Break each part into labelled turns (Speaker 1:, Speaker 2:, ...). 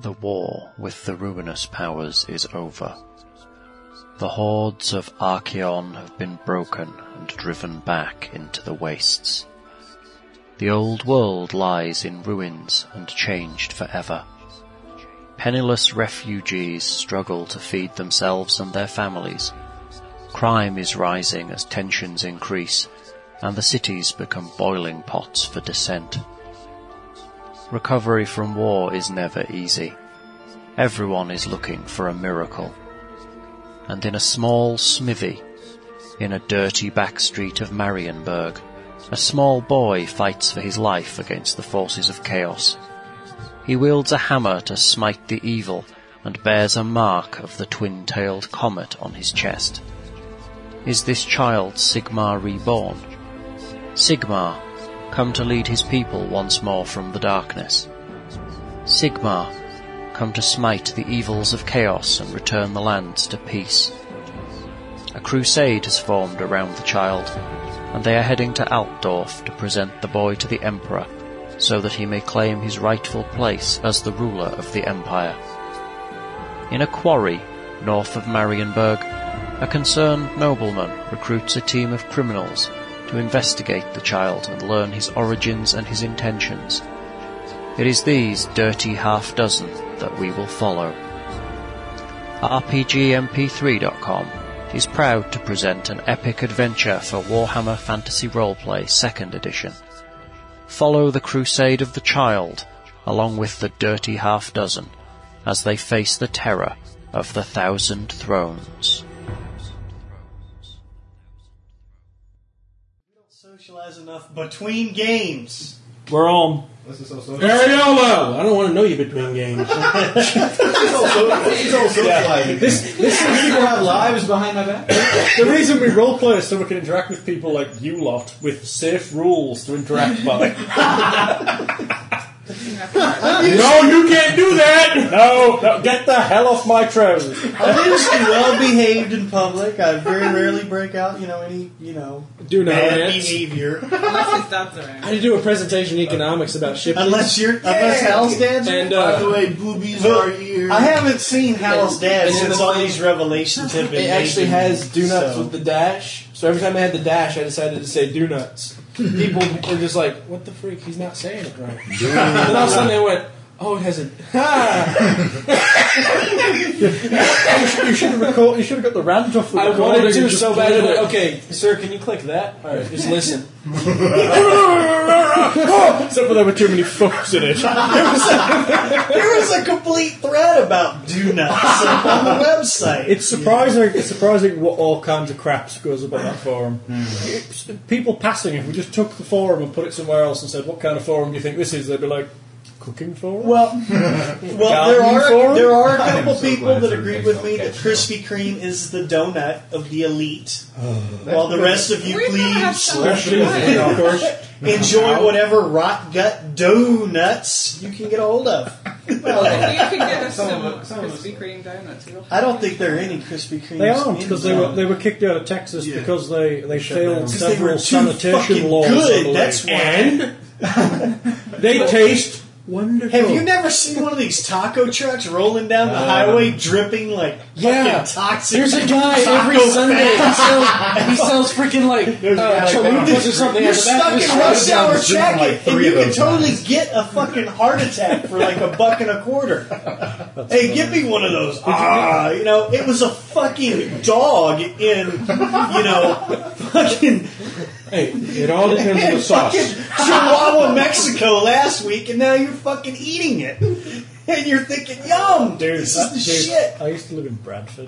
Speaker 1: The war with the ruinous powers is over. The hordes of Archaon have been broken and driven back into the wastes. The old world lies in ruins and changed forever. Penniless refugees struggle to feed themselves and their families. Crime is rising as tensions increase and the cities become boiling pots for dissent. Recovery from war is never easy. Everyone is looking for a miracle and in a small smithy in a dirty back street of Marienburg, a small boy fights for his life against the forces of chaos. He wields a hammer to smite the evil and bears a mark of the twin-tailed comet on his chest. Is this child Sigmar reborn? Sigmar, come to lead his people once more from the darkness. Sigmar, come to smite the evils of chaos and return the lands to peace. A crusade has formed around the child, and they are heading to Altdorf to present the boy to the Emperor, so that he may claim his rightful place as the ruler of the Empire. In a quarry, north of Marienburg, a concerned nobleman recruits a team of criminals to investigate the child and learn his origins and his intentions. It is these dirty half dozen that we will follow. RPGMP3.com is proud to present an epic adventure for Warhammer Fantasy Roleplay 2nd Edition. Follow the crusade of the child along with the dirty half dozen as they face the terror of the Thousand Thrones.
Speaker 2: socialize enough between games.
Speaker 3: We're on.
Speaker 4: This is so social.
Speaker 3: Ariello! I don't want to know you between games.
Speaker 4: This is all so- this is all socializing.
Speaker 3: this, this
Speaker 4: These
Speaker 3: is
Speaker 4: people have lives behind my back.
Speaker 3: the reason we roleplay is so we can interact with people like you lot with safe rules to interact by. no, you can't do that! No, no, get the hell off my trousers.
Speaker 2: I'm usually well behaved in public. I very rarely break out, you know, any, you know,
Speaker 5: Do no
Speaker 2: bad
Speaker 5: ads.
Speaker 2: behavior.
Speaker 6: Unless it's up there.
Speaker 5: I had to do a presentation in economics about shipping.
Speaker 2: Unless you're, unless Hal's dad's.
Speaker 5: and
Speaker 4: By the
Speaker 5: uh,
Speaker 4: way, boobies
Speaker 2: Well,
Speaker 4: are here.
Speaker 2: I haven't seen Hal's dad
Speaker 7: and in
Speaker 2: since
Speaker 7: the
Speaker 2: all
Speaker 7: thing-
Speaker 2: these revelations have been.
Speaker 5: it actually
Speaker 2: made.
Speaker 5: has do nuts
Speaker 2: So-
Speaker 5: with the dash. So every time I had the dash, I decided to say do nuts. People were just like, "What the freak? He's not saying it right." and all of a sudden they went, "Oh, it has a ha!"
Speaker 3: You should have record, you should have got the rant off the
Speaker 5: I
Speaker 3: recording
Speaker 5: wanted
Speaker 3: and
Speaker 5: to
Speaker 3: just
Speaker 5: so bad. I
Speaker 3: played
Speaker 5: went,
Speaker 3: it.
Speaker 5: okay, sir, can you click that? All right, just listen.
Speaker 3: Except for there were too many fucks in it.
Speaker 2: There was a complete thread about do nuts on the website.
Speaker 3: It's surprising. It's surprising what all kinds of craps goes about that forum. It's- people passing if we just took the forum and put it somewhere else and said, "What kind of forum do you think this is?" They'd be like, "Cooking forum."
Speaker 2: well, well, there
Speaker 3: Garden
Speaker 2: are
Speaker 3: forum?
Speaker 2: there are a
Speaker 4: I am
Speaker 2: couple
Speaker 4: so
Speaker 2: people
Speaker 4: glad
Speaker 2: that
Speaker 4: for
Speaker 2: agree
Speaker 4: things
Speaker 2: with
Speaker 4: I'll
Speaker 2: me that
Speaker 4: catch
Speaker 2: Krispy Kreme is the donut of the elite,
Speaker 3: Oh.
Speaker 2: while the rest of you
Speaker 6: We've never had
Speaker 2: plebes
Speaker 6: so much
Speaker 3: Especially
Speaker 6: fun.
Speaker 3: if- of course.
Speaker 2: enjoy whatever rot gut donuts you can get a hold of. Well,
Speaker 6: You could get us some
Speaker 4: Some of it- some of it's-
Speaker 6: Krispy Kreme donuts. real
Speaker 2: I don't think there are any Krispy Kremes.
Speaker 3: They aren't
Speaker 2: in
Speaker 3: because they were
Speaker 2: town.
Speaker 3: they were kicked out of Texas
Speaker 4: Yeah.
Speaker 3: because they they failed
Speaker 2: 'Cause they were
Speaker 3: several
Speaker 2: too
Speaker 3: sanitation
Speaker 2: fucking
Speaker 3: laws. I
Speaker 2: good,
Speaker 3: believe.
Speaker 2: that's why.
Speaker 3: And they taste wonderful.
Speaker 2: Have you never seen one of these taco trucks rolling down
Speaker 3: Uh,
Speaker 2: the highway, dripping like
Speaker 5: Yeah.
Speaker 2: fucking toxic?
Speaker 5: There's a guy every
Speaker 2: Taco
Speaker 5: Sunday. He sells, he sells freaking like uh, chalupas or something.
Speaker 2: You're
Speaker 5: at the back
Speaker 2: stuck
Speaker 5: of his
Speaker 2: in
Speaker 5: truck.
Speaker 2: rush hour
Speaker 4: Zoom
Speaker 2: traffic,
Speaker 4: like
Speaker 2: and
Speaker 4: three
Speaker 2: you
Speaker 4: of
Speaker 2: can
Speaker 4: those
Speaker 2: totally get a fucking heart attack for like a buck and a quarter. hey, give me one of those. Ah, you know, it was a fucking dog in, you know, fucking
Speaker 3: Hey, it all depends on the
Speaker 2: fucking
Speaker 3: sauce.
Speaker 2: Chihuahua, Mexico last week, and now you're fucking eating it. And you're thinking, yum,
Speaker 3: Dude,
Speaker 2: this is
Speaker 3: that-
Speaker 2: the
Speaker 3: dude,
Speaker 2: shit.
Speaker 3: I used to live in Bradford.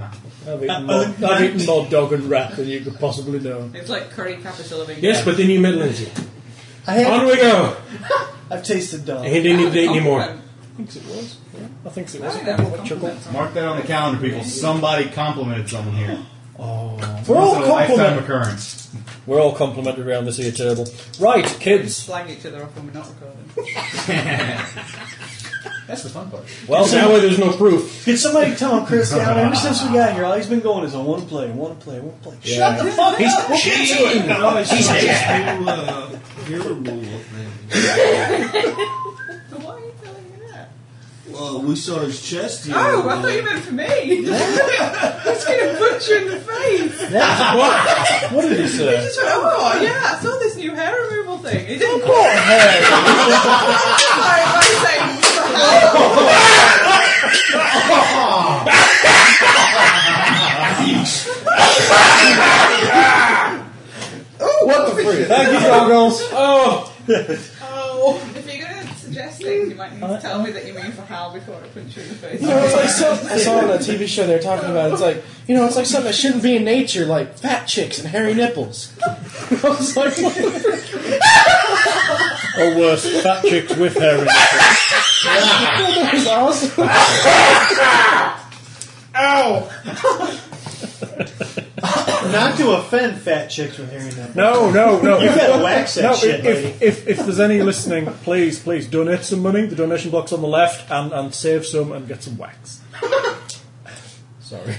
Speaker 3: I've
Speaker 2: Uh,
Speaker 3: eaten, more,
Speaker 2: uh,
Speaker 3: I've eaten more dog and rat than you could possibly know.
Speaker 6: It's like curry cappuccino.
Speaker 3: Yes, but then you met Lindsay.
Speaker 2: I have,
Speaker 3: On we go.
Speaker 2: I've tasted dog.
Speaker 3: And he didn't eat anymore.
Speaker 6: Compliment.
Speaker 3: I think it was. Yeah, I think it
Speaker 6: I
Speaker 3: was.
Speaker 6: don't know, compliment.
Speaker 4: Mark that on the calendar, people. Somebody complimented someone here.
Speaker 3: We're all
Speaker 4: Once in a lifetime
Speaker 3: complimentary.
Speaker 4: occurrence.
Speaker 3: We're all complimentary around this here table. Right, kids.
Speaker 6: Slag each other off when we're not recording.
Speaker 4: That's the fun part.
Speaker 3: Well, that way there's no proof.
Speaker 2: Could somebody tell him, Chris down ever since we got here, all he's been going is I want to play, I want to play, I want to play. Shut the fuck up! We'll get to it.
Speaker 6: So why are you telling me that?
Speaker 8: uh, we saw his chest here.
Speaker 6: Oh, I
Speaker 8: uh,
Speaker 6: thought you meant for me. It's gonna punch you in the face. He
Speaker 9: What did he say?
Speaker 6: just went, oh yeah, I saw this new hair removal thing. He didn't. Sorry,
Speaker 9: What hair?
Speaker 6: I say,
Speaker 9: What the freak? Thank you, goggles. Oh,
Speaker 6: oh, if you're gonna suggest things, you might
Speaker 9: Uh,
Speaker 6: need to tell me that you mean for how before I punch you in the face.
Speaker 3: You know, it's like something I saw on a TV show they were talking about. It's like, you know, it's like something that shouldn't be in nature, like fat chicks and hairy nipples. I was like, what?
Speaker 9: or worse, fat chicks with hair in it.
Speaker 3: that was awesome.
Speaker 2: Not to offend fat chicks with hearing that.
Speaker 9: No, no, no.
Speaker 2: You better wax that
Speaker 9: no,
Speaker 2: shit, lady.
Speaker 9: if, if, if, if there's any listening, please, please donate some money. The donation block's on the left, and, and save some and get some wax.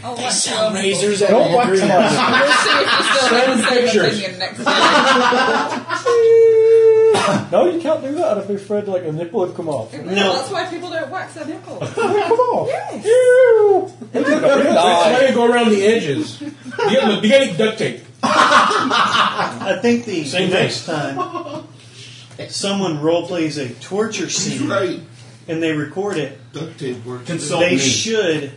Speaker 6: I'll wax you up.
Speaker 3: Razors at
Speaker 9: Don't
Speaker 3: every
Speaker 9: wax much.
Speaker 6: We'll see if you still have the same
Speaker 9: pictures.
Speaker 6: opinion next time.
Speaker 9: No, you can't do that. I'd be afraid like a nipple would come off.
Speaker 2: No.
Speaker 6: That's why people don't wax their nipples.
Speaker 9: Come off.
Speaker 6: Yes.
Speaker 9: Ew.
Speaker 3: Try to go around the edges. You get the beginning duct tape.
Speaker 2: I think the
Speaker 3: Same
Speaker 2: next time someone roleplays a torture
Speaker 8: He's
Speaker 2: scene
Speaker 8: right.
Speaker 2: and they record it,
Speaker 8: Duct tape works.
Speaker 4: Consult
Speaker 2: they
Speaker 4: me.
Speaker 2: should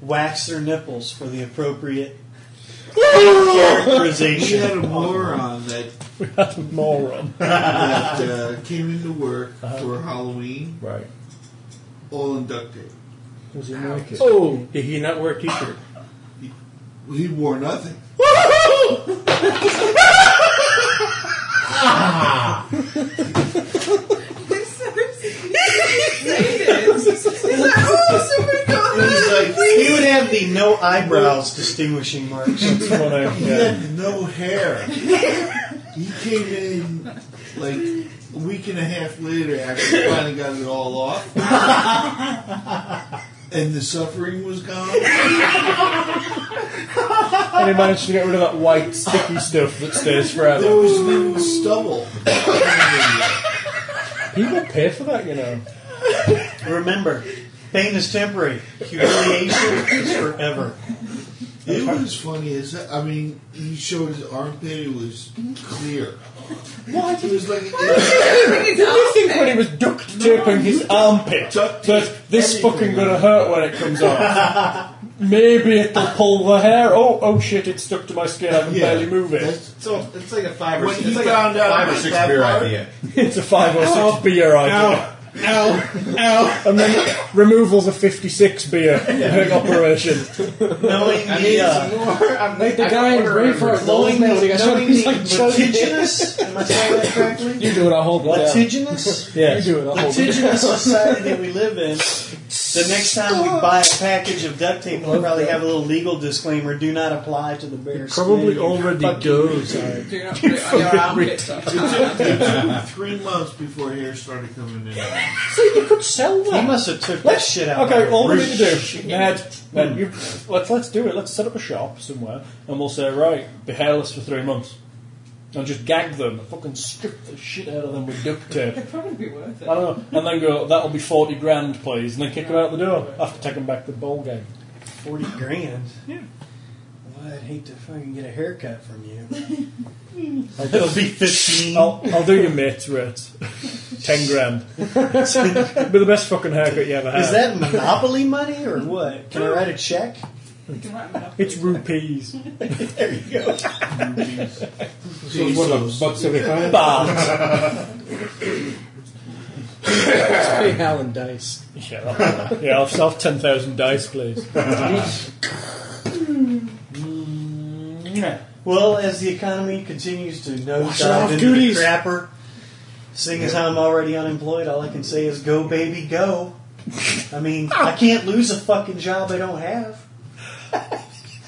Speaker 2: wax their nipples for the appropriate characterization.
Speaker 8: we had a moron that,
Speaker 9: Moron. Uh-huh.
Speaker 8: that uh, came into work for Halloween,
Speaker 9: Right.
Speaker 8: all in duct tape.
Speaker 9: Was he naked?
Speaker 3: Oh,
Speaker 9: Did he not wear a t-shirt?
Speaker 8: He wore nothing.
Speaker 6: It's so excited. He's like, oh, somebody got
Speaker 2: It was
Speaker 6: that.
Speaker 2: like, he would have the no eyebrows distinguishing marks.
Speaker 9: That's funny.
Speaker 8: He
Speaker 9: Yeah.
Speaker 8: had no hair. he came in like a week and a half later after he finally got it all off. and the suffering was gone.
Speaker 9: And he managed to get rid of that white sticky stuff that stays
Speaker 8: There
Speaker 9: forever.
Speaker 8: was no stubble.
Speaker 9: People pay for that, you know.
Speaker 2: Remember, pain is temporary, humiliation is forever.
Speaker 8: It was funny as I mean, he showed his armpit, it was clear.
Speaker 9: Why
Speaker 8: It
Speaker 9: did
Speaker 8: was like it,
Speaker 6: It's
Speaker 9: you think when he was duct taping his armpit
Speaker 8: Duct tape
Speaker 9: that this
Speaker 8: everything.
Speaker 9: fucking gonna hurt when it comes off? Maybe it'll pull the hair. Oh, oh shit! It's stuck to my skin. I can
Speaker 8: Yeah.
Speaker 9: barely move it.
Speaker 8: that's-
Speaker 4: So it's like a five or
Speaker 8: When
Speaker 4: six,
Speaker 8: he
Speaker 4: it's like
Speaker 8: found
Speaker 4: a
Speaker 8: out
Speaker 4: five or
Speaker 8: about
Speaker 4: six
Speaker 8: that
Speaker 4: beer
Speaker 8: part-
Speaker 4: idea.
Speaker 9: It's a five or six beer idea,
Speaker 4: Ow, ow.
Speaker 9: and then removals of fifty-six beer. Big operation.
Speaker 2: Knowing
Speaker 4: I mean,
Speaker 2: the uh,
Speaker 4: it's more. I'm
Speaker 3: like the guy in Braveheart,
Speaker 2: knowing
Speaker 3: Lowing
Speaker 2: the,
Speaker 3: Man, when he got shot,
Speaker 2: knowing
Speaker 3: he's like,
Speaker 2: the litigious, am I saying that correctly?
Speaker 3: You do it, I'll hold it down.
Speaker 2: Litigious?
Speaker 3: You
Speaker 9: Yes.
Speaker 3: do it, I'll hold it down.
Speaker 2: litigious society that we live in, the next time we buy a package of duct tape, we'll probably have a little legal disclaimer: do not apply to the bear. skin.
Speaker 9: already does.
Speaker 6: Do not put it on your armpits.
Speaker 8: three months before hair started coming in.
Speaker 9: You could sell
Speaker 2: He
Speaker 9: that.
Speaker 2: must have took that shit out.
Speaker 9: Okay,
Speaker 2: of
Speaker 9: all we
Speaker 2: him.
Speaker 9: need to do, Ned, Ned, you, let's let's do it. Let's set up a shop somewhere, and we'll say, right, be hairless for three months, and just gag them, and fucking strip the shit out of them with duct tape.
Speaker 6: It'd probably be worth it.
Speaker 9: I don't know, and then go, that'll be forty grand, please, and then kick them out the door. I have to take them back to the ball game.
Speaker 2: forty grand. Yeah. Well, I'd hate to fucking get a haircut from you. It'll be fifteen.
Speaker 9: I'll, I'll do your mate's rate, ten grand. It'll be the best fucking haircut you ever had.
Speaker 2: Is that monopoly money or what? Can I write a check?
Speaker 6: You can write that.
Speaker 9: It's rupees.
Speaker 2: There you go.
Speaker 3: So it's worth a buck seventy-five.
Speaker 9: Bad.
Speaker 3: Pay Alan Dice.
Speaker 9: yeah, I'll, yeah, I'll sell ten thousand dice, please.
Speaker 2: Well, as the economy continues to
Speaker 3: Wash it off,
Speaker 2: nosedive into the
Speaker 3: goodies.
Speaker 2: crapper, seeing as how I'm already unemployed, all I can say is go, baby, go. I mean, I can't lose a fucking job I don't have.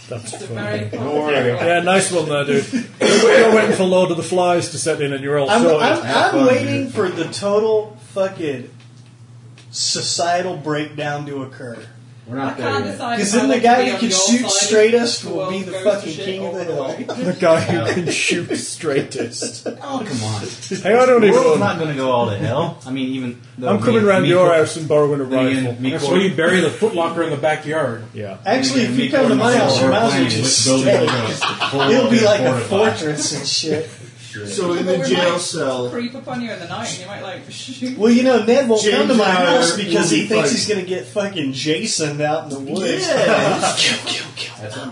Speaker 9: That's
Speaker 6: It's a
Speaker 9: funny.
Speaker 6: very
Speaker 9: Yeah, nice one there, dude. You're you're waiting for Lord of the Flies to set in, and you're all
Speaker 2: I'm,
Speaker 9: sorted.
Speaker 2: I'm,
Speaker 4: Have
Speaker 2: I'm
Speaker 4: fun,
Speaker 2: waiting for the total fucking societal breakdown to occur.
Speaker 4: We're
Speaker 6: I
Speaker 4: not there
Speaker 6: can't
Speaker 4: yet.
Speaker 6: decide.
Speaker 2: Because
Speaker 6: if I
Speaker 2: then the guy
Speaker 6: want to be
Speaker 2: who
Speaker 6: on
Speaker 2: can
Speaker 6: your
Speaker 2: shoot
Speaker 6: side
Speaker 2: straightest
Speaker 6: of
Speaker 2: will be
Speaker 6: world
Speaker 2: the
Speaker 6: goes
Speaker 2: fucking
Speaker 6: to shit
Speaker 2: king of
Speaker 6: or
Speaker 2: the hill.
Speaker 9: The guy who can shoot straightest.
Speaker 4: Oh, come on.
Speaker 9: Hang on,
Speaker 4: The world's
Speaker 9: everyone.
Speaker 4: not going to go all to hell. I mean, even though
Speaker 9: I'm
Speaker 4: me
Speaker 9: coming
Speaker 4: and
Speaker 9: round your
Speaker 4: Mikor-
Speaker 9: house and borrowing a
Speaker 4: then again,
Speaker 9: rifle.
Speaker 4: Mikor-
Speaker 10: So you bury the footlocker in the backyard.
Speaker 9: Yeah.
Speaker 2: Actually,
Speaker 4: then
Speaker 2: if you
Speaker 4: Mikor
Speaker 2: come to
Speaker 4: and
Speaker 2: my
Speaker 4: Mikor
Speaker 2: house, you
Speaker 4: are
Speaker 2: might as well
Speaker 4: planning
Speaker 2: just
Speaker 4: which
Speaker 2: stay.
Speaker 4: building they're gonna fortify.
Speaker 2: It'll be like a
Speaker 4: Fortify.
Speaker 2: fortress and shit.
Speaker 8: So in
Speaker 6: But
Speaker 8: the
Speaker 6: we
Speaker 8: jail
Speaker 6: might
Speaker 8: cell,
Speaker 6: Creep up on you in the night and you might like shoot.
Speaker 2: Well, you know, Ned won't come to my
Speaker 8: James
Speaker 2: house
Speaker 8: Howard
Speaker 2: because
Speaker 8: will
Speaker 2: he
Speaker 8: be
Speaker 2: thinks
Speaker 8: fighting.
Speaker 2: he's going to get fucking Jason out in the woods.
Speaker 8: yeah.
Speaker 2: Kill, kill, kill.
Speaker 4: That's it.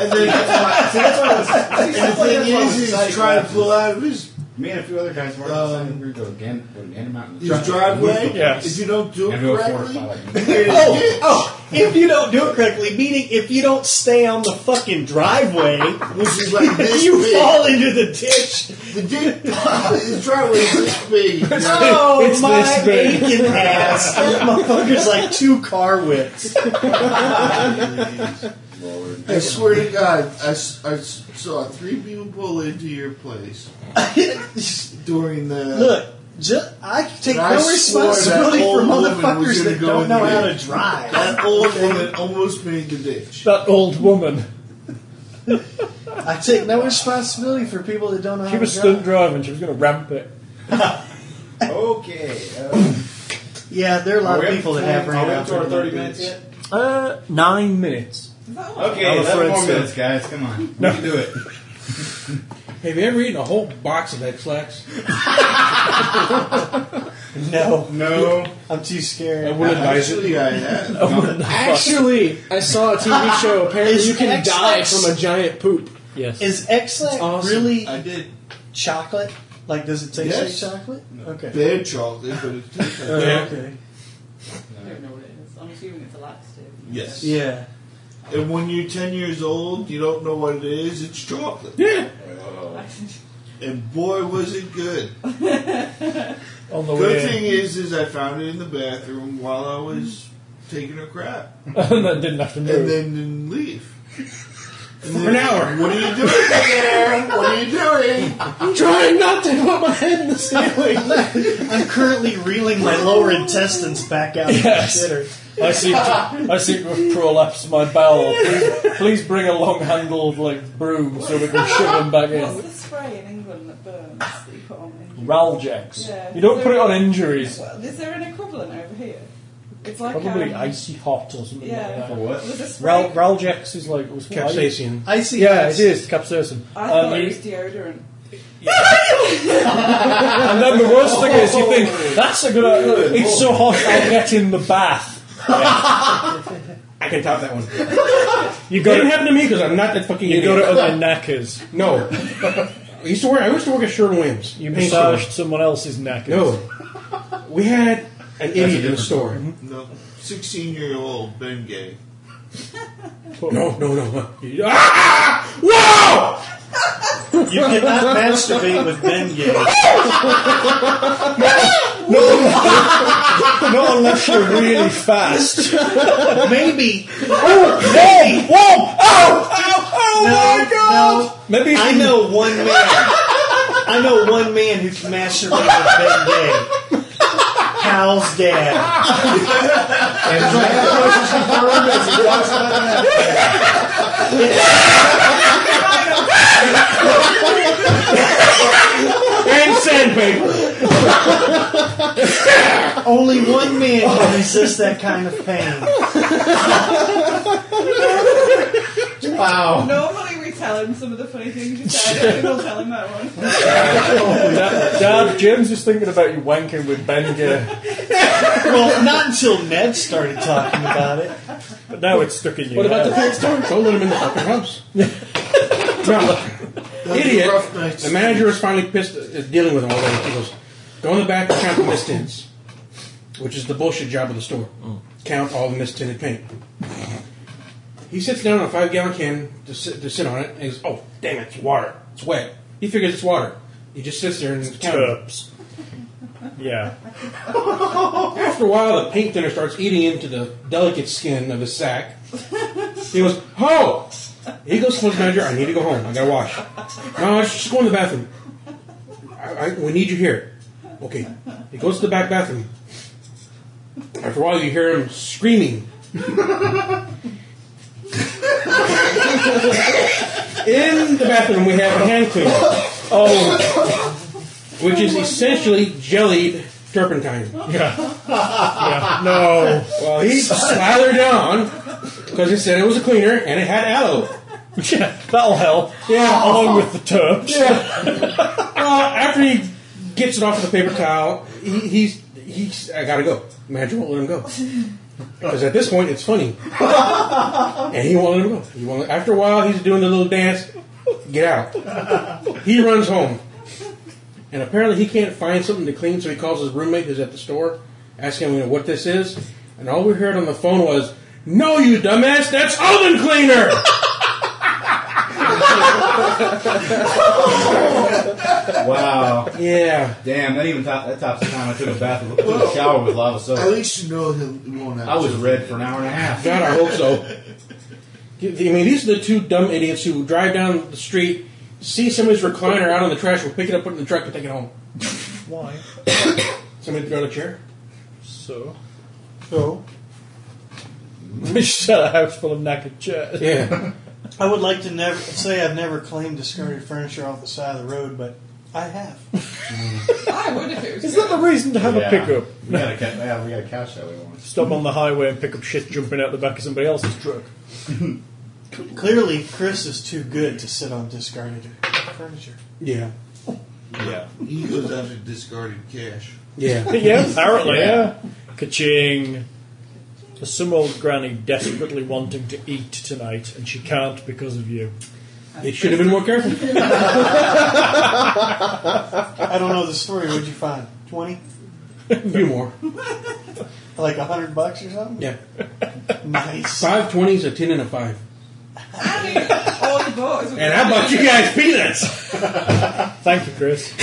Speaker 8: And then that's why, see, that's why I was, and
Speaker 2: that's
Speaker 8: the
Speaker 2: why I
Speaker 8: thing
Speaker 2: was
Speaker 8: is, is
Speaker 2: excited
Speaker 8: he's trying to pull out of his,
Speaker 4: Me and a few other guys
Speaker 2: Uh,
Speaker 4: were
Speaker 8: Um,
Speaker 4: decided we were going to Gan- go to Gander Mountain.
Speaker 8: his driveway.
Speaker 9: Yes.
Speaker 8: If you don't do it
Speaker 4: And we were
Speaker 8: correctly,
Speaker 4: fortified. like
Speaker 8: you're
Speaker 4: me.
Speaker 8: gonna
Speaker 2: Oh,
Speaker 8: get-
Speaker 2: oh! If you don't do it correctly, meaning if you don't stay on the fucking driveway,
Speaker 8: which is like this
Speaker 2: you
Speaker 8: big.
Speaker 2: fall into the ditch.
Speaker 8: The dick, his driveway is this big.
Speaker 2: Oh,
Speaker 9: It's
Speaker 2: my
Speaker 9: this big.
Speaker 2: aching ass! That motherfucker's like two car whips.
Speaker 4: Lord.
Speaker 8: I swear to God, I, s- I s- saw three people pull into your place during the.
Speaker 2: Look, ju- I take
Speaker 8: And I
Speaker 2: no
Speaker 8: swore that
Speaker 2: responsibility for
Speaker 8: old woman was
Speaker 2: motherfuckers
Speaker 8: gonna
Speaker 2: that
Speaker 8: go
Speaker 2: don't
Speaker 8: in
Speaker 2: know
Speaker 8: the
Speaker 2: how to
Speaker 8: ditch.
Speaker 2: drive.
Speaker 8: that old woman almost made the ditch.
Speaker 9: That old woman.
Speaker 2: I take no responsibility for people that don't know
Speaker 9: She
Speaker 2: how
Speaker 9: was
Speaker 2: to drive.
Speaker 9: stunt driving. She was going to ramp it.
Speaker 4: Okay. Uh,
Speaker 2: Yeah, there are a lot
Speaker 4: are
Speaker 2: of
Speaker 4: we
Speaker 2: people that
Speaker 4: up-
Speaker 2: have
Speaker 4: are
Speaker 2: ran
Speaker 4: we
Speaker 2: out
Speaker 4: up to our
Speaker 2: there.
Speaker 4: 30 minutes yet?
Speaker 9: Uh, nine minutes.
Speaker 6: Is that what?
Speaker 4: Okay,
Speaker 9: I'm afraid
Speaker 4: eleven more
Speaker 9: so.
Speaker 4: minutes, guys. Come on, we can do it.
Speaker 10: Have you ever eaten a whole box of X-Lax?
Speaker 2: No,
Speaker 4: No,
Speaker 2: I'm too
Speaker 10: I
Speaker 2: scared.
Speaker 10: would advise it.
Speaker 8: Actually, I had.
Speaker 10: Actually, I saw a TV show. Apparently,
Speaker 2: Is
Speaker 10: you can die
Speaker 2: X-Lax-
Speaker 10: from a giant poop.
Speaker 9: Yes.
Speaker 2: Is X-Lax
Speaker 10: awesome.
Speaker 2: really
Speaker 8: I did
Speaker 2: chocolate? Like, does it taste
Speaker 8: Yes.
Speaker 2: like chocolate? Okay.
Speaker 8: bad chocolate, but it tasted
Speaker 2: Oh,
Speaker 8: like
Speaker 2: Okay.
Speaker 6: I don't know what it is. I'm assuming it's a laxative.
Speaker 8: Yes.
Speaker 2: Yeah.
Speaker 8: And when you're 10 years old, you don't know what it is, it's chocolate.
Speaker 10: Yeah.
Speaker 8: And boy, was it good.
Speaker 9: On the
Speaker 8: Good
Speaker 9: way
Speaker 8: thing is, is I found it in the bathroom while I was taking a crap.
Speaker 9: in. and then didn't have to
Speaker 8: and
Speaker 9: move.
Speaker 8: then didn't leave. And
Speaker 10: an hour.
Speaker 8: What are you doing there? What are you doing?
Speaker 10: I'm trying not to put my head in the ceiling.
Speaker 2: I'm currently reeling my lower intestines back out
Speaker 9: Yes.
Speaker 2: of the shitter.
Speaker 9: I seem to, I seem to have prolapsed my bowel. Please, please bring a long-handled like broom so we can shove them back
Speaker 6: What's
Speaker 9: in.
Speaker 6: the spray in England that burns that you put on injuries?
Speaker 9: Raljex.
Speaker 6: Yeah.
Speaker 9: You don't put it on injuries.
Speaker 6: Well, is there an equivalent over here? It's like
Speaker 9: Probably
Speaker 6: um,
Speaker 9: icy hot or something
Speaker 6: Yeah.
Speaker 9: like
Speaker 4: for
Speaker 9: that.
Speaker 4: what?
Speaker 6: There's a spray.
Speaker 9: Ral, Raljex is like it was
Speaker 2: I see.
Speaker 9: Yeah, it is capsaicin.
Speaker 6: I thought
Speaker 9: Um,
Speaker 6: it
Speaker 9: you-
Speaker 6: was deodorant.
Speaker 9: And then the worst thing is, you think that's a good. idea. It's so hot, I'll get in the bath.
Speaker 10: I can top that one.
Speaker 9: You
Speaker 10: Didn't
Speaker 9: got it.
Speaker 10: happen to me because I'm not that fucking
Speaker 9: You
Speaker 10: idiot.
Speaker 9: got it other knackers.
Speaker 10: No. I used to wear. I used to work at Sherwin Williams.
Speaker 9: You
Speaker 10: Paint
Speaker 9: massaged someone else's knackers.
Speaker 10: store. No. We had an idiot in the
Speaker 4: different
Speaker 10: store.
Speaker 8: No, sixteen-year-old Ben Gay.
Speaker 10: No, no, no. Ah! Whoa!
Speaker 2: You cannot masturbate with Ben Gay.
Speaker 9: Not unless you're really fast.
Speaker 2: Maybe.
Speaker 9: Whoa! Whoa! Ow! Ow! Oh
Speaker 2: No,
Speaker 9: my god! Maybe you
Speaker 2: I
Speaker 9: should-
Speaker 2: know one man. I know one man who can masturbate with Ben Gay. Hal's dad.
Speaker 10: And sandpaper.
Speaker 2: Only one man can resist that kind of pain.
Speaker 9: Oh.
Speaker 6: Normally we tell him some of the funny things he said. I think we'll tell him that one.
Speaker 9: Dad, Dad, James is thinking about you wanking with Ben Gay,
Speaker 2: Well, not until Ned started talking about it.
Speaker 9: but now it's stuck in your
Speaker 10: What about the
Speaker 9: head.
Speaker 10: third store? Don't let him in the fucking house. no.
Speaker 8: That was
Speaker 10: Idiot.
Speaker 8: A rough night.
Speaker 10: The manager is finally pissed, is dealing with him already. He goes, go in the back and count the missed tins, which is the bullshit job of the store. Count all the missed tinted paint. He sits down on a five gallon can to sit, to sit on it, and he goes, oh, damn it, it's water. It's wet. He figures it's water. He just sits there and counts. it.
Speaker 9: Terps. Yeah.
Speaker 10: After a while, the paint thinner starts eating into the delicate skin of his sack. He goes, "Ho!" He goes to his manager. I need to go home. I gotta wash. No, I should just go in the bathroom. I, I, we need you here. Okay. He goes to the back bathroom. After a while, you hear him screaming. In the bathroom, we have a hand cleaner. Oh. Which is essentially jellied turpentine.
Speaker 9: No.
Speaker 10: Well, he slathered on because he said it was a cleaner and it had aloe.
Speaker 9: Yeah, that'll help.
Speaker 10: Yeah.
Speaker 9: Along with the turps.
Speaker 10: Uh, after he gets it off with a paper towel, he, he's he's I gotta go. Manager won't let him go because at this point it's funny, and he won't let him go. He won't let- after a while, he's doing the little dance. Get out. He runs home, and apparently he can't find something to clean, so he calls his roommate who's at the store, asking him you know, what this is, and all we heard on the phone was. No, you dumbass! That's oven cleaner.
Speaker 4: Wow.
Speaker 10: yeah,
Speaker 4: Damn, that even top, that tops the time I took a bath with, took a shower with lava
Speaker 8: At
Speaker 4: soap.
Speaker 8: least you know he'll, he won't have
Speaker 4: I was
Speaker 8: to.
Speaker 4: red for an hour and a half.
Speaker 10: God, I hope so. I mean, these are the two dumb idiots who drive down the street, see somebody's recliner out on the trash, will pick it up, put it in the truck, and take it home.
Speaker 9: Why?
Speaker 10: Somebody throw out a chair.
Speaker 9: So.
Speaker 10: So
Speaker 9: We just had a house full of knackered chairs.
Speaker 10: yeah,
Speaker 11: I would like to never say I've never claimed discarded furniture off the side of the road, but I have.
Speaker 6: I would if it was.
Speaker 9: Is that the reason to have
Speaker 4: Yeah.
Speaker 9: a pickup?
Speaker 4: We got a, ca- yeah, we got a couch that we want.
Speaker 9: Stop on the highway and pick up shit jumping out the back of somebody else's truck.
Speaker 11: Clearly, Chris is too good to sit on discarded furniture.
Speaker 10: yeah,
Speaker 9: Yeah.
Speaker 8: He goes after discarded cash.
Speaker 10: yeah.
Speaker 9: yeah, apparently,
Speaker 4: Yeah.
Speaker 9: yeah. Kaching. There's some old granny desperately wanting to eat tonight, and she can't because of you.
Speaker 10: They should have been more careful.
Speaker 11: I don't know the story. What'd you find? Twenty?
Speaker 10: A few more.
Speaker 11: Like a hundred bucks or something?
Speaker 10: Yeah,
Speaker 11: Nice.
Speaker 10: five twenties, a ten, and a five.
Speaker 6: I mean, all the boys. would-
Speaker 10: And how about you guys peanuts?
Speaker 9: Thank you, Chris.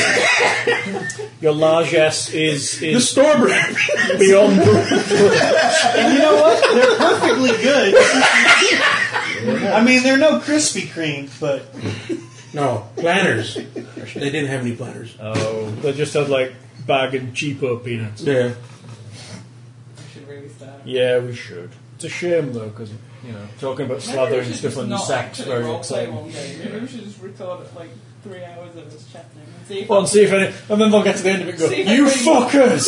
Speaker 9: Your largesse is
Speaker 10: The
Speaker 9: is
Speaker 10: store brand.
Speaker 9: beyond.
Speaker 11: And you know what? They're perfectly good. I mean, they're no Krispy Kreme, but
Speaker 10: No planners. They didn't have any planners.
Speaker 4: Oh,
Speaker 9: They just had like bag and cheapo peanuts.
Speaker 10: Yeah.
Speaker 6: We should really start.
Speaker 9: Yeah, we should. It's a shame though, because you know, talking about
Speaker 6: Maybe we
Speaker 9: slathering
Speaker 6: should
Speaker 9: stuff
Speaker 6: just
Speaker 9: on
Speaker 6: not
Speaker 9: sex
Speaker 6: actually
Speaker 9: very
Speaker 6: roleplay
Speaker 9: exciting.
Speaker 6: one game. Maybe we should just record it like three hours of us chatting and see if
Speaker 9: Well, and see if any, and then they'll get to the end of it. and Go,
Speaker 6: See if
Speaker 9: you
Speaker 6: anybody-
Speaker 9: fuckers!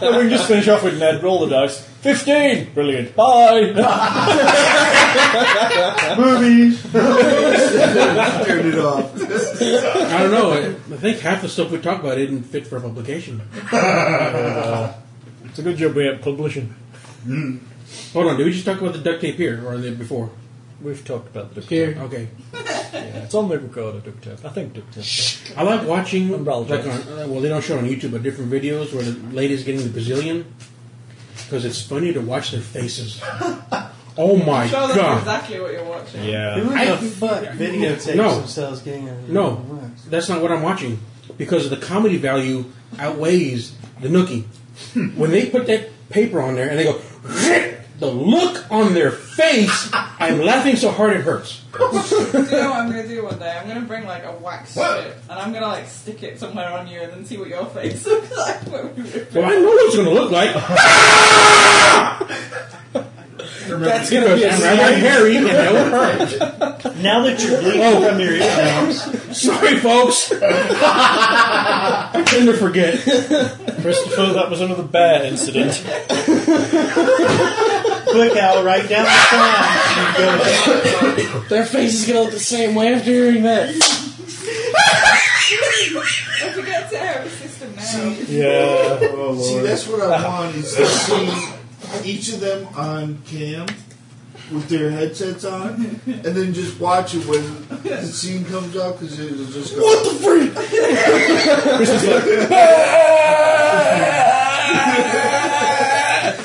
Speaker 9: then we can just finish off with Ned. Roll the dice. Fifteen. Brilliant. Bye.
Speaker 8: Turned it off.
Speaker 10: I don't know. I, I think half the stuff we talk about isn't fit for publication.
Speaker 9: it's a good job we ain't publishing.
Speaker 10: Hold on. Did we just talk about the duct tape here or the before?
Speaker 9: We've talked about the duct tape.
Speaker 10: Here. Okay.
Speaker 9: Yeah, it's on the recorder duct tape. I think duct tape.
Speaker 10: I like watching
Speaker 9: Umbrella
Speaker 10: like
Speaker 9: Jones.
Speaker 10: on, uh, well, they don't show it on YouTube, but different videos where the ladies getting the bazillion because it's funny to watch their faces. oh my
Speaker 6: I'm sure that's
Speaker 10: god!
Speaker 6: exactly what you're watching.
Speaker 9: Yeah.
Speaker 11: who
Speaker 10: I-
Speaker 11: the fuck videotapes
Speaker 10: No.
Speaker 11: themselves getting a
Speaker 10: No, that's not what I'm watching because the comedy value outweighs the nookie. when they put that paper on there and they go, the look on their face, I'm laughing so hard it hurts.
Speaker 6: Do you know what I'm gonna do one day? I'm gonna bring like a wax strip and I'm gonna like stick it somewhere on you and then see what your face looks like when we rip it.
Speaker 10: Well, I know what it's going to look like. That's going to be I'm rather hairy and that will hurt.
Speaker 11: Now that you're bleeding
Speaker 10: Oh.
Speaker 11: from your eardrums,
Speaker 10: Sorry, folks. I tend to forget.
Speaker 9: Christopher, that was another bear incident.
Speaker 11: quick Al, right down the side. You go.
Speaker 3: Their face is gonna look the same way after hearing that.
Speaker 6: I forget to have a system now.
Speaker 9: Yeah.
Speaker 4: oh
Speaker 8: See,
Speaker 4: Lord.
Speaker 8: that's what I want is to see each of them on cam with their headsets on, and then just watch it when the scene comes up because it'll just go. What the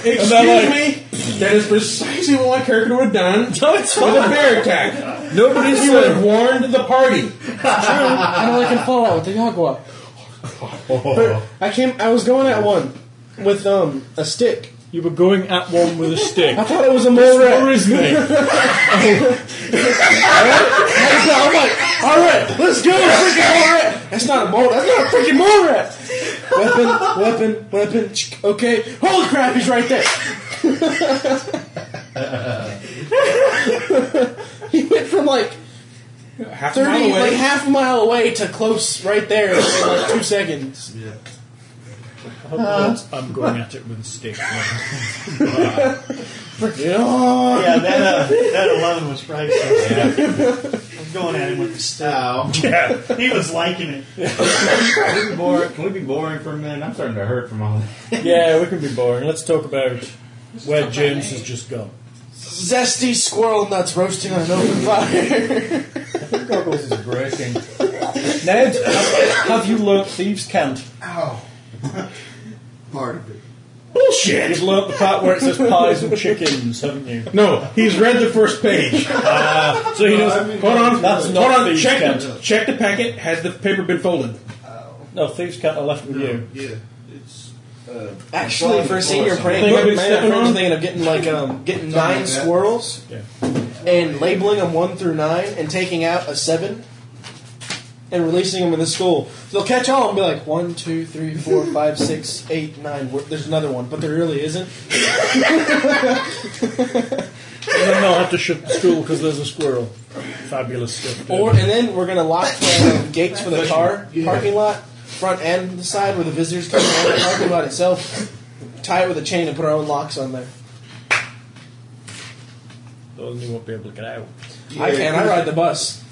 Speaker 10: Excuse
Speaker 9: like-
Speaker 10: me. That is precisely what my character would have done
Speaker 9: No, it's
Speaker 10: with a
Speaker 9: fine.
Speaker 10: bear attack.
Speaker 9: Nobody
Speaker 10: He would have warned the party.
Speaker 3: I don't like in Fallout with the Yagua. But I came. I was going at one with um a stick.
Speaker 9: You were going at one with a stick.
Speaker 3: I thought it was a mole
Speaker 9: Or
Speaker 3: rat.
Speaker 9: is me?
Speaker 3: I'm like, all right, let's go, freaking mole rat. That's not a mole. That's not a freaking mole rat.
Speaker 10: weapon, weapon, weapon. chick, Okay, holy crap, he's right there. he went from like Half a mile
Speaker 3: thirty,
Speaker 10: away.
Speaker 3: like half a mile away to close right there in like two seconds.
Speaker 9: I'm going at it with a stick.
Speaker 11: Yeah, that, uh, that 11 was priceless. I'm going at him with the stick.
Speaker 4: Ow.
Speaker 11: Yeah, he was liking it.
Speaker 4: Can we be boring- can we be boring for a minute? I'm starting to hurt from all that.
Speaker 9: yeah, we can be boring. Let's talk about where James has just gone.
Speaker 3: Zesty squirrel nuts roasting on an open fire.
Speaker 12: Goggles is breaking.
Speaker 9: Ned, have, have you learnt thieves can't?
Speaker 8: Part of it.
Speaker 9: Bullshit! You've learnt the part where it says pies and chickens, haven't you?
Speaker 10: no, he's read the first page.
Speaker 9: So he knows.
Speaker 8: I mean,
Speaker 10: Hold on,
Speaker 9: That's
Speaker 10: hold
Speaker 9: not
Speaker 10: on.
Speaker 9: thieves'
Speaker 10: Check,
Speaker 9: cant.
Speaker 10: check the packet. Has the paper been folded?
Speaker 9: No, thieves can't are left with you.
Speaker 8: Yeah. It's. Uh,
Speaker 3: Actually, for a senior prank,
Speaker 9: Think I've
Speaker 3: my
Speaker 9: been
Speaker 3: my
Speaker 9: stepping
Speaker 3: friends
Speaker 9: on?
Speaker 3: they end up getting like um, getting nine
Speaker 8: like that.
Speaker 3: squirrels
Speaker 9: Yeah.
Speaker 3: and labeling them one through nine and taking out a seven and releasing them in the school. They'll catch all and be like one, two, three, four, five, six, eight, nine. Where- There's another one, but there really isn't.
Speaker 9: And then they'll have to shut the school because there's a squirrel. Fabulous stuff.
Speaker 3: Or and then we're gonna lock the um, gates for the car parking lot, front and the side where the visitors come in. The parking lot itself, tie it with a chain and put our own locks on there.
Speaker 9: Only won't be able to get out.
Speaker 3: I can. I ride the bus.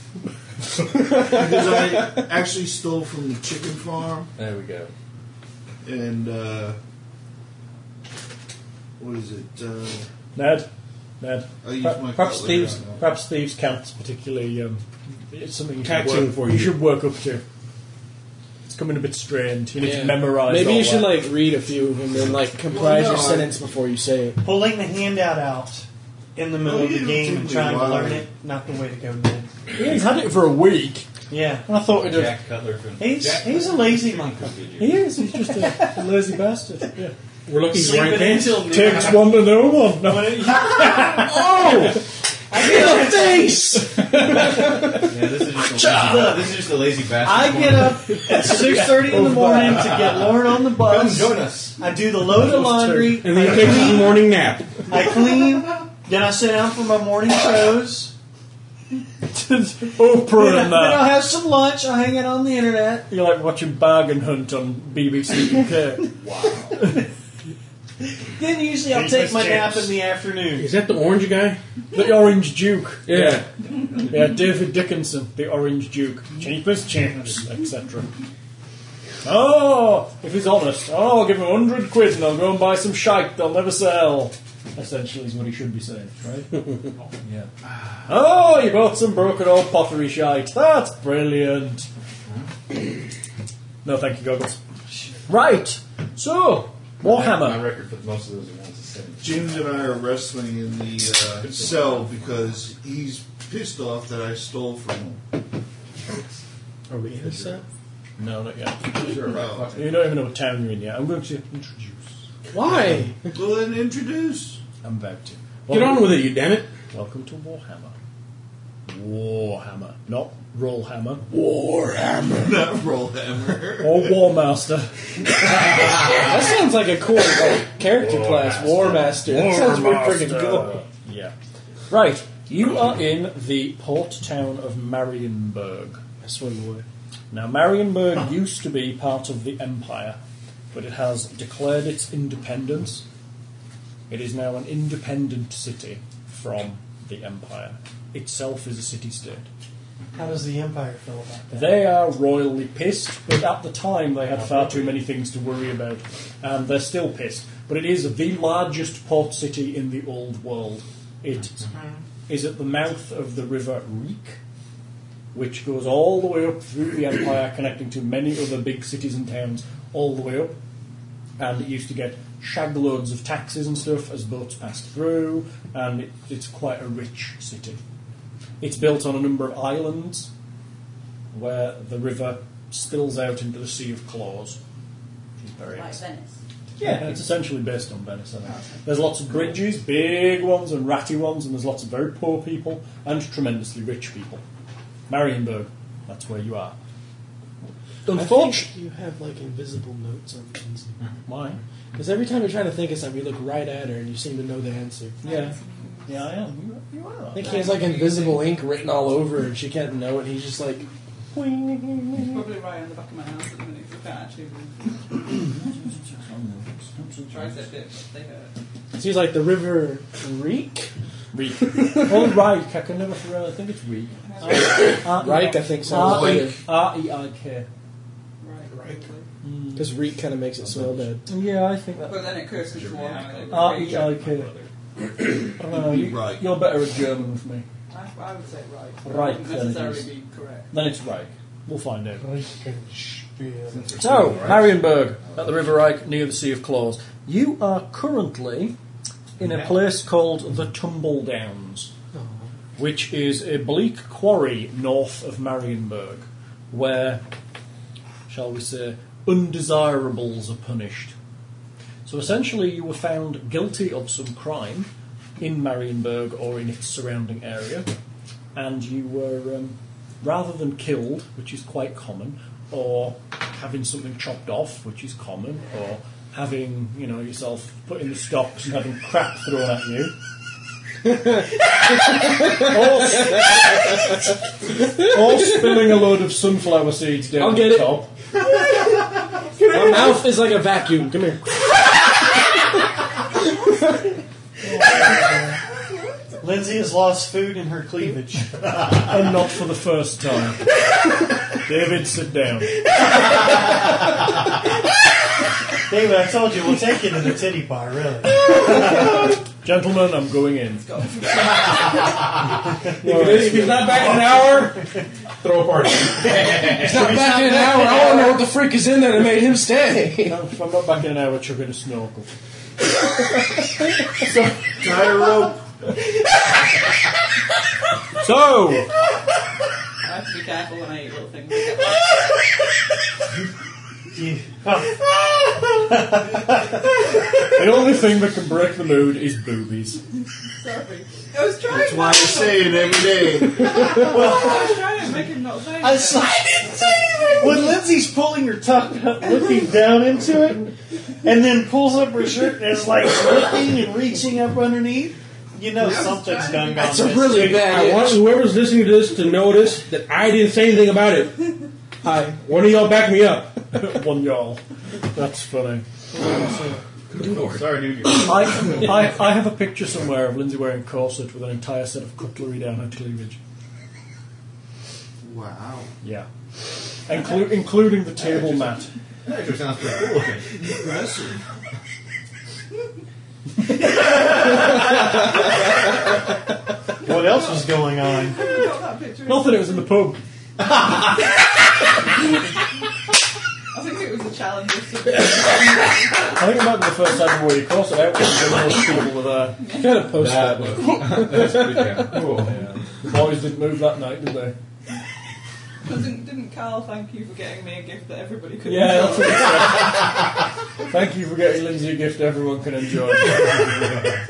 Speaker 8: Because I actually stole from the chicken farm
Speaker 12: There we go.
Speaker 8: and. Uh, what is it? Uh,
Speaker 9: Ned, Ned.
Speaker 8: I used
Speaker 9: Per-
Speaker 8: my
Speaker 9: Perhaps
Speaker 8: cutlery
Speaker 9: thieves,
Speaker 8: on that.
Speaker 9: perhaps thieves can't particularly. Um, it's something you should
Speaker 10: Taxing
Speaker 9: work,
Speaker 10: for
Speaker 9: You
Speaker 10: you.
Speaker 9: should work up to. It's coming a bit strained. You need
Speaker 3: Yeah.
Speaker 9: to memorize.
Speaker 3: Maybe
Speaker 9: all
Speaker 3: you should
Speaker 9: that.
Speaker 3: like read a few of them and like comprise
Speaker 8: no,
Speaker 3: your
Speaker 8: I-
Speaker 3: sentence before you say it.
Speaker 11: Pulling the handout out in the middle
Speaker 8: Oh,
Speaker 11: of the
Speaker 8: you
Speaker 11: game
Speaker 8: don't
Speaker 11: and
Speaker 8: think
Speaker 11: trying to
Speaker 8: we
Speaker 11: learn
Speaker 8: lied.
Speaker 11: it, not the way to go, Ned.
Speaker 9: Yeah, he's had it for a week.
Speaker 11: Yeah.
Speaker 9: And I thought it was.
Speaker 12: Jack Cutler from.
Speaker 11: He's,
Speaker 12: Jack
Speaker 11: he's a lazy monkey.
Speaker 9: He is. He's just a, a lazy bastard. Yeah.
Speaker 10: We're looking for
Speaker 11: Sleeping
Speaker 10: rank pants.
Speaker 11: until noon.
Speaker 9: Takes one to know one. No,
Speaker 10: Oh!
Speaker 4: Yeah, this is just a lazy, this is just a lazy bastard.
Speaker 11: I get up at 6.30 in the morning to get Lauren on the
Speaker 4: Come
Speaker 11: bus.
Speaker 4: join us.
Speaker 11: I do the load of laundry.
Speaker 10: And then he takes his morning nap.
Speaker 11: I clean. Then I sit down for my morning shows. Then
Speaker 9: Oprah
Speaker 11: I-
Speaker 9: and
Speaker 11: then I'll
Speaker 9: that.
Speaker 11: have some lunch. I'll hang out on the internet.
Speaker 9: You're like watching Bargain Hunt on BBC UK.
Speaker 11: Then usually I'll take my nap in the afternoon.
Speaker 10: Is that the orange guy?
Speaker 9: the Orange Duke.
Speaker 10: Yeah.
Speaker 9: Yeah, David Dickinson, the Orange Duke. Cheapest chips, etc. Oh, if he's honest, oh, I'll give him a hundred quid and I'll go and buy some shite they'll never sell. Essentially, is what he should be saying, right? yeah. Oh, you bought some broken old pottery shite. That's brilliant. no, thank you, Goggles. Right. So,
Speaker 4: My
Speaker 9: Warhammer.
Speaker 4: record for most of those ones is seven.
Speaker 8: James and I are wrestling in the uh, cell because he's pissed off that I stole from him.
Speaker 9: Are we in set? No, not yet.
Speaker 8: Well,
Speaker 9: You don't even know what town you're in yet. I'm going to introduce.
Speaker 3: Why?
Speaker 8: well, then introduce.
Speaker 9: I'm about to.
Speaker 10: Get on with it, you damn it.
Speaker 9: Welcome to Warhammer. Warhammer, not Rollhammer
Speaker 8: Not roll hammer.
Speaker 9: or Warmaster.
Speaker 3: That sounds like a cool like, character class, War Master. That sounds pretty freaking cool.
Speaker 9: Yeah. Right, you are in the port town of Marienburg.
Speaker 3: I swim away.
Speaker 9: Now, Marienburg used to be part of the Empire, but it has declared its independence. It is now an independent city from the Empire. Itself is a city state.
Speaker 11: How does the Empire feel about that?
Speaker 9: They are royally pissed, but at the time they had far too many things to worry about, and they're still pissed. But it is the largest port city in the old world. It is at the mouth of the river Reek, which goes all the way up through the empire, connecting to many other big cities and towns all the way up. And it used to get shag loads of taxes and stuff as boats passed through, and it, it's quite a rich city. It's built on a number of islands where the river spills out into the Sea of Claws, which is very
Speaker 2: Like
Speaker 9: nice.
Speaker 2: Venice.
Speaker 9: Yeah, it's essentially based on Venice. I think. There's lots of bridges, big ones and ratty ones, and there's lots of very poor people and tremendously rich people. Marienburg, that's where you are.
Speaker 3: Unfortunately, you have like invisible notes on things.
Speaker 9: Why?
Speaker 3: Because every time you're trying to think of something, you look right at her and you seem to know the answer.
Speaker 9: Yeah. Yeah, I am. You, you
Speaker 3: I
Speaker 9: are.
Speaker 3: think he has like invisible ink written all over, and she can't know it. He's just like,
Speaker 6: It's probably right on the back of my house at the minute 'cause I can't actually move. Tricep bit, but they hurt.
Speaker 3: so he's like the river Reek.
Speaker 9: Reek. oh, Reik. I can never forget. I think it's Reek.
Speaker 3: Reik, I think
Speaker 9: Uh-huh.
Speaker 3: sounds better
Speaker 9: R-E- R-E-I-K.
Speaker 6: Right,
Speaker 10: Right.
Speaker 6: probably.
Speaker 3: because Reek kind of makes it smell bad.
Speaker 9: Yeah, I think that. Ah,
Speaker 6: But then it curses you out.
Speaker 9: R-E-I-K. I don't know. Uh, You,
Speaker 8: Reik.
Speaker 9: You're better at German with me.
Speaker 6: I, I would say right.
Speaker 9: Right,
Speaker 6: Wouldn't
Speaker 9: then it
Speaker 6: necessarily
Speaker 9: is.
Speaker 6: be correct.
Speaker 9: Then it's Reich. We'll find out. So,
Speaker 4: So,
Speaker 9: Marienburg, at the River Reich, near the Sea of Claws. You are currently in a place called the Tumble Downs, which is a bleak quarry north of Marienburg, where, shall we say, undesirables are punished. So essentially, you were found guilty of some crime in Marienburg or in its surrounding area, and you were, um, rather than killed, which is quite common, or having something chopped off, which is common, or having you know yourself put in the stocks and having crap thrown at you. or, or spilling a load of sunflower seeds down
Speaker 3: I'll
Speaker 9: the
Speaker 3: get it.
Speaker 9: top.
Speaker 3: My mouth is like a vacuum. Come here.
Speaker 11: Lindsay has lost food in her cleavage.
Speaker 9: and not for the first time. David, sit down.
Speaker 11: David, I told you, we'll take you to the titty bar, really.
Speaker 9: Gentlemen, I'm going in.
Speaker 10: If he's not back in an hour, throw a party.
Speaker 3: It's not back in an hour. I don't know what the freak is in there that made him stay.
Speaker 9: No, if I'm not back in an hour, you're going to snorkel.
Speaker 8: Tie a rope.
Speaker 9: So,
Speaker 6: I have to be careful when I eat little things.
Speaker 11: You-
Speaker 9: the only thing that can break the mood is boobies.
Speaker 6: Sorry. I was trying
Speaker 8: That's why I say it every day.
Speaker 6: I was trying to make him not say
Speaker 11: I
Speaker 6: it.
Speaker 11: was like- when Lindsay's pulling her top up, looking down into it, and then pulls up her shirt and is like looking and reaching up underneath, you know something's done gone.
Speaker 3: That's a
Speaker 11: missing.
Speaker 3: really
Speaker 10: I
Speaker 3: bad.
Speaker 10: want whoever's listening to this to notice that I didn't say anything about it.
Speaker 3: Hi.
Speaker 10: One of y'all back me up.
Speaker 9: One y'all. That's funny.
Speaker 4: Sorry, dude. You're
Speaker 9: I, I, I have a picture somewhere of Lindsay wearing a corset with an entire set of cutlery down her cleavage.
Speaker 8: Wow.
Speaker 9: Yeah. Inclu- including the table mat.
Speaker 4: that actually sounds pretty cool.
Speaker 8: Impressive.
Speaker 11: What else was going on?
Speaker 6: I got that picture.
Speaker 9: Not that it was in the pub.
Speaker 6: I think it was a challenge. or something.
Speaker 9: I think it might be the first time you wore your corset out because the most uh, people were
Speaker 3: You gotta post that.
Speaker 4: That was, that's pretty damn cool.
Speaker 9: there. Boys didn't move that night, did they?
Speaker 6: Wasn't- Didn't Carl thank you for getting me a gift that everybody could
Speaker 9: Yeah,
Speaker 6: enjoy?
Speaker 9: that's what it said. Thank you for getting Lindsay a gift everyone can enjoy. yeah.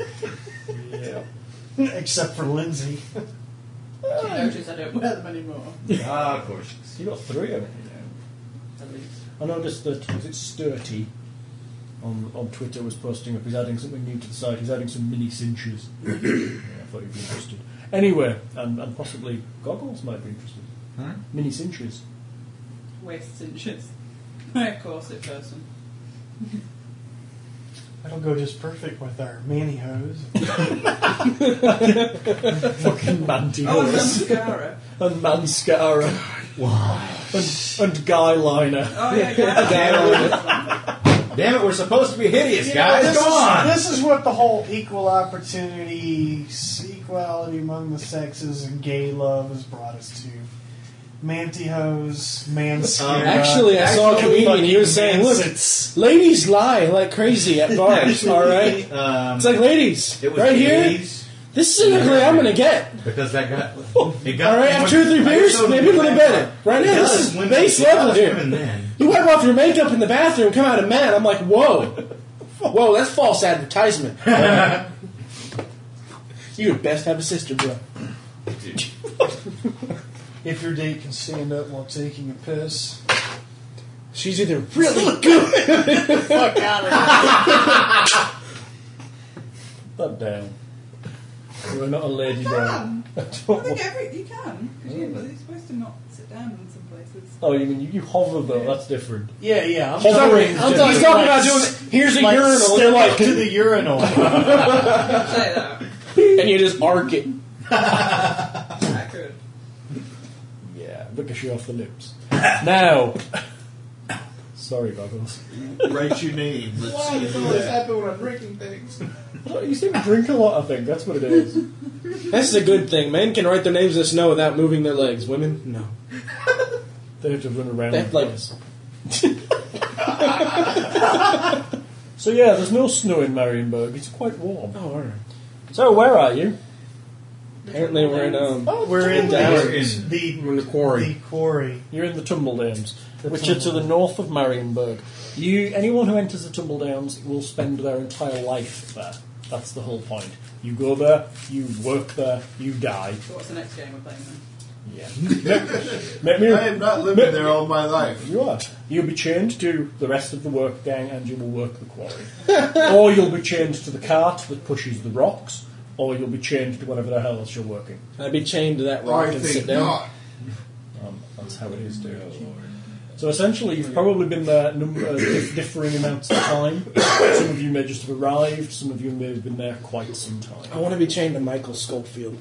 Speaker 11: Except for Lindsay.
Speaker 6: You notice I don't wear them anymore.
Speaker 4: Ah, of course.
Speaker 9: You got three of them.
Speaker 6: At least.
Speaker 9: I noticed that was it Sturty on on Twitter was posting up. He's adding something new to the site. He's adding some mini cinches. yeah, I thought you'd be interested. Anyway, and, and possibly goggles might be interested.
Speaker 4: Huh? Oh,
Speaker 9: Mini cinches.
Speaker 6: Waist cinches. My corset person.
Speaker 11: That'll go just perfect with our mantyhose.
Speaker 6: Oh,
Speaker 9: Fucking
Speaker 6: and
Speaker 9: mantyhose
Speaker 6: mascara.
Speaker 9: and mascara. And, and guy liner.
Speaker 6: Oh, yeah, yeah.
Speaker 4: Damn it, we're supposed to be hideous,
Speaker 11: You know,
Speaker 4: guys.
Speaker 11: this
Speaker 4: Come
Speaker 11: is,
Speaker 4: on.
Speaker 11: This is what the whole equal opportunity, equality among the sexes, and gay love has brought us to. Mantyhose,
Speaker 9: Um,
Speaker 11: manscara.
Speaker 3: Actually, I saw a comedian. He was saying, "Look,
Speaker 11: Mansits.
Speaker 3: ladies lie like crazy at bars. All right,
Speaker 4: Um,
Speaker 3: it's like ladies,
Speaker 4: it was
Speaker 3: right
Speaker 4: the
Speaker 3: here.
Speaker 4: 80s
Speaker 3: This is ugly. I'm gonna get.
Speaker 4: because that got it got
Speaker 3: All right, after two or three beers, maybe a little better. Right now, this is
Speaker 4: women,
Speaker 3: base
Speaker 4: it
Speaker 3: level
Speaker 4: does
Speaker 3: here.
Speaker 4: Women then.
Speaker 3: You wipe off your makeup in the bathroom, come out a man. I'm like, whoa, whoa, that's false advertisement. you would best have a sister, bro.
Speaker 11: If your date can stand up while taking a piss,
Speaker 3: She's either really good.
Speaker 11: Fuck out of
Speaker 9: That down. You're not a lady
Speaker 6: Can.
Speaker 9: brain.
Speaker 6: I think every you can because you, you're supposed to not sit down in some places.
Speaker 9: Oh, you mean you, you hover though? That's different.
Speaker 11: here. Yeah, yeah. I'm
Speaker 9: Hovering.
Speaker 11: talking- I'm talking
Speaker 9: He's
Speaker 11: like
Speaker 3: talking about doing.
Speaker 11: s-
Speaker 3: Here's a
Speaker 11: like
Speaker 3: urinal. and
Speaker 11: step
Speaker 3: you're like,
Speaker 11: up to the urinal.
Speaker 6: Say that.
Speaker 3: and you just arc it.
Speaker 6: I could.
Speaker 9: Yeah, ricochet off the lips. now. Sorry, goggles.
Speaker 8: Write your name. Let's see.
Speaker 4: happen when I'm drinking things?
Speaker 9: You seem to drink a lot. I think that's what it is.
Speaker 3: That's a good thing. Men can write their names in the snow without moving their legs. Women, no.
Speaker 9: They have to run around.
Speaker 3: They have to, like
Speaker 9: So yeah, there's no snow in Marienburg. It's quite warm.
Speaker 3: Oh, all right.
Speaker 9: So where are you?
Speaker 3: Apparently we're in um.
Speaker 11: We're in
Speaker 3: Down.
Speaker 11: the, the
Speaker 10: We're in the quarry.
Speaker 11: the quarry.
Speaker 9: You're in the Tumble Downs, which are to the north of Marienburg. You, anyone who enters the Tumble Downs will spend their entire life there. That's the whole point. You go there, you work there, you die.
Speaker 6: So what's the next game we're playing then?
Speaker 9: Yeah. Make me-
Speaker 8: I am not living there all my life.
Speaker 9: You are. You'll be chained to the rest of the work gang and you will work the quarry. or you'll be chained to the cart that pushes the rocks, or you'll be chained to whatever the hell else you're working.
Speaker 3: I'd be chained to that rock
Speaker 8: I
Speaker 3: and sit
Speaker 8: think
Speaker 3: down.
Speaker 8: not.
Speaker 9: Um, that's how it is, dear Lord. So essentially, you've probably been there num- uh, dif- differing amounts of time. Some of you may just have arrived, some of you may have been there quite some
Speaker 3: I
Speaker 9: time.
Speaker 3: want to be chained to Michael Schofield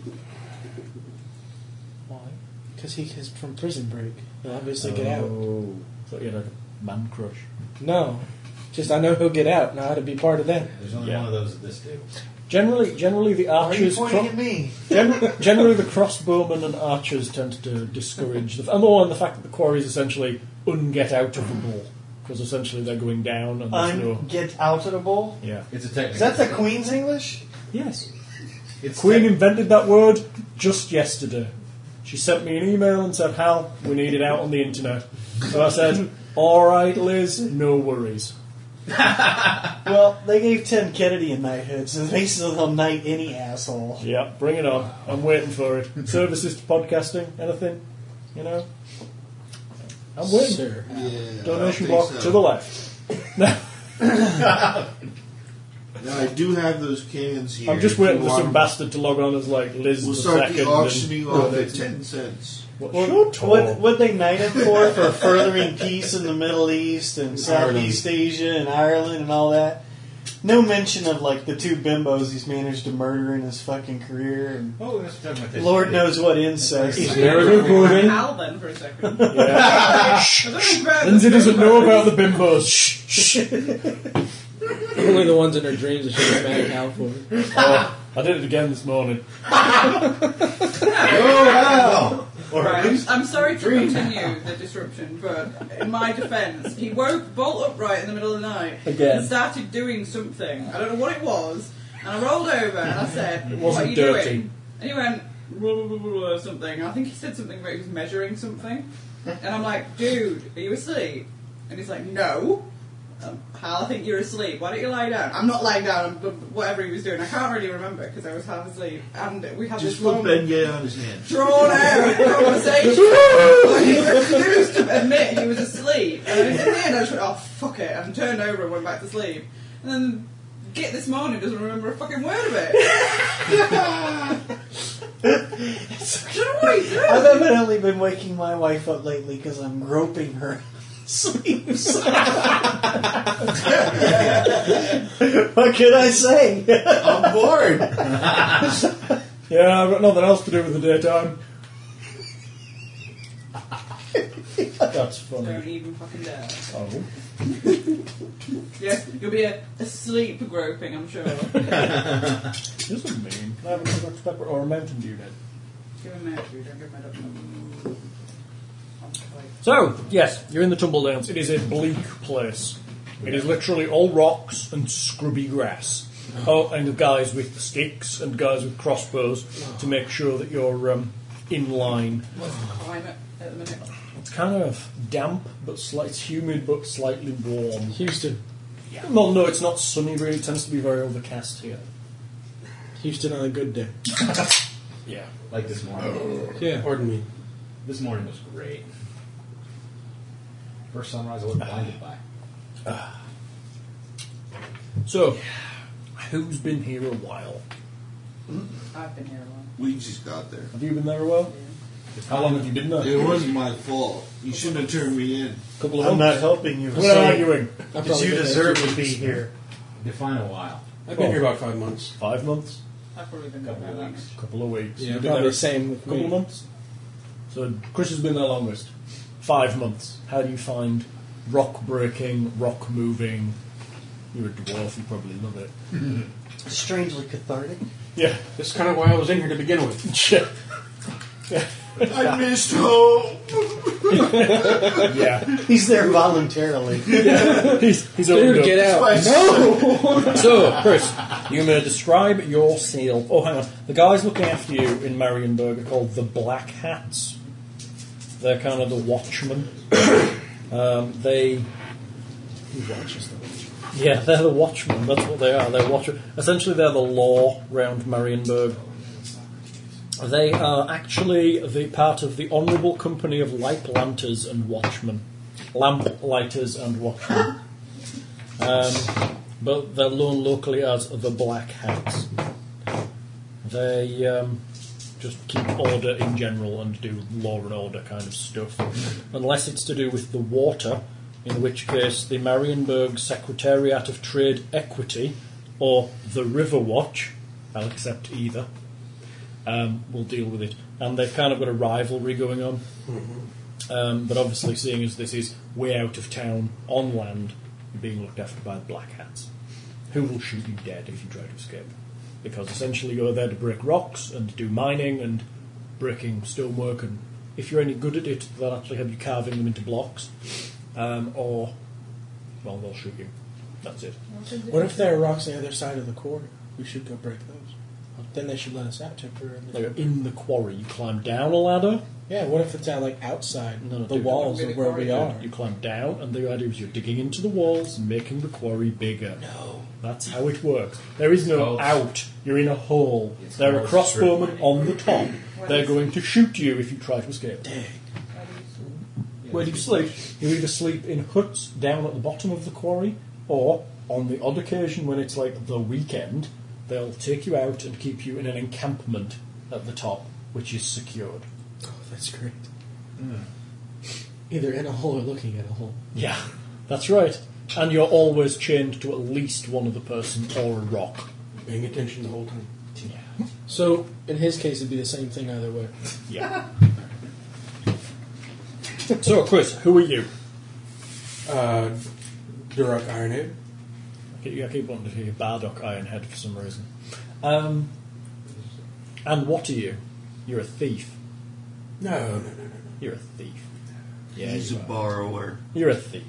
Speaker 9: Why?
Speaker 3: because he is from Prison Break. He'll obviously get out.
Speaker 9: Oh, thought you had a man crush.
Speaker 3: No, just I know he'll get out, and I ought to be part of that.
Speaker 4: There's only
Speaker 9: Yeah.
Speaker 4: one of those at this table.
Speaker 9: Generally, generally the
Speaker 11: Are you
Speaker 9: archers.
Speaker 11: pointing at me?
Speaker 9: Gen- generally, the crossbowmen and archers tend to discourage the. And oh, and the fact that the quarry is essentially unget out of the ball because essentially they're going down and there's no.
Speaker 11: Unget out of the bowl.
Speaker 9: Yeah.
Speaker 4: It's a technical.
Speaker 11: Is that the Queen's English?
Speaker 9: Yes.
Speaker 4: It's
Speaker 9: Queen
Speaker 4: tec-
Speaker 9: invented that word just yesterday. She sent me an email and said, "Hal, we need it out on the internet." So I said, "All right, Liz, no worries."
Speaker 11: Well, they gave Tim Kennedy a knighthood, so they said they'll knight any asshole.
Speaker 9: Yeah, bring it on. I'm waiting for it. Services to podcasting, anything, you know. I'm waiting.
Speaker 3: Sir,
Speaker 8: Yeah,
Speaker 9: Donation
Speaker 8: I think
Speaker 9: block
Speaker 8: so.
Speaker 9: to the left.
Speaker 8: Now, I do have those cans here.
Speaker 9: I'm just waiting for some
Speaker 8: back.
Speaker 9: bastard to log on as like Liz
Speaker 8: We'll
Speaker 9: the
Speaker 8: start
Speaker 9: second.
Speaker 8: the auctioning
Speaker 9: and-
Speaker 8: off at 10 cents.
Speaker 9: What,
Speaker 11: Well,
Speaker 9: shut
Speaker 11: what
Speaker 9: up.
Speaker 11: what they knighted for for furthering peace in the Middle East and Southeast Asia and Ireland and all that. No mention of like the two bimbos he's managed to murder in his fucking career and
Speaker 4: Oh, that's what I'm talking about this.
Speaker 11: Lord knows what incest.
Speaker 10: Very
Speaker 6: We're
Speaker 10: moving.
Speaker 6: Al then for a second. Shh.
Speaker 9: Lindsay doesn't know about the bimbos. Shh, shh.
Speaker 3: only the ones in her dreams that she's mad out for.
Speaker 9: Oh, I did it again this morning.
Speaker 6: Right, I'm, I'm sorry to continue the disruption, but in my defence, he woke bolt upright in the middle of the night
Speaker 9: Again.
Speaker 6: and started doing something. I don't know what it was, and I rolled over and I said, "What
Speaker 9: wasn't
Speaker 6: are you
Speaker 9: dirty.
Speaker 6: doing?" And he went blah, blah, blah, blah, blah, something. I think he said something about he was measuring something, and I'm like, "Dude, are you asleep?" And he's like, "No." Um, Hal, I think you're asleep. Why don't you lie down? I'm not lying down. I'm, but whatever he was doing, I can't really remember because I was half asleep. And we had
Speaker 8: Just
Speaker 6: this
Speaker 8: put
Speaker 6: long
Speaker 8: Bengay on his hand.
Speaker 6: drawn out conversation. he refused to admit he was asleep. And in the end, I just went, oh, fuck it, and turned over and went back to sleep. And then Git this morning doesn't remember a fucking word of it. I don't know what he did.
Speaker 11: I've evidently been waking my wife up lately because I'm groping her sleeps. what can I say?
Speaker 8: I'm bored.
Speaker 9: Yeah, I've got nothing else to do with the daytime. That's funny.
Speaker 6: Don't even fucking dare.
Speaker 9: Oh.
Speaker 6: Yeah, you'll be a, asleep groping, I'm sure.
Speaker 9: This is mean. Can I have another Dr. Pepper or a Mountain Dew then?
Speaker 6: give him that, dude. Don't give him that up.
Speaker 9: So, Oh, yes, you're in the Tumble Downs. It is a bleak place. It is literally all rocks and scrubby grass. Oh, and the guys with the sticks and guys with crossbows to make sure that you're um, in line.
Speaker 6: What's the climate at the minute?
Speaker 9: It's kind of damp, but sli- it's humid, but slightly warm.
Speaker 3: Houston,
Speaker 9: Well, no, it's not sunny really. It tends to be very overcast here.
Speaker 3: Houston on a good day.
Speaker 9: Yeah.
Speaker 4: Like this morning.
Speaker 3: Yeah, pardon me.
Speaker 4: This morning was great.
Speaker 12: First sunrise I wasn't blinded by.
Speaker 9: So, who's been here a while?
Speaker 6: I've been here a while.
Speaker 8: We just got there.
Speaker 9: Have you been there a while? How long have you been there?
Speaker 8: It wasn't my fault. You shouldn't have turned me in.
Speaker 9: A couple of
Speaker 11: I'm not
Speaker 9: months.
Speaker 11: helping you.
Speaker 9: What are you in?
Speaker 11: Because you deserve to be here.
Speaker 12: Define a while.
Speaker 10: I've been here about five months.
Speaker 9: Five months?
Speaker 6: I've probably been
Speaker 12: A
Speaker 6: there
Speaker 12: couple
Speaker 6: that
Speaker 12: of
Speaker 6: long.
Speaker 12: weeks.
Speaker 9: couple of weeks.
Speaker 10: Yeah,
Speaker 9: You've been
Speaker 3: Probably
Speaker 9: there
Speaker 3: the same
Speaker 9: a
Speaker 3: with
Speaker 9: couple of
Speaker 3: me.
Speaker 9: months? So, Chris has been there longest. Five months. How do you find rock breaking, rock moving? You're a dwarf, you probably love it.
Speaker 3: Strangely cathartic.
Speaker 9: Yeah.
Speaker 10: That's kind of why I was in here to begin with.
Speaker 9: Yeah.
Speaker 8: I missed home.
Speaker 9: yeah.
Speaker 3: He's there voluntarily.
Speaker 9: He's, he's opened
Speaker 10: Dude,
Speaker 9: up.
Speaker 10: get out.
Speaker 9: So, Chris, you may describe your seal. Oh, hang on. The guys looking after you in Marienburg are called the Black Hats. They're kind of the watchmen. um, they. Who watches them? Yeah, they're the watchmen. That's what they are. They're watch. Essentially, they're the law round Marienburg. They are actually the part of the Honourable Company of Light Lanterns and Watchmen. Lamp Lighters and Watchmen. Um, but they're known locally as the Black Hats. They um, just keep order in general and do law and order kind of stuff. Unless it's to do with the water, in which case the Marienburg Secretariat of Trade Equity or the River Watch, I'll accept either, um, will deal with it. And they've kind of got a rivalry going on. Um, but obviously, seeing as this is way out of town, on land, you're being looked after by the Black Hats, who will shoot you dead if you try to escape. Because essentially, you're there to break rocks and do mining and breaking stonework, and if you're any good at it, they'll actually have you carving them into blocks, um, or, well, they'll shoot you. That's it.
Speaker 3: What if there are rocks on the other side of the quarry? We should go break those. Then they should let us out temporarily.
Speaker 9: Like in the quarry, you climb down a ladder.
Speaker 3: yeah, what if it's out like outside
Speaker 9: No, no,
Speaker 3: the
Speaker 9: dude,
Speaker 3: walls
Speaker 6: that
Speaker 3: of where
Speaker 6: wouldn't be
Speaker 3: we
Speaker 6: the
Speaker 3: are?
Speaker 9: You climb down, and the idea is you're digging into the walls and making the quarry bigger.
Speaker 3: No.
Speaker 9: That's how it works. There is no
Speaker 12: Close.
Speaker 9: out. You're in a hole.
Speaker 12: It's
Speaker 9: They're a
Speaker 12: close, true.
Speaker 9: crossbowman on the top.
Speaker 6: What
Speaker 9: They're
Speaker 6: is-
Speaker 9: going to shoot you if you try to escape. Where do you sleep? You either sleep in huts down at the bottom of the quarry, or on the odd occasion when it's like the weekend, they'll take you out and keep you in an encampment at the top, which is secured.
Speaker 3: Oh, that's great.
Speaker 10: Hmm.
Speaker 3: Either in a hole or looking at a hole.
Speaker 9: Yeah, that's right. And you're always chained to at least one other person or a rock.
Speaker 10: Paying attention the whole time.
Speaker 9: Yeah.
Speaker 3: So in his case, it'd be the same thing either way.
Speaker 9: Yeah. so, Chris, who are you?
Speaker 10: Uh, Duroc Ironhead.
Speaker 9: I keep- I keep wanting to hear Bardock Ironhead for some reason. Um, and what are you? You're a thief.
Speaker 10: No, no, no, no.
Speaker 9: You're a thief.
Speaker 8: He's a
Speaker 9: you are.
Speaker 8: borrower.
Speaker 9: You're a thief.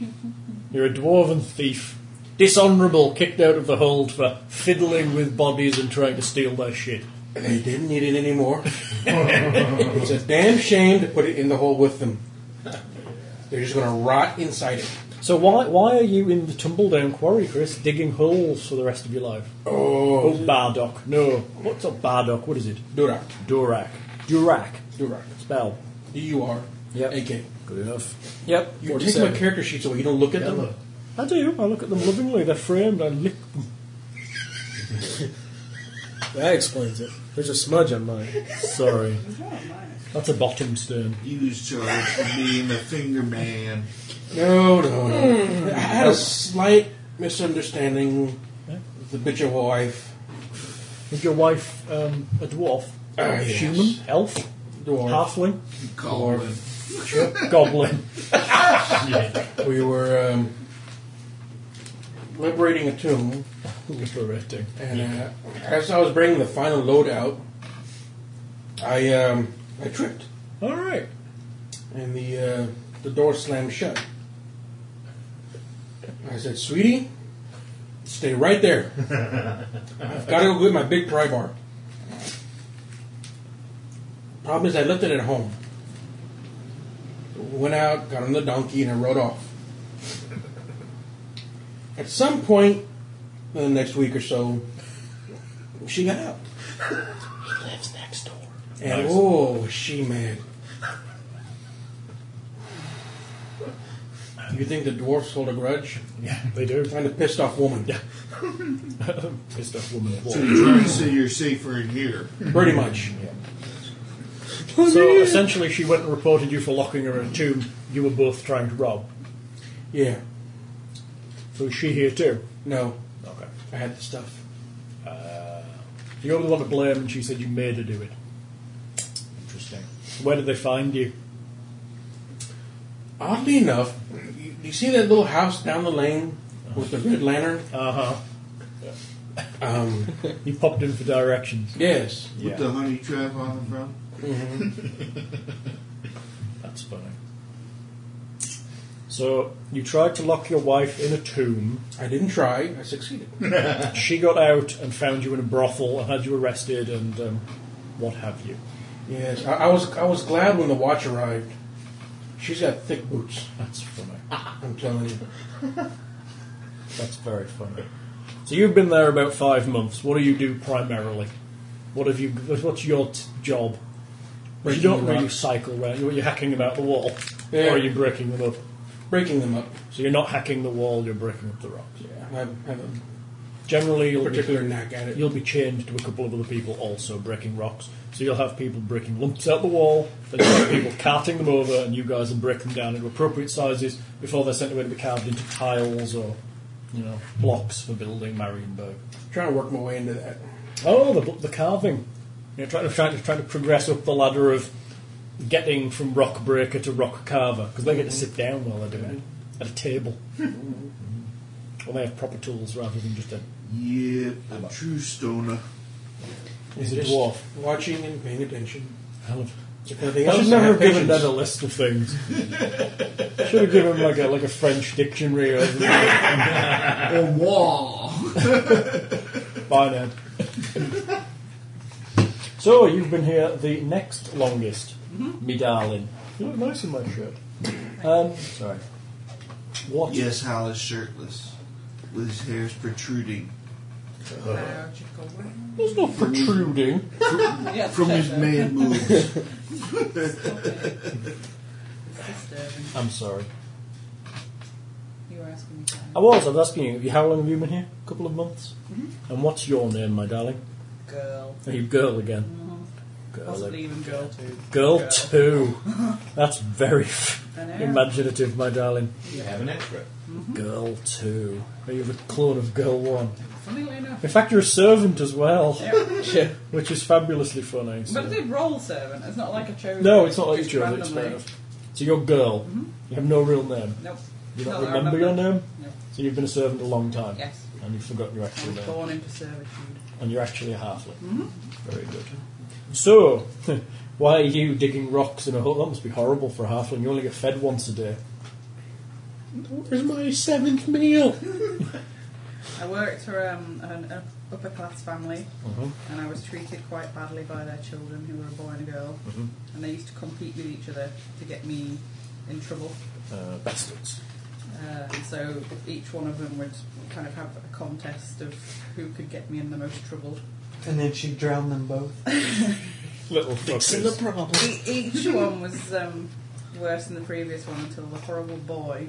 Speaker 9: You're a dwarven thief. Dishonourable, kicked out of the hold for fiddling with bodies and trying to steal their shit.
Speaker 10: They didn't need it anymore. it was a damn shame to put it in the hole with them. They're just going to rot inside it.
Speaker 9: So why why are you in the tumble down quarry, Chris, digging holes for the rest of your life? Oh,
Speaker 10: Oh,
Speaker 9: Bardock. No. What's a Bardock? What is it?
Speaker 10: Duroc.
Speaker 9: Durak. Durak.
Speaker 10: Duroc.
Speaker 9: Spell.
Speaker 10: D U R
Speaker 9: Yep.
Speaker 10: A K.
Speaker 9: Good enough. Yep.
Speaker 10: You take my
Speaker 3: 47.
Speaker 10: character sheets away. You don't look at them.
Speaker 9: I do. I look at them lovingly. They're framed. I lick them.
Speaker 3: That explains it. There's a smudge on mine.
Speaker 9: Sorry. That's a bottom stone.
Speaker 8: You was charged for being a finger man.
Speaker 10: No, no,
Speaker 9: Mm.
Speaker 10: no. I had a slight misunderstanding with the bitch of a wife.
Speaker 9: Is your wife um, a dwarf?
Speaker 10: Uh, yes.
Speaker 9: Human? Elf?
Speaker 10: Dwarf.
Speaker 9: Halfling?
Speaker 8: You called him.
Speaker 9: Goblin?
Speaker 10: We were um, liberating a tomb,
Speaker 9: Liberating.
Speaker 10: and uh, as I was bringing the final load out, I um, I tripped,
Speaker 9: All right.
Speaker 10: and the uh, the door slammed shut. I said, "Sweetie, stay right there. I've got to go get my big pry bar." Problem is, I left it at home. Went out, got on the donkey, and I rode off. At some point in the next week or so, she got out.
Speaker 9: Lives next door.
Speaker 10: And oh, was she mad. You think the dwarfs hold a grudge?
Speaker 9: Yeah, they do.
Speaker 10: Find a pissed off woman.
Speaker 9: Yeah. Pissed off woman at war.
Speaker 8: So you're trying to say you're safer in here.
Speaker 10: Pretty much.
Speaker 9: So uh, essentially, she went and reported you for locking her in a tomb. You were both trying to rob.
Speaker 10: Yeah.
Speaker 9: So is she here too?
Speaker 10: No.
Speaker 9: Okay.
Speaker 10: I had the stuff.
Speaker 9: So you're the one to blame, and she said you made her do it.
Speaker 12: Interesting.
Speaker 9: Where did they find you?
Speaker 10: Oddly enough, you, you see that little house down the lane with the red lantern?
Speaker 9: Uh huh.
Speaker 10: Um,
Speaker 9: You popped in for directions.
Speaker 10: yes.
Speaker 9: Yeah.
Speaker 8: With the honey trap on the front.
Speaker 9: That's funny. So you tried to lock your wife in a tomb.
Speaker 10: I didn't try. I succeeded.
Speaker 9: She got out and found you in a brothel and had you arrested and um, what have you.
Speaker 10: Yes. I, I was I was glad when the watch arrived. She's got thick boots.
Speaker 9: That's funny.
Speaker 10: I'm telling you.
Speaker 9: That's very funny. So you've been there about five months. What do you do primarily? What have you? What's your t- job?
Speaker 10: Breaking
Speaker 9: you don't
Speaker 10: the
Speaker 9: really
Speaker 10: rocks.
Speaker 9: cycle around. You're, you're hacking about the wall,
Speaker 10: Yeah.
Speaker 9: or are you breaking them up?
Speaker 10: Breaking them up.
Speaker 9: So you're not hacking the wall. You're breaking up the rocks.
Speaker 10: Yeah. I have, I have a
Speaker 9: Generally, you'll be,
Speaker 10: particular knack at it.
Speaker 9: you'll be chained to a couple of other people also breaking rocks. So you'll have people breaking lumps out the wall. Then you'll have people carting them over, and you guys will break them down into appropriate sizes before they're sent away to be carved into tiles or, you know, blocks for building Marienburg.
Speaker 10: trying to work my way into that.
Speaker 9: Oh, the, the carving. You know, trying to, trying to trying to progress up the ladder of getting from rock breaker to rock carver because they get to sit down while they're doing it at a table. Or they have proper tools rather than just a.
Speaker 8: Yep, a true stoner.
Speaker 9: He's a
Speaker 10: Just
Speaker 9: dwarf.
Speaker 10: Watching and paying attention.
Speaker 9: Hell of-
Speaker 10: If nothing
Speaker 9: I
Speaker 10: else,
Speaker 9: should never have
Speaker 10: have
Speaker 9: given
Speaker 10: patience.
Speaker 9: Ned a list of things. should have given him like a like a French dictionary or something.
Speaker 8: Or wall.
Speaker 9: Bye, Ned. so you've been here the next longest, me darling. You look nice in my shirt. Um, Sorry. What
Speaker 8: Yes, Hal is shirtless. With his hairs protruding
Speaker 9: It's not protruding.
Speaker 6: Yeah,
Speaker 8: from his
Speaker 6: check
Speaker 8: man moves.
Speaker 6: that. Disturbing.
Speaker 9: I'm sorry.
Speaker 6: uh, You were asking me something.
Speaker 9: I was. I was asking you. have you- How long have you been here? A couple of months. And what's your name, my darling?
Speaker 6: Girl.
Speaker 9: Are you girl again? Girl,
Speaker 6: Possibly even girl too.
Speaker 9: girl
Speaker 6: girl.
Speaker 9: two. That's very f-
Speaker 6: I know.
Speaker 9: imaginative, my darling.
Speaker 4: You have an extra.
Speaker 9: Girl two. Are you the clone of girl one?
Speaker 6: Funnily enough.
Speaker 9: In fact, you're a servant as well,
Speaker 6: Yeah.
Speaker 3: Yeah.
Speaker 9: which is fabulously funny. so-
Speaker 6: But they roll servant. It's not like a chosen.
Speaker 9: No, it's not like it's
Speaker 6: Just
Speaker 9: yours. It's fair
Speaker 6: randomly.
Speaker 9: enough. So you're girl. You have no real name.
Speaker 6: Nope.
Speaker 9: You don't
Speaker 6: No, I
Speaker 9: remember,
Speaker 6: remember.
Speaker 9: your name.
Speaker 6: No.
Speaker 9: So you've been a servant a long time,
Speaker 6: Yes.
Speaker 9: and you've forgotten your
Speaker 6: I
Speaker 9: actual
Speaker 6: was
Speaker 9: name.
Speaker 6: born into servitude.
Speaker 9: and you're actually a halfling.
Speaker 6: Mm-hmm.
Speaker 9: Very good. So, why are you digging rocks in a hut? That must be horrible for a halfling. You only get fed once a day.
Speaker 10: Where's my seventh meal?
Speaker 6: I worked for um, an up- upper class family
Speaker 4: Mm-hmm.
Speaker 9: Mhm.
Speaker 6: and I was treated quite badly by their children who were a boy and a girl.
Speaker 9: Mm-hmm.
Speaker 6: And they used to compete with each other to get me in trouble.
Speaker 9: Uh, bastards.
Speaker 6: Uh, so each one of them would kind of have a contest of who could get me in the most trouble.
Speaker 2: And then she drowned them both.
Speaker 9: Little fuckers.
Speaker 2: problem.
Speaker 6: E- each one was um, worse than the previous one until the horrible boy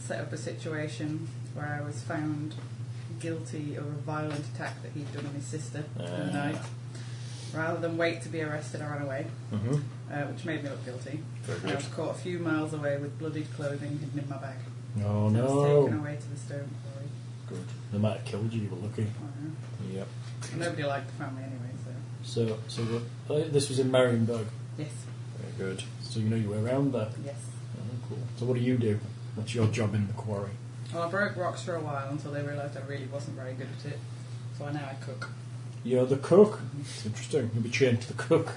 Speaker 6: set up a situation where I was found guilty of a violent attack that he'd done on his sister
Speaker 9: Uh.
Speaker 6: in the night. Rather than wait to be arrested, I ran away,
Speaker 9: Mhm.
Speaker 6: uh, which made me look guilty.
Speaker 9: Very
Speaker 6: I
Speaker 9: good.
Speaker 6: was caught a few miles away with bloodied clothing hidden in my bag.
Speaker 9: Oh
Speaker 6: I was taken
Speaker 9: no.
Speaker 6: away to the stone quarry.
Speaker 9: Good. They might have killed you. You were lucky.
Speaker 6: I don't know.
Speaker 9: Yep.
Speaker 6: Nobody liked the family anyway, so
Speaker 9: So, so what- uh, this was in Marienburg.
Speaker 6: yes,
Speaker 9: Very good. So you know you were around there.
Speaker 6: yes.
Speaker 9: Oh, cool. So what do you do? What's your job in the quarry?
Speaker 6: Well, I broke rocks for a while until they realised I really wasn't very good at it. So now I cook.
Speaker 9: You're the cook. It's interesting. You'll be chained to the cook,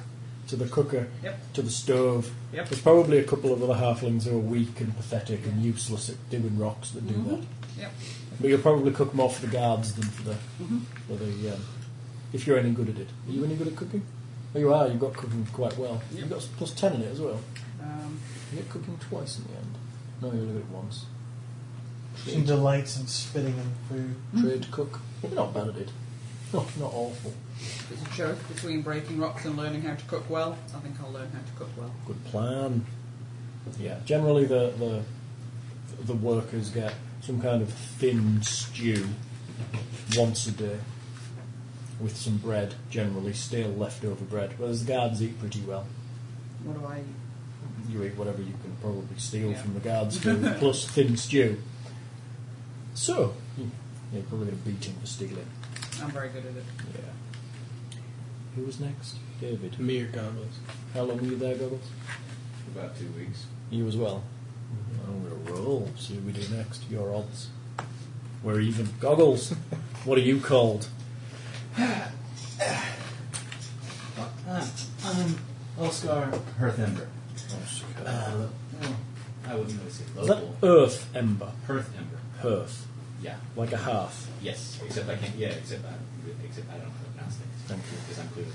Speaker 9: to the cooker,
Speaker 6: Yep.
Speaker 9: to the stove.
Speaker 6: Yep.
Speaker 9: There's probably a couple of other halflings who are weak and pathetic and useless at doing rocks that do that.
Speaker 6: Yep.
Speaker 9: But you'll probably cook more for the guards than for the. For the um, if you're any good at it. Are you any good at cooking? Oh, you are. You've got cooking quite well. You've got s- plus 10 in it as well.
Speaker 6: Um,
Speaker 9: You get cooking twice in the end. No, you only got it once.
Speaker 2: She delights in spitting in food.
Speaker 9: Trade cook. You're not bad at it. Not, not awful.
Speaker 6: It's a choice between breaking rocks and learning how to cook well. I think I'll learn how to cook well.
Speaker 9: Good plan. Yeah, generally the, the the workers get some kind of thin stew once a day with some bread, generally stale leftover bread. Whereas the guards eat pretty well.
Speaker 6: What do I eat?
Speaker 9: You eat whatever you can probably steal
Speaker 6: Yeah.
Speaker 9: from the guards, too, plus thin stew. So, you- you're probably going to beat him for stealing.
Speaker 6: I'm very good at it.
Speaker 9: Yeah. Who was next? David.
Speaker 10: Me or goggles.
Speaker 9: How long were you there, Goggles?
Speaker 4: About two weeks.
Speaker 9: You as well. I'm gonna roll. See what we do next. Mm-hmm. Your odds. We're even. Goggles. what are you called? Ah,
Speaker 4: Um, Oscar Herthember. Uh, I wouldn't really say
Speaker 9: Is that
Speaker 4: local.
Speaker 9: Earth Ember?
Speaker 4: Hearth Ember.
Speaker 9: Hearth.
Speaker 4: Yeah.
Speaker 9: Like a hearth.
Speaker 4: Yes. Except I can't. Yeah. Except I. Except I don't know how to pronounce things.
Speaker 9: Thank you.
Speaker 4: Because I'm clearly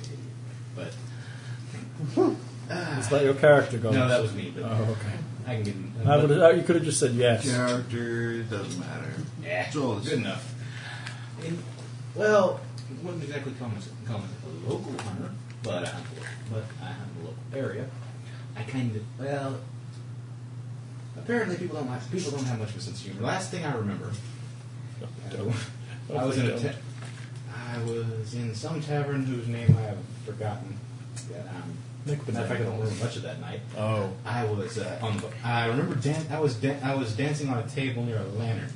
Speaker 4: an idiot. But
Speaker 9: Is that your character, Goggles?
Speaker 4: no, that was me. But
Speaker 9: Oh, okay.
Speaker 4: I can get.
Speaker 9: I would, uh, you could have just said yes.
Speaker 8: Character doesn't matter.
Speaker 4: Yeah,
Speaker 8: Joel is-
Speaker 4: good enough. And, well, I wouldn't exactly call myself, call myself a local hunter, but I, but I hunt a local area. I kind of well. Apparently, people don't like people don't have much of a sense of humor. Last thing I remember, I was in a ta- I was in some tavern whose name I have forgotten. That I'm.
Speaker 9: Make the
Speaker 4: matter of fact, I
Speaker 9: name.
Speaker 4: don't remember much of that night.
Speaker 9: Oh.
Speaker 4: I was uh, on. The, I remember dan- I was dan- I was dancing on a table near a lantern.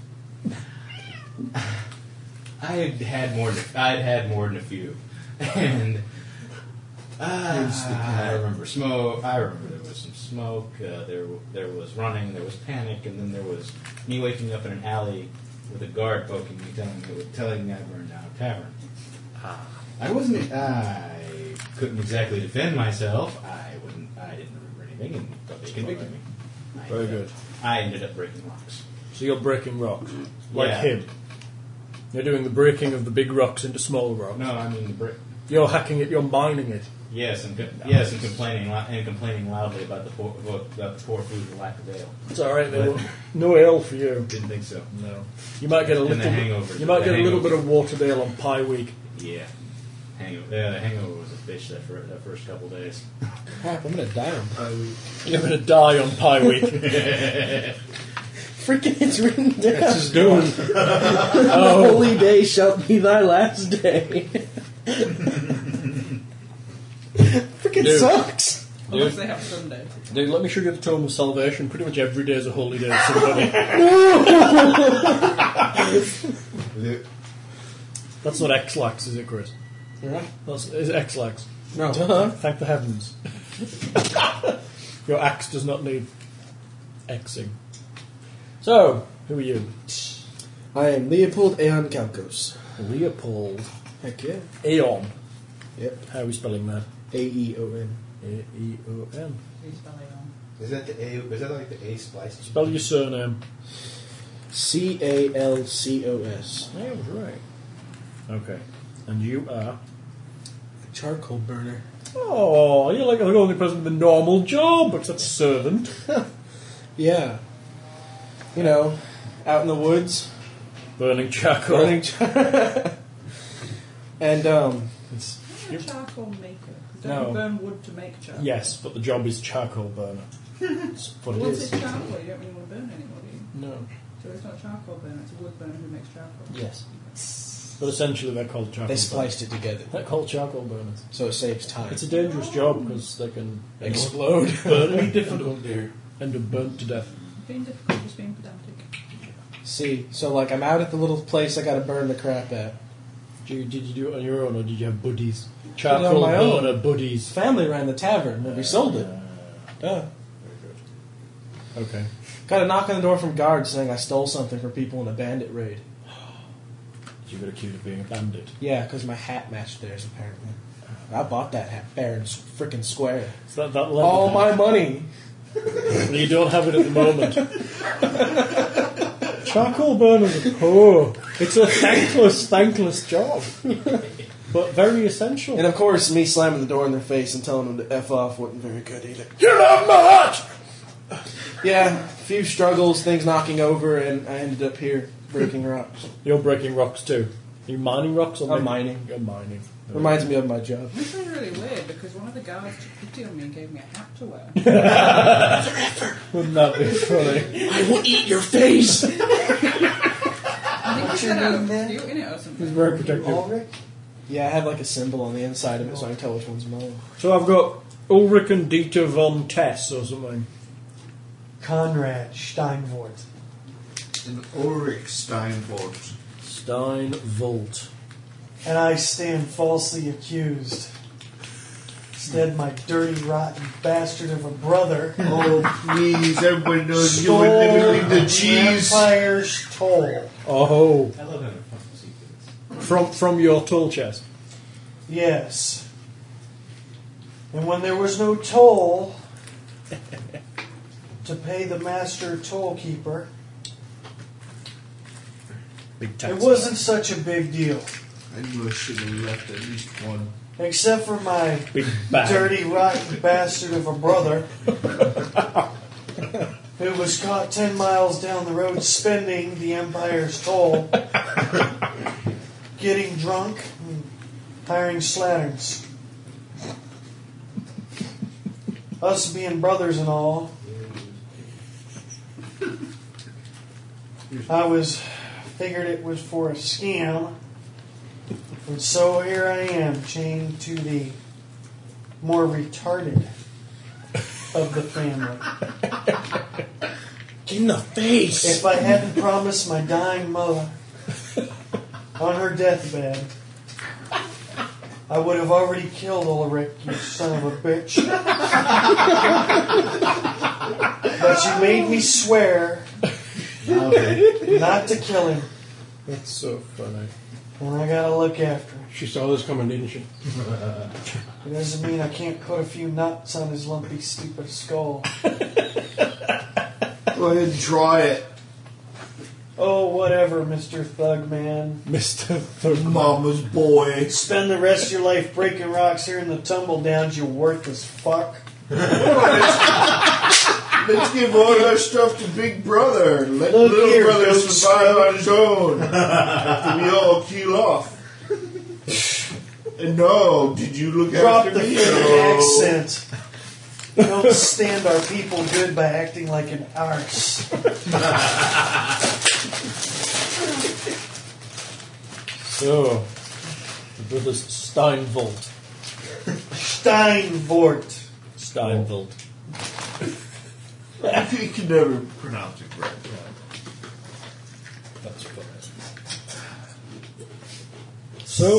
Speaker 4: I had had more. Than, I'd had more than a few, and uh, I remember smoke. I remember there was some smoke. Uh, there there was running. There was panic, and then there was me waking up in an alley with a guard poking me, telling me telling me I burned down a tavern.
Speaker 9: Ah.
Speaker 4: I wasn't. I couldn't exactly defend myself. I wouldn't. I didn't remember anything, and but they convicted me. I
Speaker 9: Very
Speaker 4: ended
Speaker 9: good.
Speaker 4: up- I ended up breaking rocks.
Speaker 9: So you're breaking rocks. Like
Speaker 4: Yeah.
Speaker 9: him. You're doing the breaking of the big rocks into small rocks.
Speaker 4: No, I mean the brick.
Speaker 9: You're hacking it, you're mining it.
Speaker 4: Yes, and co- yes, and complaining lou- and complaining loudly about the poor about the poor food and lack of ale.
Speaker 9: It's alright, they
Speaker 4: But-
Speaker 9: won't. No ale for you.
Speaker 4: Didn't think so.
Speaker 9: No. You might get a
Speaker 4: And the
Speaker 9: little.
Speaker 4: hangover-
Speaker 9: You might
Speaker 4: the
Speaker 9: get a little
Speaker 4: hangover.
Speaker 9: bit of water ale on Pie Week.
Speaker 4: Yeah, hangover. Yeah, the hangover was a bitch that for that first couple days.
Speaker 12: Crap, I'm gonna die on Pi Week.
Speaker 9: You're gonna die on Pie Week.
Speaker 3: Freaking, it's written down.
Speaker 10: That's his doing.
Speaker 3: The holy day shall be thy last day. Freaking
Speaker 9: Dude.
Speaker 3: sucks.
Speaker 6: Unless they have Sunday.
Speaker 9: Dude, let me show you the Tome of Salvation. Pretty much every day is a holy day. to Somebody. That's not X-Lax, is it, Chris?
Speaker 10: Yeah.
Speaker 9: That's is it X-Lax.
Speaker 10: No.
Speaker 9: Thank the heavens. Your axe does not need Xing. So, who are you?
Speaker 3: I am Leopold Aeon Kalkos.
Speaker 9: Leopold
Speaker 3: Heck yeah.
Speaker 9: Aeon.
Speaker 3: Yep.
Speaker 9: How are we spelling that? E
Speaker 3: A E O N.
Speaker 9: A-E-O-N.
Speaker 6: Who's belly on?
Speaker 4: Is that the a? Is that like the a splice?
Speaker 9: Spell your surname.
Speaker 3: C A L C O S.
Speaker 9: Yeah, was right. Okay. And you are?
Speaker 10: Charcoal burner.
Speaker 9: Oh, you're like the only person with a normal job, except servant.
Speaker 3: Yeah. You know, out in the woods,
Speaker 9: Burning charcoal.
Speaker 3: burning. and um,
Speaker 9: It's-
Speaker 6: I'm a charcoal maker. Don't
Speaker 9: No.
Speaker 6: you burn wood to make charcoal?
Speaker 9: yes, but the job is charcoal burner. That's what it
Speaker 6: Once
Speaker 9: is.
Speaker 6: it's charcoal, you don't really want to burn anymore, do you?
Speaker 9: No.
Speaker 6: So it's not charcoal burner, it's a wood burner who makes charcoal.
Speaker 9: Yes. But essentially they're called charcoal
Speaker 12: They
Speaker 9: burners.
Speaker 12: spliced it together,
Speaker 9: They're called charcoal burners.
Speaker 12: so it saves time.
Speaker 9: It's a dangerous job because they can
Speaker 12: Explode.
Speaker 9: burn
Speaker 10: Difficult, dear.
Speaker 9: and are burnt to death.
Speaker 6: Being difficult, just being pedantic.
Speaker 3: see, so like I'm out at the little place I gotta burn the crap at.
Speaker 9: Do you, did you do it on your own or did you have buddies?
Speaker 3: on
Speaker 9: Charcoal
Speaker 3: my own.
Speaker 9: burner
Speaker 3: His
Speaker 9: buddies.
Speaker 3: family ran the tavern when we sold it. Duh.
Speaker 9: Okay.
Speaker 3: Got a knock on the door from guards saying I stole something from people in a bandit raid.
Speaker 9: You got accused of being a bandit.
Speaker 3: Yeah, because my hat matched theirs apparently. I bought that hat fair and s- freaking square.
Speaker 9: Is that that level?
Speaker 3: All my money.
Speaker 9: You don't have it at the moment. Charcoal burners are poor. It's a thankless, thankless job. But very essential.
Speaker 3: And of course, me slamming the door in their face and telling them to f off wasn't very good either.
Speaker 9: You're not much!
Speaker 3: Yeah, a few struggles, things knocking over, and I ended up here breaking rocks.
Speaker 9: You're breaking rocks too. Are you mining rocks or
Speaker 3: I'm
Speaker 9: making-
Speaker 3: mining.
Speaker 9: You're mining.
Speaker 3: Reminds me of my job.
Speaker 6: This is really weird because one of the guards took pity on me and gave me a hat to wear.
Speaker 9: Wouldn't that be funny?
Speaker 10: I will eat your face.
Speaker 6: I think we
Speaker 3: Picture
Speaker 6: said
Speaker 3: it
Speaker 6: a
Speaker 3: in there.
Speaker 6: few in it or
Speaker 9: It's
Speaker 6: something.
Speaker 9: very protective.
Speaker 3: Ulrich? Yeah, I have like a symbol on the inside of it so I can tell which one's mine.
Speaker 9: So I've got Ulrich and Dieter von Tess or something.
Speaker 2: Conrad Steinvort.
Speaker 8: An Ulrich Steinbolt.
Speaker 9: Stein Volt.
Speaker 2: And I stand falsely accused. Instead, my dirty, rotten bastard of a brother
Speaker 8: Oh, please. Everybody knows you
Speaker 2: stole
Speaker 8: would never leave the
Speaker 2: the
Speaker 8: cheese.
Speaker 2: Empire's toll.
Speaker 9: Oh,
Speaker 4: I love having fun with secrets.
Speaker 9: from from your tool chest.
Speaker 2: Yes. And when there was no toll to pay the master toll keeper,
Speaker 9: Big
Speaker 2: it
Speaker 9: tax.
Speaker 2: wasn't such a big deal.
Speaker 8: I knew I should have left at least one.
Speaker 2: Except for my
Speaker 9: Big bag.
Speaker 2: dirty, rotten bastard of a brother who was caught 10 miles down the road spending the Empire's toll, getting drunk, and hiring slatterns. Us being brothers and all, I was figured it was for a scam, and so here I am, chained to the more retarded of the family.
Speaker 12: In the face.
Speaker 2: If I hadn't promised my dying mother on her deathbed, I would have already killed Ulrich, you son of a bitch. but you made me swear not to kill him,
Speaker 12: That's so funny.
Speaker 2: and I gotta look after him.
Speaker 10: She saw this coming, didn't she?
Speaker 2: It doesn't mean I can't put a few nuts on his lumpy, stupid skull.
Speaker 8: Go ahead and try it,
Speaker 2: Oh, whatever, Mr. Thugman.
Speaker 9: Mr. Thug.
Speaker 8: mama's boy.
Speaker 2: Spend the rest of your life breaking rocks here in the tumble downs, you worthless fuck.
Speaker 8: Let's give all our stuff to Big Brother. Let
Speaker 2: Look
Speaker 8: Little
Speaker 2: here,
Speaker 8: Brother
Speaker 2: Ghost
Speaker 8: survive on his own. After we all peel off. And no, did you look
Speaker 2: Drop
Speaker 8: after
Speaker 2: the
Speaker 8: me?
Speaker 2: freaking accent. We don't stand our people good by acting like an arse.
Speaker 9: So, the brothers Steinvolt.
Speaker 2: Steinvort.
Speaker 9: Steinvolt.
Speaker 8: You can never pronounce it right.
Speaker 9: That's funny. So,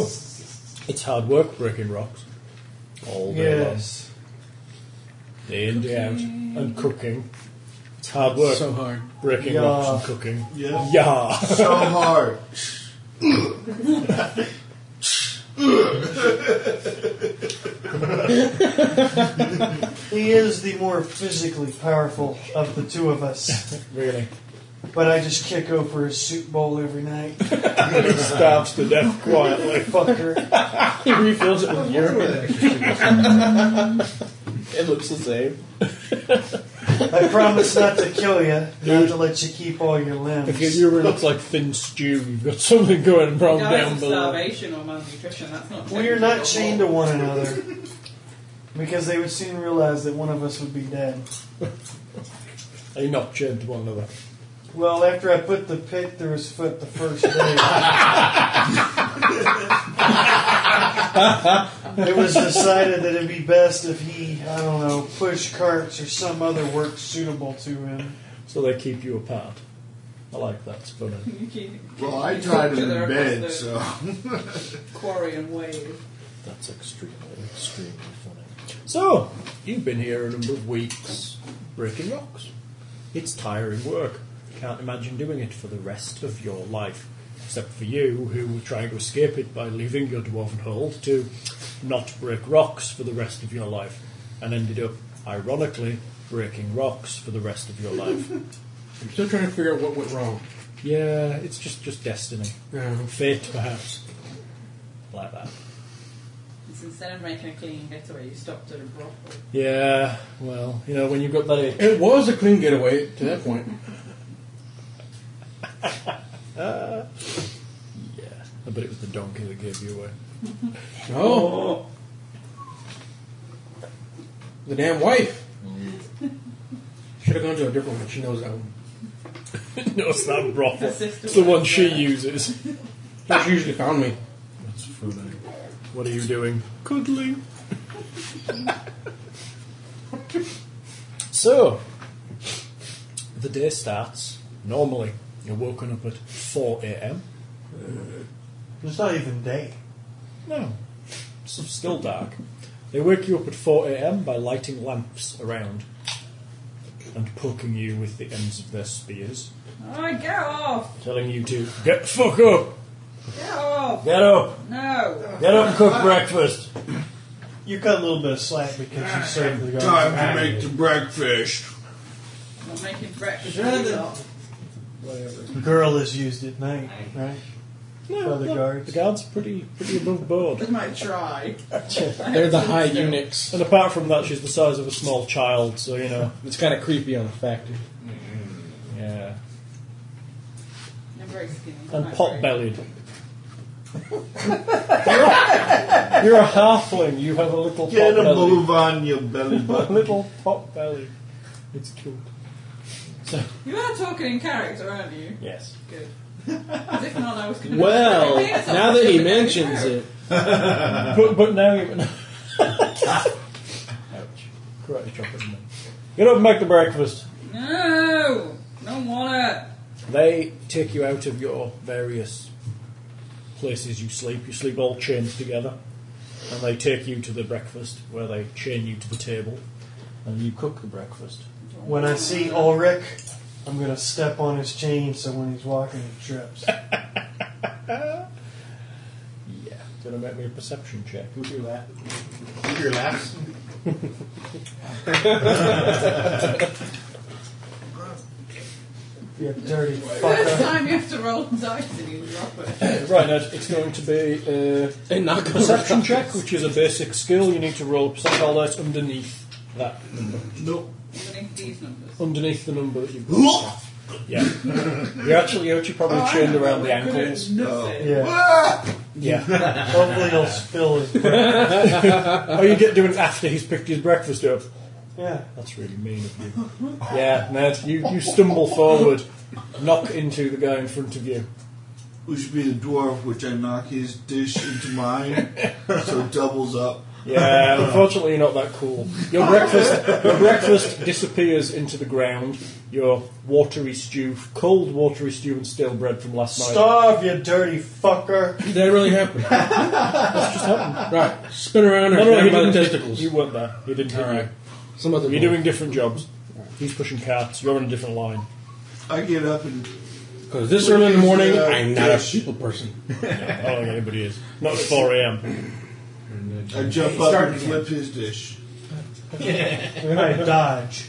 Speaker 9: it's hard work breaking rocks. All day
Speaker 2: Yes.
Speaker 9: long. Day in, day out. And cooking. It's hard work
Speaker 12: So hard.
Speaker 9: breaking
Speaker 2: Yeah.
Speaker 9: rocks and cooking.
Speaker 8: Yeah.
Speaker 9: Yeah.
Speaker 8: So hard.
Speaker 2: He is the more physically powerful of the two of us.
Speaker 9: Really.
Speaker 2: But I just kick over his soup bowl every night.
Speaker 9: Starves to death quietly.
Speaker 2: Fucker.
Speaker 12: He refills it with urine.
Speaker 3: It looks the same.
Speaker 2: I promise not to kill you, not to let you keep all your limbs.
Speaker 9: If your urine looks like thin stew, you've got something going wrong
Speaker 6: Yeah,
Speaker 9: down
Speaker 6: that's
Speaker 9: below.
Speaker 6: starvation or malnutrition. That's not.
Speaker 2: We are not chained to one another because they would soon realize that one of us would be dead.
Speaker 9: Are you not chained to one another?
Speaker 2: Well, after I put the pick through his foot the first day, it was decided that it'd be best if he, I don't know, push carts or some other work suitable to him.
Speaker 9: So they keep you apart. I like that, it's funny.
Speaker 8: Well, I tied him in bed,
Speaker 6: Across the
Speaker 8: so.
Speaker 6: quarry and wave.
Speaker 9: That's extremely, extremely funny. So, you've been here a number of weeks breaking rocks. It's tiring work. Can't imagine doing it for the rest of your life. Except for you, who were trying to escape it by leaving your dwarven hold to not break rocks for the rest of your life, and ended up, ironically, breaking rocks for the rest of your life.
Speaker 10: I'm still trying to figure out what went wrong.
Speaker 9: yeah, it's just, just destiny.
Speaker 10: Yeah.
Speaker 9: Fate, perhaps. Like that.
Speaker 6: It's instead of making a clean getaway, you stopped at a brothel.
Speaker 9: Yeah, well, you know, when you've got that itch.
Speaker 10: It was a clean getaway to that point.
Speaker 9: Yeah, I bet it was the donkey that gave you away.
Speaker 10: No. Oh. The damn wife. Should have gone to a different one. She knows that one.
Speaker 12: no, it's not brothel.
Speaker 6: Her sister
Speaker 12: It's the one
Speaker 6: works
Speaker 12: she
Speaker 6: there.
Speaker 12: uses.
Speaker 10: She usually found me.
Speaker 12: That's fooling. What are you doing? Cuddling.
Speaker 9: So, the day starts. Normally, you're woken up at 4 a.m.
Speaker 2: It's not even day.
Speaker 9: No, it's still dark. They wake you up at 4 a.m. by lighting lamps around and poking you with the ends of their spears,
Speaker 6: Alright, get off!
Speaker 9: telling you to get the fuck up,
Speaker 6: Get off!
Speaker 9: get up,
Speaker 6: No!
Speaker 9: get up and cook breakfast.
Speaker 11: You cut a little bit of slack because you served the guards.
Speaker 8: Time to make the breakfast.
Speaker 6: I'm making breakfast.
Speaker 11: Girl is used at night, right?
Speaker 9: No,
Speaker 11: By the
Speaker 9: no,
Speaker 11: guards.
Speaker 9: The guards are pretty, pretty above board.
Speaker 6: They might try.
Speaker 3: They're the high eunuchs.
Speaker 9: And apart from that, she's the size of a small child, so you know.
Speaker 3: It's kind of creepy on the factor.
Speaker 9: Yeah.
Speaker 6: I'm very skinny.
Speaker 9: And
Speaker 6: I'm
Speaker 9: pot
Speaker 6: very-
Speaker 9: bellied. you're, a, you're a halfling, you have a little pot
Speaker 8: Get a
Speaker 9: belly.
Speaker 8: move on, you belly
Speaker 9: A
Speaker 8: button.
Speaker 9: little pot belly. It's cute.
Speaker 6: You are talking in character, aren't you?
Speaker 9: Yes.
Speaker 6: Good. As if not, I was going to
Speaker 3: Well, now that he mentions it,
Speaker 9: But, but now you. Ouch. Karate chop it in there. Get up and make the breakfast.
Speaker 6: No! Don't want it!
Speaker 9: They take you out of your various places you sleep. You sleep all chained together. And they take you to the breakfast where they chain you to the table and you cook the breakfast.
Speaker 2: When I see Ulrich, I'm gonna step on his chain so when he's walking, he trips.
Speaker 9: Yeah. Gonna make me a perception check. Who do that?
Speaker 8: Your laughs.
Speaker 2: You dirty fucker.
Speaker 6: First time you have to roll dice and you drop it.
Speaker 9: Right, now it's going to be a
Speaker 3: they're not going
Speaker 9: perception check, which is a basic skill. You need to roll a percentile dice underneath that,
Speaker 8: Nope.
Speaker 6: Underneath these numbers.
Speaker 9: underneath the number that you've got. yeah. You're actually, you're actually probably chained around the ankles.
Speaker 6: Nothing.
Speaker 2: Yeah.
Speaker 9: Yeah.
Speaker 2: Hopefully he'll spill his breath.
Speaker 9: oh, you get doing it after he's picked his breakfast up.
Speaker 2: Yeah.
Speaker 9: That's really mean of you. Yeah, Ned, you, you stumble forward, knock into the guy in front of you.
Speaker 8: Which should be the dwarf, which I knock his dish into mine, so it doubles up.
Speaker 9: Yeah, unfortunately, you're not that cool. Your breakfast, your breakfast disappears into the ground. Your watery stew, cold watery stew, and stale bread from last night.
Speaker 2: Starve, you dirty fucker.
Speaker 10: Did that really happen?
Speaker 9: Just happened.
Speaker 10: right. Spin around
Speaker 9: No,
Speaker 10: and
Speaker 9: no,
Speaker 10: grab
Speaker 9: he
Speaker 10: by the
Speaker 9: didn't hit-
Speaker 10: testicles.
Speaker 9: You weren't there. He didn't hit
Speaker 10: All right. Some other
Speaker 9: you. You're
Speaker 10: boy.
Speaker 9: doing different jobs. He's pushing carts. You're on a different line.
Speaker 8: I get up and
Speaker 10: Because this early in the morning,
Speaker 9: uh,
Speaker 8: Yeah.
Speaker 10: I'm not a people person.
Speaker 9: I don't think anybody is. Not at 4 a.m.
Speaker 8: I jump up and flip his dish.
Speaker 2: We might dodge.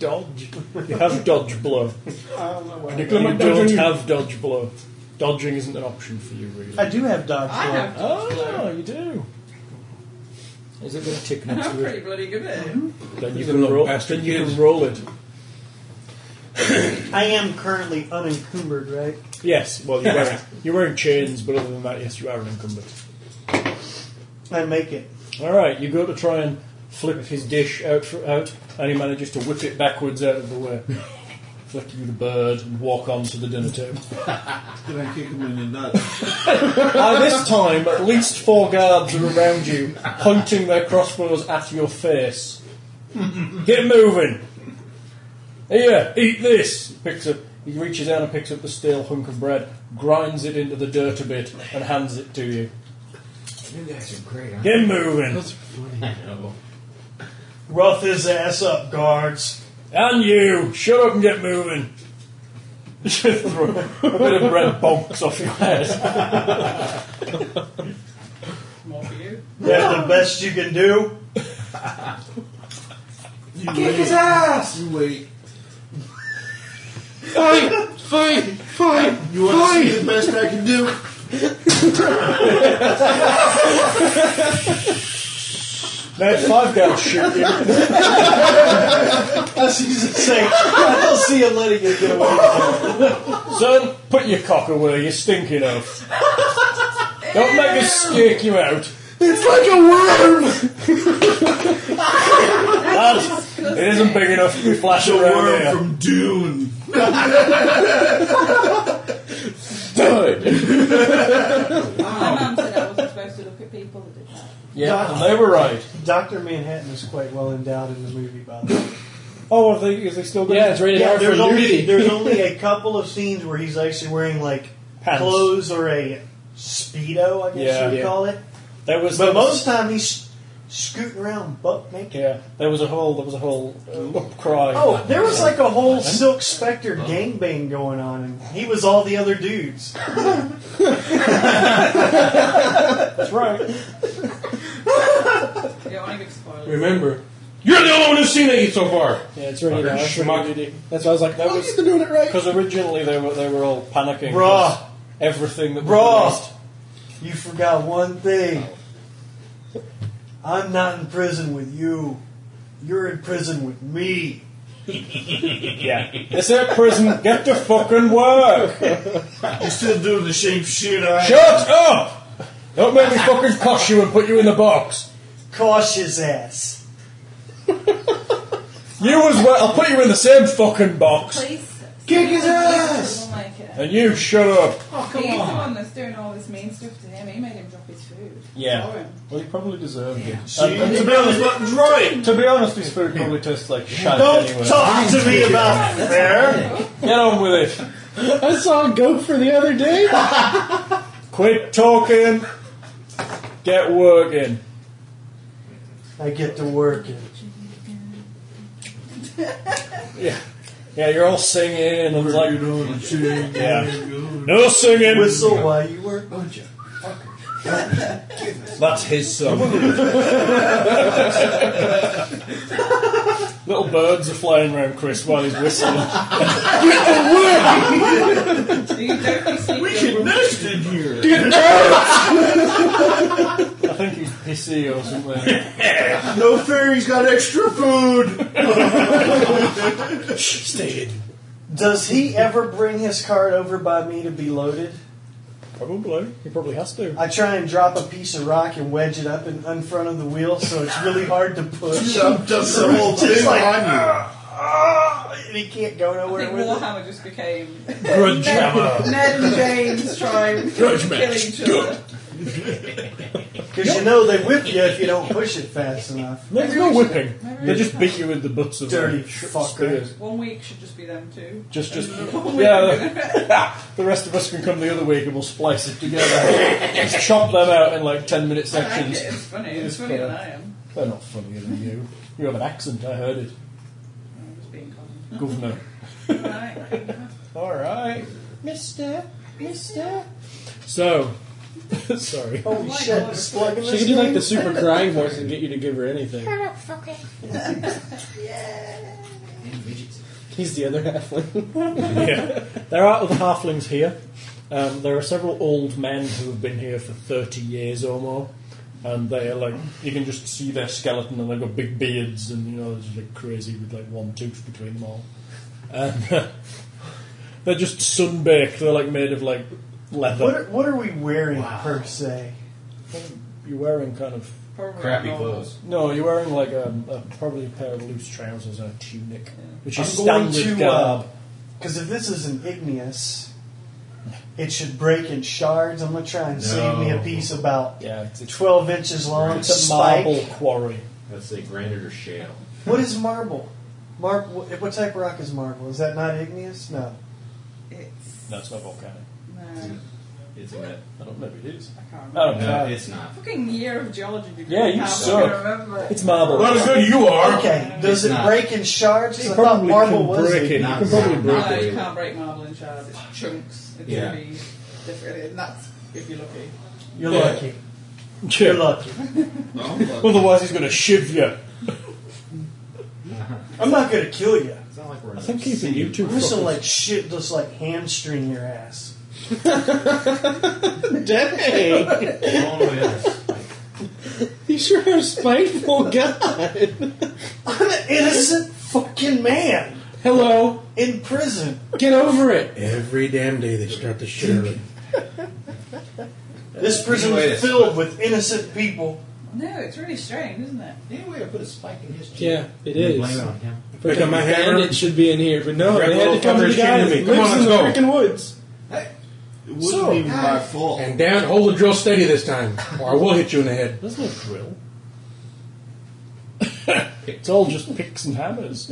Speaker 9: Dodge. You have dodge blow.
Speaker 2: I don't know why.
Speaker 9: You don't have dodge blow. Dodging isn't an option for you, really.
Speaker 2: I do have dodge.
Speaker 6: I have to.
Speaker 9: Oh, you do. Is it going to tick
Speaker 6: And
Speaker 9: next
Speaker 6: I'm
Speaker 9: to
Speaker 6: pretty
Speaker 9: it?
Speaker 6: bloody good at it.
Speaker 9: Then you
Speaker 10: He's
Speaker 9: can
Speaker 10: a little
Speaker 9: roll.
Speaker 10: bastard
Speaker 9: Then you
Speaker 10: kid.
Speaker 9: can roll it.
Speaker 2: I am currently unencumbered, right?
Speaker 9: Yes. Well, you're wearing, you're wearing chains, but other than that, yes, you are an incumbent.
Speaker 2: I make it.
Speaker 9: All right. You go to try and flip his dish out, for, out, and he manages to whip it backwards out of the way, flick you the bird, and walk on to the dinner table.
Speaker 8: Then I kick him in the nuts.
Speaker 9: By this time, at least four guards are around you, pointing their crossbows at your face. Get moving! Here, eat this! Picks up, he reaches down and picks up the stale hunk of bread, grinds it into the dirt a bit, and hands it to you.
Speaker 4: You guys are great, aren't
Speaker 9: Get moving!
Speaker 4: you? No.
Speaker 2: Rough his ass up, guards.
Speaker 9: And you! Shut up and get moving! Just throw a bit of bread bonks off your head.
Speaker 6: More for you.
Speaker 2: That's the best you can do.
Speaker 8: You Kick his ass! You wait.
Speaker 10: Fine, fine, fine.
Speaker 8: You want to see the best I can do?
Speaker 9: Now five guards shoot you.
Speaker 2: As he's saying, I don't see him letting it get away.
Speaker 9: Son, put your cock away, you're stinking off. Don't make us stake you out.
Speaker 10: It's like a worm.
Speaker 9: Lad, it is isn't big enough to be flashing
Speaker 8: The
Speaker 9: around
Speaker 8: worm
Speaker 9: there.
Speaker 8: from Dune.
Speaker 6: My mum said I wasn't supposed to look at people that did that.
Speaker 9: yeah, and they were right.
Speaker 2: Doctor Manhattan is quite well endowed in the movie, by the way.
Speaker 9: Oh, are they, is they still going
Speaker 3: Yeah, it's rated
Speaker 2: Yeah,
Speaker 3: R for
Speaker 2: there's only
Speaker 3: nudity.
Speaker 2: there's only a couple of scenes where he's actually wearing like
Speaker 9: Pants.
Speaker 2: clothes or a speedo, I guess
Speaker 9: Yeah.
Speaker 2: you would
Speaker 9: Yeah.
Speaker 2: call it.
Speaker 9: There was,
Speaker 2: But
Speaker 9: there
Speaker 2: most
Speaker 9: was
Speaker 2: time he's scooting around butt naked.
Speaker 9: yeah, there was a whole there was a whole uh, cry.
Speaker 2: Oh, there was like a whole Silk Spectre gangbang going on, and he was all the other dudes.
Speaker 9: that's right.
Speaker 6: You don't want to give spoilers.
Speaker 10: Remember, you're the only one who's seen it so far.
Speaker 9: Yeah, it's rated R for
Speaker 10: schmuck.
Speaker 9: nudity.
Speaker 3: That's why I was like,
Speaker 9: That
Speaker 3: oh,
Speaker 9: was-
Speaker 3: he's been doing it right.
Speaker 9: Because originally they were they were all panicking. 'cause
Speaker 2: Bruh,
Speaker 9: Everything that was
Speaker 2: Bruh.
Speaker 9: released.
Speaker 2: you forgot one thing. I'm not in prison with you. You're in prison with me.
Speaker 9: Yeah, it's a prison. Get to fucking work.
Speaker 8: You're still doing the same shit I
Speaker 9: Shut up! Don't make me fucking cuss you and put you in the box.
Speaker 2: Cautious ass.
Speaker 9: You as well. I'll put you in the same fucking box.
Speaker 6: Please.
Speaker 2: Kick his ass! Oh,
Speaker 6: We'll make it.
Speaker 9: And you shut up.
Speaker 6: He's the one that's doing all this mean stuff to him. He made him drop his food.
Speaker 9: Yeah. Well, he probably deserved it.
Speaker 8: See, to be honest, nothing's right.
Speaker 9: To be honest, his food probably tastes like shit anyway.
Speaker 2: Don't talk to me about there.
Speaker 9: Get on with it.
Speaker 3: I saw a gopher the other day.
Speaker 9: Quit talking. Get working.
Speaker 2: I get to work.
Speaker 9: Yeah, you're all singing and like, yeah,
Speaker 8: Good.
Speaker 9: no singing.
Speaker 2: Whistle while you work.
Speaker 9: That's his song. Little birds are flying around Chris while he's whistling.
Speaker 6: Do you totally sneak
Speaker 8: We
Speaker 6: in?
Speaker 8: can nest in here.
Speaker 9: I think he's pissy or something.
Speaker 8: No fairy's got extra food.
Speaker 2: Does he ever bring his card over by me to be loaded?
Speaker 9: Probably. He probably has to.
Speaker 2: I try and drop a piece of rock and wedge it up in, in front of the wheel, so it's really hard to push.
Speaker 8: Some does the whole
Speaker 2: Just
Speaker 8: thing
Speaker 2: like-
Speaker 8: on
Speaker 2: and he can't go
Speaker 6: I
Speaker 2: nowhere
Speaker 6: think
Speaker 2: with it.
Speaker 6: Warhammer just became
Speaker 12: Grudge hammer.
Speaker 6: Ned and James trying to
Speaker 12: Grudge
Speaker 6: kill
Speaker 12: match.
Speaker 6: each other.
Speaker 2: Because you know they whip you if you don't push it fast enough.
Speaker 9: There's no whipping.
Speaker 6: Maybe
Speaker 9: They
Speaker 6: we
Speaker 9: just
Speaker 6: should-
Speaker 9: beat you with the butts of
Speaker 2: Dirty
Speaker 9: their sh-
Speaker 2: fucker.
Speaker 9: spears.
Speaker 6: One week should just be them two.
Speaker 9: Just, just,
Speaker 6: One week
Speaker 9: yeah. The rest of us can come the other week and we'll splice it together. just chop them out in like ten minute
Speaker 6: I like it.
Speaker 9: sections.
Speaker 6: It's funny. It's funnier than I am.
Speaker 9: They're not funnier than you. You have an accent. I heard it,
Speaker 6: I'm just being common.
Speaker 9: governor.
Speaker 6: Right.
Speaker 9: All right, Mister, Mister. So, sorry.
Speaker 2: Holy
Speaker 6: my
Speaker 2: shit,
Speaker 6: God.
Speaker 2: this plug in
Speaker 3: She
Speaker 2: this
Speaker 3: could do like
Speaker 2: thing?
Speaker 3: the super crying voice and get you to give her anything. He's the other halfling.
Speaker 9: yeah. There are other halflings here. Um, there are several old men who have been here for 30 years or more. And they are like, you can just see their skeleton and they've got big beards and, you know, they're just like crazy with like one tooth between them all. And they're just sunbaked. They're like made of like leather.
Speaker 2: What are, what are we wearing per se?
Speaker 9: You're wearing kind of.
Speaker 6: Probably
Speaker 4: Crappy
Speaker 6: not.
Speaker 4: clothes.
Speaker 9: No, you're wearing like um, a, probably a pair of loose trousers and a tunic, which is
Speaker 2: I'm going
Speaker 9: standard
Speaker 2: to, uh,
Speaker 9: garb.
Speaker 2: Because if this is an igneous, it should break in shards. I'm gonna try and save me a
Speaker 4: No.
Speaker 2: piece about
Speaker 9: yeah, it's, it's,
Speaker 2: 12 inches long.
Speaker 9: it's a
Speaker 2: spike.
Speaker 9: marble quarry.
Speaker 4: Let's say granite or shale.
Speaker 2: What is marble? Mar- wh- what type of rock is marble? Is that not igneous? No.
Speaker 6: It's
Speaker 9: No, it's not volcanic.
Speaker 6: no.
Speaker 4: It's a met.
Speaker 9: I don't know if it is.
Speaker 6: I can't remember.
Speaker 9: Oh,
Speaker 4: No, it's not.
Speaker 6: Fucking year of geology degree.
Speaker 9: Yeah, you
Speaker 6: How am I
Speaker 9: suck.
Speaker 6: gonna remember it?
Speaker 9: It's marble.
Speaker 12: Not as good you are.
Speaker 2: Okay. Does
Speaker 4: It's
Speaker 2: it
Speaker 4: not.
Speaker 2: break in shards? 'Cause
Speaker 9: You
Speaker 2: I thought
Speaker 9: probably
Speaker 2: marble
Speaker 9: can
Speaker 2: was
Speaker 9: break it.
Speaker 2: igneous.
Speaker 9: You can probably
Speaker 4: Not-
Speaker 9: break
Speaker 4: not-
Speaker 6: No, you can't break marble in shards. It's chunks. It's
Speaker 4: Yeah.
Speaker 6: gonna be different. And that's if you're lucky.
Speaker 2: You're
Speaker 9: Yeah.
Speaker 2: lucky. You're
Speaker 9: Yeah.
Speaker 2: lucky.
Speaker 8: Oh,
Speaker 9: Otherwise, he's going to shiv you.
Speaker 2: I'm not gonna kill you.
Speaker 4: It's not like we're.
Speaker 9: I think he's in
Speaker 4: YouTube.
Speaker 2: I'm
Speaker 9: YouTube.
Speaker 2: just gonna like shit, just like hamstring your ass.
Speaker 3: Dang! You sure are a spiteful guy.
Speaker 2: I'm an innocent fucking man
Speaker 3: Hello,
Speaker 2: in prison.
Speaker 3: get over it.
Speaker 10: Every damn day they start the shit early.
Speaker 2: This prison
Speaker 4: Anyway,
Speaker 2: is
Speaker 4: it's-
Speaker 2: filled with innocent people.
Speaker 6: No, it's really strange, isn't it?
Speaker 4: Anyway, I put a spike in his cheek.
Speaker 3: Yeah, it
Speaker 4: You
Speaker 3: is.
Speaker 4: Blame it on him.
Speaker 10: Pick up my hammer.
Speaker 3: Bandit should be in here, but no,
Speaker 10: Grab
Speaker 3: they
Speaker 10: the
Speaker 3: had to
Speaker 10: little
Speaker 3: come to the
Speaker 10: fucker's
Speaker 3: guy
Speaker 10: chin to
Speaker 3: that
Speaker 10: me. Come
Speaker 3: lives
Speaker 10: on,
Speaker 3: in the
Speaker 10: let's go.
Speaker 3: freaking woods.
Speaker 8: It wasn't
Speaker 3: So,
Speaker 8: even my fault.
Speaker 10: And down, hold the drill steady this time, or I will hit you in the head.
Speaker 9: There's no drill. it's all just picks and hammers.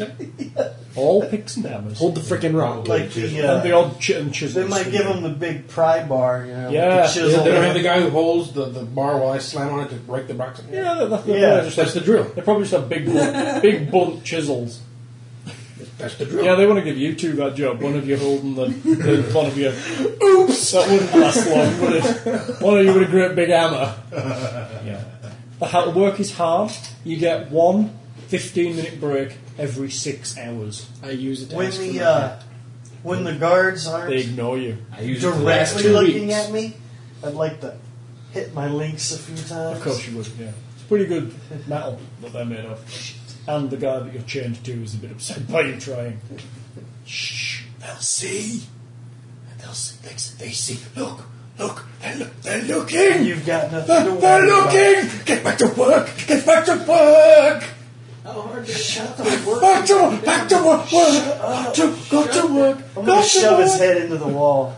Speaker 9: all picks and hammers.
Speaker 3: Hold the freaking rock.
Speaker 2: Like the,
Speaker 9: and the
Speaker 2: uh,
Speaker 9: odd ch- and chisels.
Speaker 2: they might give him the big pry bar, you know,
Speaker 9: Yeah.
Speaker 2: with the
Speaker 10: They
Speaker 2: chisel.
Speaker 10: don't have the guy who holds the, the bar while I slam on it to break the box.
Speaker 9: Yeah, that- that's,
Speaker 2: Yeah,
Speaker 9: yeah.
Speaker 10: That's the drill.
Speaker 9: they probably just have big, blunt, big blunt chisels.
Speaker 10: That's the drill.
Speaker 9: Yeah, they want to give you two that job. One of you holding the, the one of you. Oops, that wouldn't last long, would it? One of you with a great big hammer. Yeah, the, ha- the work is hard. You get one 15-minute break every six hours.
Speaker 3: I use it to
Speaker 2: when
Speaker 3: ask
Speaker 2: the
Speaker 3: for
Speaker 2: uh, when the guards
Speaker 9: They
Speaker 2: aren't
Speaker 9: ignore you.
Speaker 4: I use it to laugh.
Speaker 2: directly
Speaker 3: two
Speaker 2: looking
Speaker 3: weeks.
Speaker 2: at me, I'd like to hit my links a few times.
Speaker 9: Of course you would, yeah. It's pretty good metal that they're made of. And the guy that you're chained to is a bit upset by you trying. Shh, they'll see. And they'll see. They, they see. Look, look, they're, look, they're looking.
Speaker 2: You've got nothing to
Speaker 9: They're,
Speaker 2: worry
Speaker 9: they're
Speaker 2: about.
Speaker 9: looking. Get back to work. Get back to work.
Speaker 6: How hard to shut
Speaker 9: Back to work. Back to work. work. To, go to work.
Speaker 2: I'm
Speaker 9: go
Speaker 2: gonna
Speaker 9: to
Speaker 2: shove his
Speaker 9: work.
Speaker 2: head into the wall.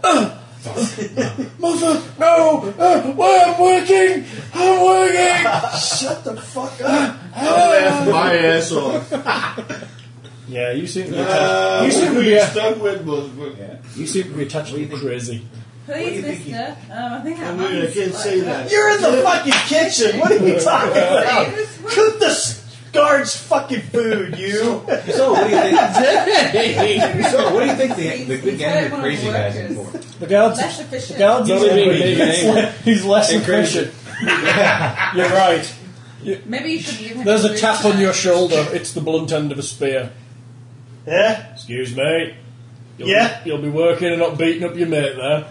Speaker 9: Mother, no. Uh, well, I'm working. I'm working.
Speaker 2: Shut the fuck up!
Speaker 8: Laugh my ass off.
Speaker 9: yeah, you seem to be,
Speaker 8: Uh,
Speaker 9: you seem to
Speaker 8: what
Speaker 9: be,
Speaker 8: you stuck with was.
Speaker 9: you seem to be attached to crazy.
Speaker 6: Please, mister. Um, I think
Speaker 8: I
Speaker 6: that
Speaker 8: mean, I
Speaker 6: man's
Speaker 8: can't
Speaker 6: like
Speaker 8: say that.
Speaker 2: You're in the fucking kitchen. What are you talking about?
Speaker 6: Please, what-
Speaker 2: Cook the s- guards' fucking food, you.
Speaker 4: So what do you think? so what do you think the, the big
Speaker 6: He's
Speaker 4: angry
Speaker 6: one of
Speaker 4: crazy
Speaker 6: the
Speaker 4: guys
Speaker 6: workers.
Speaker 4: is for?
Speaker 9: The guards
Speaker 6: less efficient.
Speaker 9: God's
Speaker 3: It's only being big and
Speaker 9: He's less
Speaker 3: And
Speaker 9: efficient. You're right.
Speaker 6: Maybe you should give him
Speaker 9: There's a
Speaker 6: food.
Speaker 9: tap on your shoulder. It's the blunt end of a spear.
Speaker 2: Yeah?
Speaker 9: Excuse me. You'll
Speaker 2: Yeah?
Speaker 9: Be, you'll be working and not beating up your mate there.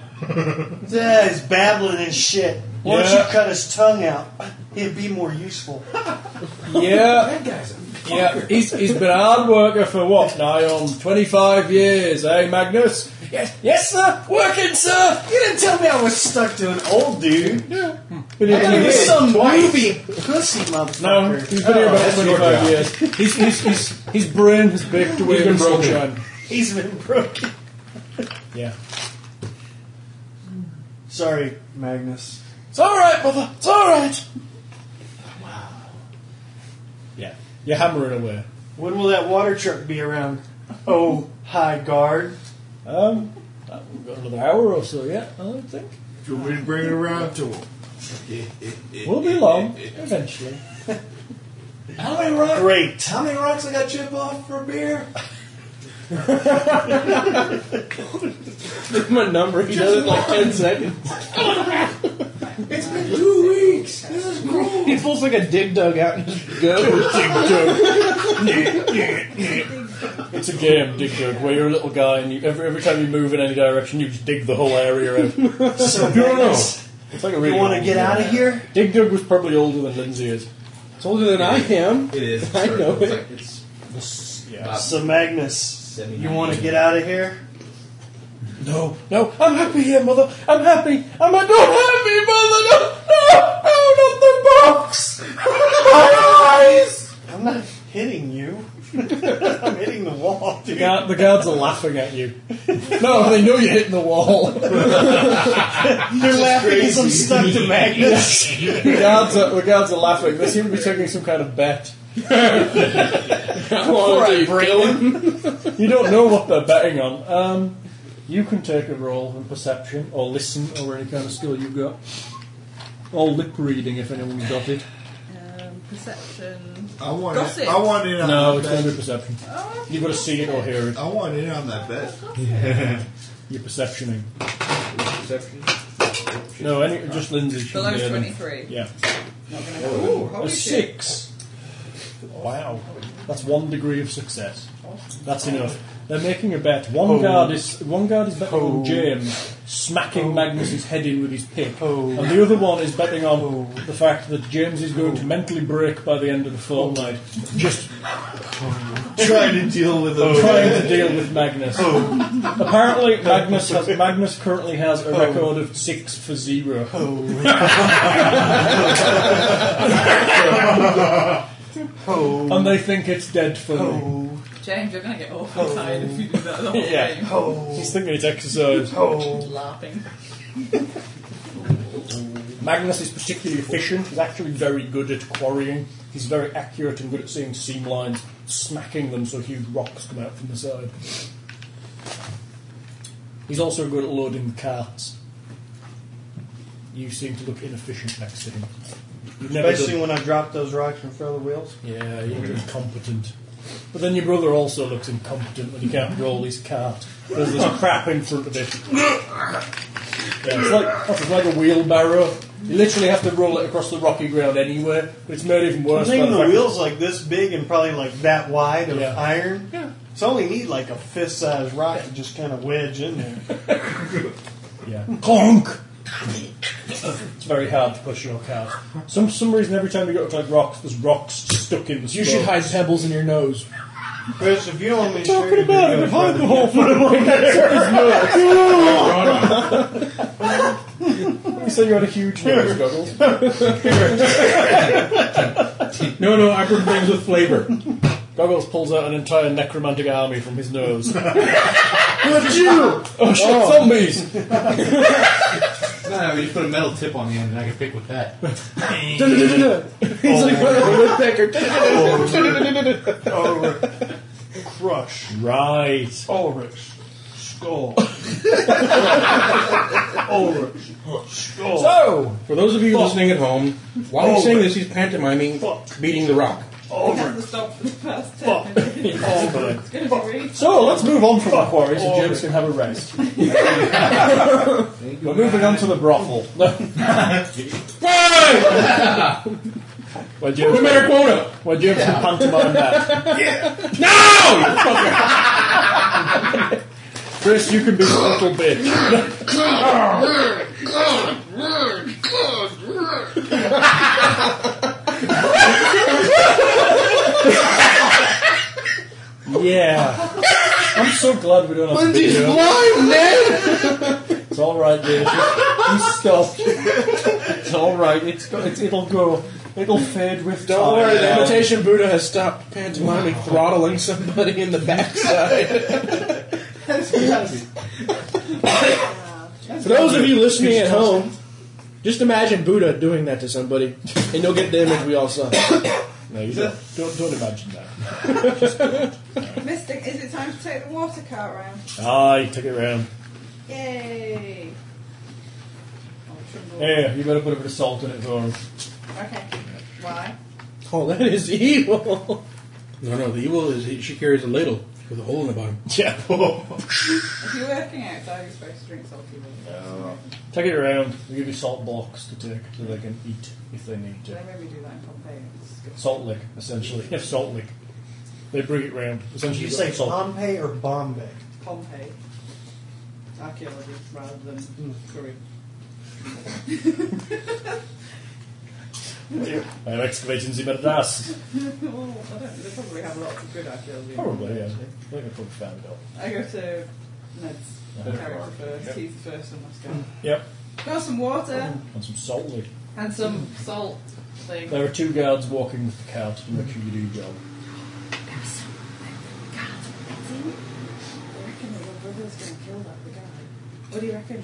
Speaker 2: Yeah, he's babbling and shit. Why don't
Speaker 9: Yeah.
Speaker 2: you cut his tongue out? He'd be more useful.
Speaker 9: Yeah.
Speaker 4: That guy's a
Speaker 9: Yeah. He's, he's been a hard worker for what now? On 25 years, eh, Magnus? Yes, yes, sir. Working, sir.
Speaker 2: You didn't tell me I was stuck to an old dude.
Speaker 9: Been
Speaker 2: I
Speaker 9: here
Speaker 2: thought he
Speaker 9: twenty-
Speaker 2: was some weepy pussy
Speaker 9: no,
Speaker 2: motherfucker. Oh,
Speaker 9: he's been here about 25 years. He's, he's, he's, his brain has baked away in
Speaker 10: been broken.
Speaker 9: sunshine.
Speaker 2: He's been broken.
Speaker 9: Yeah.
Speaker 2: Sorry, Magnus.
Speaker 9: It's all right, mother. It's all right. Wow. Yeah, you're hammering away.
Speaker 2: When will that water truck be around? Oh, high guard.
Speaker 9: Um, uh, we've got another hour or so yet. I don't think
Speaker 8: Do you want me to bring it around to him?
Speaker 9: we'll be long eventually.
Speaker 4: How many rocks?
Speaker 2: Great.
Speaker 4: How many rocks I got chip off for beer?
Speaker 3: Give him a number. He does it in like 10 seconds.
Speaker 4: It's been two weeks. This is cool.
Speaker 3: He pulls like a dig dug out and just goes.
Speaker 9: It's a game, dig dug, where you're a little guy and you, every every time you move in any direction, you just dig the whole area out.
Speaker 2: So, Magnus,
Speaker 9: It's like a
Speaker 2: you
Speaker 9: really.
Speaker 2: want to get out of here?
Speaker 9: Dig dug was probably older than Lindsay is.
Speaker 3: It's older than I am.
Speaker 4: It is.
Speaker 3: I know
Speaker 4: It's
Speaker 3: it.
Speaker 4: like it's
Speaker 2: So, Magnus,
Speaker 4: Seventy-nine.
Speaker 2: you want to get out of here?
Speaker 9: No, no, I'm happy here, mother. I'm happy. I'm not happy, mother. No, no, no, not the box. My eyes.
Speaker 2: I'm not hitting you. I'm hitting the wall, dude.
Speaker 9: Guard, the guards are laughing at you. No, they know you're hitting the wall. The
Speaker 2: You're laughing because I'm stuck to Magnus.
Speaker 9: guards are, the guards are laughing. They seem to be taking some kind of bet.
Speaker 3: How long do you kill him?
Speaker 9: You don't know what they're betting on. Um, you can take a roll in perception, or listen, or any kind of skill you've got. Or lip reading, if anyone's got it.
Speaker 6: Um, perception.
Speaker 8: I want.
Speaker 6: Gossip.
Speaker 8: It, I want in on
Speaker 9: No, it's going
Speaker 8: that
Speaker 9: to be
Speaker 8: bet.
Speaker 9: perception.
Speaker 6: Oh,
Speaker 9: You've got to see it or hear it.
Speaker 8: I want in on that bet.
Speaker 9: You're perceptioning.
Speaker 4: perception.
Speaker 9: No, any, just Lindsay. she can
Speaker 6: below
Speaker 9: hear them.
Speaker 6: 23.
Speaker 9: Yeah.
Speaker 6: Not gonna Ooh,
Speaker 9: A
Speaker 6: holy shit.
Speaker 9: six. Wow. That's one degree of success. That's enough. They're making a bet. One guard is one guard is betting on James smacking Magnus's head in with his pick, and the other one is betting on the fact that James is going to mentally break by the end of the fortnight. Just
Speaker 8: trying to deal with Oh. them.
Speaker 9: trying to deal with Magnus. Apparently, Magnus has, Magnus currently has
Speaker 8: Oh.
Speaker 9: a record of six for zero.
Speaker 8: Oh.
Speaker 9: and they think it's dead for me.
Speaker 6: James, you're going to get awful tired if you do that the whole
Speaker 9: Yeah.
Speaker 6: game.
Speaker 9: He's thinking it's exercise.
Speaker 6: Laughing.
Speaker 9: Magnus is particularly efficient. He's actually very good at quarrying. He's very accurate and good at seeing seam lines, smacking them so huge rocks come out from the side. He's also good at loading the carts. You seem to look inefficient next to him. You've never done-
Speaker 2: Especially when I drop those rocks in front of the wheels.
Speaker 9: Yeah, he looks incompetent. But then your brother also looks incompetent when he can't roll his cart. There's this crap in front of it. Yeah, it's like it's like a wheelbarrow. You literally have to roll it across the rocky ground anyway. But it's made even
Speaker 2: I'm
Speaker 9: worse. by
Speaker 2: thinking
Speaker 9: the
Speaker 2: the
Speaker 9: fact-
Speaker 2: wheel's like this big and probably like that wide of
Speaker 9: Yeah.
Speaker 2: iron. Yeah. It's only need like a fist sized rock to just kind of wedge in there.
Speaker 9: Yeah. Clonk! it's very hard to push your cart. Some some reason every time you go to like rocks, there's rocks stuck in the.
Speaker 3: You should
Speaker 9: snow.
Speaker 3: hide pebbles in your nose.
Speaker 2: Chris, if you don't want me to show
Speaker 9: Talking
Speaker 2: you the
Speaker 9: about it,
Speaker 2: videos,
Speaker 9: behind
Speaker 2: brother,
Speaker 9: the whole front of my You said you had a huge nose goggles.
Speaker 10: No, no, I prefer things with flavor.
Speaker 9: Goggles pulls out an entire necromantic army from his nose.
Speaker 8: But you!
Speaker 9: oh shit, zombies!
Speaker 4: No, no, you just put a metal tip on the end, and I can pick with that.
Speaker 3: He's like a woodpecker.
Speaker 2: crush
Speaker 9: Right.
Speaker 2: Ulrich skull. Ulrich skull.
Speaker 9: So,
Speaker 10: For those of you listening at home, while he's saying this, he's pantomiming
Speaker 2: Fuck.
Speaker 10: beating the rock.
Speaker 6: It has to stop for the first 10 minutes. It's going to be really
Speaker 9: so let's move on from the quarry so James can have a rest. We're moving on to the brothel.
Speaker 10: Fine!
Speaker 9: Where
Speaker 10: We
Speaker 9: James,
Speaker 10: met our quota!
Speaker 9: where James can pantomime that.
Speaker 10: No!
Speaker 9: Chris, you can be a little bitch. Yeah. I'm so glad we don't have to do that.
Speaker 8: blind, man!
Speaker 9: It's all right, James. He stopped. It's all right. It's go, it's, it'll go. It'll fade with time.
Speaker 3: Don't worry, the imitation Buddha has stopped pantomiming throttling somebody in the backside. For those of you listening at home, just imagine Buddha doing that to somebody, and you'll get the image we all saw.
Speaker 9: No, you don't. Don't, don't imagine that.
Speaker 6: Mister, is it time to take the water cart round?
Speaker 9: Aye, take it round.
Speaker 6: Yay! Oh, Trimble.
Speaker 9: Yeah, you better put a bit of salt in it for him.
Speaker 6: Okay. Why?
Speaker 3: Oh, that is evil.
Speaker 10: No, no, the evil is he, she carries a ladle with a hole in the bottom.
Speaker 9: Yeah.
Speaker 6: If you're working outside, you're supposed to drink salty water.
Speaker 9: take it round. We give you salt blocks to take so they can eat if they need
Speaker 6: They
Speaker 9: to.
Speaker 6: made me do that in Pompeii. It's good.
Speaker 9: Salt lick, essentially. If salt lick. They bring it round.
Speaker 2: Did
Speaker 9: Essentially,
Speaker 2: you say
Speaker 9: salt.
Speaker 2: Pompeii or Bombay?
Speaker 6: Pompeii. It's archaeology rather than curry.
Speaker 9: I am excavating Zimmerdas.
Speaker 6: Oh, I don't know. They probably have lots of good archaeology.
Speaker 9: Probably, yeah. I
Speaker 6: actually.
Speaker 9: think I probably found it all.
Speaker 6: I go to Ned's character first. He's the first on my scale.
Speaker 9: Yep.
Speaker 6: Got some water
Speaker 9: And some salt lick.
Speaker 6: and some salt thing.
Speaker 9: There are two guards walking with the cart to make sure you do your job.
Speaker 6: I reckon that your brother's going to kill that the guy. What do you reckon?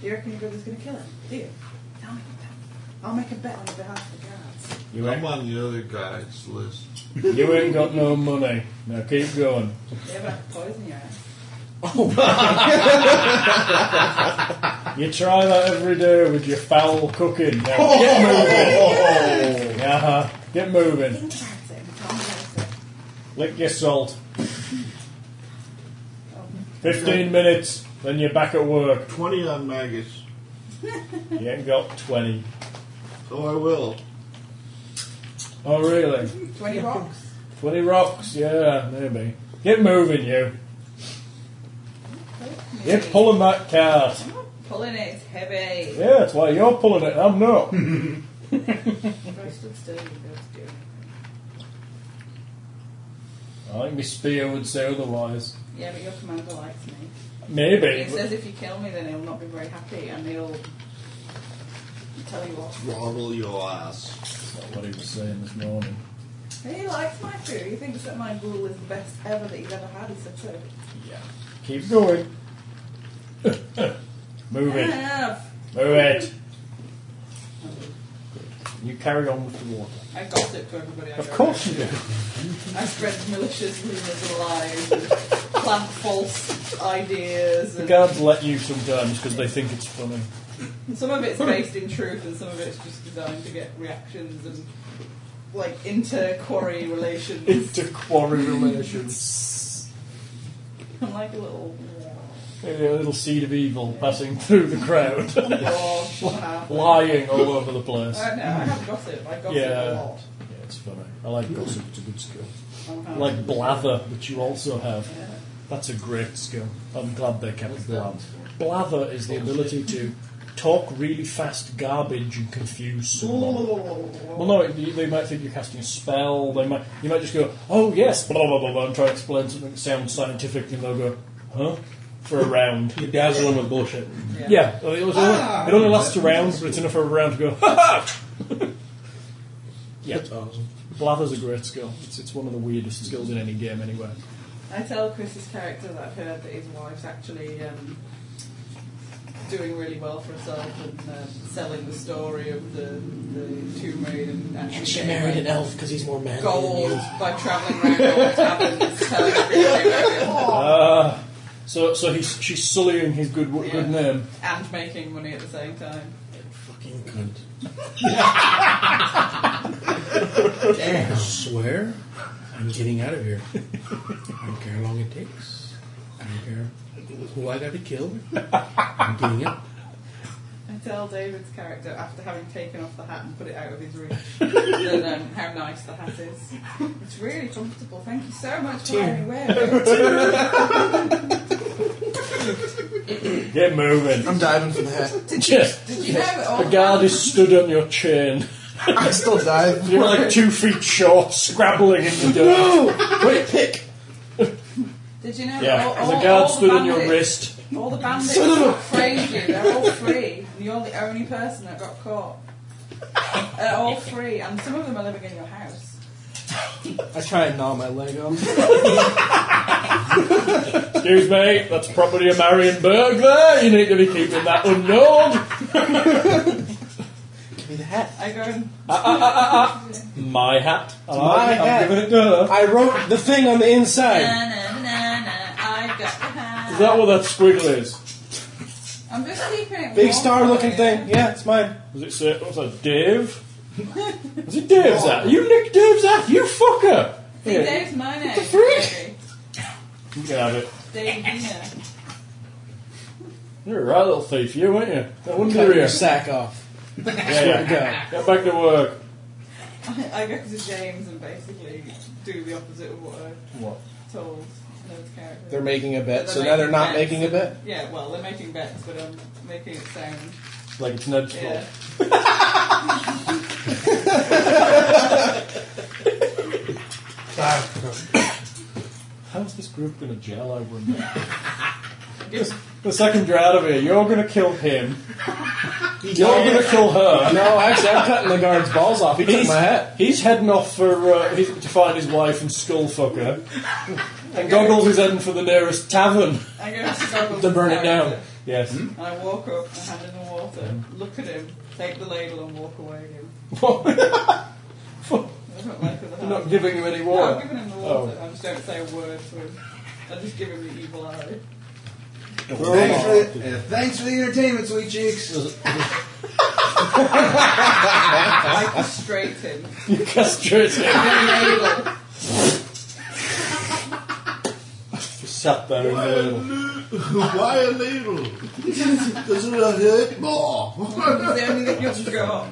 Speaker 6: Do you reckon your brother's going to kill him? Do you? Tell me. tell me. I'll make a bet on behalf of the guards.
Speaker 9: You
Speaker 8: I'm
Speaker 9: ain't,
Speaker 8: on the other guy's list.
Speaker 9: you ain't got no money. Now keep going.
Speaker 6: They have like poison your ass.
Speaker 9: You try that every day with your foul cooking. Now get moving. Yeah, get moving.
Speaker 6: Think about it and tell me about it.
Speaker 9: Lick your salt. Fifteen minutes, then you're back at work.
Speaker 8: 20 on Magus.
Speaker 9: You ain't got twenty.
Speaker 8: So I will.
Speaker 9: Oh really?
Speaker 6: 20 rocks.
Speaker 9: Twenty rocks? Yeah, maybe. Get moving, you. You're pulling that cart.
Speaker 6: I'm not pulling it, it's heavy.
Speaker 9: Yeah, that's why you're pulling it. I'm not.
Speaker 6: If I stood still, you'd be able to do it.
Speaker 9: I think my spear would say otherwise.
Speaker 6: Yeah, but your commander likes me.
Speaker 9: Maybe.
Speaker 6: He says if you kill me, then he'll not be very happy, and he'll tell you what.
Speaker 8: Waddle your ass.
Speaker 9: That's not what he was saying this morning.
Speaker 6: He likes my food. He thinks that my gruel is the best ever that he's ever had. He's so true.
Speaker 9: Yeah. Keep going. Move it.
Speaker 6: Have.
Speaker 9: Move it. You carry on with the water.
Speaker 6: I gossip to everybody. I
Speaker 9: Of
Speaker 6: go
Speaker 9: course you do.
Speaker 6: with. I spread malicious rumours of lies and plant false ideas.
Speaker 9: The
Speaker 6: And
Speaker 9: guards let you sometimes because they think it's funny.
Speaker 6: Some of it's based in truth, and some of it's just designed to get reactions and like inter-quarry relations.
Speaker 9: Interquarry relations.
Speaker 6: I'm like a little.
Speaker 9: Maybe a little seed of evil passing through the crowd,
Speaker 6: Lie.
Speaker 9: lying all over the place.
Speaker 6: I know. I have gossip. I gossip
Speaker 9: Yeah.
Speaker 6: a lot.
Speaker 9: Yeah, it's funny. I like gossip. It's a good skill.
Speaker 6: Uh-huh.
Speaker 9: Like blather, which you also have.
Speaker 6: Yeah.
Speaker 9: That's a great skill. I'm glad they kept it
Speaker 4: that?
Speaker 9: bland. Blather is the ability to talk really fast garbage and confuse someone. Well, no, you- they might think you're casting a spell. They might, you might just go, "Oh yes," blah blah blah, blah and try to explain something that sounds scientific, and they'll go, "Huh?" for a round.
Speaker 10: You dazzle them with bullshit.
Speaker 9: Yeah, well, it, was only, it only lasts a round, but it's enough for a round to go, ha ha! yeah,
Speaker 10: That's awesome.
Speaker 9: blather's a great skill. It's, it's one of the weirdest skills in any game, anyway.
Speaker 6: I tell Chris's character that I've heard that his wife's actually um, doing really well for herself and uh, selling the story of the, the tomb raid and actually
Speaker 3: She
Speaker 6: getting,
Speaker 3: married an
Speaker 6: like,
Speaker 3: elf because he's more manly.
Speaker 6: Gold by travelling around gold taverns, telling everything
Speaker 9: Ah, so so he's, she's sullying his good wo- good
Speaker 6: Yeah.
Speaker 9: name.
Speaker 6: and making money at the same time.
Speaker 10: Fucking cunt. Damn. I swear, I'm getting out of here. I don't care how long it takes. I don't care who I got to kill. I'm getting out.
Speaker 6: I tell David's character after having taken off the hat and put it out of his reach that, um, how nice the hat is. It's really comfortable. Thank you so much for letting me wear it.
Speaker 9: Get moving.
Speaker 8: I'm diving for the hat.
Speaker 9: Just
Speaker 6: Did you know that all
Speaker 9: the guard is stood on your chain.
Speaker 8: I still dive.
Speaker 9: You're like two feet short, scrabbling in the dirt. Wait, pick.
Speaker 6: Did you know
Speaker 9: Yeah,
Speaker 6: all, all,
Speaker 9: the guard
Speaker 6: all
Speaker 9: stood on your
Speaker 6: bandits-
Speaker 9: wrist.
Speaker 6: All the bandits that framed you, they're all free. And you're the only person that got caught. They're all free, and some of them are living in your house.
Speaker 3: I try and gnaw my leg off.
Speaker 9: Excuse me, that's property of Marion Berg there. You need to be keeping that unknown.
Speaker 3: Give me the hat.
Speaker 6: I go and
Speaker 9: My hat. I
Speaker 3: my
Speaker 9: like it.
Speaker 3: hat.
Speaker 9: I'm giving it to her.
Speaker 3: I wrote the thing on the
Speaker 6: na
Speaker 3: inside.
Speaker 6: na na na. I've got the hat.
Speaker 9: Is that what that squiggle is?
Speaker 6: I'm just keeping it.
Speaker 3: Big
Speaker 6: warm
Speaker 3: star
Speaker 6: for
Speaker 3: looking
Speaker 6: you.
Speaker 3: thing. Yeah, it's mine.
Speaker 9: Does it say, what's that, Dave? Is it Dave's hat? You nicked Dave's hat, you fucker!
Speaker 6: See, Dave's my name.
Speaker 9: freak?
Speaker 6: Dave.
Speaker 9: You can have it.
Speaker 6: Dave Dina.
Speaker 9: You're a right little thief, you, weren't you? No
Speaker 3: Cut
Speaker 9: wonder you.
Speaker 3: your sack off.
Speaker 9: Yeah, yeah. Get back to work.
Speaker 6: I, I go to James and basically do the opposite of what I
Speaker 9: What?
Speaker 6: told Ned's character.
Speaker 3: They're making a bet,
Speaker 6: They're
Speaker 3: so now they're
Speaker 6: making
Speaker 3: not
Speaker 6: bets.
Speaker 3: making a bet.
Speaker 6: yeah, well, they're making bets, but I'm making it sound.
Speaker 9: Like it's Ned's fault.
Speaker 6: Yeah.
Speaker 9: How's this group gonna gel over a minute?
Speaker 6: Good.
Speaker 9: The second you're out of here, you're gonna kill him. You're gonna kill her.
Speaker 3: No, actually, I'm cutting the guard's balls off. He took
Speaker 9: He's,
Speaker 3: my hat.
Speaker 9: he's heading off for uh, his, to find his wife and skull fuck her. And Goggles is heading for the nearest tavern.
Speaker 6: I go to Goggles.
Speaker 3: To burn it down.
Speaker 9: Yes.
Speaker 6: And I walk up, I hand him the water, look at him, take the ladle and walk away again. I don't like the
Speaker 9: I'm
Speaker 6: hat.
Speaker 9: not Oh. giving you any
Speaker 6: No, I'm
Speaker 9: water.
Speaker 6: giving him the water. I just don't say a word to him. I just give him the evil eye.
Speaker 4: Thanks for, the, uh, thanks for the entertainment, sweet cheeks.
Speaker 6: I castrate him.
Speaker 9: You castrate him.
Speaker 6: The ladle.
Speaker 9: Just sat there in the middle.
Speaker 8: Why a needle? Does it hurt more?
Speaker 6: It's the only thing you've got.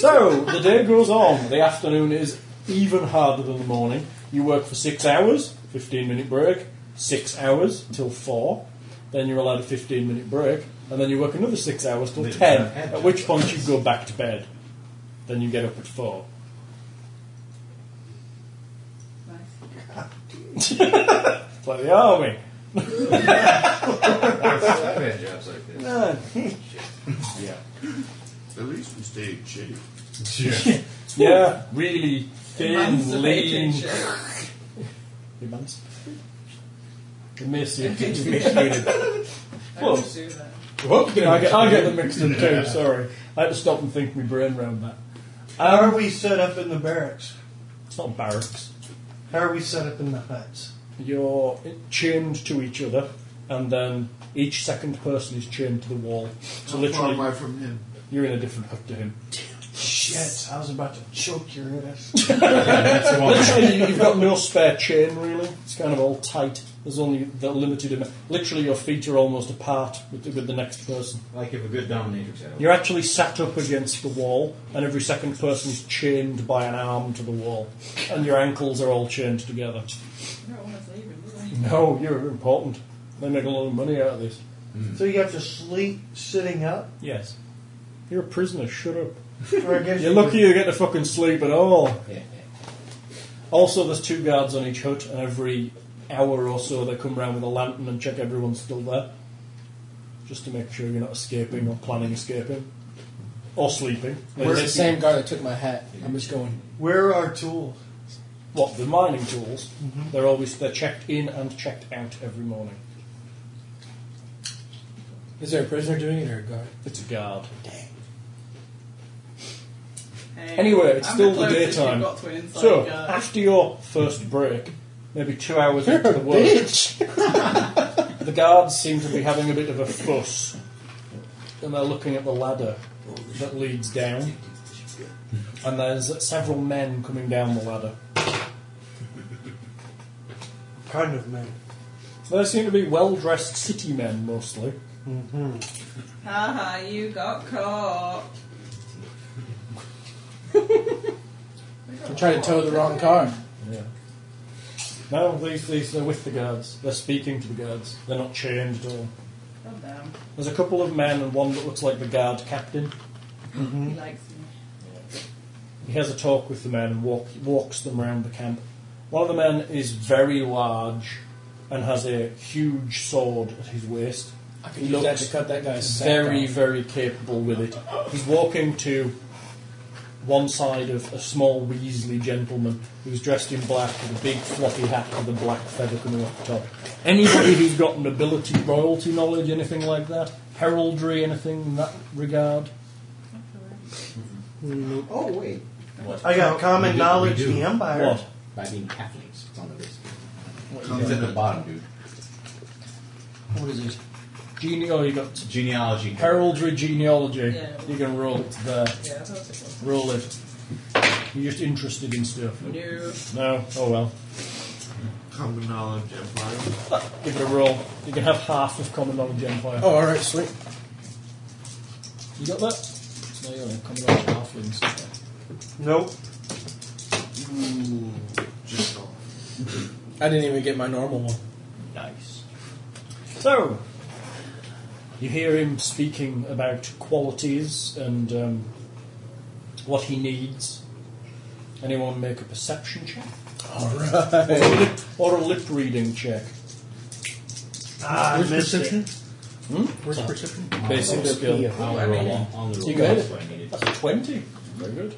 Speaker 9: So the day goes on. The afternoon is even harder than the morning. You work for six hours, fifteen minute break, six hours till four. Then you're allowed a fifteen minute break, and then you work another six hours till ten. At which point you go back to bed. Then you get up at four.
Speaker 6: Nice.
Speaker 9: like the army.
Speaker 4: I've had jobs like this.
Speaker 8: At least we stay in shape.
Speaker 9: Yeah, really thin,
Speaker 6: Emancipated
Speaker 9: lean.
Speaker 6: shit.
Speaker 9: Emancipated. Emaciated.
Speaker 6: I
Speaker 9: Well,
Speaker 6: just do that.
Speaker 10: Whoop, get
Speaker 9: I
Speaker 10: out.
Speaker 9: get, I get them mixed up too, sorry. I had to stop and think my brain round that. Um,
Speaker 2: How are we set up in the barracks?
Speaker 9: It's not barracks.
Speaker 2: How are we set up in the huts?
Speaker 9: You're chained to each other, and then each second person is chained to the wall. So
Speaker 8: Far
Speaker 9: literally,
Speaker 8: away from him.
Speaker 9: you're in a different hut to him.
Speaker 2: Shit, I was about to choke your ass.
Speaker 9: Literally, you've got no spare chain really. It's kind of all tight. There's only the limited amount. Literally, your feet are almost apart with the, with the next person.
Speaker 4: Like if a good dominatrix had a
Speaker 9: You're actually sat up against the wall, and every second person is chained by an arm to the wall, and your ankles are all chained together.
Speaker 6: I don't want to leave him, do I?
Speaker 9: No, you're important. They make a lot of money out of this.
Speaker 2: So you have to sleep sitting up?
Speaker 9: Yes. You're a prisoner, shut up.
Speaker 2: Or I guess
Speaker 9: You're
Speaker 2: you-
Speaker 9: lucky you get to fucking sleep at all.
Speaker 4: Yeah.
Speaker 9: Also, there's two guards on each hut, and every hour or so they come round with a lantern and check everyone's still there. Just to make sure you're not escaping or planning escaping. Or sleeping.
Speaker 3: Where's the same guy that took my hat? I'm just going.
Speaker 2: Where are our tools?
Speaker 9: What, the mining tools?
Speaker 3: Mm-hmm.
Speaker 9: They're always they're checked in and checked out every morning.
Speaker 3: Is there a prisoner doing it or a guard?
Speaker 9: It's a guard.
Speaker 6: Hey,
Speaker 9: Anyway, it's
Speaker 6: I'm
Speaker 9: still the
Speaker 6: closest you've
Speaker 9: daytime.
Speaker 6: got to an inside
Speaker 9: So,
Speaker 2: uh,
Speaker 6: guard.
Speaker 9: after your first break, maybe two hours into the work, the guards seem to be having a bit of a fuss. And they're looking at the ladder that leads down. And there's several men coming down the ladder.
Speaker 2: Kind of men.
Speaker 9: They seem to be well dressed city men mostly.
Speaker 6: Haha, you got caught.
Speaker 3: I'm trying to tow the wrong car.
Speaker 9: Yeah. No, these, these are with the guards. They're speaking to the guards. They're not chained at all.
Speaker 6: God damn.
Speaker 9: There's a couple of men and one that looks like the guard captain.
Speaker 6: He
Speaker 9: Mm.
Speaker 6: likes me.
Speaker 9: He has a talk with the men and walk, walks them round the camp. One of the men is very large and has a huge sword at his waist.
Speaker 3: I could
Speaker 9: He
Speaker 3: use that to
Speaker 9: looks
Speaker 3: cut that guy's sack
Speaker 9: very,
Speaker 3: off.
Speaker 9: very capable with it. He's walking to one side of a small Weasley gentleman who's dressed in black with a big floppy hat with a black feather coming off the top. Anybody who's got an ability, royalty knowledge, anything like that, heraldry, anything in that regard,
Speaker 2: Oh, wait.
Speaker 4: What?
Speaker 2: I got common
Speaker 4: We do-
Speaker 2: knowledge
Speaker 4: we
Speaker 2: of
Speaker 4: do.
Speaker 2: the Empire.
Speaker 9: what?
Speaker 4: By being Catholics. It's on the list. It's at the bottom, dude.
Speaker 3: What is it?
Speaker 9: Gene- oh, you got
Speaker 4: Genealogy.
Speaker 9: Heraldry genealogy.
Speaker 6: Yeah.
Speaker 9: You can roll it there.
Speaker 6: Yeah, I thought it was.
Speaker 9: Roll it. You're just interested in stuff.
Speaker 6: No.
Speaker 9: No. Oh well.
Speaker 8: Common knowledge empire.
Speaker 9: Give it a roll. You can have half of common knowledge empire.
Speaker 3: Oh, alright, sweet.
Speaker 9: You got that? No, you don't. Common knowledge halflings.
Speaker 2: Nope.
Speaker 8: Just all.
Speaker 3: I didn't even get my normal one.
Speaker 9: Nice. So, you hear him speaking about qualities and um, what he needs. Anyone make a perception check? Alright. Or, a lip- or a lip reading check.
Speaker 2: Ah, I
Speaker 10: Where's
Speaker 2: missed
Speaker 10: perception?
Speaker 2: it.
Speaker 10: Where's perception?
Speaker 9: Basic skill.
Speaker 4: I only roll one. I only roll
Speaker 9: You got
Speaker 4: one,
Speaker 9: it.
Speaker 4: so I needed
Speaker 9: That's a 20. Very good.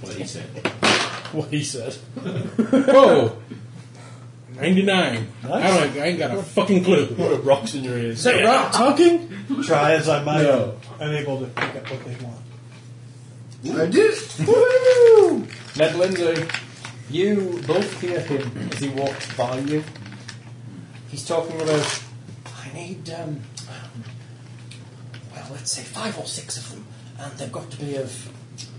Speaker 4: what he said.
Speaker 9: What he said.
Speaker 10: Whoa! 99.
Speaker 9: Nice.
Speaker 10: I, don't, I ain't got a fucking clue.
Speaker 9: Put a rocks in your ears.
Speaker 10: Is that rock talking?
Speaker 2: Try as I might,
Speaker 10: No.
Speaker 2: I'm able to pick up what they want.
Speaker 8: I did it!
Speaker 9: Ned Lindsay, you both hear him as he walks by you. He's talking about, I need, um, well, let's say five or six of them, and they've got to be of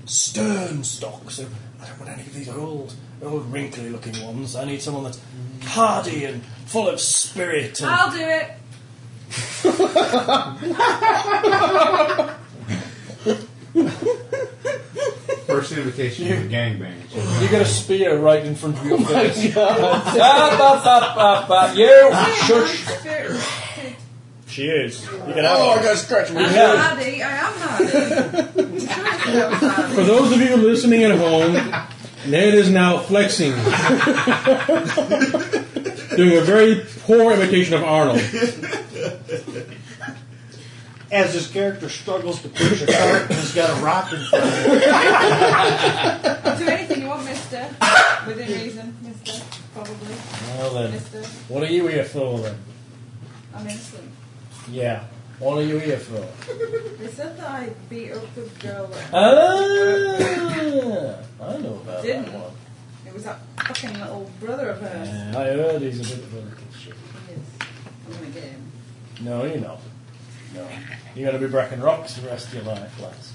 Speaker 9: stern stock, so I don't want any of these old, old wrinkly looking ones. I need someone that's hardy and full of spirit. And
Speaker 6: I'll do it.
Speaker 4: First invitation to gangbang.
Speaker 9: You get a spear right in front of your face. Up, up, up, up, up. You shush.
Speaker 6: Spirit.
Speaker 9: She is. You can
Speaker 3: Oh, I got a scratch.
Speaker 6: I'm hardy. I am hardy. I'm sure I am hardy.
Speaker 10: For those of you listening at home, Ned is now flexing, doing a very poor imitation of Arnold.
Speaker 2: As his character struggles to push a cart and has got a rock in front of him.
Speaker 6: Do anything you want, mister. Within reason, mister. Probably.
Speaker 9: Well then,
Speaker 6: Mister.
Speaker 9: what are you here for then?
Speaker 6: I'm innocent.
Speaker 9: Yeah, what are you here for?
Speaker 6: They said that I beat up the girl. at-
Speaker 9: Ah, I know about
Speaker 6: Didn't.
Speaker 9: that one.
Speaker 6: It was that fucking little brother of hers.
Speaker 9: Yeah, I heard he's a bit of a little shit.
Speaker 6: Yes. I'm gonna get him.
Speaker 9: No, you're not. No, you're going to be breaking rocks the rest of your life, lads.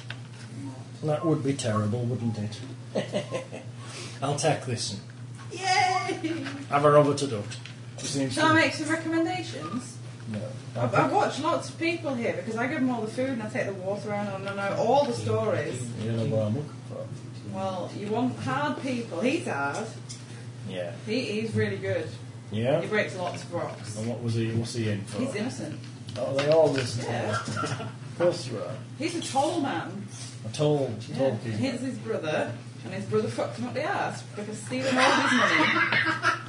Speaker 9: That would be terrible, wouldn't it? I'll take this. one.
Speaker 6: Yay!
Speaker 9: Have a rubber to do it.
Speaker 6: Shall I make some recommendations?
Speaker 9: No.
Speaker 6: I, I watch lots of people here because I give them all the food and I take the water around and I know all the stories.
Speaker 9: You know
Speaker 2: uh,
Speaker 9: what I'm looking for.
Speaker 6: Well, you want hard people. He's hard.
Speaker 9: Yeah.
Speaker 6: He, he's really good.
Speaker 9: Yeah?
Speaker 6: He breaks lots of rocks.
Speaker 9: And what was he? What's he in for?
Speaker 6: He's innocent.
Speaker 9: Oh, they all listen to
Speaker 6: Yeah.
Speaker 9: that. Of course you are.
Speaker 6: He's a tall man.
Speaker 9: A tall,
Speaker 6: Yeah.
Speaker 9: tall
Speaker 6: And
Speaker 9: kid.
Speaker 6: Here's his brother, and his brother fucked him up the ass because stealing all his money.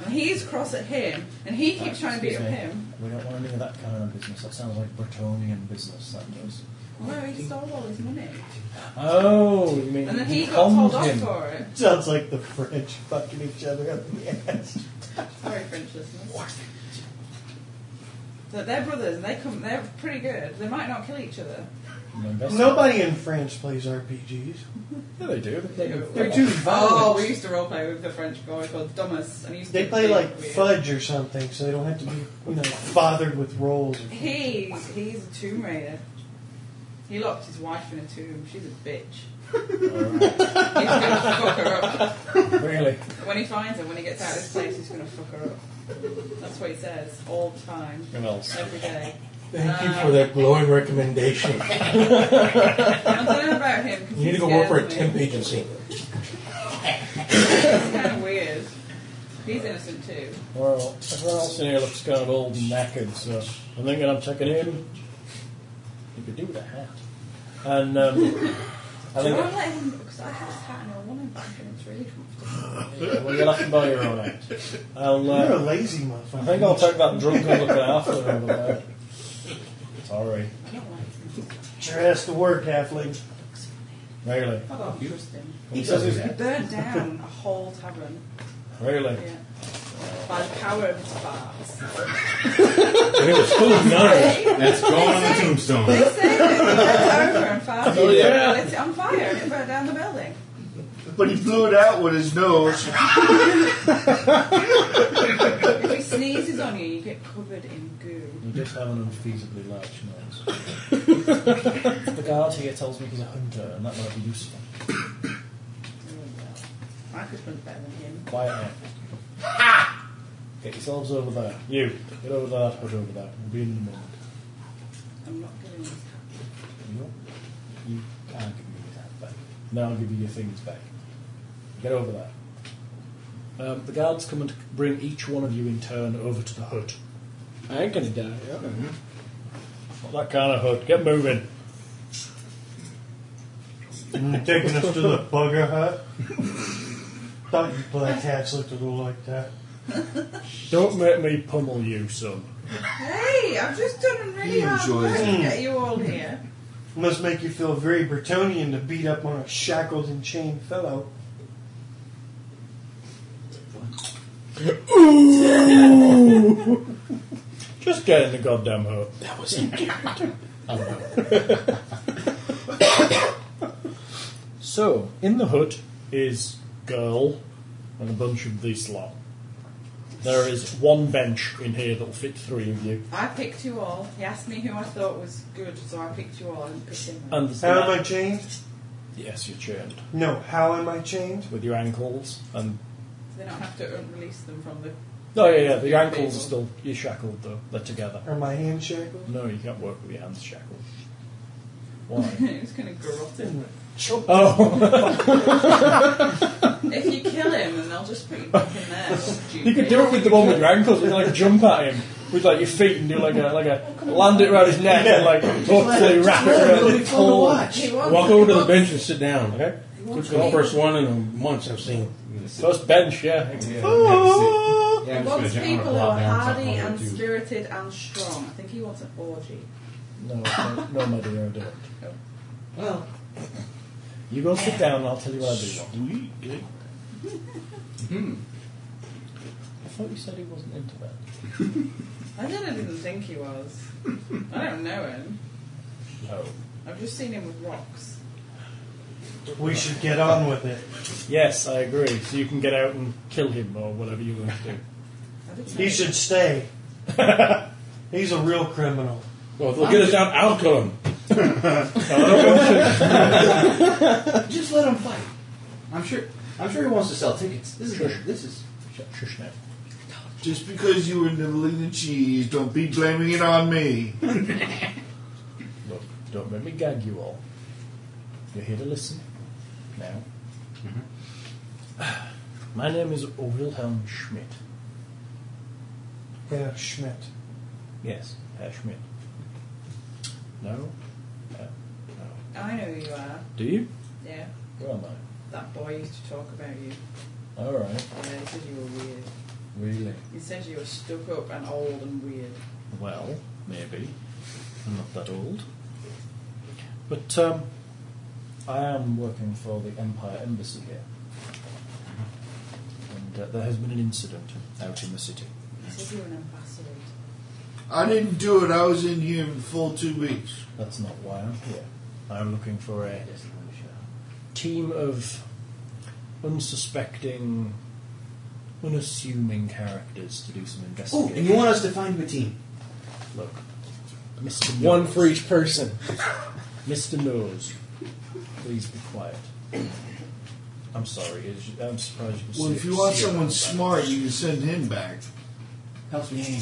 Speaker 6: And he's cross at him, and he keeps trying to beat up
Speaker 9: Excuse me.
Speaker 6: him.
Speaker 9: We don't want any of that kind of business. That sounds like Bretonian business, that does.
Speaker 6: Well, he stole all his money.
Speaker 9: Oh, you mean
Speaker 6: And then
Speaker 9: you
Speaker 6: he got told
Speaker 9: conned
Speaker 6: off
Speaker 9: him.
Speaker 6: for it.
Speaker 13: Sounds like the French fucking each other up in the ass.
Speaker 6: Sorry, French listeners. That they're brothers and they come. They're pretty good. They might not kill each other.
Speaker 9: You invest-
Speaker 2: Nobody in France plays RPGs.
Speaker 9: Yeah, they do. They do.
Speaker 2: They're too
Speaker 6: Oh,
Speaker 2: violent.
Speaker 6: we used to roleplay with the French guy called Thomas, and he used to
Speaker 2: They play
Speaker 6: be
Speaker 2: like
Speaker 6: weird.
Speaker 2: fudge or something, so they don't have to be you know, bothered with rolls. Or
Speaker 6: He's he's a tomb raider. He locked his wife in a tomb. She's a bitch. he's gonna fuck her up.
Speaker 9: Really?
Speaker 6: When he finds her, when he gets out of this place, he's gonna fuck her up. That's what he says all the time,
Speaker 9: Who else?
Speaker 6: every day.
Speaker 10: Thank you for that glowing recommendation.
Speaker 6: I'm telling him about him. 'cause
Speaker 10: You
Speaker 6: he
Speaker 10: need to go work for a
Speaker 6: scares me.
Speaker 10: temp agency.
Speaker 6: It's kind of weird. He's innocent too.
Speaker 9: Well, everyone else in here looks kind of old and knackered, so I'm thinking I'm checking in. You could do with a hat. And um, I
Speaker 6: Do you
Speaker 9: think
Speaker 6: want to let him? Because I have his hat and I want him back, and it's really comfortable.
Speaker 9: well, you'll have to buy your own hat. I'll,
Speaker 2: You're a
Speaker 9: uh,
Speaker 2: lazy
Speaker 9: I
Speaker 2: motherfucker.
Speaker 9: think I'll take that drunk and look after her over there. Sorry.
Speaker 6: I don't like him.
Speaker 2: Sure has to work, halfling.
Speaker 9: Really?
Speaker 6: Fuck off, trust him.
Speaker 9: He says he's
Speaker 6: He burned down a whole tavern.
Speaker 9: Really?
Speaker 6: Yeah. By the power of his farts.
Speaker 10: And it was full of knives.
Speaker 14: That's going on the
Speaker 6: They
Speaker 14: tombstone.
Speaker 6: say that he burned over and farted.
Speaker 9: Oh, yeah.
Speaker 6: Lit it on fire and burned down the building.
Speaker 4: But he blew it out with his nose.
Speaker 6: If he sneezes on you, you get covered in goo.
Speaker 9: You just have an unfeasibly large nose. the guard here tells me he's a hunter, and that might be useful.
Speaker 6: Oh, well. I could hunt better than him.
Speaker 9: Quiet now. Get yourselves over there. You. Get over that hut over there. We'll be in the moment.
Speaker 6: I'm not giving this hat.
Speaker 9: You, you can't give me your hat back. Now I'll give you your things back. Get over there. Um, the guards come and bring each one of you in turn over to the hut.
Speaker 15: I ain't gonna die. am I?
Speaker 9: Not that kind of hut. Get moving.
Speaker 2: You're taking us to the bugger hut? Thought you black hats looked a little like that.
Speaker 9: Don't make me pummel you, son.
Speaker 6: Hey, I've just done a really
Speaker 4: He
Speaker 6: hard
Speaker 4: enjoys
Speaker 6: work to
Speaker 2: it.
Speaker 6: get you all here.
Speaker 2: Must make you feel very Bretonian to beat up on a shackled and chained fellow.
Speaker 9: Just get in the goddamn hut. So, in the hut is Girl and a bunch of these lot. There is one bench in here that will fit three of you.
Speaker 6: I picked you all. He asked me who I thought was good, so I picked you all and picked him.
Speaker 9: And
Speaker 2: How am I chained?
Speaker 9: Yes, you're chained.
Speaker 2: No, how am I chained?
Speaker 9: With your ankles and...
Speaker 6: They don't have to release them from the.
Speaker 9: No, Oh, yeah, yeah, your ankles are still... You're shackled, though. They're together.
Speaker 2: Are my hands shackled?
Speaker 9: No, you can't work with your hands shackled. Why?
Speaker 6: it was kind of grotty.
Speaker 9: oh,
Speaker 6: if you kill him, then they'll just put you back in there.
Speaker 9: you could do it with the one with your ankles. You could, like, jump at him with, like, your feet and do, like, a... Like a land it around his neck and, like, hopefully wrap it around
Speaker 2: It'll be
Speaker 9: his
Speaker 2: fun to
Speaker 9: collar.
Speaker 2: watch.
Speaker 6: He wants,
Speaker 10: Walk over to the bench and sit down.
Speaker 9: Okay?
Speaker 10: It's the first one in months I've seen.
Speaker 14: You
Speaker 4: gonna sit.
Speaker 9: First bench, yeah.
Speaker 4: Yeah, I'm gonna sit- yeah, I'm
Speaker 6: wants
Speaker 4: just gonna jump- I'm gonna
Speaker 6: people who
Speaker 4: plop
Speaker 6: are
Speaker 4: down
Speaker 6: hardy
Speaker 4: somewhere
Speaker 6: and
Speaker 4: to-
Speaker 6: spirited and strong. I think he wants an orgy.
Speaker 3: No, no, no, my dear, I don't.
Speaker 4: Well,
Speaker 3: You go sit down, and I'll tell you what I do. want.
Speaker 12: Sweet.
Speaker 3: I thought you said he wasn't into that.
Speaker 6: I did I didn't think he was. I don't know him.
Speaker 4: no.
Speaker 6: I've just seen him with rocks.
Speaker 11: We should get on with it.
Speaker 9: Yes, I agree. So you can get out and kill him or whatever you want to do.
Speaker 6: I did say
Speaker 11: He should stay. He's a real criminal.
Speaker 10: Well, if they'll get us out, I'll kill him.
Speaker 4: Just let him fight. I'm sure. I'm sure he wants to sell tickets. This is. This is.
Speaker 9: Shush now.
Speaker 8: Just because you were nibbling the cheese, don't be blaming it on me.
Speaker 9: Look, don't let me gag you all. You're here to listen. Now. My name is Wilhelm Schmidt.
Speaker 2: Yeah, Schmidt.
Speaker 9: Yes, Herr Schmidt. No? Herr- no.
Speaker 6: I know who you are.
Speaker 9: Do you?
Speaker 6: Yeah.
Speaker 9: Where am I?
Speaker 6: That boy used to talk about you.
Speaker 9: Alright.
Speaker 6: Yeah, he said you were weird.
Speaker 9: Really?
Speaker 6: He said you were stuck up and old and weird.
Speaker 9: Well, maybe. I'm not that old. But um, I am working for the Empire Embassy here. And uh, there has been an incident out in the city.
Speaker 6: He said you were an ambassador.
Speaker 8: I didn't do it. I was in here full two weeks.
Speaker 9: That's not why I'm here. I'm looking for a team of unsuspecting, unassuming characters to do some
Speaker 4: Oh,
Speaker 9: investigation.
Speaker 4: and you want us to find him a team?
Speaker 8: Oh,
Speaker 9: Look, Mr. Nose.
Speaker 3: One for each person.
Speaker 9: Mr. Nose, please be quiet. I'm sorry. it's- I'm surprised you can
Speaker 8: Well,
Speaker 9: see
Speaker 8: if you want
Speaker 9: see it
Speaker 8: someone
Speaker 9: like that.
Speaker 8: smart, you can send him back.
Speaker 4: Helps me aim.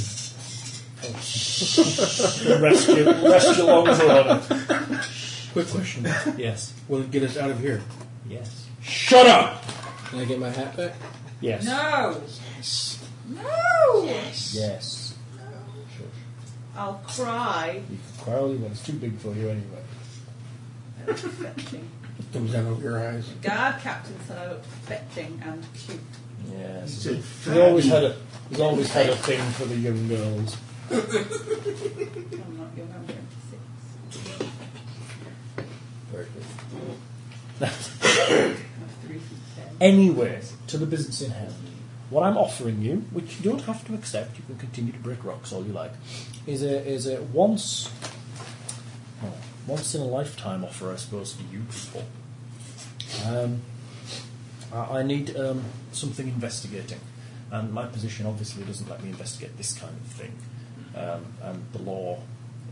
Speaker 9: rest your, rest your lungs on it.
Speaker 10: Quick question.
Speaker 9: Yes.
Speaker 10: Will it get us out of here?
Speaker 9: Yes.
Speaker 10: Shut up!
Speaker 3: Can I get my hat back?
Speaker 9: Yes.
Speaker 6: No! No!
Speaker 9: Yes. Sure.
Speaker 6: I'll cry.
Speaker 9: You can cry all you want. It's too big for you anyway.
Speaker 6: Fetching.
Speaker 10: Comes out over your eyes.
Speaker 6: Guard captain said I looked fetching and cute.
Speaker 8: He
Speaker 9: Yes.
Speaker 8: said,
Speaker 9: He's always had a he's always had a thing for the young girls.
Speaker 6: I'm not young, I'm 26.
Speaker 9: Very good.
Speaker 6: I'm 3 feet 10.
Speaker 9: Anyway, to the business in hand. What I'm offering you, which you don't have to accept, you can continue to break rocks all you like, is a is a once oh, once in a lifetime offer, I suppose, to you people. Um, I, I need um, something investigating, and my position obviously doesn't let me investigate this kind of thing, um, and the law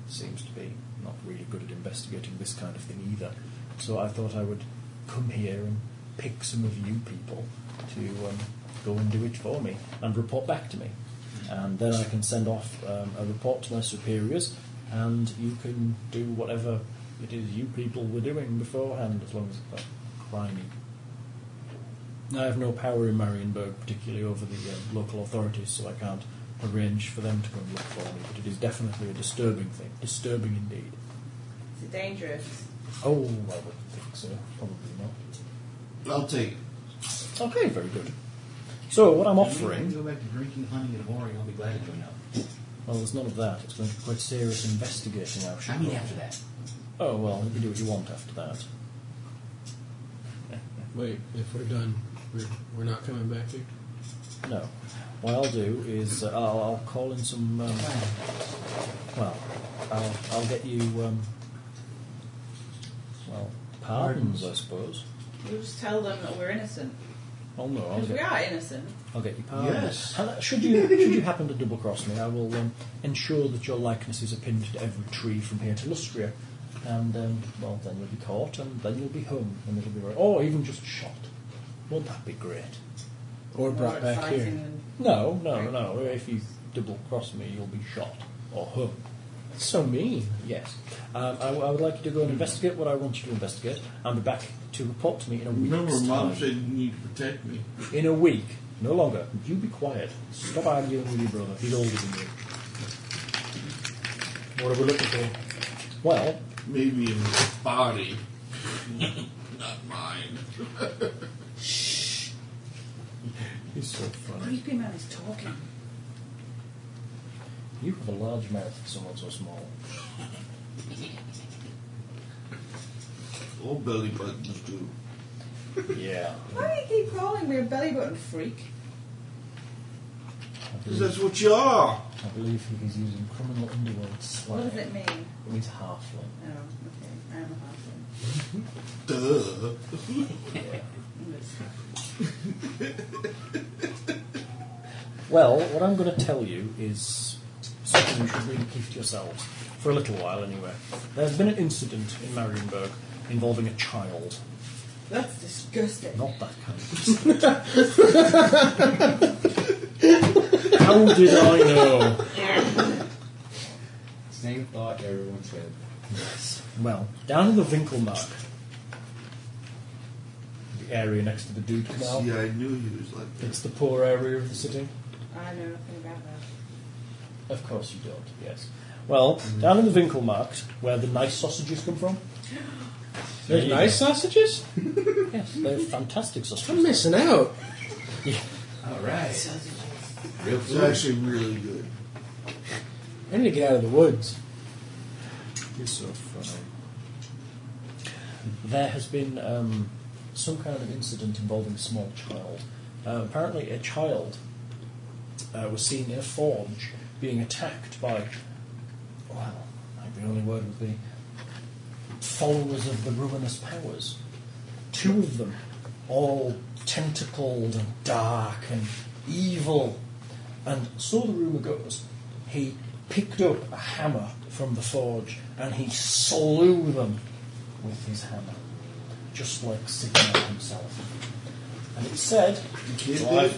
Speaker 9: seems to be not really good at investigating this kind of thing either. So I thought I would come here and pick some of you people to um, go and do it for me and report back to me, and then I can send off um, a report to my superiors, and you can do whatever it is you people were doing beforehand, as long as it's not crimey. I have no power in Marienburg, particularly over the uh, local authorities, so I can't arrange for them to come and look for me. But it is definitely a disturbing thing. Disturbing indeed.
Speaker 6: Is it dangerous?
Speaker 9: Oh, I wouldn't think so. Probably not.
Speaker 8: I'll take it.
Speaker 9: Okay, very good. So, what I'm
Speaker 4: If
Speaker 9: offering.
Speaker 4: you Go back to drinking, hunting, and whoring. I'll be glad to join up.
Speaker 9: Well, there's none of that. It's going to be quite serious investigating, I should
Speaker 4: I mean,
Speaker 9: call.
Speaker 4: after that.
Speaker 9: Oh, well, you can do what you want after that.
Speaker 12: Wait, if we're done, we're, we're not coming back here?
Speaker 9: No. What I'll do is uh, I'll, I'll call in some. Um, well, I'll, I'll get you. Um, well, pardons, I suppose.
Speaker 6: We'll just tell them that we're innocent.
Speaker 9: Oh no, I'll
Speaker 6: Because we
Speaker 9: get,
Speaker 6: are innocent.
Speaker 9: I'll get you pardons.
Speaker 8: Yes.
Speaker 9: And, uh, should you should you happen to double cross me, I will um, ensure that your likenesses are pinned to every tree from here to Lustria, and um, well, then you'll be caught, and then you'll be hung, and it'll be right. Or even just shot. Won't that be great?
Speaker 10: Or brought
Speaker 6: We're
Speaker 10: back
Speaker 6: fighting
Speaker 10: here.
Speaker 6: and-
Speaker 9: No, no, no. If you double cross me, you'll be shot or hung. That's so mean. Yes. Um, I, I would like you to go and investigate what I want you to investigate, and be back to report to me in a week's
Speaker 8: Remember, Mom
Speaker 9: time.
Speaker 8: said you need to protect me.
Speaker 9: In a week, no longer. You be quiet. Stop arguing with your brother. He's older than you.
Speaker 10: What are we looking for?
Speaker 9: Well,
Speaker 8: Maybe in my body, not mine.
Speaker 9: He's so funny.
Speaker 6: Creepy man is talking.
Speaker 2: You have a large mouth for someone so small.
Speaker 8: Old belly buttons do.
Speaker 2: Yeah.
Speaker 6: Why do you keep calling me a belly button freak?
Speaker 2: I
Speaker 8: Because
Speaker 2: believe,
Speaker 8: that's what you are.
Speaker 2: I believe he is using criminal underworld slang.
Speaker 6: What does it mean?
Speaker 2: It means halfling.
Speaker 6: Oh, okay. I am a halfling.
Speaker 8: Duh.
Speaker 6: I'm just-
Speaker 2: Well, what I'm going to tell you is something you should really keep to yourselves, for a little while anyway. There's been an incident in Marienburg involving a child.
Speaker 6: That's disgusting.
Speaker 2: Not that kind of incident. How did I know?
Speaker 4: Same thought everyone's had.
Speaker 2: Well, down in the Winkelmark, the area next to the Dude Canal,
Speaker 8: See, I knew he was like that.
Speaker 2: it's the poor area of the city.
Speaker 6: I know nothing about that.
Speaker 2: Of course you don't, yes. Well, down in the Winkelmarkt, where the nice sausages come from. There
Speaker 10: There's
Speaker 2: you
Speaker 10: nice sausages?
Speaker 2: go. Yes, they're fantastic
Speaker 10: I'm
Speaker 2: sausages.
Speaker 10: missing out.
Speaker 4: All right. Real
Speaker 8: It's actually really good.
Speaker 10: I need to get out of the woods.
Speaker 2: You're so funny. There has been um, some kind of incident involving a small child. Uh, apparently, a child uh, was seen in a forge being attacked by, well, I think the only word would be followers of the ruinous powers. Two of them, all tentacled and dark and evil. And so the rumour goes, he picked up a hammer from the forge and he slew them with his hammer, just like Sigma himself. And it said,
Speaker 8: The kid
Speaker 2: Why?
Speaker 8: did?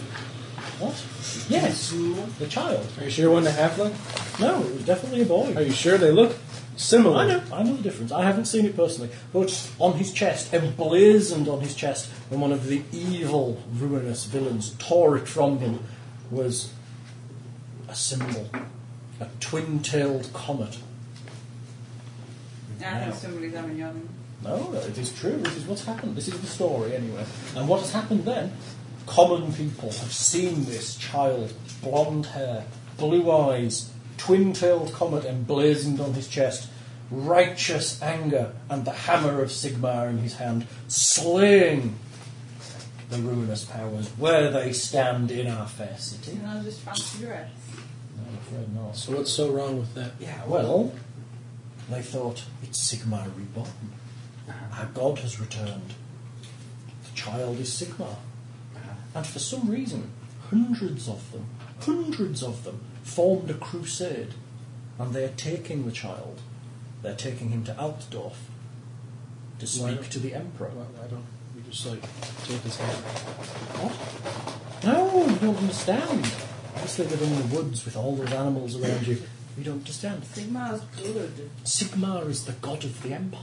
Speaker 2: What? Yes, the child.
Speaker 10: Are you sure it wasn't a halfling?
Speaker 2: No, it was definitely a boy.
Speaker 10: Are you sure they look similar?
Speaker 2: I know, I know the difference. I haven't seen it personally, but on his chest, emblazoned on his chest, when one of the evil, ruinous villains tore it from him, was a symbol, a twin-tailed comet.
Speaker 6: I think somebody's having young.
Speaker 2: No, it is true. This is what's happened. This is the story, anyway. And what has happened then? Common people have seen this child, blonde hair, blue eyes, twin tailed comet emblazoned on his chest, righteous anger, and the hammer of Sigmar in his hand, slaying the ruinous powers where they stand in our fair city.
Speaker 6: And I just fancy dress.
Speaker 2: No, I'm afraid not.
Speaker 10: So what's so wrong with that?
Speaker 2: Yeah, well, they thought it's Sigmar reborn.
Speaker 10: Uh-huh.
Speaker 2: Our god has returned. The child is Sigmar.
Speaker 10: Uh-huh.
Speaker 2: And for some reason, hundreds of them, hundreds of them, formed a crusade. And they're taking the child. They're taking him to Altdorf to
Speaker 10: Why
Speaker 2: speak
Speaker 10: not?
Speaker 2: to the Emperor.
Speaker 10: Why, why don't we just like take his hand?
Speaker 2: What? No, you don't understand. Obviously, they're in the woods with all those animals around you. You don't understand.
Speaker 6: Sigma's good.
Speaker 2: Sigmar is the god of the empire.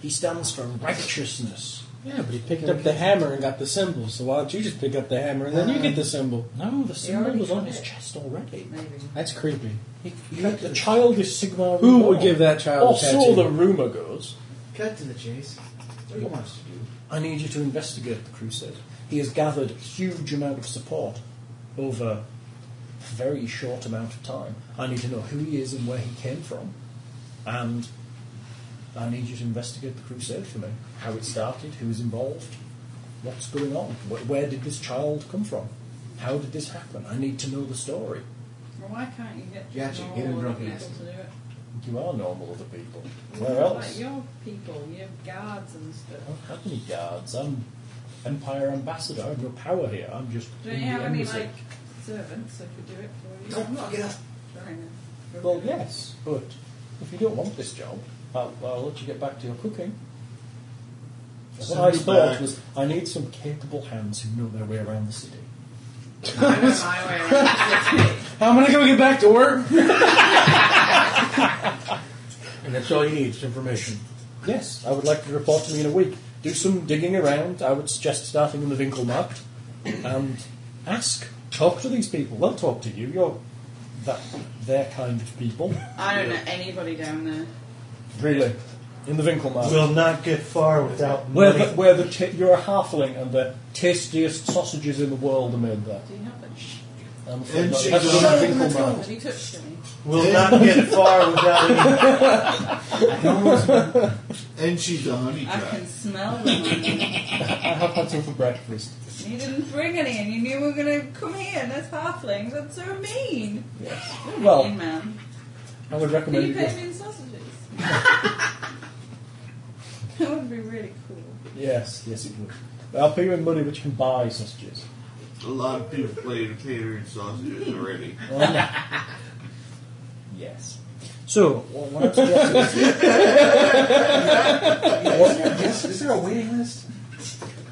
Speaker 2: He stands for righteousness.
Speaker 10: Yeah, but he picked up the hammer and got the symbol. So why don't you just pick up the hammer and then you get the symbol?
Speaker 2: No, the symbol
Speaker 6: already
Speaker 2: was on
Speaker 6: tried
Speaker 2: his
Speaker 6: it.
Speaker 2: chest already.
Speaker 6: Maybe.
Speaker 10: That's creepy.
Speaker 2: He, he, the childish Sigmar.
Speaker 10: Who
Speaker 2: reborn.
Speaker 10: would give that child
Speaker 2: Or
Speaker 10: a
Speaker 2: so
Speaker 10: tattoo?
Speaker 2: the rumor goes.
Speaker 4: Cut to the chase. What do you want us to do?
Speaker 2: I need you to investigate the crusade. He has gathered a huge amount of support over a very short amount of time. I need to know who he is and where he came from, and I need you to investigate the crusade for me. How it started, who's involved, what's going on, wh- where did this child come from, how did this happen? I need to know the story.
Speaker 6: Well, why can't you get
Speaker 4: Yeah, actually,
Speaker 6: normal
Speaker 4: get him
Speaker 6: other
Speaker 4: drunk and
Speaker 6: people
Speaker 4: ask
Speaker 6: to do it?
Speaker 2: You are normal other people. Where else? Oh.
Speaker 6: Like your people, your guards and stuff.
Speaker 2: I don't have any guards. I'm Empire Ambassador. I have no power here. I'm just.
Speaker 6: Don't
Speaker 2: in
Speaker 6: you
Speaker 2: the
Speaker 6: have any
Speaker 2: embassy.
Speaker 6: like servants that could do it for you? Don't knock it up.
Speaker 2: Well, yes, but if you don't want this job, I'll, I'll let you get back to your cooking. What
Speaker 8: Send
Speaker 2: I
Speaker 8: me
Speaker 2: thought
Speaker 8: back.
Speaker 2: was, I need some capable hands who know their way around the city.
Speaker 6: I know my way around the city.
Speaker 10: I'm gonna go get back to work. and that's all you need is information.
Speaker 2: Yes, I would like you to report to me in a week. Do some digging around. I would suggest starting in the Winkelmarkt and ask, talk to these people. They'll talk to you. You're that their kind of people.
Speaker 6: I don't know anybody down there.
Speaker 2: Really?
Speaker 9: in the Winkelmarkt.
Speaker 2: We'll not get far without
Speaker 9: Where
Speaker 2: money.
Speaker 9: the, where the t- you're a halfling and the tastiest sausages in the world are made there.
Speaker 6: Do you have that? Shh.
Speaker 9: I'm afraid
Speaker 8: And
Speaker 9: not.
Speaker 8: she
Speaker 9: That's
Speaker 8: goes-
Speaker 9: not a Winkelmarkt.
Speaker 6: Have you touched any?
Speaker 2: We'll not get far without any.
Speaker 8: And she's a honey
Speaker 6: I
Speaker 8: trap.
Speaker 6: can smell them.
Speaker 9: I have had some for breakfast.
Speaker 6: you didn't bring any, and you knew we were going to come here, and that's halflings. That's so mean.
Speaker 9: Yes.
Speaker 6: You're
Speaker 9: Well-
Speaker 6: mean man.
Speaker 9: I would
Speaker 6: Can
Speaker 9: recommend
Speaker 6: you
Speaker 9: it.
Speaker 6: pay
Speaker 9: yes.
Speaker 6: me in sausages? that would be really cool.
Speaker 9: Yes, yes, it would. I'll pay you in money, which can buy sausages.
Speaker 8: A lot of people play the catering sausages already.
Speaker 4: Yes.
Speaker 9: So, what what I'm suggesting is- what,
Speaker 4: Yes. Is there a waiting list?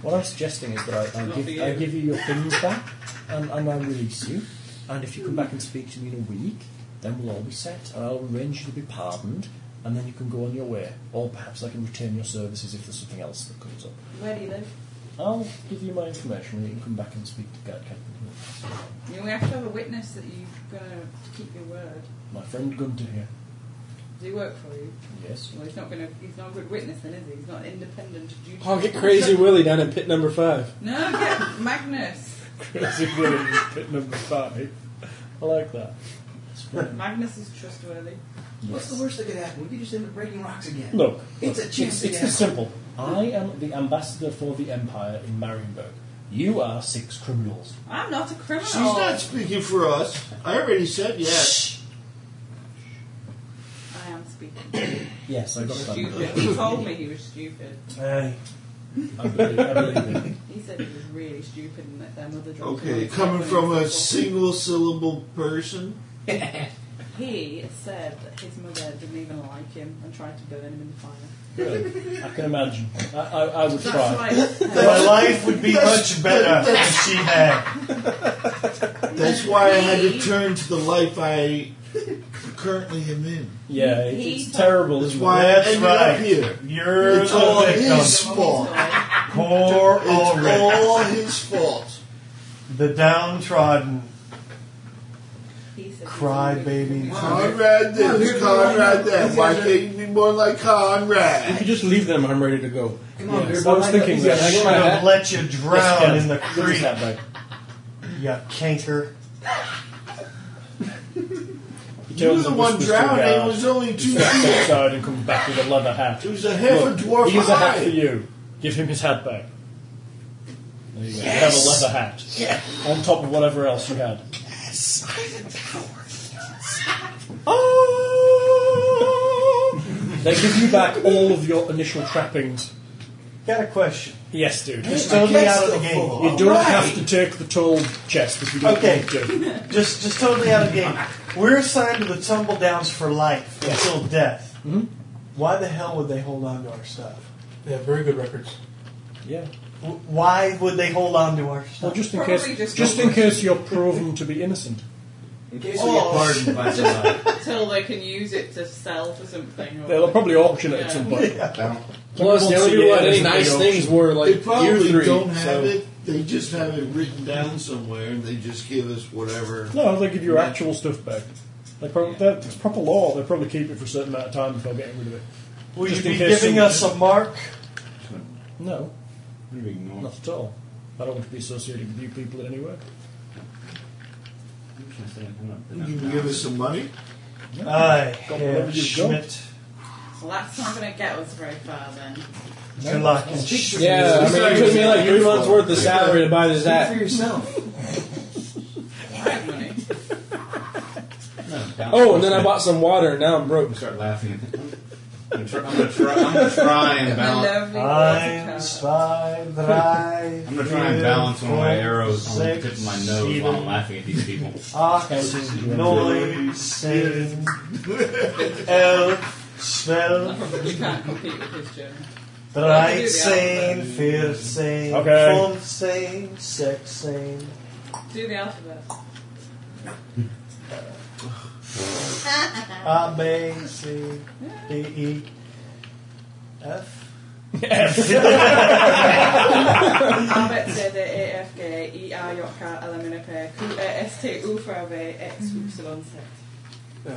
Speaker 9: what I'm suggesting is that I, I,
Speaker 6: Not
Speaker 9: give,
Speaker 6: for
Speaker 9: I
Speaker 6: you.
Speaker 9: give you your things back, and, and I release you. And if you come back and speak to me in a week, then we'll all be set, and I'll arrange you to be pardoned, and then you can go on your way. Or perhaps I can return your services if there's something else that comes up.
Speaker 6: Where do you live?
Speaker 9: I'll give you my information, and you can come back and speak to Gad Captain.
Speaker 6: You know, we have to have a witness that you're going to keep your word.
Speaker 9: My friend Gunter here.
Speaker 6: Does he work for you?
Speaker 9: Yes.
Speaker 6: Well, he's not going to. He's not a good witness, then, is he? He's not independent judicial.
Speaker 3: I'll get Crazy Willie down at pit number five.
Speaker 6: No, get Magnus.
Speaker 9: Crazy Willie is pit number five. I like that. It's fine.
Speaker 6: Magnus is trustworthy.
Speaker 4: What's the worst that could happen? We could just end up breaking rocks again.
Speaker 9: Look,
Speaker 4: It's a chance
Speaker 9: It's, it's
Speaker 4: again.
Speaker 9: as simple. I am the ambassador for the Empire in Marienburg. You are six criminals.
Speaker 6: I'm not a criminal.
Speaker 8: She's not speaking for us. I already said yes.
Speaker 6: I am speaking.
Speaker 9: Yes, I got
Speaker 6: Stupid.
Speaker 9: that.
Speaker 6: He told me he was stupid.
Speaker 9: Aye. I believe, I believe it.
Speaker 6: He said he was really stupid and that their mother dropped him
Speaker 8: Okay,
Speaker 6: off
Speaker 8: coming
Speaker 6: when he
Speaker 8: from a
Speaker 6: was little.
Speaker 8: single syllable person.
Speaker 6: He said that his mother didn't even like him and tried to burn him in the fire.
Speaker 9: Really, I can imagine. I, I, I would
Speaker 6: That's um,
Speaker 9: try.
Speaker 6: right.
Speaker 2: My life would be much better if she had.
Speaker 8: That's why I had to turn to the life I currently am in.
Speaker 9: Yeah, it, it's terrible,
Speaker 8: That's
Speaker 9: isn't
Speaker 8: why I
Speaker 9: it?
Speaker 2: That's
Speaker 8: ended up
Speaker 2: right.
Speaker 8: here.
Speaker 2: You're
Speaker 8: It's all
Speaker 2: the victim.
Speaker 8: his fault.
Speaker 2: Poor
Speaker 8: It's
Speaker 2: Ulrich.
Speaker 8: all his fault.
Speaker 2: the downtrodden
Speaker 6: He said he was really
Speaker 2: crybaby.
Speaker 8: Conrad this, Conrad that. Why can't you be more like
Speaker 10: If you
Speaker 8: Conrad?
Speaker 10: just leave them, I'm ready to go.
Speaker 4: Come on,
Speaker 9: Yes,
Speaker 4: beer
Speaker 9: I was
Speaker 4: bottle,
Speaker 9: thinking
Speaker 4: I got-
Speaker 9: that.
Speaker 2: Should have let you drown in the
Speaker 9: Give us
Speaker 2: creek,
Speaker 9: that back.
Speaker 2: you canker.
Speaker 9: He
Speaker 8: You
Speaker 9: turns
Speaker 8: were the
Speaker 9: and
Speaker 8: one
Speaker 9: whispers to the
Speaker 8: drowning. It
Speaker 9: guard.
Speaker 8: was only
Speaker 9: He
Speaker 8: two
Speaker 9: steps
Speaker 8: feet.
Speaker 9: outside and comes back with a leather hat.
Speaker 8: It was a half a dwarf
Speaker 9: Here's a hat for
Speaker 8: high.
Speaker 9: you. Give him his hat back. There you go. You have a leather hat. On top of whatever else you had. Oh! They give you back all of your initial trappings.
Speaker 2: Got a question.
Speaker 9: Yes, dude.
Speaker 2: Just told me out of the game.
Speaker 9: You don't have to take the tall chest if you don't
Speaker 2: Okay.
Speaker 9: want to.
Speaker 2: Just, just totally out of the game. We're assigned to the tumble downs for life until death.
Speaker 9: Mm-hmm.
Speaker 2: Why the hell would they hold on to our stuff?
Speaker 10: They have very good records.
Speaker 9: Yeah.
Speaker 2: W- Why would they hold on to our stuff?
Speaker 9: Well, just in
Speaker 6: Probably
Speaker 9: case,
Speaker 6: just-
Speaker 9: just, in case you're proven to be innocent.
Speaker 4: In case we get pardoned by somebody.
Speaker 6: Until they can use it to sell for something. Or
Speaker 9: They'll probably auction it at some point.
Speaker 3: Plus, the only what any nice things were
Speaker 8: They
Speaker 3: like you
Speaker 8: probably
Speaker 3: three.
Speaker 8: don't have
Speaker 3: so-
Speaker 8: it. They just have it written down somewhere, and they just give us whatever.
Speaker 9: No, they give you your actual stuff back. They probably, It's proper law. They probably keep it for a certain amount of time before getting rid of it.
Speaker 2: Will
Speaker 9: just
Speaker 2: you
Speaker 9: in
Speaker 2: be
Speaker 9: case
Speaker 2: giving
Speaker 9: some-
Speaker 2: us a mark?
Speaker 9: No,
Speaker 4: You're being normal.
Speaker 9: not at all. I don't want to be associated with you people in any way.
Speaker 8: You can give us some money.
Speaker 2: Aye,
Speaker 9: Got
Speaker 2: Herr
Speaker 9: whatever you've got.
Speaker 2: Schmidt.
Speaker 6: Well, that's not going to get us very far then.
Speaker 2: Good luck and sh-
Speaker 3: Yeah, I mean, it took me like three months worth of salary to buy this hat.
Speaker 8: yourself.
Speaker 6: Bread money.
Speaker 3: Oh, and then I bought some water, and now I'm broke.
Speaker 4: I'm start laughing. I'm gonna try, I'm gonna try, I'm gonna try and
Speaker 6: A
Speaker 4: balance.
Speaker 6: lovely
Speaker 2: Ein,
Speaker 6: watercolour.
Speaker 2: zwei, drei.
Speaker 4: I'm gonna try and balance one of my arrows on the
Speaker 2: six,
Speaker 4: tip of my nose while I'm laughing at these people.
Speaker 2: Acht, neun, zehn, elf, zwölf,
Speaker 6: You can't compete with his journey.
Speaker 2: 13, 14,
Speaker 9: Okay.
Speaker 2: 15, 16.
Speaker 6: Do the alphabet.
Speaker 2: A, B, C, D, E, F.
Speaker 6: Albert said that E, AFG, ER, Yotka, Elimina Pair, QAST, UFRV, X, Y, Z.
Speaker 10: What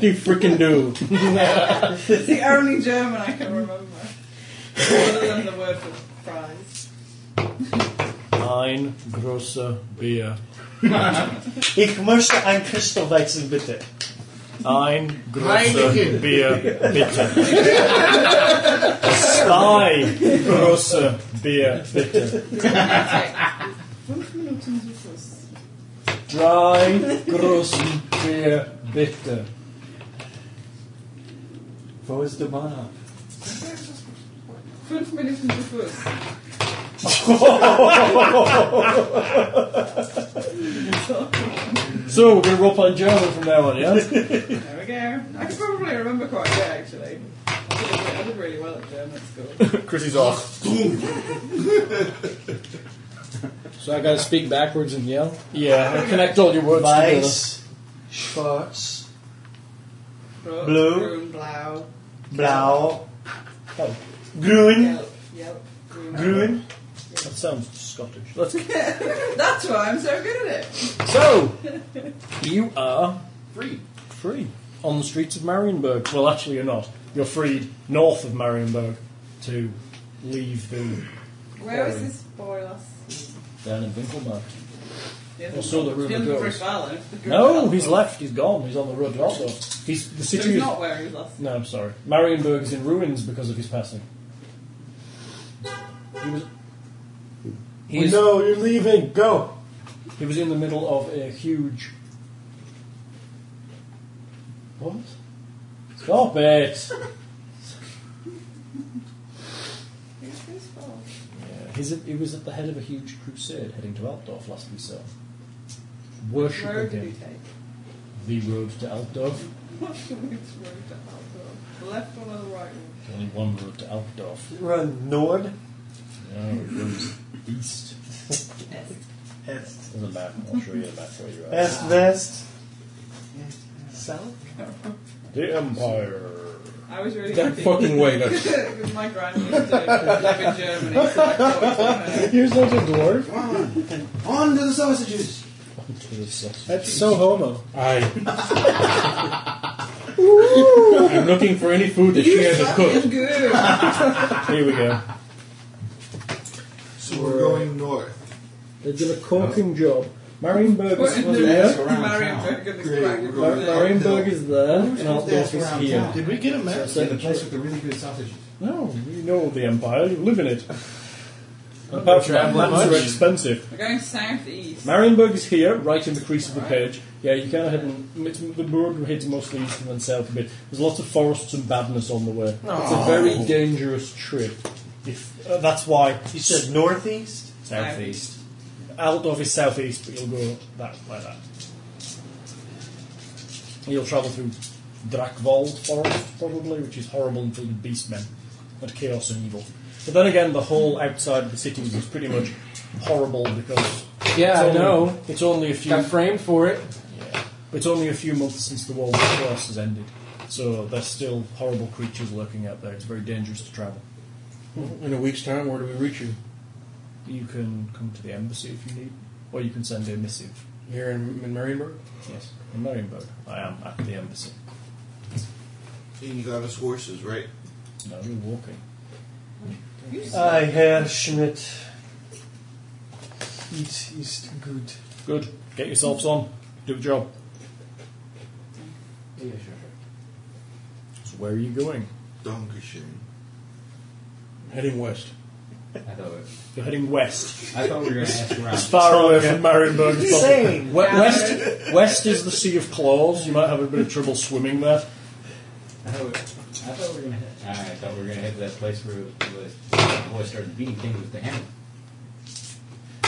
Speaker 10: do you freaking do?
Speaker 6: It's the only German I can remember. Other than the word for fries.
Speaker 9: Ein großer Bier.
Speaker 11: Ich möchte ein Christelweizen bitte.
Speaker 9: Ein großer
Speaker 8: Heineken.
Speaker 9: Bier, bitte. Zwei große Bier, bitte.
Speaker 6: Fünf Minuten ist es.
Speaker 9: Drei großen Bier, bitte. Wo ist der Mann?
Speaker 6: Fünf Minuten ist es.
Speaker 9: So, we're going to roleplay in German from now on, yeah?
Speaker 6: There we go. I can probably remember quite a bit actually. I did, I did really well at German at school.
Speaker 12: Chrissy's off.
Speaker 3: So I gotta speak backwards and yell?
Speaker 9: yeah, and connect all your words
Speaker 11: Weiß, schwarz,
Speaker 6: Rot,
Speaker 11: Blue.
Speaker 6: Grün, blau.
Speaker 11: blau, grün,
Speaker 6: Yelp. Yelp. Grün.
Speaker 11: grün.
Speaker 9: together. That sounds Scottish. Let's
Speaker 6: That's why I'm so good at it.
Speaker 9: So, you are free. Free. On the streets of Marienburg. Well, actually, you're not. You're freed north of Marienburg to leave the.
Speaker 6: Where is this boiler?
Speaker 3: Down in Winkelmark.
Speaker 6: Yes,
Speaker 9: Well, so the
Speaker 6: it's
Speaker 9: river
Speaker 6: in the
Speaker 9: goes.
Speaker 6: British Island. The Green
Speaker 9: No,
Speaker 6: Island.
Speaker 9: he's left. He's gone. He's on the road to Altdorf. He's the
Speaker 6: So
Speaker 9: city.
Speaker 6: he's
Speaker 9: is-
Speaker 6: not where he was last.
Speaker 9: No, I'm sorry. Marienburg is in ruins because of his passing. He was. He is-
Speaker 3: No, you're leaving. Go.
Speaker 9: He was in the middle of a huge. What? Stop it!
Speaker 6: Who's this for?
Speaker 9: Yeah, he's he was at the head of a huge crusade heading to Altdorf last we saw. Worshipping
Speaker 6: Road did he
Speaker 9: him.
Speaker 6: take?
Speaker 9: The road to Altdorf.
Speaker 6: Which road to Altdorf? The left one or the right one?
Speaker 9: Only one road to Altdorf.
Speaker 11: Run Nord.
Speaker 9: No, it goes east.
Speaker 6: Yes.
Speaker 11: Est.
Speaker 9: There's a map. I'll show you the map where you are.
Speaker 11: Est, West. South?
Speaker 9: The Empire.
Speaker 6: I was really
Speaker 10: That fucking way. That's,
Speaker 6: Because my grandma used to live in Germany, so I thought
Speaker 3: You're such a dwarf.
Speaker 8: On to the sausages.
Speaker 9: To the south.
Speaker 3: That's so homo.
Speaker 10: I. I'm looking for any food that she
Speaker 6: it
Speaker 10: hasn't
Speaker 6: was
Speaker 10: cooked.
Speaker 6: good.
Speaker 9: Here we go.
Speaker 8: So we're going north.
Speaker 9: They did a corking job. Marienburg
Speaker 6: What in
Speaker 9: is
Speaker 6: the
Speaker 9: there.
Speaker 6: Marion Burger is
Speaker 8: Great, we're
Speaker 6: cracked.
Speaker 8: going
Speaker 6: Marion-
Speaker 9: Marienburg is there, and
Speaker 4: supposed to
Speaker 9: Altdorf
Speaker 4: ask
Speaker 9: is
Speaker 4: around
Speaker 9: here.
Speaker 4: town.
Speaker 8: Did we get a map?
Speaker 4: So the place with the really good sausages.
Speaker 9: No, you know the empire. You live in it. Apart from that,
Speaker 12: travel
Speaker 9: maps are
Speaker 12: much.
Speaker 9: expensive.
Speaker 6: We're going southeast.
Speaker 9: Marienburg is here, right in the crease of the page. Yeah, you kind of head and it's, the road heads mostly east and then south a bit. There's lots of forests and badness on the way. It's a very dangerous trip. If uh, that's why
Speaker 11: You said northeast?
Speaker 9: southeast. Altdorf is southeast, but you'll go that like that. You'll travel through Drakvold Forest, probably, which is horrible and filled with beastmen and chaos and evil. But then again, the whole outside of the city was pretty much horrible because it's
Speaker 3: Yeah, I
Speaker 9: only,
Speaker 3: know.
Speaker 9: It's only a few.
Speaker 3: Got framed for it.
Speaker 9: It's only a few months since the War with the Cross has ended, so there's still horrible creatures lurking out there. It's very dangerous to travel.
Speaker 10: In a week's time, where do we reach you?
Speaker 9: You can come to the embassy if you need, or you can send a missive.
Speaker 10: Here in, in Marienburg?
Speaker 9: Yes, in Marienburg. I am at the embassy.
Speaker 8: And you got us horses, right?
Speaker 9: No, you're walking.
Speaker 11: I Herr Schmidt. Eat ist gut.
Speaker 9: Good. Get yourselves on. Do the job. So where are you going?
Speaker 8: Dankeschön.
Speaker 10: Heading west.
Speaker 4: I thought,
Speaker 9: You're heading west,
Speaker 4: I thought we were going to ask around.
Speaker 9: far away from Marienburg. as possible.
Speaker 11: Same.
Speaker 9: We- West, west is the Sea of Claws. You might have a bit of trouble swimming there.
Speaker 4: I thought we, I thought we were going to. I thought we were going to head to that place where, where the boy started beating things with the hammer.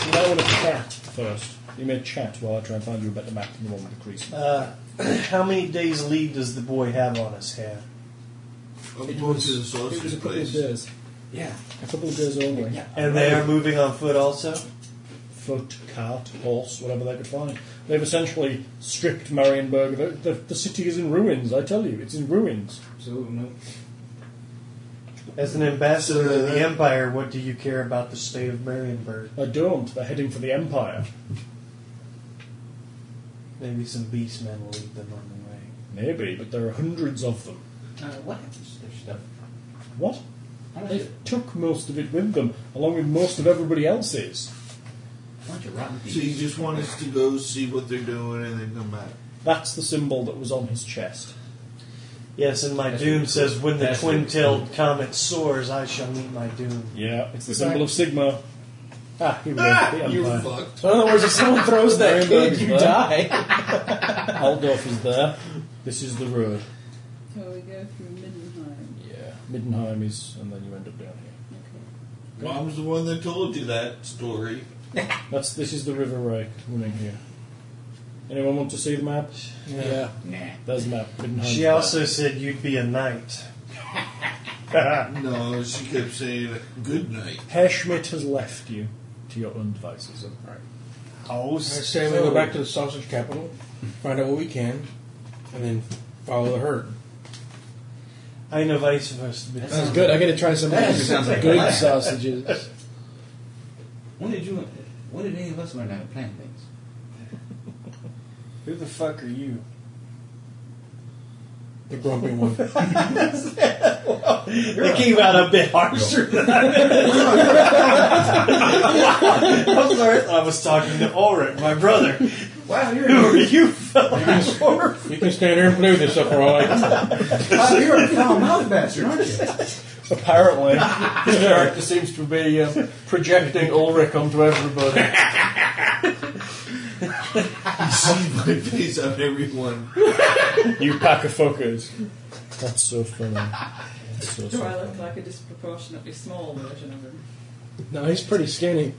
Speaker 9: You might want to chat first. You may chat while I try and find you a better map than the one with the crease.
Speaker 11: Uh, how many days lead does the boy have on his hair?
Speaker 8: I'm going to the sausage
Speaker 9: It was a couple of
Speaker 8: place.
Speaker 9: days.
Speaker 10: Yeah.
Speaker 9: A couple of days only.
Speaker 11: And they are moving on foot also?
Speaker 9: foot, cart, horse, whatever they could find. They've essentially stripped Marienburg of it. The, the city is in ruins, I tell you. It's in ruins.
Speaker 4: So no,
Speaker 11: As an ambassador of the Empire, what do you care about the state of Marienburg?
Speaker 9: I don't. They're heading for the Empire.
Speaker 2: Maybe some beast men will lead them on the way.
Speaker 9: Maybe, but there are hundreds of them.
Speaker 6: Uh, what?
Speaker 4: Their stuff.
Speaker 9: What? They took most of it with them, along with most of everybody else's.
Speaker 4: Bunch of rotten
Speaker 8: So you just want us to go see what they're doing and then come back.
Speaker 9: That's the symbol that was on his chest.
Speaker 2: Yes, and my
Speaker 4: That's
Speaker 2: doom
Speaker 4: pretty
Speaker 2: says,
Speaker 4: cool.
Speaker 2: "When the
Speaker 4: That's pretty
Speaker 2: twin-tailed comet soars, I shall meet my doom."
Speaker 9: Yeah, it's the symbol of Sigma. Ah, here we go. The
Speaker 8: You're
Speaker 9: Empire.
Speaker 8: fucked.
Speaker 3: In other words, if someone throws that kid, you die.
Speaker 9: Aldorf is there. This is the road.
Speaker 6: So we go through Middenheim.
Speaker 9: Yeah. Middenheim is, and then you end up down here.
Speaker 8: Mom's the one that told you that story.
Speaker 9: That's this is the river Ray running here. Anyone want to see the map? Yeah.
Speaker 4: Nah.
Speaker 9: There's the map. Middenheim.
Speaker 2: She also said you'd be a knight.
Speaker 8: No, she kept saying good night.
Speaker 9: Herr Schmidt has left you to your own devices. Right.
Speaker 10: I say we go back to the sausage capital, find out what we can, and then follow the herd.
Speaker 2: I know vice versa. but-
Speaker 4: That's-
Speaker 3: Sounds good. I gotta try some of these
Speaker 4: Sounds like
Speaker 3: good
Speaker 4: a plan.
Speaker 3: sausages.
Speaker 4: When did you? When did any of us learn how to plan things?
Speaker 2: Who the fuck are you?
Speaker 10: The grumpy one.
Speaker 2: They came out a bit harsher than I wow. I'm sorry, I thought I was talking to Ulrich, my brother.
Speaker 4: Wow, you're
Speaker 2: Who are you, fella?
Speaker 10: You can stand there and play with this stuff for all I care.
Speaker 4: wow, you're a foul mouth bastard, aren't you?
Speaker 3: Apparently, the character seems to be um, projecting Ulrich onto everybody.
Speaker 8: You see my face on everyone.
Speaker 9: You pack of fuckers. That's so funny. That's so, so
Speaker 6: Do I
Speaker 9: funny.
Speaker 6: look like a disproportionately small version of him?
Speaker 3: No, he's pretty skinny.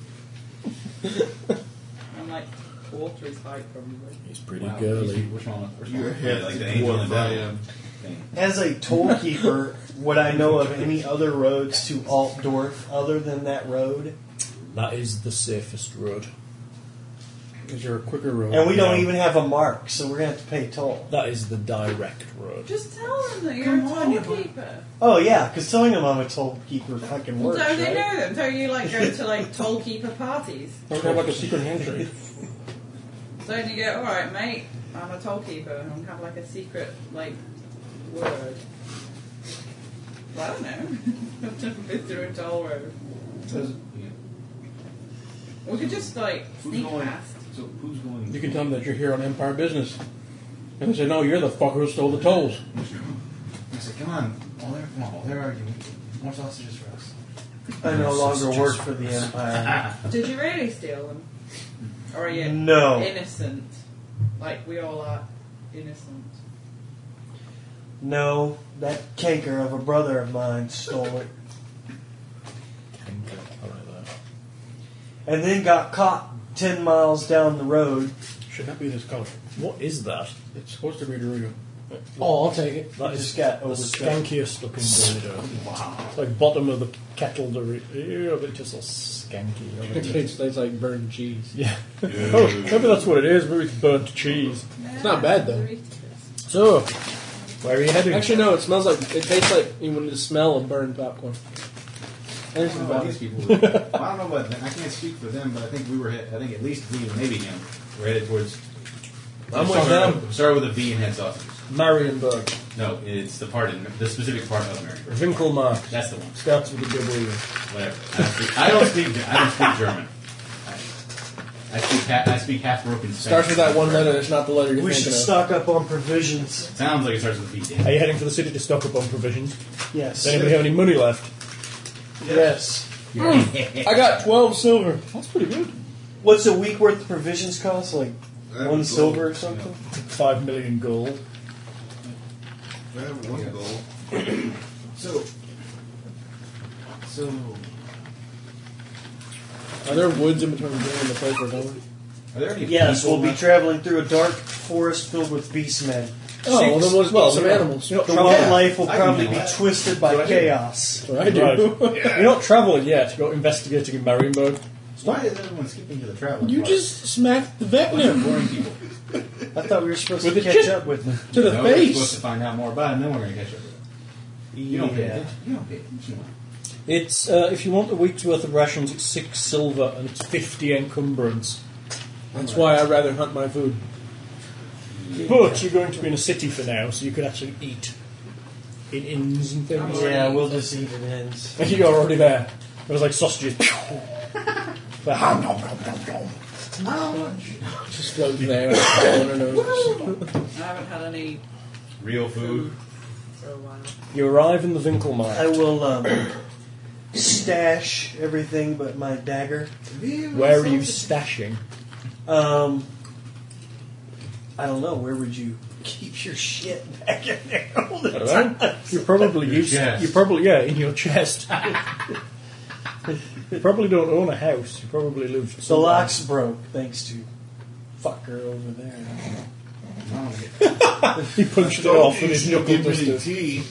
Speaker 6: I'm like quarter his height, probably.
Speaker 9: He's pretty
Speaker 4: Wow,
Speaker 9: girly.
Speaker 4: We're small. We're small.
Speaker 8: Your head
Speaker 4: like
Speaker 8: is
Speaker 4: the angel in
Speaker 8: dwarfed
Speaker 4: the
Speaker 8: by
Speaker 4: Bible
Speaker 8: um,
Speaker 4: thing.
Speaker 2: As a toll keeper, would I know of any other roads to Altdorf other than that road?
Speaker 9: That is the safest road.
Speaker 10: Because you're a quicker road.
Speaker 2: And we don't
Speaker 9: No.
Speaker 2: even have a mark, so we're going to have to pay toll.
Speaker 9: That is the direct road.
Speaker 6: Just tell them that you're
Speaker 4: Come
Speaker 6: a
Speaker 4: on, you
Speaker 6: toll keeper.
Speaker 2: Oh, yeah, because telling them I'm a toll keeper fucking
Speaker 6: Well,
Speaker 2: works,
Speaker 6: don't they
Speaker 2: right?
Speaker 6: know them? Don't you like go to like toll keeper parties?
Speaker 10: Don't have like a secret handshake.
Speaker 6: Don't you go, all right, mate, I'm a toll keeper, and have like a secret like word? Well, I don't know. I've never been through a toll road.
Speaker 4: Does- yeah.
Speaker 6: We could just like
Speaker 4: Who's
Speaker 6: sneak
Speaker 4: going?
Speaker 6: past.
Speaker 4: So who's going?
Speaker 10: You can tell them that you're here on Empire business. And they say, no, you're the fucker who stole the tolls.
Speaker 4: I said, come on, all their, come on, all their argument. More sausages for us.
Speaker 2: I no longer work for the Empire.
Speaker 6: Did you really steal them? Or are you
Speaker 2: No.
Speaker 6: innocent? Like we all are innocent.
Speaker 2: No, that canker of a brother of mine stole it. And then got caught 10 miles down the road.
Speaker 10: Should not be this color.
Speaker 9: What is that?
Speaker 10: It's supposed to be Dorito.
Speaker 3: Oh, I'll take it.
Speaker 9: That
Speaker 2: Just
Speaker 9: is
Speaker 2: got
Speaker 9: the
Speaker 2: overstuffed.
Speaker 9: skankiest looking burrito. Wow. It's like bottom of the kettle burrito. Ew, but it's just all skanky.
Speaker 3: It
Speaker 9: isn't it?
Speaker 3: tastes tastes like burned cheese.
Speaker 9: yeah. oh, maybe that's what it is. Maybe it's burnt cheese.
Speaker 6: It's
Speaker 3: not bad, though.
Speaker 9: So, where are you heading?
Speaker 3: Actually, no. It smells like it tastes like you know, the smell of burned popcorn.
Speaker 4: I
Speaker 3: There's
Speaker 4: don't
Speaker 3: the
Speaker 4: know about
Speaker 3: bottom.
Speaker 4: these people. I don't know about them. I can't speak for them, but I think we were. Hit, I think at least we, maybe him, were headed towards.
Speaker 3: I'm with
Speaker 4: Sorry,
Speaker 3: them.
Speaker 4: Start with a V and head sausages.
Speaker 3: Marienburg,
Speaker 4: No, it's the part in the specific part of America.
Speaker 3: Winkelmark,
Speaker 4: That's the one.
Speaker 3: starts with a W.
Speaker 4: Whatever. I don't speak. I don't speak, I don't speak German. I, I speak. Ha- I speak half broken. Spanish.
Speaker 3: Starts with that one letter. That's not the letter you're
Speaker 2: We should
Speaker 3: thinking of.
Speaker 2: stock up on provisions.
Speaker 4: Sounds like it starts with a V.
Speaker 9: Are
Speaker 4: Dan.
Speaker 9: you heading for the city to stock up on provisions?
Speaker 2: Yes.
Speaker 9: Does anybody have any money left?
Speaker 2: Yes.
Speaker 3: I got twelve silver.
Speaker 9: That's pretty good.
Speaker 2: What's a week worth of provisions cost? Like
Speaker 8: I have
Speaker 2: one
Speaker 8: a
Speaker 2: silver
Speaker 8: goal.
Speaker 2: or something?
Speaker 9: Five million gold.
Speaker 8: I have one goal.
Speaker 4: So. So.
Speaker 3: Are there woods in between you and the place we're going?
Speaker 4: Are there any?
Speaker 2: Yes,
Speaker 4: people
Speaker 2: we'll be
Speaker 4: left?
Speaker 2: traveling through a dark forest filled with beast men.
Speaker 3: Oh, well, then we'll just well, some animals.
Speaker 2: The
Speaker 4: Yeah,
Speaker 2: wildlife will
Speaker 4: I can
Speaker 2: probably
Speaker 4: do
Speaker 2: be
Speaker 4: that.
Speaker 2: twisted by
Speaker 4: Do I do?
Speaker 2: chaos.
Speaker 3: I do.
Speaker 9: You're not travelling yet. You're investigating in Marienburg.
Speaker 4: Why is everyone skipping to the travel?
Speaker 3: You
Speaker 4: part?
Speaker 3: just smacked the veterinarian
Speaker 4: boring people.
Speaker 2: I thought we were supposed
Speaker 3: With
Speaker 2: to
Speaker 3: a
Speaker 2: catch
Speaker 3: chip.
Speaker 2: up with them.
Speaker 3: to the
Speaker 4: no, We're supposed to
Speaker 3: face.
Speaker 4: find out more about it, and then we're going to catch up with it. You don't pay
Speaker 2: Yeah.
Speaker 4: attention. You don't pay attention.
Speaker 9: It's uh, if you want a week's worth of rations, it's six silver and it's fifty encumbrance.
Speaker 3: That's why I rather hunt my food.
Speaker 9: But you're going to be in a city for now, so you could actually eat in inns and things.
Speaker 2: Yeah, we'll just eat it ends.
Speaker 9: You're already there. It was like "Ah, sausages. But how
Speaker 3: Just floating there. on and over.
Speaker 6: I haven't had any
Speaker 4: Real food.
Speaker 6: for a while.
Speaker 9: You arrive in the Winkelmarkt.
Speaker 2: I will um, stash everything but my dagger.
Speaker 9: Where are you stashing?
Speaker 2: Um, I don't know. Where would you keep your shit back in there? all the time?
Speaker 9: You're probably used.
Speaker 4: chest.
Speaker 9: You probably yeah, in your chest. you probably don't own a house. You probably live.
Speaker 2: The
Speaker 9: somewhere.
Speaker 2: locks broke thanks to fucker over there.
Speaker 9: He punched it off with his knuckle dusters.
Speaker 8: tea.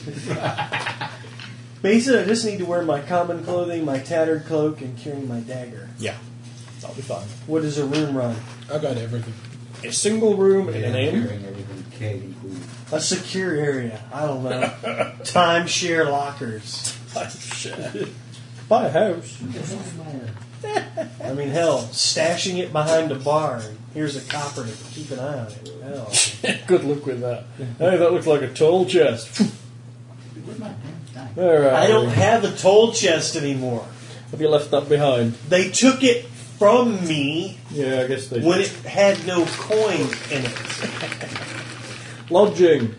Speaker 2: Basically, I just need to wear my common clothing, my tattered cloak, and carry my dagger.
Speaker 9: Yeah, that'll be fine.
Speaker 2: What is a room run?
Speaker 10: I got everything.
Speaker 9: A single room in an inn.
Speaker 4: Carrying everything, keg included.
Speaker 2: A secure area. I don't know. Timeshare lockers.
Speaker 9: Buy a house.
Speaker 2: I mean, hell, stashing it behind a bar. Here's a copper to keep an eye on it. Hell.
Speaker 9: Good luck with that. Hey, that looks like a tall chest. All right.
Speaker 2: I don't have a toll chest anymore.
Speaker 9: Have you left that behind?
Speaker 2: They took it from me
Speaker 9: Yeah, I guess they.
Speaker 2: when it had no coin in it.
Speaker 9: Lodging.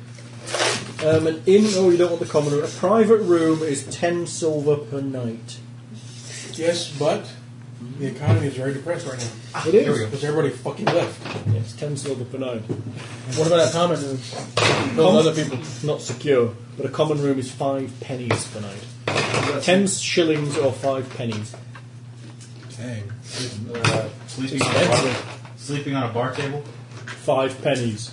Speaker 9: Um, an inn. Oh, you don't want the common room. A private room is ten silver per night.
Speaker 10: Yes, but the economy is very depressed right now
Speaker 9: It is.
Speaker 10: because everybody fucking left.
Speaker 9: Yes, ten silver per night.
Speaker 3: What about a common room? Build other people.
Speaker 9: Not secure, but a common room is five pennies per night. Ten shillings or five pennies.
Speaker 10: Dang.
Speaker 4: Uh, sleeping, on a bar, sleeping on a bar table.
Speaker 9: Five pennies.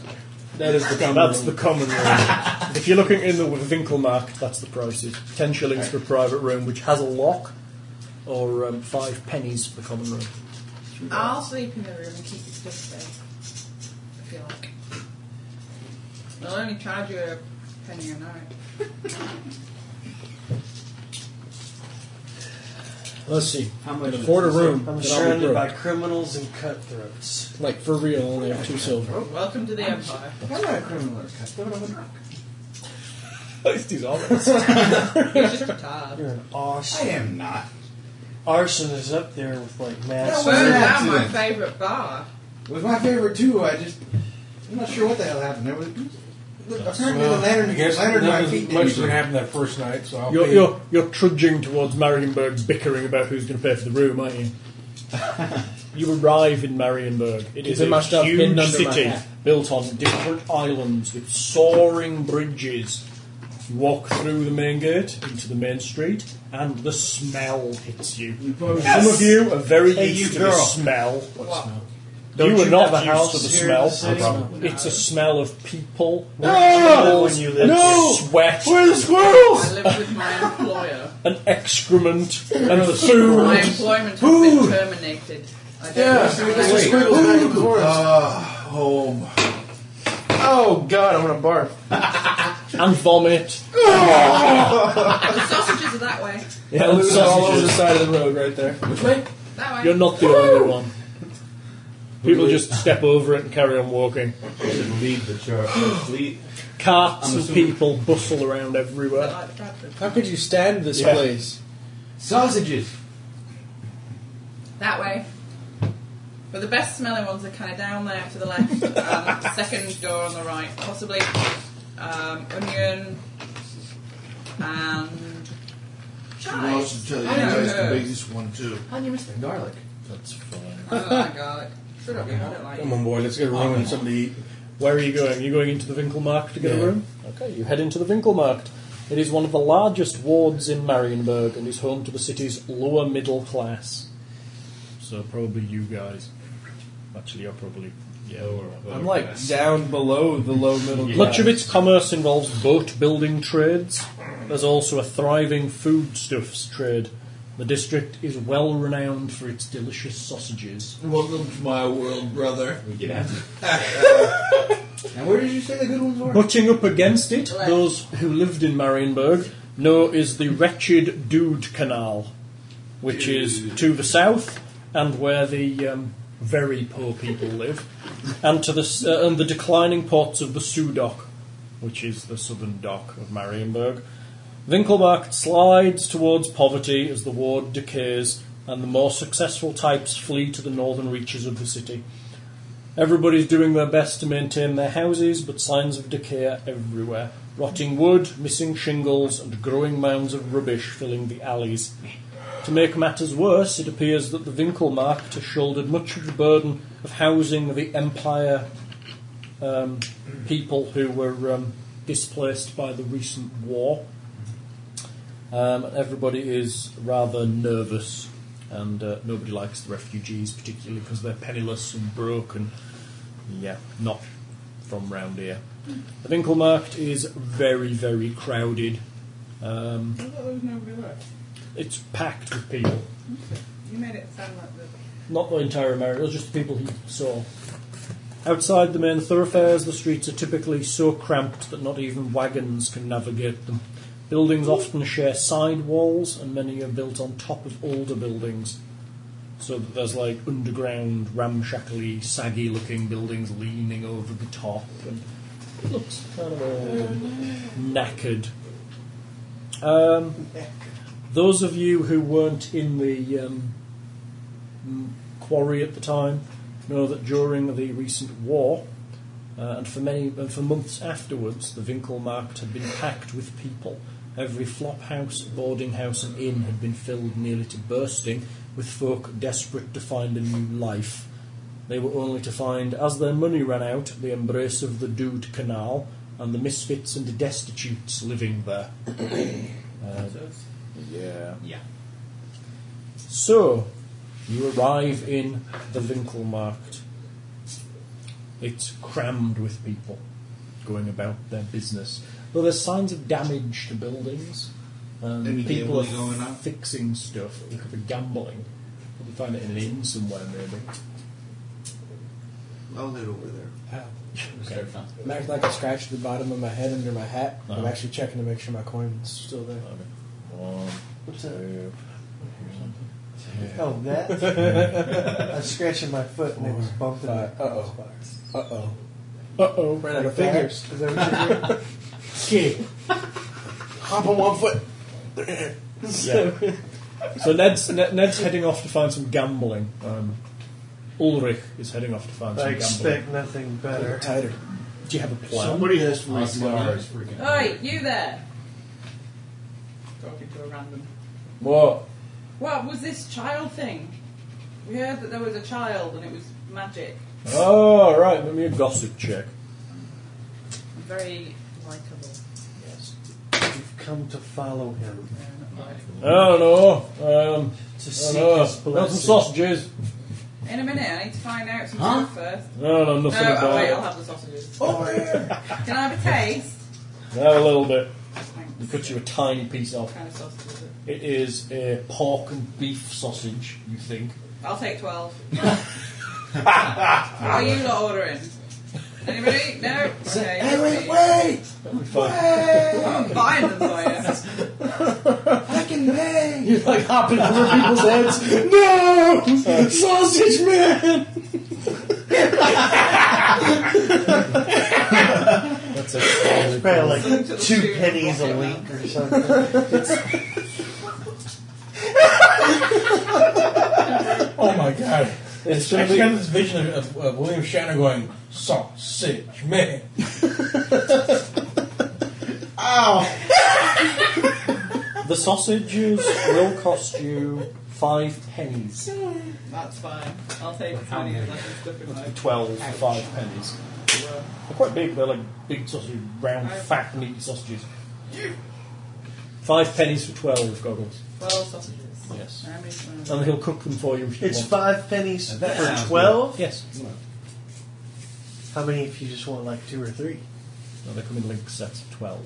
Speaker 10: That is the common
Speaker 9: That's
Speaker 10: room.
Speaker 9: the common room. if you're looking in the Winkelmarkt, that's the prices. Ten shillings for a private room, which has a lock, or um, five pennies for the common room.
Speaker 6: I'll sleep in the room and keep your stuff safe. I feel like. They'll only charge you a penny a night.
Speaker 3: Let's see.
Speaker 2: How much?
Speaker 3: Afford a room.
Speaker 2: I'm
Speaker 3: then I'll be
Speaker 2: surrounded
Speaker 3: broke.
Speaker 2: by criminals and cutthroats.
Speaker 3: Like for real, I only have two silver.
Speaker 6: Welcome to the Empire.
Speaker 2: I'm not a criminal or a cutthroat. I'm a drunk.
Speaker 6: You're just a tad.
Speaker 2: You're an
Speaker 4: I
Speaker 2: arson.
Speaker 4: am not.
Speaker 2: Arson is up there with like mass.
Speaker 8: No,
Speaker 6: Well,
Speaker 8: an
Speaker 6: that's my
Speaker 8: accident.
Speaker 6: favourite bar.
Speaker 4: It was my favorite too. I just I'm not sure what the hell happened. There was look, apparently
Speaker 10: Well,
Speaker 4: the lantern.
Speaker 10: I guess
Speaker 4: lantern at my
Speaker 10: nothing
Speaker 4: feet
Speaker 10: much
Speaker 4: didn't
Speaker 10: that
Speaker 4: work.
Speaker 10: happened that first night, so I'll
Speaker 9: You're,
Speaker 10: be-
Speaker 9: you're, you're trudging towards Marienburg, bickering about who's going to pay for the room, aren't you? you arrive in Marienburg. It is
Speaker 3: Keeping my
Speaker 9: a
Speaker 3: stuff hidden
Speaker 9: huge
Speaker 3: under my
Speaker 9: city
Speaker 3: hat.
Speaker 9: built on different islands with soaring bridges. You walk through the main gate into the main street, and the smell hits you. Some of you are very
Speaker 2: Hey,
Speaker 9: used
Speaker 2: you
Speaker 9: to the
Speaker 2: girl.
Speaker 9: smell.
Speaker 6: What?
Speaker 2: Don't
Speaker 9: you are
Speaker 2: you
Speaker 9: not
Speaker 2: have a
Speaker 9: used to
Speaker 2: house
Speaker 9: the
Speaker 2: here in
Speaker 9: smell.
Speaker 2: the city? Probably
Speaker 9: It's a smell of people,
Speaker 2: No!
Speaker 9: smells,
Speaker 2: When you live
Speaker 9: no! sweat,
Speaker 6: I live with my employer.
Speaker 9: and excrement, and food.
Speaker 6: My employment has been terminated. I don't know.
Speaker 3: Mr. Squiggles back and forth.
Speaker 8: Home.
Speaker 3: oh God, I'm gonna barf.
Speaker 9: and vomit.
Speaker 6: The sausages are that way.
Speaker 3: I
Speaker 9: Yeah,
Speaker 3: lose it all over the side of the road right there.
Speaker 6: That way.
Speaker 9: You're not the only one. People just step over it and carry on walking.
Speaker 4: Lead the charge. Lead.
Speaker 9: Carts and people bustle around everywhere.
Speaker 6: Like Bradford.
Speaker 3: How could you stand this
Speaker 9: Yeah.
Speaker 3: place?
Speaker 4: Sausages.
Speaker 6: That way. But the best smelling ones are kind of down there to the left, um, second door on the right, possibly um, onion and
Speaker 8: Can
Speaker 6: chives.
Speaker 8: also tell you,
Speaker 6: I
Speaker 8: you
Speaker 6: don't
Speaker 8: guys can
Speaker 6: know.
Speaker 8: make this one too.
Speaker 2: you missed garlic.
Speaker 8: That's fine.
Speaker 6: I don't like garlic. oh Shut up, you. I don't like
Speaker 10: Come on, boy, let's get a room and something to eat.
Speaker 9: Where are you going? You're going into the Winkelmarkt to get
Speaker 10: Yeah.
Speaker 9: a room? Okay, you head into the Winkelmarkt. It is one of the largest wards in Marienburg and is home to the city's lower middle class. So probably you guys. Actually, you're probably. Yeah.
Speaker 3: I'm like down below the low middle class.
Speaker 9: Much of its commerce involves boat building trades. There's also a thriving foodstuffs trade. The district is well renowned for its delicious sausages.
Speaker 8: Welcome to my world, brother.
Speaker 4: We get out. and where did you say the good ones were?
Speaker 9: Butting up against it, those who lived in Marienburg know is the wretched Dude Canal, which is to the south and where the um, very poor people live, and to the s- uh, and the declining ports of the Sudock, which is the southern dock of Marienburg. Winkelmarkt slides towards poverty as the ward decays, and the more successful types flee to the northern reaches of the city. Everybody's doing their best to maintain their houses, but signs of decay are everywhere. Rotting wood, missing shingles, and growing mounds of rubbish filling the alleys. To make matters worse, it appears that the Winkelmarkt has shouldered much of the burden of housing the Empire um, people who were um, displaced by the recent war. Um, everybody is rather nervous, and uh, nobody likes the refugees, particularly because they're penniless and broke, and yeah, not from round here. The Winkelmarkt is very, very crowded. Um,
Speaker 6: I thought there was nobody left.
Speaker 9: it's packed with people.
Speaker 6: You made it sound like the.
Speaker 9: Not the entire America, just the people he saw. Outside the main thoroughfares, the streets are typically so cramped that not even wagons can navigate them. Buildings often share side walls, and many are built on top of older buildings. So that there's like underground, ramshackly, saggy looking buildings leaning over the top, and it looks kind of old and knackered. Um, those of you who weren't in the um, mm, quarry at the time know that during the recent war, uh, and for many and for months afterwards, the Winkelmarkt had been packed with people. Every flop house, boarding house, and inn had been filled nearly to bursting with folk desperate to find a new life. They were only to find, as their money ran out, the embrace of the Dude Canal and the misfits and destitutes living there. Uh, yeah.
Speaker 4: Yeah.
Speaker 9: So, you arrive in the Winkelmarkt. It's crammed with people going about their business. Though there's signs of damage to buildings. Um,
Speaker 8: Any
Speaker 9: people are
Speaker 8: gambling going on?
Speaker 9: fixing stuff. It could be gambling. You find it in an inn somewhere, maybe.
Speaker 8: I'll head over there.
Speaker 3: Wow.
Speaker 9: Okay.
Speaker 3: I'm acting like I scratched the bottom of my head under my hat. I'm
Speaker 9: Uh-huh.
Speaker 3: actually checking to make sure my coin's still there.
Speaker 9: One,
Speaker 2: What's that?
Speaker 9: two,
Speaker 2: Oh, that? I was scratching my foot and it was bumping my
Speaker 3: five. Uh-oh.
Speaker 2: box.
Speaker 3: Uh oh.
Speaker 9: Uh oh.
Speaker 3: Ran out of fingers.
Speaker 2: Is that what you're doing?
Speaker 3: Ski. Hop on one foot.
Speaker 9: Yeah. so Ned's, Ned, Ned's heading off to find some gambling. Um, Ulrich is heading off to find
Speaker 2: I
Speaker 9: some gambling.
Speaker 2: expect nothing better.
Speaker 3: Tighter.
Speaker 9: Do you have a plan?
Speaker 8: Somebody has to
Speaker 4: My
Speaker 8: make
Speaker 4: cigar
Speaker 8: money.
Speaker 4: is freaking.
Speaker 6: Oi, you there! Talking to a random.
Speaker 9: What?
Speaker 6: What was this child thing? We heard that there was a child and it was magic.
Speaker 9: Oh, right. Let me a gossip check.
Speaker 6: Very likable.
Speaker 2: You've come to follow him.
Speaker 6: No, not likable.
Speaker 9: I don't know.
Speaker 2: To
Speaker 9: Um, I don't
Speaker 2: seek his
Speaker 9: know. Got some
Speaker 2: blessing.
Speaker 9: sausages.
Speaker 6: In a minute, I need to find out some
Speaker 4: Huh?
Speaker 6: stuff first.
Speaker 9: I don't know nothing
Speaker 6: No, oh
Speaker 9: about
Speaker 6: wait,
Speaker 9: it.
Speaker 6: I'll have the sausages. Can I have a taste?
Speaker 9: Have a little bit. They
Speaker 6: Thanks.
Speaker 9: cut you a tiny piece
Speaker 6: What
Speaker 9: off.
Speaker 6: kind of sausage is it?
Speaker 9: It is a pork and beef sausage, you think.
Speaker 6: I'll take 12. Are you not ordering? Anybody? No? Okay.
Speaker 8: Hey, wait, wait!
Speaker 6: I'm buying them for you.
Speaker 8: I can pay!
Speaker 3: You're like hopping over people's heads. No! Sausage man!
Speaker 9: That's
Speaker 2: Probably
Speaker 6: Something
Speaker 9: it.
Speaker 6: to
Speaker 2: like
Speaker 6: the
Speaker 2: two
Speaker 6: food
Speaker 2: pennies a
Speaker 6: pocket,
Speaker 2: week or something.
Speaker 10: Oh my god.
Speaker 3: It's gonna
Speaker 10: I just
Speaker 3: be.
Speaker 10: got this vision of, of, of William Shatner going, sausage man.
Speaker 9: the sausages will cost you five pennies.
Speaker 6: That's fine. I'll take 20 of that stuff in my
Speaker 9: 12 for five pennies. They're quite big, they're like big sausage, round, fat, meaty sausages. Five pennies for 12 goggles.
Speaker 6: 12 sausages.
Speaker 9: Yes.
Speaker 6: How many do you want?
Speaker 9: And he'll cook them for you if you
Speaker 2: It's
Speaker 9: want.
Speaker 2: five pennies
Speaker 4: That sounds
Speaker 2: for
Speaker 4: good.
Speaker 2: 12?
Speaker 9: Yes.
Speaker 2: How many if you just want like two or three?
Speaker 9: No, they come in link sets of 12.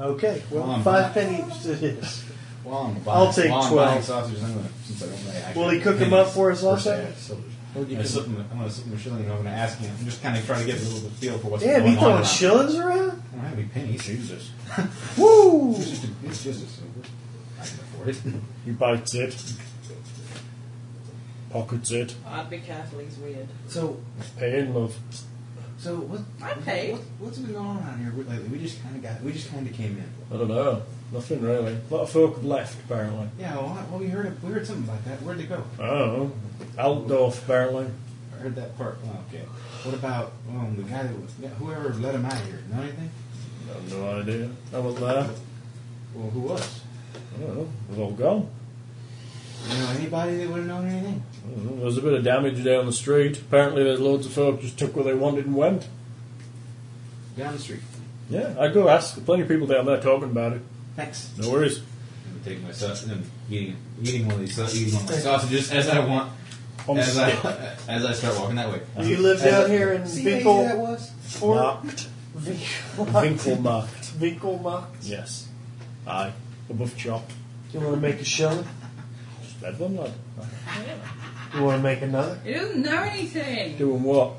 Speaker 2: Okay, well,
Speaker 4: Well, I'm
Speaker 2: five pennies it is.
Speaker 4: Well, I'm buying,
Speaker 2: I'll take
Speaker 4: while I'm
Speaker 2: 12.
Speaker 4: buying sausages, I'm gonna, since I don't really actually
Speaker 2: Will he cook
Speaker 4: pay
Speaker 2: them up for us
Speaker 4: per
Speaker 2: also?
Speaker 4: se, I still- I'm gonna slip him. I'm gonna slip him a shilling, and I'm gonna ask him. I'm just kind of trying to get a little bit of feel for what's
Speaker 2: Damn,
Speaker 4: going
Speaker 2: he
Speaker 4: on.
Speaker 2: throwing
Speaker 4: around.
Speaker 2: shillings around?
Speaker 4: I don't have any pennies. Jesus.
Speaker 2: Woo!
Speaker 4: It's just, a, it's just a silver. I can afford it.
Speaker 9: You bite it. Pockets it.
Speaker 6: I'd be careful. He's weird.
Speaker 4: So,
Speaker 9: Pay in love.
Speaker 4: so what?
Speaker 6: Okay.
Speaker 4: What, what's been going on around here lately? We just kind of got. We just kind of came in.
Speaker 9: I don't know. Nothing really. A lot of folk have left, apparently.
Speaker 4: Yeah. Well, I- well, we heard. We heard something about that. Where'd they go?
Speaker 9: I don't know. Altdorf, apparently.
Speaker 4: I heard that part. Well, okay. What about um, the guy that was, yeah, whoever let him out of here? Know anything?
Speaker 9: I have no idea. I was there.
Speaker 4: Well, who was?
Speaker 9: I don't know. It was all gone.
Speaker 4: You know anybody that would have known anything?
Speaker 9: I don't know. There was Mm-hmm. a bit of damage down the street. Apparently, there's loads of folk just took what they wanted and went.
Speaker 4: Down the street.
Speaker 9: Yeah, I go ask. Plenty of people down there talking about it.
Speaker 4: Thanks.
Speaker 9: No worries.
Speaker 4: I'm gonna take my sausage. I'm eating, eating one of these saus- eating one of my sausages as I want.
Speaker 9: On
Speaker 4: as I
Speaker 9: stick.
Speaker 4: as I start walking that way.
Speaker 2: You live
Speaker 4: As
Speaker 2: down
Speaker 4: I-
Speaker 2: here in
Speaker 4: See how easy that
Speaker 2: Binkle
Speaker 4: was?
Speaker 2: Fork?
Speaker 9: Winkelmarkt.
Speaker 2: Winkelmacht?
Speaker 9: Yes. Aye. Above chop.
Speaker 2: You want to make a shilling?
Speaker 9: Just led one lad.
Speaker 2: You want to make another?
Speaker 6: He doesn't know anything.
Speaker 9: Doing what?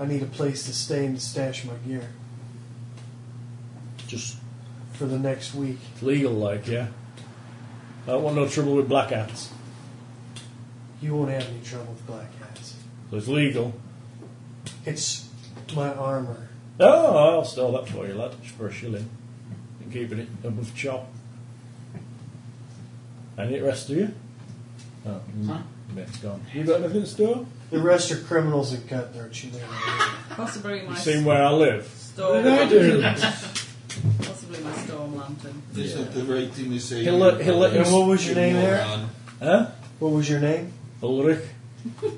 Speaker 2: I need a place to stay and to stash my gear
Speaker 9: Just
Speaker 2: for the next week.
Speaker 9: legal like, yeah. I don't want no trouble with black hats.
Speaker 2: You won't have any trouble with black hats.
Speaker 9: So it's legal.
Speaker 2: It's my armor.
Speaker 9: Oh, I'll sell that for you, lad. Just for a shilling. And keeping it above chop. Any rest of you? Oh,
Speaker 4: Huh?
Speaker 9: it's gone. You got anything in store?
Speaker 2: The rest are criminals and cutthroats. You know.
Speaker 6: Possibly
Speaker 9: You
Speaker 6: my
Speaker 9: seen where I live?
Speaker 6: storm.
Speaker 9: I do.
Speaker 6: Possibly my storm lantern.
Speaker 8: Is it the right thing to say?
Speaker 9: He'll let- he'll let
Speaker 2: And
Speaker 9: him-
Speaker 2: what was your name there?
Speaker 8: Moron.
Speaker 9: Huh?
Speaker 2: What was your name?
Speaker 9: Ulrich?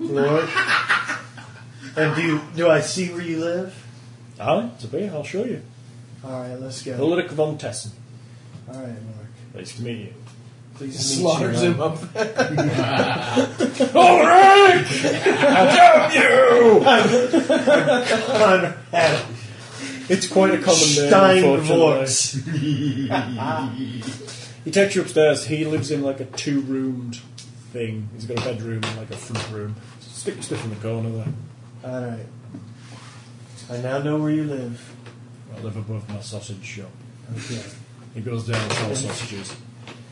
Speaker 2: Lord. And do you, do I see where you live?
Speaker 9: Aye, it's a beer. I'll show you.
Speaker 2: All right, let's go. All
Speaker 9: Ulrich von Tessen.
Speaker 2: right, Mark.
Speaker 9: Nice to meet you.
Speaker 2: Please meet
Speaker 3: Slaughters
Speaker 2: you.
Speaker 3: him up.
Speaker 9: Ulrich!
Speaker 2: Conrad
Speaker 9: It's quite a common name, unfortunately.
Speaker 2: Steinvorts.
Speaker 9: He takes you upstairs. He lives in like a two-roomed thing. He's got a bedroom and like a front room. Stick your stuff in the corner there.
Speaker 2: All right. I now know where you live.
Speaker 9: I live above my sausage shop.
Speaker 2: Okay.
Speaker 9: He goes down and sells sausages.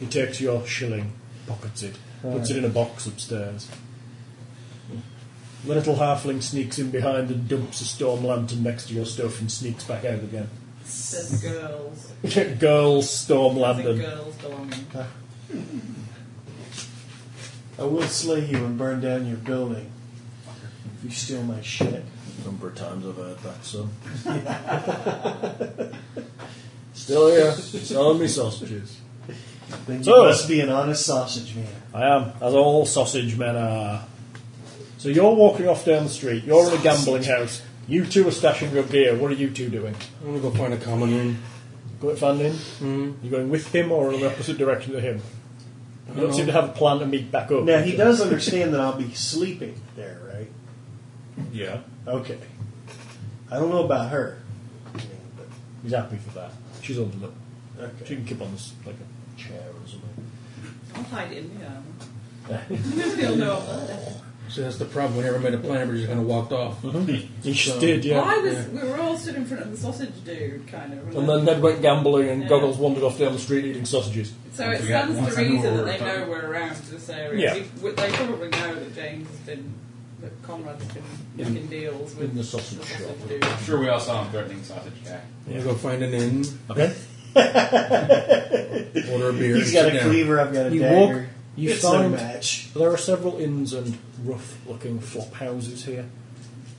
Speaker 9: He takes your shilling, pockets it, puts it in a box upstairs. The little halfling sneaks in behind and dumps a storm lantern next to your stuff and sneaks back out again.
Speaker 6: Says girls.
Speaker 9: Girls, storm
Speaker 6: I think
Speaker 9: lantern.
Speaker 6: girls belonging.
Speaker 2: I will slay you and burn down your building if you steal my shit.
Speaker 1: Number of times I've heard that, so. Still here, selling me sausages.
Speaker 2: Then you
Speaker 9: So-
Speaker 2: must be an honest sausage man.
Speaker 9: I am, as all sausage men are. So you're walking off down the street. You're in a gambling house. You two are stashing your gear. What are you two doing?
Speaker 10: I want to go find a common room.
Speaker 9: Going find him? Mm. You going with him or in the opposite direction to him? You don't seem to have a plan to meet back up.
Speaker 2: Now he does understand that I'll be sleeping there, right?
Speaker 9: Yeah.
Speaker 2: Okay. I don't know about her.
Speaker 9: He's happy for that. She's on the look.
Speaker 2: But, okay.
Speaker 9: She can keep on this like a chair or something.
Speaker 6: I'll hide it in the arm. He'll know I'm there.
Speaker 10: So that's the problem. We never made a plan. Everybody's just kind of walked off.
Speaker 9: He Mm-hmm. just did, yeah.
Speaker 6: Well, I was, we were all stood in front of the sausage dude, kind of.
Speaker 9: And then Ned went gambling and
Speaker 6: Yeah.
Speaker 9: Goggles wandered off down the street eating sausages.
Speaker 6: so it
Speaker 4: we got-
Speaker 6: stands
Speaker 4: once
Speaker 6: to
Speaker 4: I knew
Speaker 6: reason
Speaker 4: what
Speaker 6: that
Speaker 4: we
Speaker 6: they
Speaker 4: were
Speaker 6: know we're around this area.
Speaker 9: Yeah.
Speaker 6: We- they probably know that James has been, that Conrad's been making deals with
Speaker 9: in the sausage shop.
Speaker 6: dude.
Speaker 4: I'm sure we all saw him threatening sausage guy.
Speaker 10: I'm going to go find an inn,
Speaker 9: Okay?
Speaker 10: order a beer,
Speaker 2: He's
Speaker 10: and
Speaker 2: got
Speaker 10: sit
Speaker 2: a
Speaker 10: down.
Speaker 2: cleaver. I've got a
Speaker 9: You
Speaker 2: dagger.
Speaker 9: walk- you
Speaker 2: it's
Speaker 9: find-
Speaker 2: no match.
Speaker 9: There are several inns and rough looking flop houses here.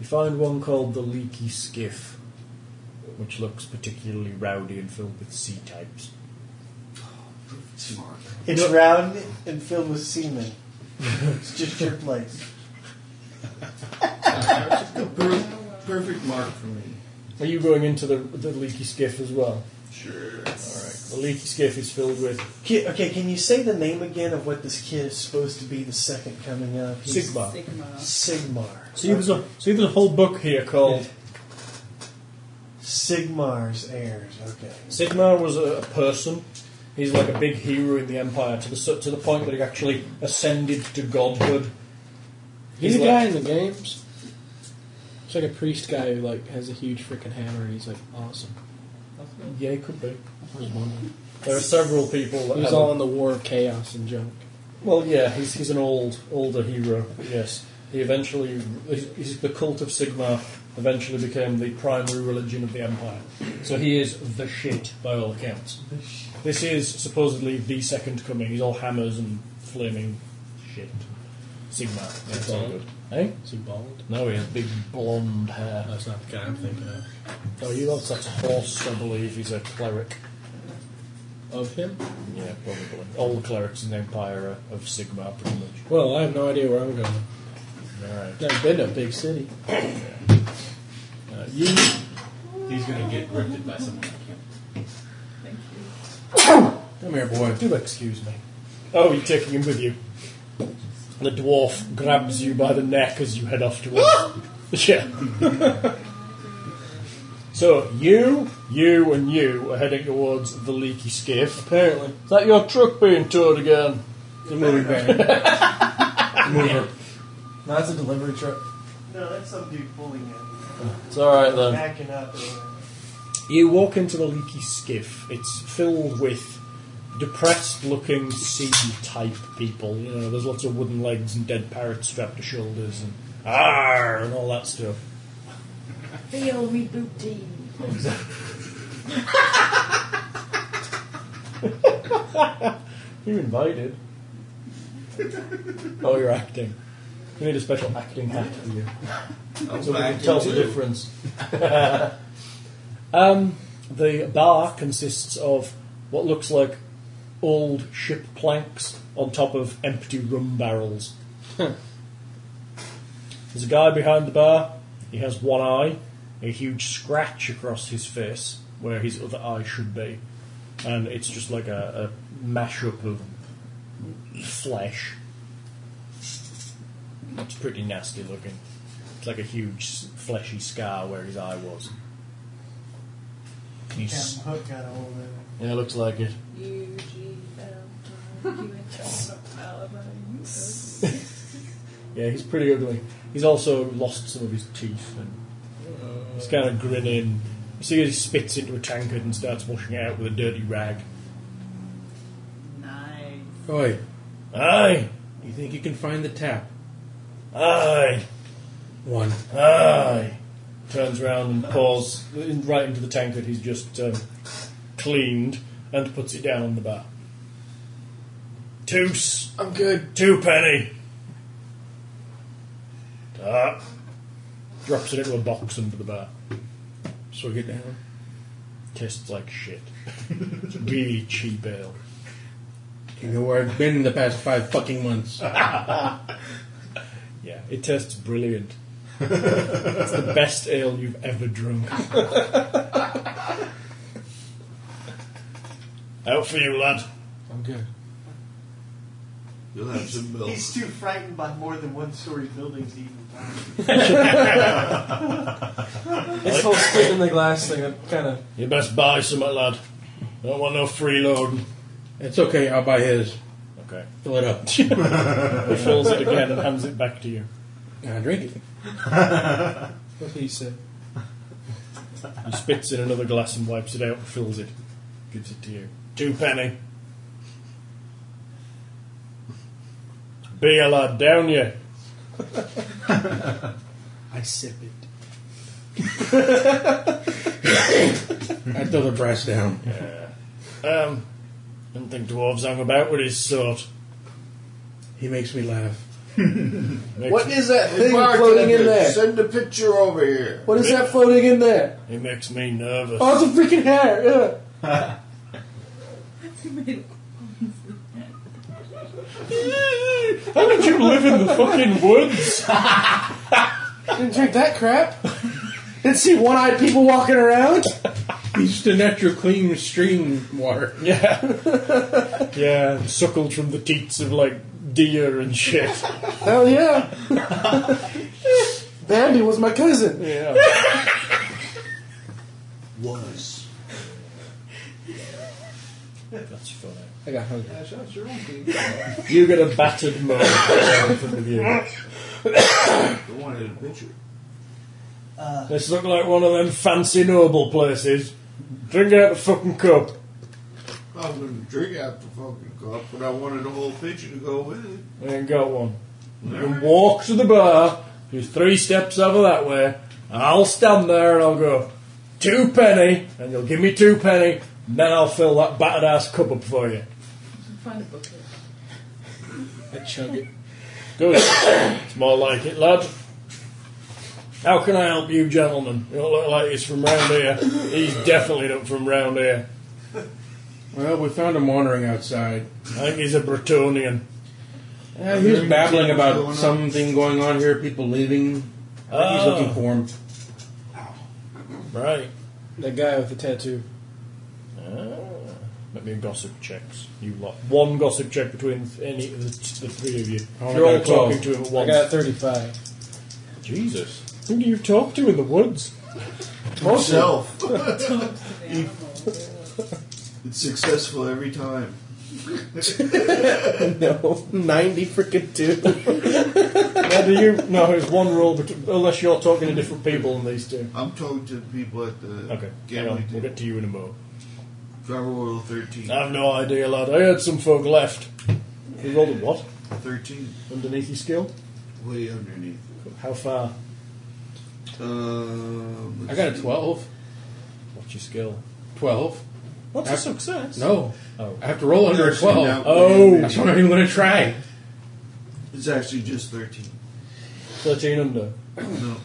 Speaker 9: You find one called the Leaky Skiff, which looks particularly rowdy and filled with sea types.
Speaker 2: It's round and filled with semen. it's just your place.
Speaker 8: Per- perfect mark for me.
Speaker 9: Are you going into the, the Leaky Skiff as well?
Speaker 8: Sure.
Speaker 9: The Leaky Skiff is filled with
Speaker 2: Ki okay, can you say the name again of what this kid is supposed to be the second coming of? He's
Speaker 9: Sigma.
Speaker 6: Sigma.
Speaker 2: Sigmar.
Speaker 9: See, there's a see, there's a whole book here called
Speaker 2: Sigmar's heirs. Okay.
Speaker 9: Sigmar was a, a person. He's like a big hero in the Empire to the su- to the point that he actually ascended to godhood.
Speaker 16: He's a
Speaker 9: like-
Speaker 16: guy in the games. It's like a priest guy who like has a huge freaking hammer and he's like awesome.
Speaker 9: Yeah, he could be.
Speaker 16: I was wondering.
Speaker 9: There are several people that
Speaker 16: He was
Speaker 9: have
Speaker 16: all in the War of Chaos and junk.
Speaker 9: Well, yeah, he's, he's an old older hero. Yes, he eventually he's- he's, the cult of Sigma eventually became the primary religion of the empire. So he is the shit by all accounts. This is supposedly the second coming. He's all hammers and flaming shit. Sigma. That's all good. Hey?
Speaker 16: Is he bald?
Speaker 9: No, he has big blonde hair.
Speaker 16: That's not the guy I'm thinking of.
Speaker 9: Oh, he loves that horse, I believe. He's a cleric.
Speaker 16: Of him?
Speaker 9: Yeah, probably. All the clerics in the Empire are of Sigma, are pretty much.
Speaker 16: Well, I have no idea where I'm going.
Speaker 9: All right.
Speaker 16: I've been to a big city.
Speaker 9: Uh, you,
Speaker 4: He's gonna get grifted by someone.
Speaker 10: Come here, boy.
Speaker 9: do excuse me. Oh, you're taking him with you. The dwarf grabs you by the neck as you head off towards. yeah. so you, you, and you are heading towards the leaky skiff.
Speaker 16: Apparently.
Speaker 9: Is that your truck being towed again?
Speaker 10: The movie van. The mover.
Speaker 3: No, it's a delivery truck.
Speaker 2: No, that's some dude pulling it,
Speaker 9: It's all right then.
Speaker 2: backing up. or whatever.
Speaker 9: You walk into the leaky skiff. It's filled with depressed-looking sea-type people. You know, there's lots of wooden legs and dead parrots strapped to shoulders and ah and all that stuff.
Speaker 6: Feel me booty.
Speaker 9: You're invited. oh, you're acting. You need a special acting hat for you. so we can tell the difference. um, the bar consists of what looks like old ship planks on top of empty rum barrels. There's a guy behind the bar. He has one eye, a huge scratch across his face where his other eye should be, and it's just like a, a mashup of flesh. It's pretty nasty looking. It's like a huge s- fleshy scar where his eye was. He's,
Speaker 2: Captain Hook got a hold of it.
Speaker 9: yeah, it looks like it. Yeah, he's pretty ugly. He's also lost some of his teeth and he's kind of grinning. You see, he spits into a tankard and starts washing it out with a dirty rag.
Speaker 6: Nice.
Speaker 10: Oi,
Speaker 9: Aye,
Speaker 10: you think you can find the tap?
Speaker 9: aye,
Speaker 10: One.
Speaker 9: aye. Turns round and pours in- right into the tankard he's just um, cleaned and puts it down on the bar. Two, s-
Speaker 8: I'm good.
Speaker 9: two penny. Ah. Drops it into a box under the bar.
Speaker 10: So get down.
Speaker 9: Tastes like shit. It's really cheap ale.
Speaker 10: You know where I've been in the past five fucking months.
Speaker 9: Yeah, it tastes brilliant. it's the best ale you've ever drunk. Out for you, lad.
Speaker 10: I'm good.
Speaker 8: You'll have some milk.
Speaker 2: He's too frightened by more than one story buildings to even talk.
Speaker 3: This whole spit in the glass thing, I'm kind of.
Speaker 9: You best buy some, lad. Don't want no freeloading.
Speaker 10: It's okay, I'll buy his.
Speaker 9: Okay.
Speaker 10: Fill it up.
Speaker 9: He fills it again and hands it back to you.
Speaker 10: I drink it.
Speaker 3: What he said.
Speaker 9: He spits in another glass and wipes it out and fills it. Gives it to you. Two penny. Beer, lad, down you.
Speaker 3: I sip it.
Speaker 10: I throw the brass down.
Speaker 9: Um, didn't think dwarves hang about with his sort.
Speaker 10: He makes me laugh.
Speaker 9: Makes
Speaker 3: What is that
Speaker 8: Hey,
Speaker 3: thing
Speaker 8: bartender,
Speaker 3: floating in there?
Speaker 8: Send a picture over here.
Speaker 3: What is that floating in there?
Speaker 9: It makes me nervous.
Speaker 3: Oh, it's a freaking hair! Yeah.
Speaker 9: How did you live in the fucking woods?
Speaker 3: Didn't drink that crap. Didn't see one-eyed people walking around.
Speaker 10: He's just a natural clean stream water.
Speaker 9: Yeah. yeah, suckled from the teats of like deer and shit.
Speaker 3: Hell yeah. Bambi was my cousin.
Speaker 9: Yeah.
Speaker 8: Was.
Speaker 9: That's funny.
Speaker 3: I got hungry.
Speaker 9: You get a battered mug in front of you.
Speaker 8: I wanted a picture.
Speaker 9: This look like one of them fancy noble places. Drink out the fucking cup.
Speaker 8: I was going to drink out the fucking cup, but I wanted a whole pitcher to go with it.
Speaker 9: I ain't got one. You can walk to the bar, just three steps over that way, and I'll stand there and I'll go, two penny, and you'll give me two penny, and then I'll fill that battered ass cup up for you.
Speaker 6: Find a bucket.
Speaker 9: I chug it. Good. it's more like it, lad. How can I help you, gentlemen? You don't look like he's from round here. He's definitely not from round here.
Speaker 10: Well, we found him wandering outside.
Speaker 9: I think he's a Bretonian.
Speaker 10: Uh, he was babbling about something going on here, people leaving. I think he's
Speaker 9: Oh.
Speaker 10: looking for him.
Speaker 9: Right.
Speaker 3: That guy with the tattoo.
Speaker 9: Let me gossip checks. You lot. One gossip check between any of the, the three of you.
Speaker 10: I only
Speaker 9: You're all
Speaker 10: got a 12.
Speaker 9: talking to him at
Speaker 3: I
Speaker 9: once.
Speaker 3: got a 35.
Speaker 9: Jesus. Who do you talk to in the woods?
Speaker 8: Myself.
Speaker 6: Yeah.
Speaker 8: It's successful every time.
Speaker 3: No, 90 freaking 2.
Speaker 9: Whether you no, there's one rule, bet- unless you're talking to different people than these two.
Speaker 8: I'm talking to the people at the
Speaker 9: Okay, hang
Speaker 8: gambling
Speaker 9: on. We'll
Speaker 8: table.
Speaker 9: get to you in a moment.
Speaker 8: Driver Royal 13.
Speaker 9: I've no idea, lad. I heard some folk left. He rolled a what?
Speaker 8: 13.
Speaker 9: Underneath his skill?
Speaker 8: Way underneath.
Speaker 9: How far?
Speaker 8: Um,
Speaker 10: I got a 12.
Speaker 9: What's your skill?
Speaker 10: 12?
Speaker 9: What's a success?
Speaker 10: No.
Speaker 9: Oh.
Speaker 10: I have to roll under a 12.
Speaker 9: Oh,
Speaker 10: That's what I'm even going to try.
Speaker 8: It's actually just 13.
Speaker 9: 13 under.
Speaker 8: No.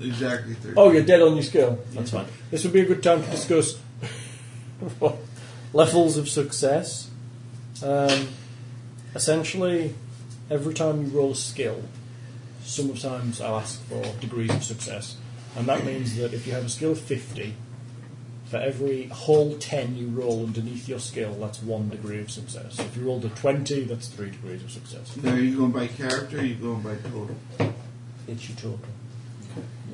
Speaker 8: Exactly 13.
Speaker 9: Oh, you're dead on your skill. That's fine. This would be a good time to discuss levels of success. Um, essentially, every time you roll a skill, sometimes I'll ask for degrees of success. And that means that if you have a skill of 50, for every whole 10 you roll underneath your skill, that's one degree of success. If you rolled a 20, that's three degrees of success.
Speaker 8: Now, are you going by character or are you going by total?
Speaker 9: It's your total.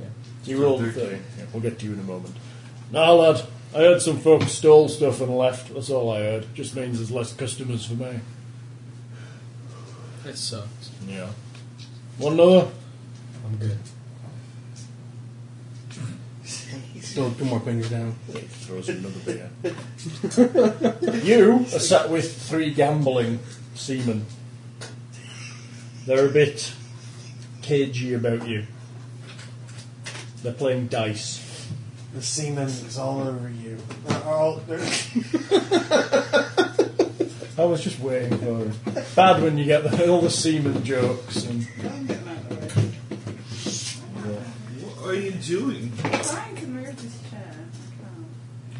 Speaker 9: Yeah. You rolled
Speaker 8: Still
Speaker 9: 30.
Speaker 8: thirteen.
Speaker 9: Yeah, we'll get to you in a moment. Now, lad, I heard some folks stole stuff and left. That's all I heard. Just means there's less customers for me.
Speaker 3: That sucks.
Speaker 9: Yeah. One another?
Speaker 3: I'm good.
Speaker 10: Still two more fingers down.
Speaker 9: Throws another beer. you are sat with three gambling seamen. They're a bit cagey about you. They're playing dice.
Speaker 2: The semen is all over you. Uh, all,
Speaker 9: I was just waiting for it. Bad when you get the, all the seamen jokes and
Speaker 6: I'm getting out of the way.
Speaker 8: What are you doing?
Speaker 6: Brian can move this chair.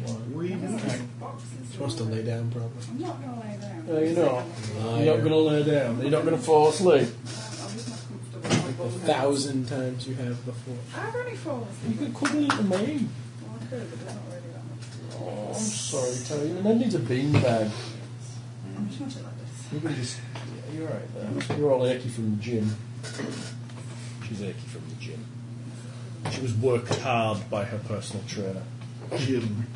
Speaker 6: I
Speaker 8: What are you
Speaker 6: can't.
Speaker 8: doing?
Speaker 6: There's like boxes
Speaker 3: She wants to
Speaker 6: all
Speaker 3: lay
Speaker 6: over.
Speaker 3: down, probably.
Speaker 6: I'm not going to lay down.
Speaker 9: No, you're not. You're not
Speaker 3: Liar.
Speaker 9: going to lay down. You're not going to fall asleep.
Speaker 6: I'm just not comfortable with my
Speaker 3: A
Speaker 6: bum now.
Speaker 3: thousand times you have before.
Speaker 6: I've only fallen
Speaker 9: You
Speaker 6: asleep.
Speaker 9: could cuddle into me.
Speaker 6: Well, I could, but they're not really that much.
Speaker 9: Oh, I'm sorry, Terry. Your man needs a beanbag.
Speaker 6: I'm just going to do it like this.
Speaker 9: You can just. Yeah, you're all right there. You're all achy from the gym. She's achy from the gym. She was worked hard by her personal trainer.
Speaker 8: Jim.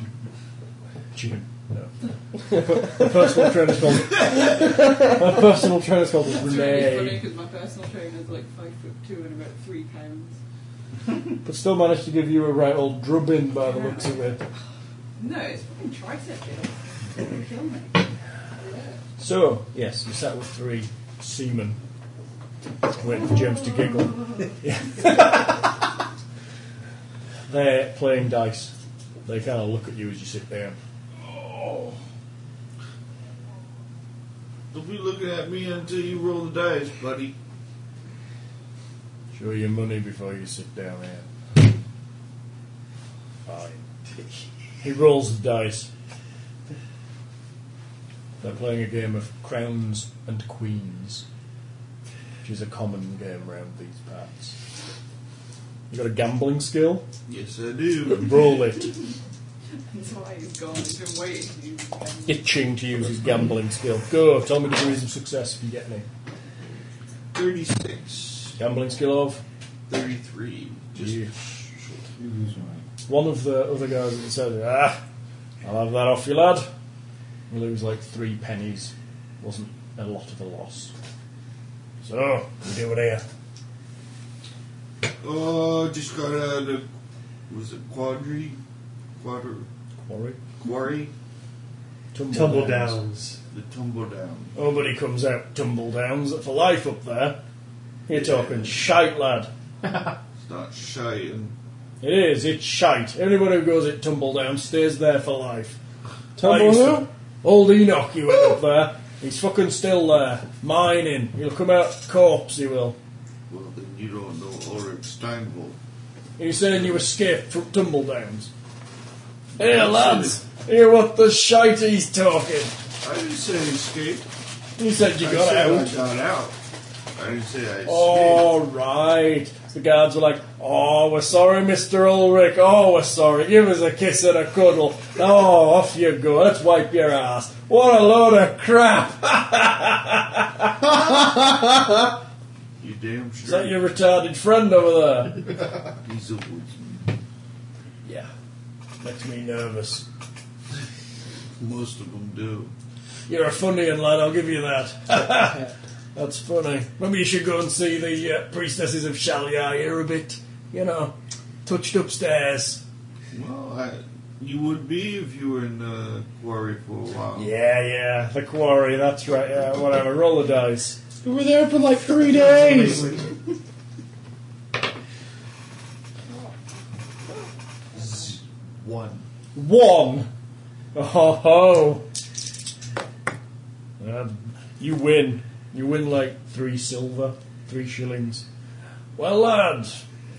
Speaker 9: Jim. No. her personal trainer's called. her personal trainer's called
Speaker 6: That's really funny
Speaker 9: Renee.
Speaker 6: because my personal trainer's like five foot two and about three pounds.
Speaker 9: But still managed to give you a right old drubbing by the looks of it.
Speaker 6: No, it's fucking tricep. It's gonna kill me.
Speaker 9: So, yes, you sat with three seamen waiting for James to giggle. Yeah. They're playing dice. They kind of look at you as you sit there.
Speaker 8: Don't be looking at me until you roll the dice, buddy.
Speaker 9: Show your money before you sit down here. Fine. He rolls the dice. They're playing a game of crowns and queens, which is a common game around these parts. You got a gambling skill?
Speaker 8: Yes, I do.
Speaker 9: Roll it.
Speaker 6: That's why he's gone. He's been waiting. He's
Speaker 9: itching to use his gambling skill. Go, tell me the degrees of success if you get any.
Speaker 8: 36.
Speaker 9: Gambling skill of
Speaker 8: 33. Just
Speaker 9: you. One of the other guys that said, ah, I'll have that off you, lad. You lose like three pennies. Wasn't a lot of a loss. So, we do it here.
Speaker 8: Oh, just got out of. Was it Quadri? Quadri?
Speaker 9: Quarry.
Speaker 8: Quarry?
Speaker 9: Tumble,
Speaker 11: Tumble
Speaker 9: downs.
Speaker 11: downs.
Speaker 8: The tumble down.
Speaker 9: Nobody comes out tumble downs for life up there. You're talking shite, lad.
Speaker 8: It's not shite. and-
Speaker 9: It is. It's shite. Everybody who goes at tumble down stays there for life.
Speaker 10: Tumble
Speaker 9: I used to-
Speaker 10: down?
Speaker 9: Old Enoch, you went up there. He's fucking still there, mining. He'll come out corpse. He will.
Speaker 8: Well, then you don't know Ulrich Steinbolt.
Speaker 9: You're saying you escaped from tumble downs. Here, lads. Hear what the shite he's talking.
Speaker 8: I didn't say escape.
Speaker 9: He said you
Speaker 8: I
Speaker 9: got
Speaker 8: said
Speaker 9: out. Oh.
Speaker 8: I got out. I didn't say I escaped.
Speaker 9: All right. The guards were like, "Oh, we're sorry, Mister Ulrich. Oh, we're sorry. Give us a kiss and a cuddle. Oh, off you go. Let's wipe your ass. What a load of crap!
Speaker 8: You damn
Speaker 9: Is
Speaker 8: sure.
Speaker 9: that your retarded friend over there?
Speaker 8: He's a woodsman.
Speaker 9: Yeah, makes me nervous.
Speaker 8: Most of them do.
Speaker 9: You're a funny un, lad. I'll give you that. That's funny. Maybe you should go and see the uh, priestesses of Shalia. You're a bit, you know, touched upstairs.
Speaker 8: Well, I, you would be if you were in the quarry for a while.
Speaker 9: Yeah, yeah, the quarry. That's right. Yeah, whatever. Roll the dice.
Speaker 10: We were there for like three days.
Speaker 8: One.
Speaker 9: One. Oh, ho, ho. Um, you win. You win like three silver, three shillings. Well, lad,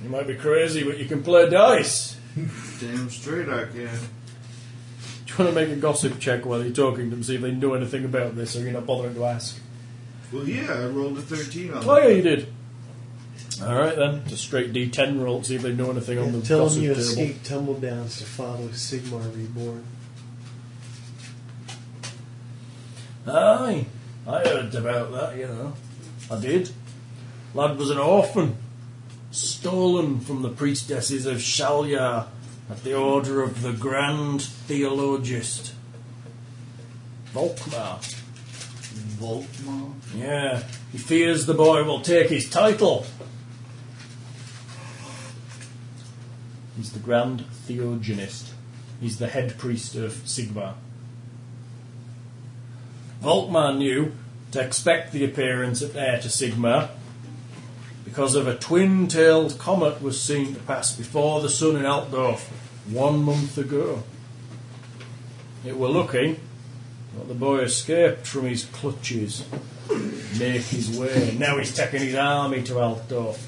Speaker 9: you might be crazy, but you can play dice.
Speaker 8: Damn straight I can.
Speaker 9: Do you want to make a gossip check while you're talking to them, see if they know anything about this, or you're not bothering to ask?
Speaker 8: Well, yeah, I rolled a 13 on
Speaker 9: Oh,
Speaker 8: that.
Speaker 9: yeah, you did. All right, then. Just straight D10 roll, see if they know anything on the
Speaker 2: Tell
Speaker 9: gossip
Speaker 2: them you
Speaker 9: table.
Speaker 2: escaped tumble downs to follow Sigmar Reborn.
Speaker 9: Aye, I heard about that, you know. I did. Lad was an orphan, stolen from the priestesses of Shalyar at the order of the Grand Theologist. Volkmar.
Speaker 8: Volkmar.
Speaker 9: Yeah, he fears the boy will take his title. He's the Grand Theogenist. He's the head priest of Sigmar. Volkmar knew to expect the appearance of heir to Sigmar because of a twin-tailed comet was seen to pass before the sun in Altdorf one month ago. It were lucky that the boy escaped from his clutches make his way. Now he's taking his army to Altdorf.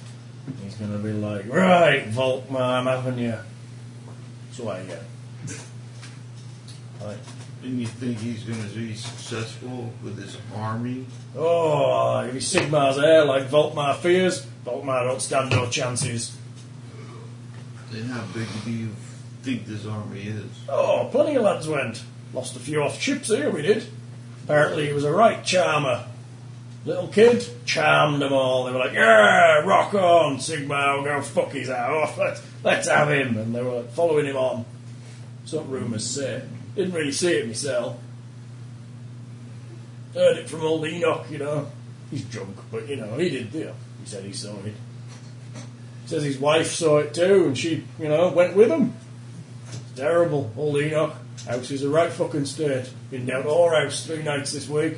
Speaker 9: He's going to be like, right, Volkmar, I'm having you. So I get. Right.
Speaker 8: And you think he's going to be successful with his army?
Speaker 9: Oh, if he's Sigmar's heir like Volkmar fears, Volkmar don't stand no chances.
Speaker 8: Then how big do you think this army is?
Speaker 9: Oh, plenty of lads went. Lost a few off ships here, we did. Apparently he was a right charmer. Little kid, charmed them all. They were like, yeah, rock on, Sigmar, go fuck his off. Let's, let's have him. And they were following him on. Some rumours say. Didn't really see it myself. Heard it from old Enoch, you know. He's drunk, but you know, he did, you know, he said he saw it. Says his wife saw it too, and she, you know, went with him. Terrible, old Enoch. House is a right fucking state. Been down to our house three nights this week.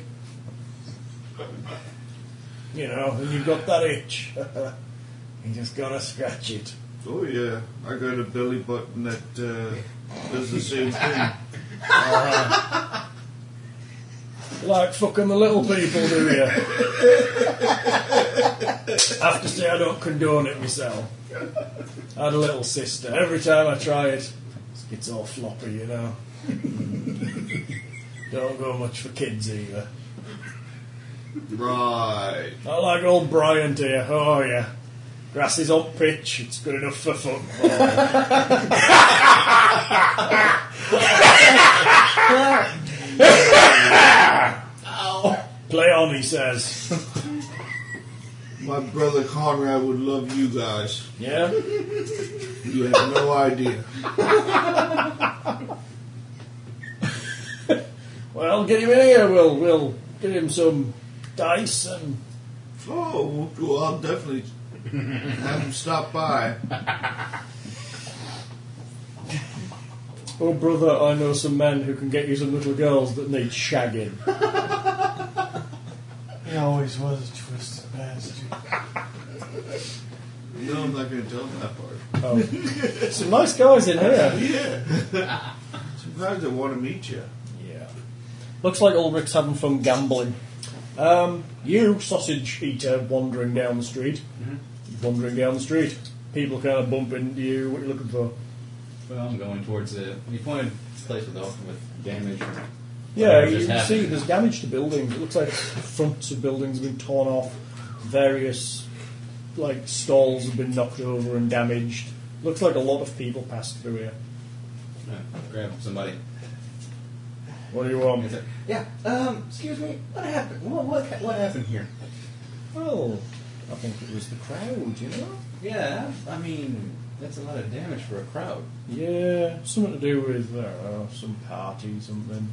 Speaker 9: You know, and you've got that itch. you just gotta scratch it.
Speaker 8: Oh, yeah. I got a belly button that uh, does the same thing.
Speaker 9: Like fucking the little people do you? I have to say I don't condone it myself. I had a little sister. Every time I try it, it's all floppy, you know. don't go much for kids either.
Speaker 8: Right.
Speaker 9: I like old Bryant here. Oh yeah, grass is on pitch. It's good enough for football. Play on, he says.
Speaker 8: My brother Conrad would love you guys.
Speaker 9: Yeah,
Speaker 8: You have no idea.
Speaker 9: well, get him in here. We'll we'll give him some dice and
Speaker 8: Oh, well, I'll definitely have him stop by.
Speaker 9: Oh, brother, I know some men who can get you some little girls that need shagging.
Speaker 2: He always was a twisted bastard.
Speaker 8: No, I'm not going to tell that part.
Speaker 9: some nice guys in here.
Speaker 8: Yeah. Sometimes they want to meet you.
Speaker 9: Yeah. Looks like Ulrich's having fun gambling. Um, you, sausage eater, wandering down the street.
Speaker 4: Mm-hmm.
Speaker 9: Wandering down the street. People kind of bump into you. What are you looking for?
Speaker 4: Well, I'm going towards it. He pointed this place with, with damage.
Speaker 9: Yeah,
Speaker 4: Whatever
Speaker 9: you
Speaker 4: just
Speaker 9: can
Speaker 4: happened.
Speaker 9: see there's damage to buildings. It looks like fronts of buildings have been torn off, various like stalls have been knocked over and damaged. Looks like a lot of people passed through here.
Speaker 4: Yeah, grab somebody.
Speaker 9: What do you want?
Speaker 4: He's like, yeah. Um. Excuse me. What happened? What what what happened here?
Speaker 9: Well, I think it was the crowd, you know?
Speaker 4: Yeah. I mean, that's a lot of damage for a crowd.
Speaker 9: Yeah, something to do with uh, some party, something.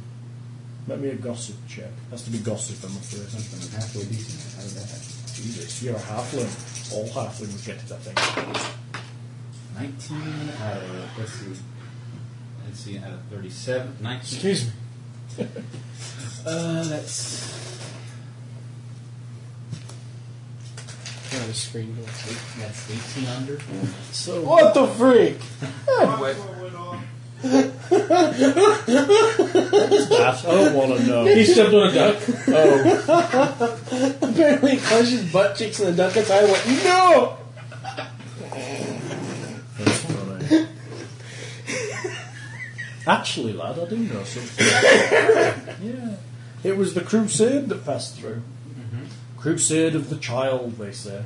Speaker 9: Let me a gossip check. Has to be gossip, I'm afraid.
Speaker 4: Something halfway decent. How did that happen?
Speaker 9: Jesus, you're a halfling. All halflings get to that thing.
Speaker 4: Nineteen out of let's see. Let's see. Out of thirty-seven. Nineteen.
Speaker 3: Excuse me.
Speaker 4: Uh, that's
Speaker 3: Oh, the screen goes.
Speaker 4: eight, that's eighteen under.
Speaker 9: So,
Speaker 3: What the freak?
Speaker 9: that, I don't want to know.
Speaker 10: He stepped on a duck.
Speaker 3: Oh. Apparently, he punched his butt cheeks in the duck and I went, no!
Speaker 9: Actually, lad, I do know something. yeah. It was the crusade that passed through.
Speaker 4: Mm-hmm.
Speaker 9: Crusade of the Child, they say.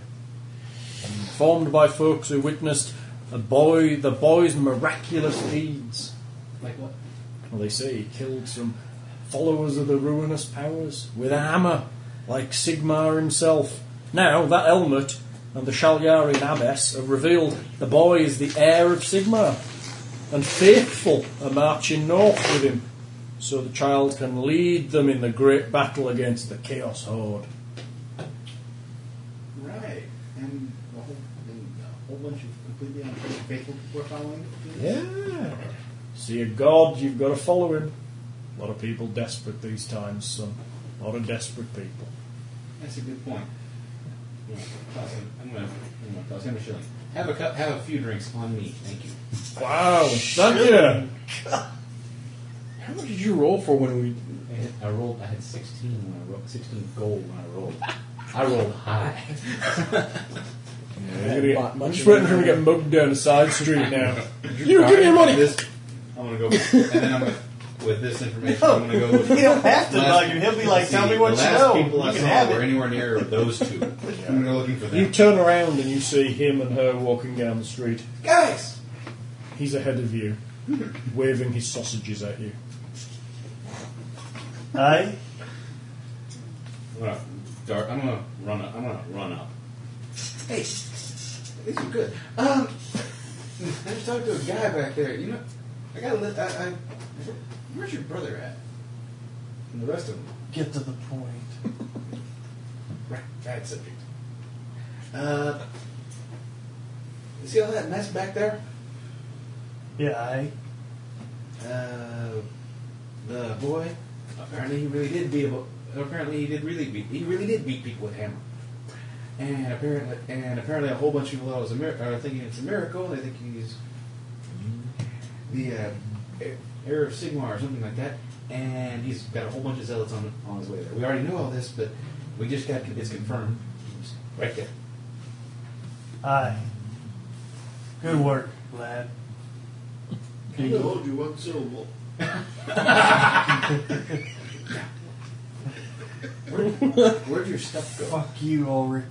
Speaker 9: And formed by folks who witnessed a boy, the boy's miraculous deeds.
Speaker 4: Like what?
Speaker 9: Well, they say he killed some followers of the ruinous powers with a hammer, like Sigmar himself. Now, that helmet and the Shalyarian abbess have revealed the boy is the heir of Sigmar, and faithful are marching north with him, so the child can lead them in the great battle against the Chaos Horde.
Speaker 4: Right. And a whole, and a whole bunch of completely unfaithful people are following it.
Speaker 9: Yeah. See a god, you've got to follow him. A lot of people desperate these times, son. A lot of desperate people.
Speaker 4: That's a good point. Yeah, toss him- I'm gonna, I'm gonna toss him a shilling. Have a cup, have a few drinks on me, thank you.
Speaker 9: Wow, thank you.
Speaker 10: How much did you roll for when we?
Speaker 4: I, had, I rolled. I had 16 when I rolled. 16 gold when I rolled. I rolled high.
Speaker 9: I'm just waiting for him to get mugged down a side street now.
Speaker 3: You give me your money!
Speaker 4: This, I'm gonna go, with- and then I'm gonna, with this information. I'm gonna go. With
Speaker 2: You don't have to
Speaker 4: Last-
Speaker 2: tell you. He'll be like,
Speaker 4: See,
Speaker 2: tell me what
Speaker 4: the
Speaker 2: you
Speaker 4: last
Speaker 2: know.
Speaker 4: people I
Speaker 2: You can
Speaker 4: saw
Speaker 2: have
Speaker 4: were
Speaker 2: it.
Speaker 4: anywhere near those two. I'm gonna go looking for
Speaker 9: You
Speaker 4: them.
Speaker 9: turn around and you see him and her walking down the street.
Speaker 4: Guys,
Speaker 9: He's ahead of you, waving his sausages at you.
Speaker 11: Aye?
Speaker 4: I'm gonna, dart, I'm gonna run up. I'm gonna run up. Hey, these are good. Um, I just talked to a guy back there. You know, I gotta let. I, I, where's your brother at? And the rest of them.
Speaker 2: Get to the point.
Speaker 4: Right, bad subject. Uh, you see all that mess back there?
Speaker 2: Yeah, aye.
Speaker 4: Uh, the boy. Apparently, he really did beat. abo- Apparently, he did really beat. He really did beat people with hammer. And apparently, and apparently, a whole bunch of people thought it was a mir- are thinking it's a miracle. They think he's the uh, heir of Sigmar or something like that. And he's got a whole bunch of zealots on on his way there. We already knew all this, but we just got it's confirmed. Right there.
Speaker 2: Aye. Good work, lad.
Speaker 8: I told you one syllable.
Speaker 4: Where, where'd your stuff go?
Speaker 2: Fuck you, Ulrich.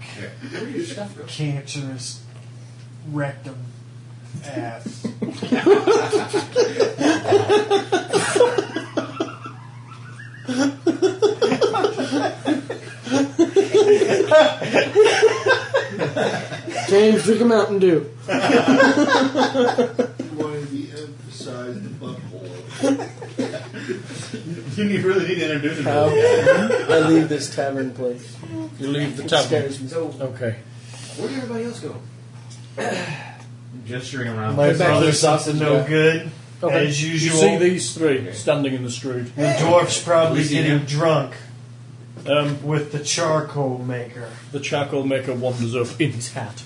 Speaker 4: Where'd your stuff go?
Speaker 2: Cancerous rectum ass.
Speaker 3: James, drink a Mountain Dew.
Speaker 8: You want to de-emphasize the butthole.
Speaker 4: You need- really need to introduce him. to
Speaker 3: How
Speaker 4: this guy.
Speaker 3: I leave this tavern place.
Speaker 9: You leave the
Speaker 3: It
Speaker 9: tavern.
Speaker 3: scares me.
Speaker 4: So,
Speaker 9: Okay.
Speaker 4: where did everybody else go? Gesturing around.
Speaker 2: My brother sauce is no good.
Speaker 3: Okay.
Speaker 2: as
Speaker 9: You
Speaker 2: usual.
Speaker 9: see these three standing in the street.
Speaker 2: the dwarf's probably
Speaker 4: We see
Speaker 2: getting
Speaker 4: him.
Speaker 2: drunk
Speaker 9: Um,
Speaker 2: with the charcoal maker.
Speaker 9: the charcoal maker wanders up in his hat,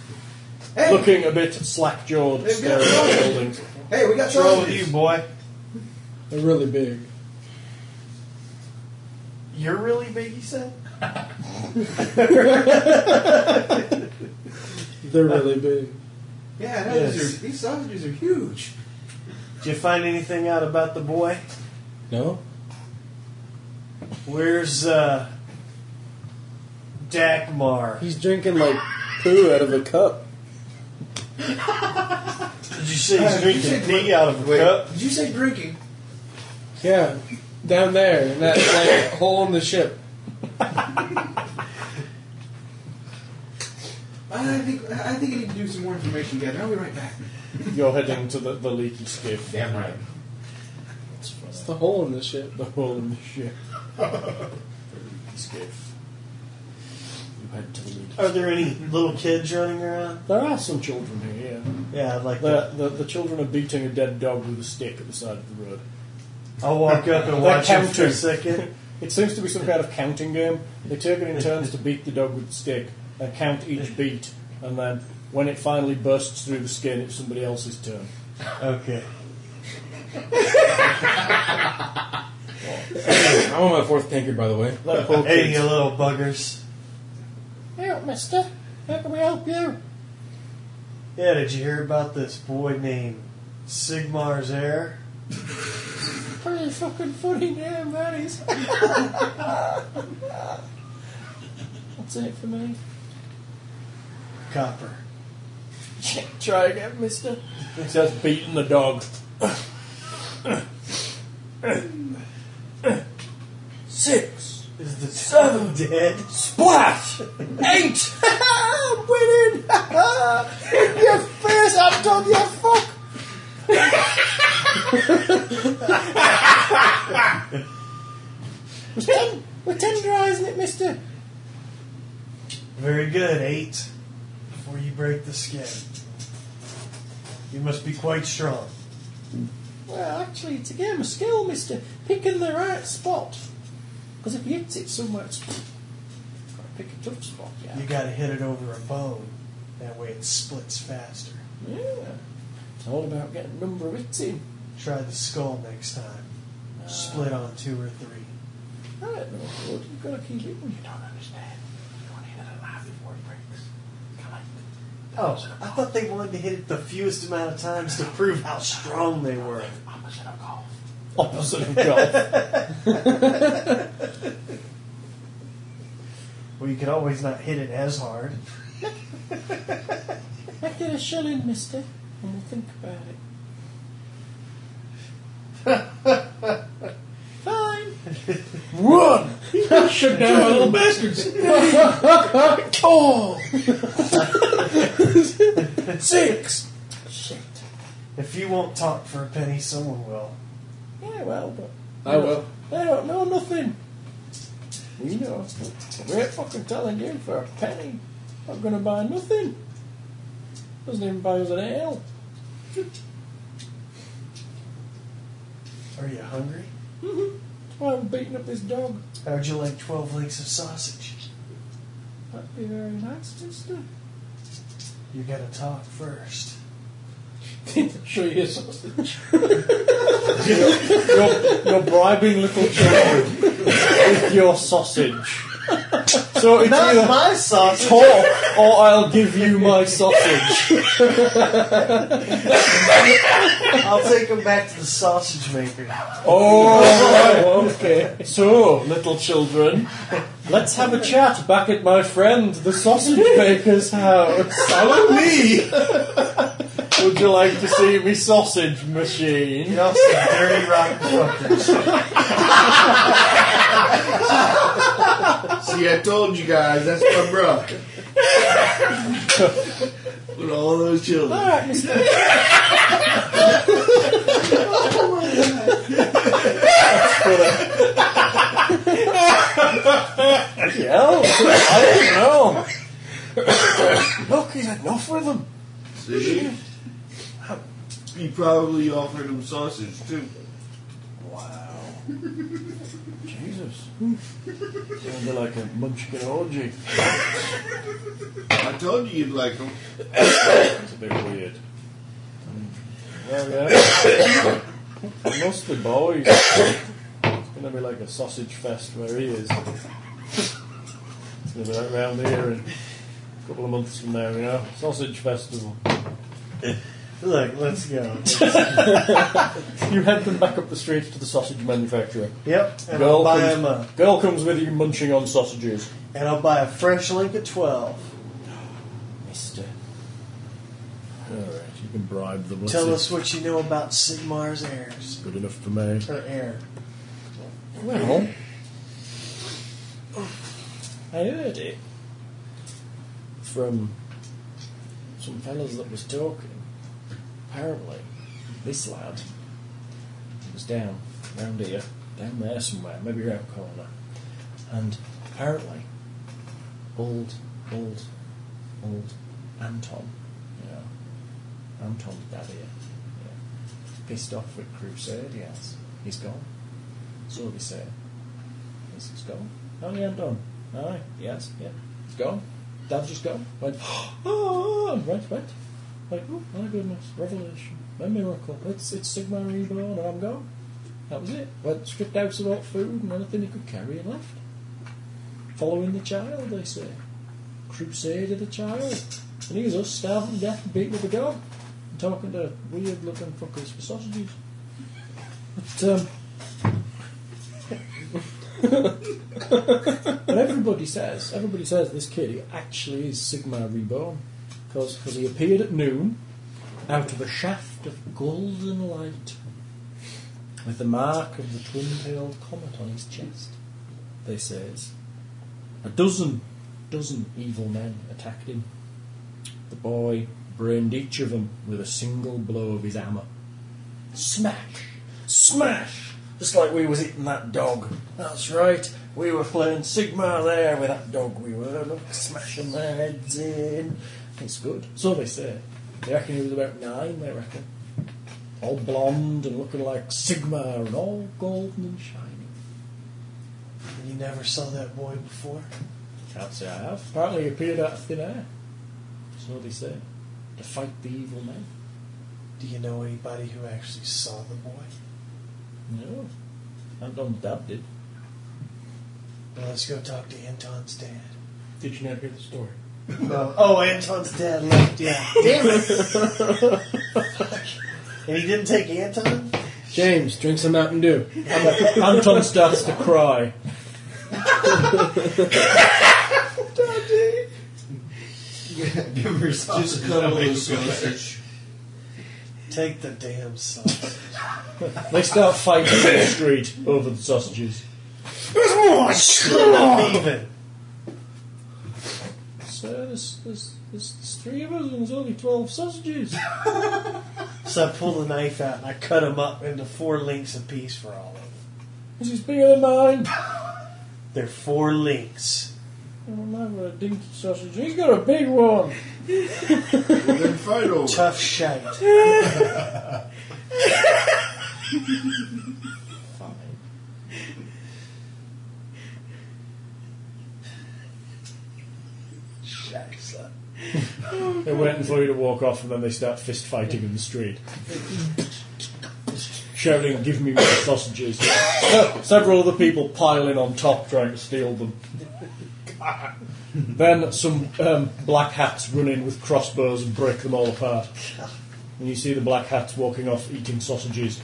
Speaker 4: Hey!
Speaker 9: looking a bit slack jawed,
Speaker 4: They've
Speaker 9: staring at
Speaker 4: got
Speaker 9: the
Speaker 4: soldiers.
Speaker 9: buildings.
Speaker 4: Hey, we got
Speaker 2: What's wrong with you,
Speaker 4: soldiers.
Speaker 2: boy?
Speaker 3: They're really big.
Speaker 2: You're really big, you said?
Speaker 3: They're really big.
Speaker 4: Yeah, I know,
Speaker 2: Yes.
Speaker 4: these, are, these sausages are huge.
Speaker 2: Did you find anything out about the boy?
Speaker 3: No?
Speaker 2: Where's uh Dakmar?
Speaker 3: He's drinking like poo out of a cup.
Speaker 2: Did you say
Speaker 4: Uh,
Speaker 2: he's
Speaker 4: you
Speaker 2: drinking
Speaker 4: said
Speaker 2: pee out of a
Speaker 4: Wait,
Speaker 2: cup?
Speaker 4: did you say drinking?
Speaker 3: Yeah. Down there, in that like hole in the ship.
Speaker 4: I think I think I need to do some more information gathering. I'll be right back.
Speaker 9: You're heading to the, the leaky skiff.
Speaker 4: Damn right.
Speaker 3: It's the hole in the ship.
Speaker 9: The hole in the ship. leaky skiff. You head to the leaky
Speaker 2: Are there any little kids running around?
Speaker 9: There are some children here, yeah.
Speaker 2: Yeah, I'd like
Speaker 9: The, the, the children are beating a dead dog with a stick at the side of the road.
Speaker 2: that. I'll walk up and
Speaker 9: They're
Speaker 2: watch him for
Speaker 9: counting.
Speaker 2: a second.
Speaker 9: It seems to be some kind of counting game. They take it in turns to beat the dog with the stick. They count each beat, and then when it finally bursts through the skin, it's somebody else's turn.
Speaker 2: Okay.
Speaker 10: I'm on my fourth tanker, by the way.
Speaker 9: They're poor
Speaker 2: Hey, you
Speaker 9: kids.
Speaker 2: little buggers.
Speaker 9: Help, mister. How can we help you?
Speaker 2: Yeah, did you hear about this boy named Sigmar's heir?
Speaker 9: Pretty fucking funny name, that is. That's it for me.
Speaker 2: Copper.
Speaker 9: Try again, mister. He says, beating the dog. Six.
Speaker 2: Is the seven dead?
Speaker 9: Splash! Eight! Winning! your face, I've done your fuck! we're, ten, we're tenderising it, mister.
Speaker 2: Very good. Eight. Before you break the skin. You must be quite strong.
Speaker 9: Well, actually, it's a game of skill, mister. Picking the right spot. Because if you hit it somewhere, it's. Gotta pick a tough spot, yeah.
Speaker 2: You gotta hit it over a bone. That way it splits faster.
Speaker 9: Yeah. It's all about getting a number of hits in.
Speaker 2: Try the skull next time. Uh, Split on two or three.
Speaker 9: I don't know, Lord. You've got to keep it. You don't understand. You want to hit it alive before it breaks. Come on.
Speaker 2: Oh, I thought they wanted to hit it the fewest amount of times to prove how strong they were.
Speaker 9: Opposite of golf. Opposite of golf.
Speaker 2: Well, you could always not hit it as hard.
Speaker 9: I get a shot in, mister, and we'll think about it. Fine. Run! You should know, little bastards. oh. Six. Shit.
Speaker 2: If you won't talk for a penny, someone will.
Speaker 9: Yeah, well, but
Speaker 10: I will.
Speaker 9: They don't know nothing. We know. We're fucking telling you for a penny. Not gonna buy nothing. Doesn't even buy us an ale.
Speaker 2: Are you hungry?
Speaker 9: Why Mm-hmm. I'm beating up this dog.
Speaker 2: How'd you like 12 links of sausage?
Speaker 9: That'd be very nice, uh, mister.
Speaker 2: You gotta talk first.
Speaker 9: Show you a sausage. you're, you're bribing little children with your sausage. So it's either
Speaker 2: my sausage!
Speaker 9: talk or I'll give you my sausage.
Speaker 2: I'll take him back to the sausage maker.
Speaker 9: Oh, okay. So, little children, let's have a chat back at my friend, the sausage baker's house. Hello, me. Would you like to see me sausage machine?
Speaker 2: You know, some dirty rotten fuckers.
Speaker 8: See, I told you guys, that's my bro. With all those children.
Speaker 9: Alright, mister. Yeah, I don't know. Look, he's had enough with them.
Speaker 8: See? he probably offered him sausage too.
Speaker 17: Jesus. Sounded like a munchkin orgy.
Speaker 8: I told you you'd like him.
Speaker 17: It's a bit weird. Well, yeah. For most of the boys, it's going to be like a sausage fest where he is. It's going to be like round here in a couple of months from now, you know? Sausage festival.
Speaker 3: Look, let's go.
Speaker 17: You head them back up the street to the sausage manufacturer.
Speaker 3: Yep, and I'll buy him a
Speaker 17: girl comes with you munching on sausages.
Speaker 3: and I'll buy a fresh link at twelve.
Speaker 17: Mister. Alright,
Speaker 9: You can bribe them. Let's
Speaker 2: Tell
Speaker 9: see.
Speaker 2: us what you know about Sigmar's heirs.
Speaker 9: Good enough for me.
Speaker 2: Her heir.
Speaker 17: well,
Speaker 9: I heard it from some fellas that was talking. Apparently, this lad was down round here, down there somewhere, maybe round the corner, and apparently, old, old, old Anton, you know, Anton's dad here, yeah, pissed off with Crusade. He has. He's gone. So they say. He's he's gone. Only Anton. Aye, yes, yeah. He's gone. Dad just gone. Went, oh, right, right. Like, oh my goodness, revelation, a miracle. It's, it's Sigma reborn, and I'm gone. That was it. Went stripped out of all food and anything he could carry and left. Following the child, they say. Crusaded the child. And he was us starving to death, beat with a dog, and talking to weird looking fuckers for sausages. But, um, um, but everybody says, everybody says this kid he actually is Sigma reborn because he appeared at noon out of a shaft of golden light with the mark of the twin-tailed comet on his chest. They says a dozen, dozen evil men attacked him. The boy brained each of them with a single blow of his hammer. Smash! Smash! Just like we was eating that dog. That's right. We were playing Sigma there with that dog we were. Look, smashing their heads in. It's good. So they say. They reckon he was about nine, they reckon. All blonde and looking like Sigma and all golden and shining.
Speaker 2: And you never saw that boy before.
Speaker 9: Can't say I have. Apparently he appeared out of thin air. So they say. To fight the evil men.
Speaker 2: Do you know anybody who actually saw the boy?
Speaker 9: No. Anton Dad did.
Speaker 2: Well, let's go talk to Anton's dad.
Speaker 10: Did you not hear the story?
Speaker 2: No. Oh, Anton's dad left. Yeah. Damn it. and he didn't take Anton.
Speaker 10: James, drink some Mountain Dew.
Speaker 9: Anton starts to cry.
Speaker 4: Give her sausage.
Speaker 8: Just cuddle
Speaker 4: That
Speaker 8: the
Speaker 4: makes you feel better.
Speaker 8: sausage.
Speaker 2: Take the damn sausage.
Speaker 9: They start fighting in the street over the sausages.
Speaker 2: Oh, I'm leaving.
Speaker 9: So there's, there's, there's, there's three of us and there's only 12 sausages.
Speaker 2: So I pulled the knife out and I cut him up into four links apiece for all of them.
Speaker 9: This is bigger than mine.
Speaker 2: They're four links.
Speaker 9: I don't have a dinky sausage. He's got a big one.
Speaker 8: Well, then fight over. it.
Speaker 2: Tough shite.
Speaker 9: They're waiting for you to walk off and then they start fist fighting in the street. Shouting, give me my sausages. Several other people pile in on top trying to steal them. then some um, black hats run in with crossbows and break them all apart. And you see the black hats walking off eating sausages.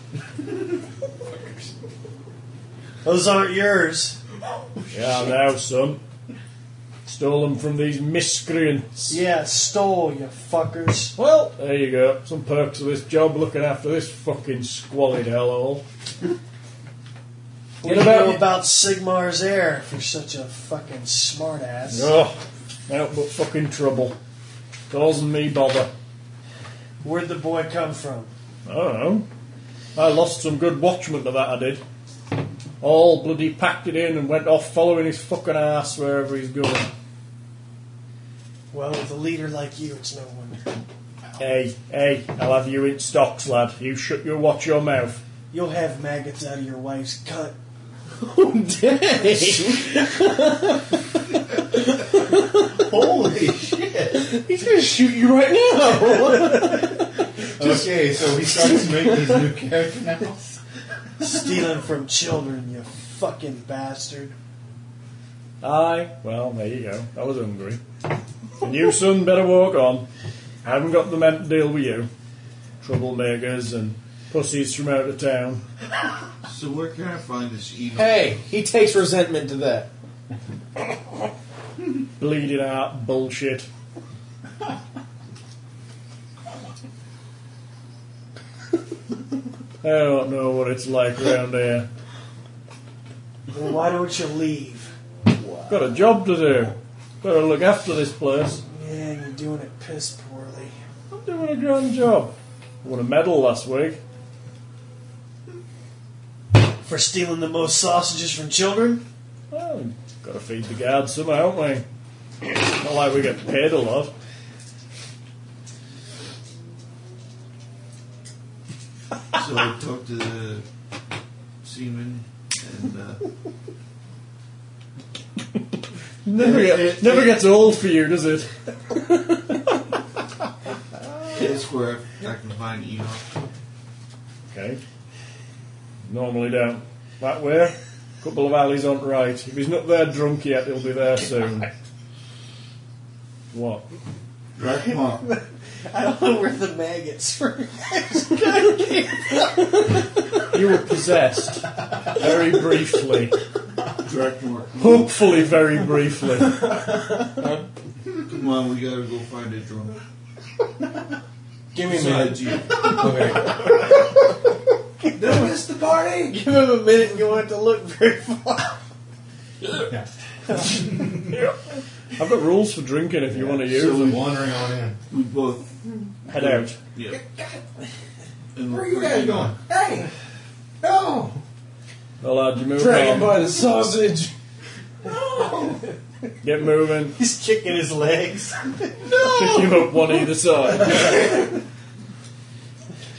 Speaker 2: Those aren't yours.
Speaker 9: Yeah, now, son. Stole them from these miscreants.
Speaker 2: Yeah, stole, you fuckers.
Speaker 9: Well, there you go. Some perks of this job looking after this fucking squalid hellhole.
Speaker 2: What do you know about Sigmar's heir if you're such a fucking smartass?
Speaker 9: Oh, out but fucking trouble. Causing me bother.
Speaker 2: Where'd the boy come from?
Speaker 9: I don't know. I lost some good watchmen to that, I did. All bloody packed it in and went off following his fucking ass wherever he's going.
Speaker 2: Well, with a leader like you, it's no wonder.
Speaker 9: Hey, hey, I'll have you in stocks, lad. You shut your watch your mouth.
Speaker 2: You'll have maggots out of your wife's cut.
Speaker 4: Holy shit!
Speaker 10: He's gonna shoot you right now.
Speaker 4: okay, so he starts making his new character now.
Speaker 2: Stealing from children, you fucking bastard.
Speaker 9: Aye, well, there you go. I was hungry. And you, son, better walk on. I haven't got the men to deal with you. Troublemakers and pussies from out of town.
Speaker 8: So where can I find this email?
Speaker 3: Hey, he takes resentment to that.
Speaker 9: Bleeding out bullshit. I don't know what it's like round here.
Speaker 2: Well, why don't you leave?
Speaker 9: Got a job to do. Gotta look after this place.
Speaker 2: Yeah, you're doing it piss poorly.
Speaker 9: I'm doing a grand job. Won a medal last week.
Speaker 2: For stealing the most sausages from children?
Speaker 9: Well, we've got to feed the guards somehow, haven't we? Not like we get paid a lot.
Speaker 8: So I talked to the seaman and uh,
Speaker 9: Never, get, never gets old for you, does it?
Speaker 8: that's where I can find email.
Speaker 9: Okay. Normally down that way. Couple of alleys on right. If he's not there drunk yet, he'll be there soon. What?
Speaker 8: Right, come on.
Speaker 2: I don't know where the maggots for.
Speaker 9: You were possessed. Very briefly.
Speaker 8: Drakmar, come on.
Speaker 9: Hopefully, very briefly.
Speaker 8: Come on, we gotta go find a drone.
Speaker 3: Give me a minute.
Speaker 8: Besides you.
Speaker 3: Okay.
Speaker 8: Don't miss the party!
Speaker 3: Give him a minute and you won't have to look very far.
Speaker 9: I've got rules for drinking if you want to use
Speaker 4: So
Speaker 9: them.
Speaker 4: we're wandering on in.
Speaker 8: We both.
Speaker 9: Head out.
Speaker 8: Yeah. And
Speaker 4: Where are you guys going? Hey! No!
Speaker 9: Well, Oh, lad, you move
Speaker 3: Dragon
Speaker 9: on.
Speaker 3: by the sausage.
Speaker 9: Get moving.
Speaker 2: He's kicking his legs.
Speaker 9: Pick him up one either side.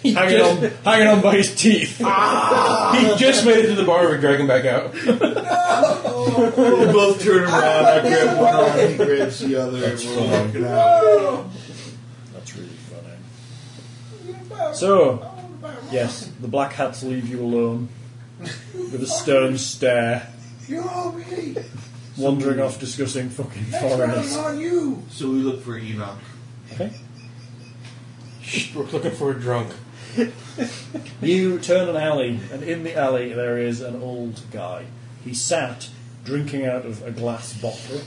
Speaker 9: hanging, on, hanging on by his teeth.
Speaker 10: he just made it to the bar. We drag him back out.
Speaker 8: We both turn around. I grab one arm, he grabs the other, and we're walking out.
Speaker 9: That's really funny. So, yes, the black hats leave you alone with a stern stare,
Speaker 8: You owe me!
Speaker 9: wandering off discussing fucking foreigners.
Speaker 8: on you! So we look for Enoch.
Speaker 9: Okay.
Speaker 10: We're looking for a drunk.
Speaker 9: You turn an alley, and in the alley there is an old guy. He sat drinking out of a glass bottle.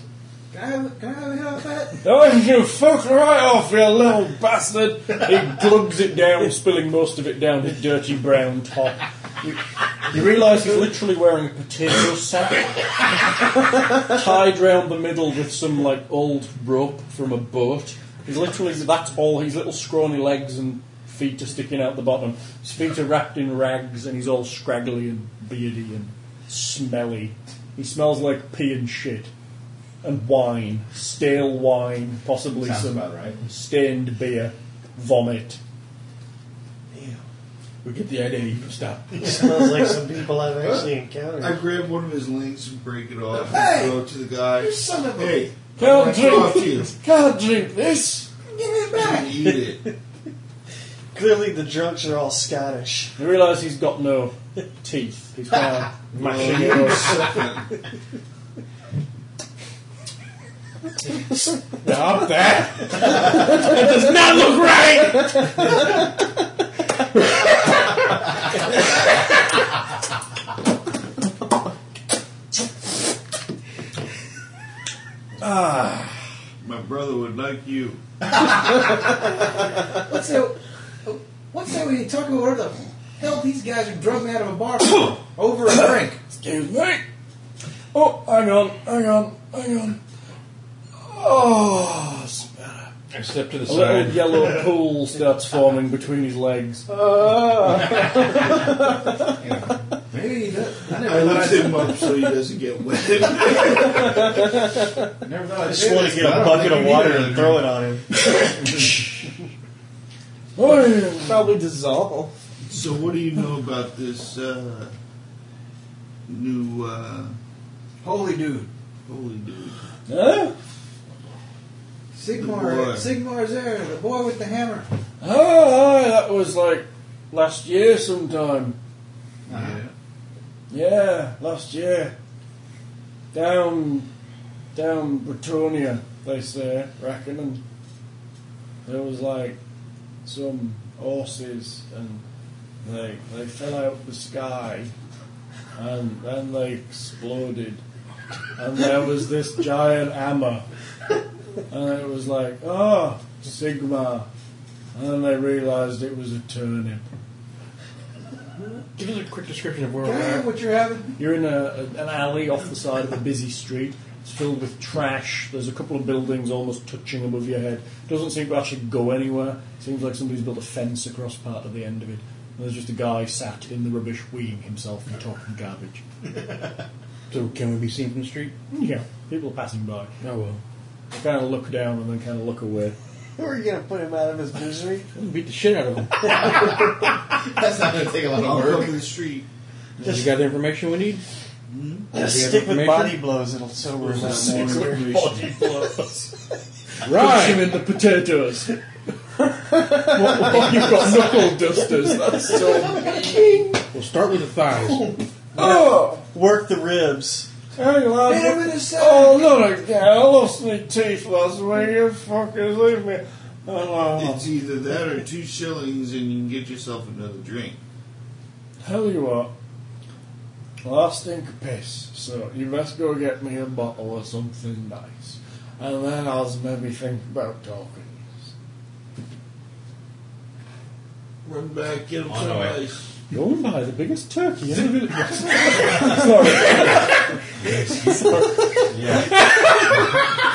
Speaker 4: Can I have, can I have a hit of that?
Speaker 9: Oh, you fuck right off, you little bastard! He glugs it down, spilling most of it down his dirty brown top. You, you realise he's literally wearing a potato sack, tied round the middle with some like old rope from a boat. He's literally that's all. His little scrawny legs and feet are sticking out the bottom. His feet are wrapped in rags, and he's all scraggly and beardy and smelly. He smells like pee and shit and wine, stale wine, possibly
Speaker 4: Sounds
Speaker 9: some
Speaker 4: about right.
Speaker 9: stained beer, vomit.
Speaker 10: We get the idea. You can stop.
Speaker 2: He smells like some people I've actually encountered.
Speaker 8: I grab one of his links and break it off and throw it to the guy. You son of a hey,
Speaker 9: Can't
Speaker 8: that's off
Speaker 9: drink,
Speaker 8: you.
Speaker 9: can't drink this.
Speaker 8: And eat it.
Speaker 2: Clearly, the drunks are all Scottish.
Speaker 9: You realise he's got no teeth. He's kind of mashing it up.
Speaker 10: Stop that. that does not look right.
Speaker 8: My brother would like you.
Speaker 4: What's that? What's that when you talk about what the hell these guys are drugging out of a bar for? Over a drink.
Speaker 9: Excuse me. Oh, hang on, hang on, hang on. Oh, it's better.
Speaker 10: I step to the
Speaker 9: A little
Speaker 10: side.
Speaker 9: yellow pool starts forming between his legs.
Speaker 4: Maybe that, I never
Speaker 8: I
Speaker 4: thought
Speaker 8: lift him up so he doesn't get wet.
Speaker 4: I never thought I
Speaker 2: I just want to get a bucket of water and throw it on him. Probably dissolve.
Speaker 8: So what do you know about this uh, new uh,
Speaker 3: Holy dude.
Speaker 8: holy dude?
Speaker 10: Huh?
Speaker 8: boy.
Speaker 3: Sigmar, Sigmar's there, the boy with the hammer.
Speaker 9: Ah,
Speaker 10: Oh, aye, that was like last year sometime.
Speaker 8: Yeah.
Speaker 10: Yeah, last year. Down, down Bretonia, they say, reckon, and there was like some horses, and they they fell out the sky, and then they exploded, and there was this giant hammer, and it was like, oh, Sigma, and then they realised it was a turnip.
Speaker 3: Give us a quick description of where
Speaker 10: Can I have
Speaker 3: we're at.
Speaker 10: what you're having? You're in a, a- an alley off the side of a busy street. It's filled with trash. There's a couple of buildings almost touching above your head. Doesn't seem to actually go anywhere. Seems like somebody's built a fence across part of the end of it. And there's just a guy sat in the rubbish weeing himself and talking garbage.
Speaker 3: So can we be seen from the street?
Speaker 10: Yeah, people are passing by.
Speaker 3: Oh well.
Speaker 10: They kind of look down and then kind of look away.
Speaker 2: Who are you gonna put him out of his misery?
Speaker 3: Beat the shit out of him.
Speaker 4: That's not going to take a lot
Speaker 8: I'll
Speaker 4: of
Speaker 8: come
Speaker 4: work.
Speaker 8: to the street.
Speaker 3: you got the information we need?
Speaker 2: Just
Speaker 3: have
Speaker 2: stick with
Speaker 3: information?
Speaker 2: body blows. It'll sober him up. more.
Speaker 10: Body blows. Push him
Speaker 3: Right.
Speaker 10: into potatoes. what, what, you've got knuckle dusters. That's so.
Speaker 3: We'll start with the thighs.
Speaker 10: Oh!
Speaker 2: Work the ribs.
Speaker 10: Hang on.
Speaker 3: Hit him in the side.
Speaker 10: Oh, not again. I lost my teeth last week. You fuckers leave me alone.
Speaker 8: It's either that or two shillings, and you can get yourself another drink.
Speaker 10: Tell you what. Well, I stink of piss, so you best go get me a bottle of something nice. And then I'll maybe think about talking.
Speaker 8: Run back, get
Speaker 3: Oh,
Speaker 8: him
Speaker 4: On
Speaker 8: some
Speaker 4: the way.
Speaker 8: ice.
Speaker 10: You're by the biggest turkey in
Speaker 4: Yeah.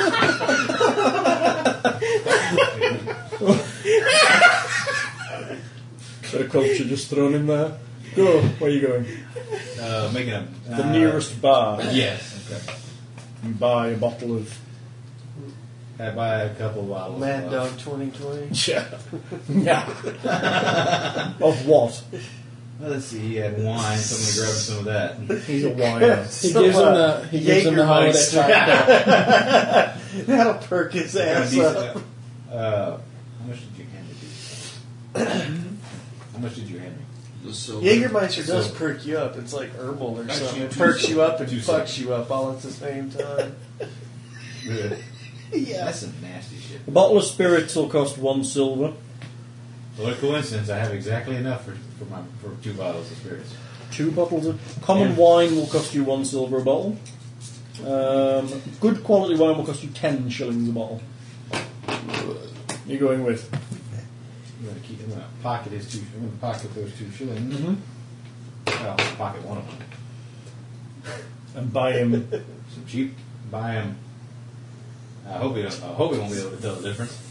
Speaker 10: Bit of culture just thrown in there. Go, where are you going?
Speaker 4: Uh, making a.
Speaker 10: The nearest bar.
Speaker 4: Yes. Okay.
Speaker 10: You buy a bottle of.
Speaker 4: I buy a couple bottles.
Speaker 2: Mad
Speaker 4: of-
Speaker 2: Dog 2020.
Speaker 10: Yeah. of what?
Speaker 4: Well, let's see. He had wine. So I'm going to grab some of that.
Speaker 10: He's a wire.
Speaker 2: He gives him the he gives him the holiday taco. That'll perk his
Speaker 4: Got a
Speaker 2: ass up.
Speaker 4: decent- Uh, how much did you hand me? how much did you hand me?
Speaker 8: The silver.
Speaker 2: Jägermeister does perk you up. It's like herbal or something. It perks you up and
Speaker 4: two
Speaker 2: fucks you up all at the same time.
Speaker 4: yeah. That's some nasty shit.
Speaker 9: A bottle of spirits will cost one silver.
Speaker 4: What a coincidence! I have exactly enough for, for my for two bottles of spirits.
Speaker 9: Two bottles of common wine will cost you one silver a bottle. Um, good quality wine will cost you ten shillings a bottle. You're going with
Speaker 4: I'm gonna keep. I'm gonna pocket his two. I'm gonna pocket those two shillings. Well, I'll pocket one of them.
Speaker 9: and buy him.
Speaker 4: Some cheap. Buy him. I hope he. Don't, I hope he won't be able to tell the difference.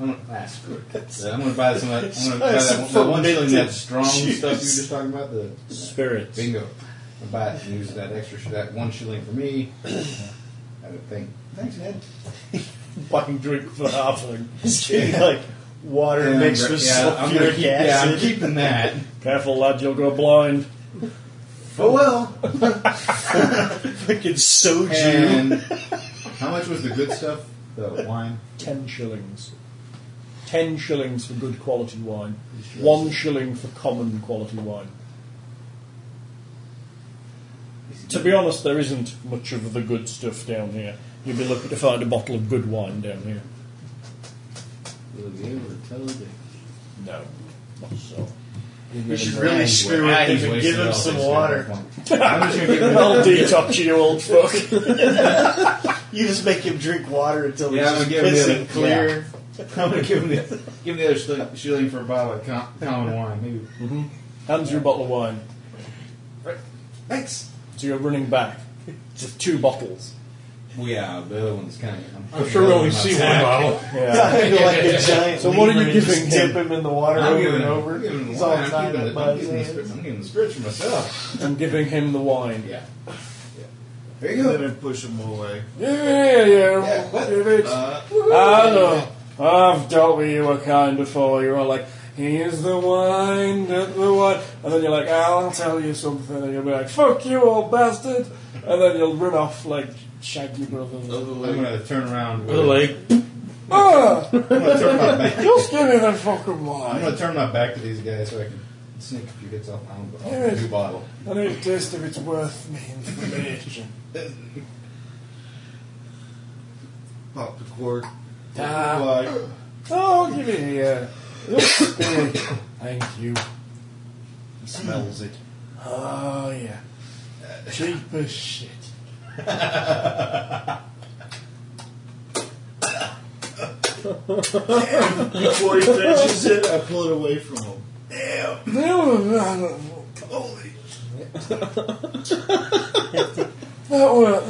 Speaker 4: I'm gonna, ah, screw it. So I'm gonna buy some. Of that, I'm gonna buy that, one- that one shilling that strong stuff you were just talking about. The
Speaker 9: Spirits.
Speaker 4: bingo. I'm gonna buy it and use that extra. sh- That one shilling for me. I would think. Thanks, Ned.
Speaker 9: Buying drink for halfling.
Speaker 2: It's getting like water
Speaker 4: And I'm
Speaker 2: mixed
Speaker 4: gra-
Speaker 2: with
Speaker 4: yeah, I'm gonna
Speaker 2: sulfuric
Speaker 4: keep, yeah, I'm
Speaker 2: acid.
Speaker 4: keeping that.
Speaker 9: Careful, lad, you'll go blind.
Speaker 2: oh well. Fucking soju.
Speaker 4: And how much was the good stuff? The wine.
Speaker 9: Ten shillings. Ten shillings for good quality wine. One shilling for common quality wine. To be honest, there isn't much of the good stuff down here. You'd be lucky to find a bottle of good wine down here.
Speaker 4: Will be able to tell the
Speaker 9: No, not so.
Speaker 2: You should really screw
Speaker 4: Ah,
Speaker 2: with
Speaker 4: he's
Speaker 2: him and give
Speaker 4: wasted
Speaker 2: him
Speaker 4: all
Speaker 2: some
Speaker 4: his
Speaker 2: water.
Speaker 4: time. I'm just gonna give him.
Speaker 9: I'll detox you, old fuck.
Speaker 2: You just make him drink water until
Speaker 4: Yeah, I'm
Speaker 2: he's
Speaker 4: gonna
Speaker 2: just
Speaker 4: give him
Speaker 2: pissing
Speaker 4: the other-
Speaker 2: clear.
Speaker 4: I'm gonna give him the give him the other shilling, shilling for a bottle of com- common wine. Maybe
Speaker 9: Hands you a bottle of wine.
Speaker 2: Thanks.
Speaker 9: So you're running back with two bottles.
Speaker 4: well, yeah, the other one's kind of.
Speaker 3: I'm sure we only see one bottle.
Speaker 9: Yeah.
Speaker 2: I feel like a giant.
Speaker 9: So what are you
Speaker 2: lemur and just
Speaker 9: giving him?
Speaker 2: Dip him in the water
Speaker 4: I'm
Speaker 2: over
Speaker 4: giving
Speaker 2: and
Speaker 4: him,
Speaker 2: over.
Speaker 4: I'm giving him
Speaker 2: He's
Speaker 4: wine.
Speaker 2: all
Speaker 4: I'm
Speaker 2: tied
Speaker 4: giving
Speaker 2: up
Speaker 4: the-
Speaker 2: by
Speaker 4: I'm
Speaker 2: his
Speaker 4: giving the
Speaker 2: hands.
Speaker 4: spirits. I'm giving the spirits for myself.
Speaker 9: I'm giving him the wine.
Speaker 4: Yeah. Yeah. There you
Speaker 8: And
Speaker 4: go.
Speaker 8: then I push him away.
Speaker 10: Yeah, yeah, yeah.
Speaker 4: Yeah, what?
Speaker 10: Give it.
Speaker 4: Uh,
Speaker 10: I know.
Speaker 9: I've dealt with you a kind before. You're all like, here's the wine, get the wine. And then you're like, I'll tell you something. And you'll be like, fuck you, old bastard. And then you'll run off like Shaggy Brother.
Speaker 4: I'm gonna turn around. With,
Speaker 18: With a leg.
Speaker 9: Ah!
Speaker 4: I'm gonna turn my back.
Speaker 9: Just give me that fucking
Speaker 4: I'm
Speaker 9: wine.
Speaker 4: gonna turn my back to these guys so I can sneak a few hits off my own off
Speaker 9: Yes.
Speaker 4: the new bottle.
Speaker 9: I need a taste of it's worth me information.
Speaker 8: Pop the cork.
Speaker 9: Uh,
Speaker 4: Like,
Speaker 9: Ah. Oh, give it here. Thank you.
Speaker 19: He smells it.
Speaker 9: Oh, yeah. Cheap as shit.
Speaker 8: Before he finishes it, I pull it away from him.
Speaker 9: That weren't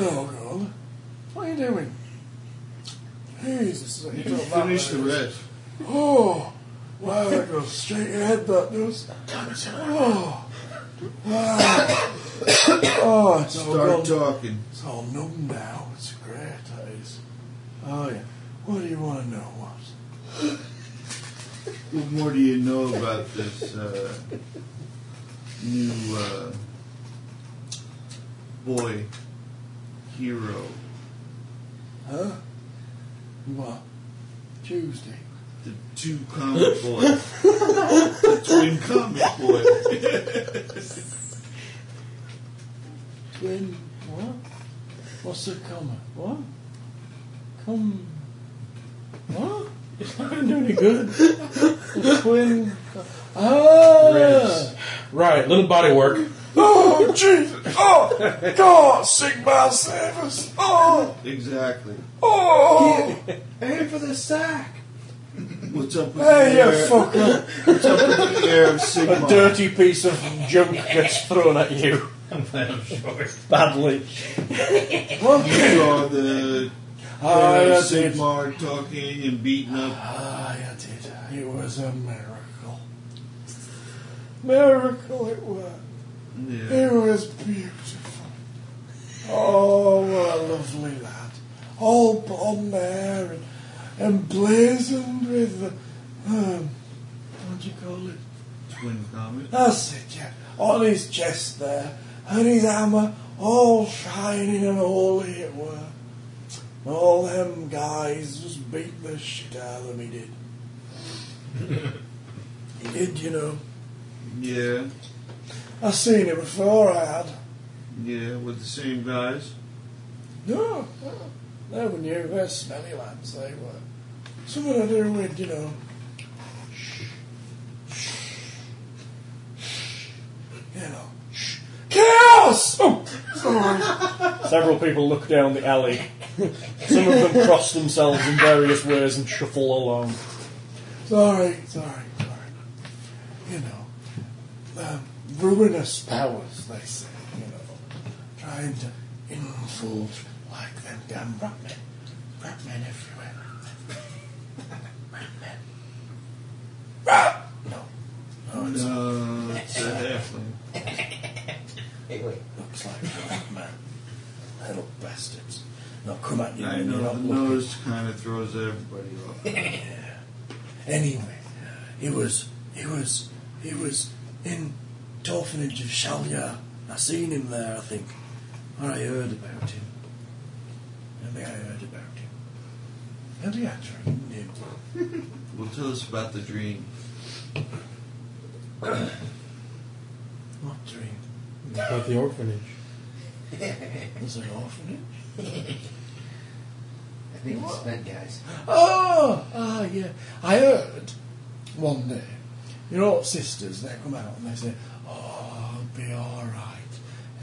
Speaker 9: no good. oh, What are you doing? Jesus, you
Speaker 8: You
Speaker 9: don't like
Speaker 8: finish
Speaker 9: that.
Speaker 8: the rest.
Speaker 9: Oh, wow, that goes straight ahead, that does. Oh, wow. Oh, it's all
Speaker 8: Start
Speaker 9: gone.
Speaker 8: talking.
Speaker 9: It's all numb now. It's great, that is. Oh, yeah. What do you want to know? What?
Speaker 8: What more do you know about this uh, new uh, boy hero?
Speaker 9: Huh? What? Tuesday.
Speaker 8: The two comic boys. the twin comic boy.
Speaker 9: Twin. What? What's the comma? What? Come. What? It's not going to do any good. The twin. Ah!
Speaker 10: Right, little body work.
Speaker 9: Oh, Jesus! Oh, God! Sing my service! Oh!
Speaker 8: exactly.
Speaker 9: Oh!
Speaker 8: Aim for the sack. What's up with
Speaker 9: Hey,
Speaker 8: the
Speaker 9: you
Speaker 8: air?
Speaker 9: fucker!
Speaker 8: What's up with the air of Sigma?
Speaker 9: A Uh, dirty piece of junk gets thrown at you.
Speaker 4: I'm sure.
Speaker 9: Badly.
Speaker 8: You saw the
Speaker 10: Oh,
Speaker 9: Ah,
Speaker 8: air of
Speaker 9: yes, it-
Speaker 8: Sigma talking and beating up.
Speaker 9: Ah, I did. It was a miracle. Miracle it was.
Speaker 8: Yeah.
Speaker 9: It was beautiful. Oh, what a lovely lad. All blonde hair and emblazoned with the. Um, what do you call it?
Speaker 8: Twin comic.
Speaker 9: That's it, yeah. On his chest there, and his hammer all shining and holy it were. And all them guys just beat the shit out of him, he did. he did, you know.
Speaker 8: Yeah.
Speaker 9: I seen it before I had.
Speaker 8: Yeah, with the same guys.
Speaker 9: No, no. They were new, they're smelly lads, they were. Something to do with, you know. You know. Chaos! Oh,
Speaker 20: Several people look down the alley. Some of them cross themselves in various ways and shuffle along.
Speaker 9: Sorry, sorry, sorry. You know, um, ruinous powers, they say, you know. Trying to infiltrate like them damn rat men. Rat men everywhere. Rat men. Rat! No. No, it's
Speaker 8: No, it's a halfling.
Speaker 9: looks like a rat man. Little bastards. They'll come at you
Speaker 8: I
Speaker 9: and you're
Speaker 8: know
Speaker 9: not
Speaker 8: the
Speaker 9: looking.
Speaker 8: nose kind of throws everybody off.
Speaker 9: Anyway, he was he was he was in Dolphinage of Shalia. I seen him there, I think. Or I heard about him. I think I heard about him. And he actually did.
Speaker 8: Well, tell us about the dream.
Speaker 9: What dream?
Speaker 10: About the orphanage.
Speaker 9: Was it orphanage?
Speaker 4: I think it's spent, guys.
Speaker 9: Oh, ah, yeah. I heard one day, you know, sisters, they come out and they say, Oh, it'll be all right.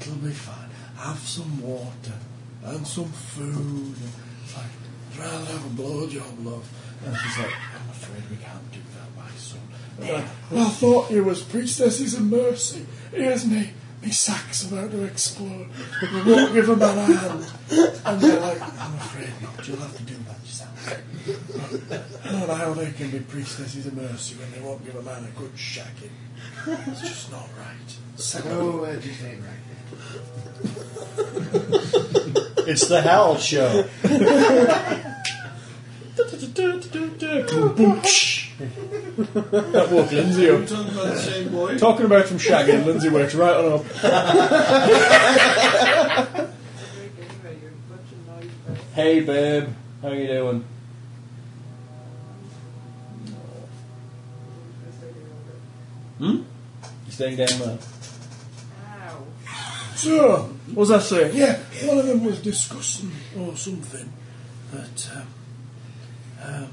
Speaker 9: It'll be fine. Have some water and some food. It's like, try and have a blowjob, love. And she's like, I'm afraid we can't do that, my son. And they're like, well, I thought you was priestesses of mercy. Here's me. Me sack's about to explode. We won't give a man a hand. And they're like, I'm afraid not. You'll have to do that yourself. Not how they can be priestesses of mercy when they won't give a man a good shacking. It's just not right.
Speaker 4: No, it just ain't right.
Speaker 21: It's the Hal Show.
Speaker 2: That woke Lindsay up.
Speaker 8: talking about the same boy?
Speaker 2: Talking about from Shaggy, and Lindsay wakes right on up. Hey, babe, how you doing? Hmm? You staying down there?
Speaker 6: Ow.
Speaker 2: Sure. What was I saying? Yeah, one of them was discussing or something that um, um,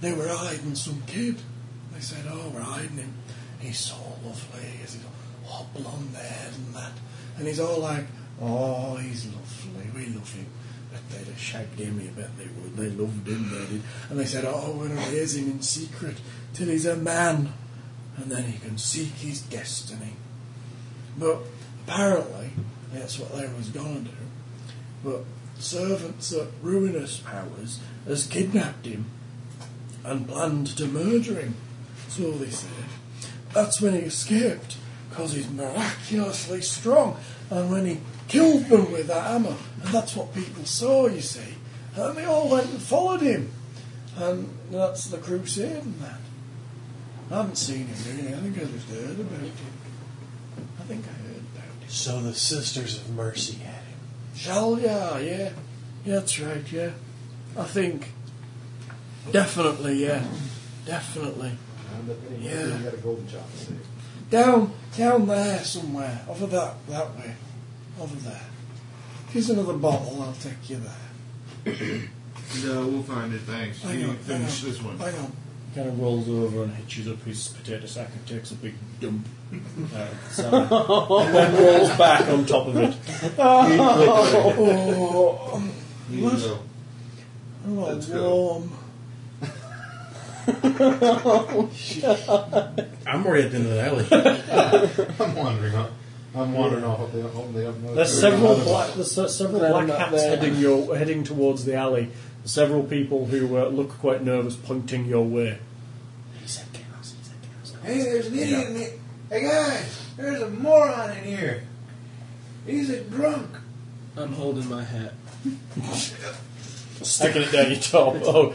Speaker 2: they were hiding some kid. They said, "Oh, we're hiding him. He's so lovely. He's got hot blonde hair and that." And he's all like, "Oh, he's lovely. We love him." But they'd have shagged him. I bet they would. They loved him. They did. And they said, "Oh, we're gonna raise him in secret till he's a man, and then he can seek his destiny." But apparently, that's what they was going to do. But servants at Ruinous Powers has kidnapped him and planned to murder him. So they said. That's when he escaped, because he's miraculously strong. And when he killed them with that hammer, and that's what people saw, you see. And they all went and followed him. And that's the crusade and that. I haven't seen him doing it. I think I just heard about it. I think I heard about it.
Speaker 22: So the Sisters of Mercy had him.
Speaker 2: Shall ya? Yeah. Yeah, that's right, yeah. I think. Definitely, yeah. Definitely. Yeah.
Speaker 4: You got a golden chop. see?
Speaker 2: Down, down there somewhere. Over that, that way. Over there. Here's another bottle, I'll take you there.
Speaker 8: No, we'll find it. Thanks.
Speaker 2: Hang
Speaker 8: You
Speaker 2: on, hang
Speaker 8: finish
Speaker 2: on.
Speaker 8: this one.
Speaker 2: Hang on.
Speaker 9: Kind of rolls over and hitches up his potato sack and takes a big dump. Uh, so- and then rolls back on top of it.
Speaker 8: You know.
Speaker 2: Oh,
Speaker 8: Let's go.
Speaker 2: warm.
Speaker 10: I'm already at the end of the alley.
Speaker 4: I'm wandering off. I'm wandering off. Hope they don't- hope they don't know
Speaker 9: There's
Speaker 4: there's
Speaker 9: several
Speaker 4: another
Speaker 9: black, there's uh, several
Speaker 22: Glad
Speaker 9: black
Speaker 22: I'm not
Speaker 9: hats
Speaker 22: there.
Speaker 9: heading your heading towards the alley. Several people who uh, look quite nervous pointing your way.
Speaker 4: Hey, there's an idiot in here. Hey, guys, there's a moron in here. He's a drunk.
Speaker 22: I'm holding my hat.
Speaker 9: Sticking it down your top. Oh,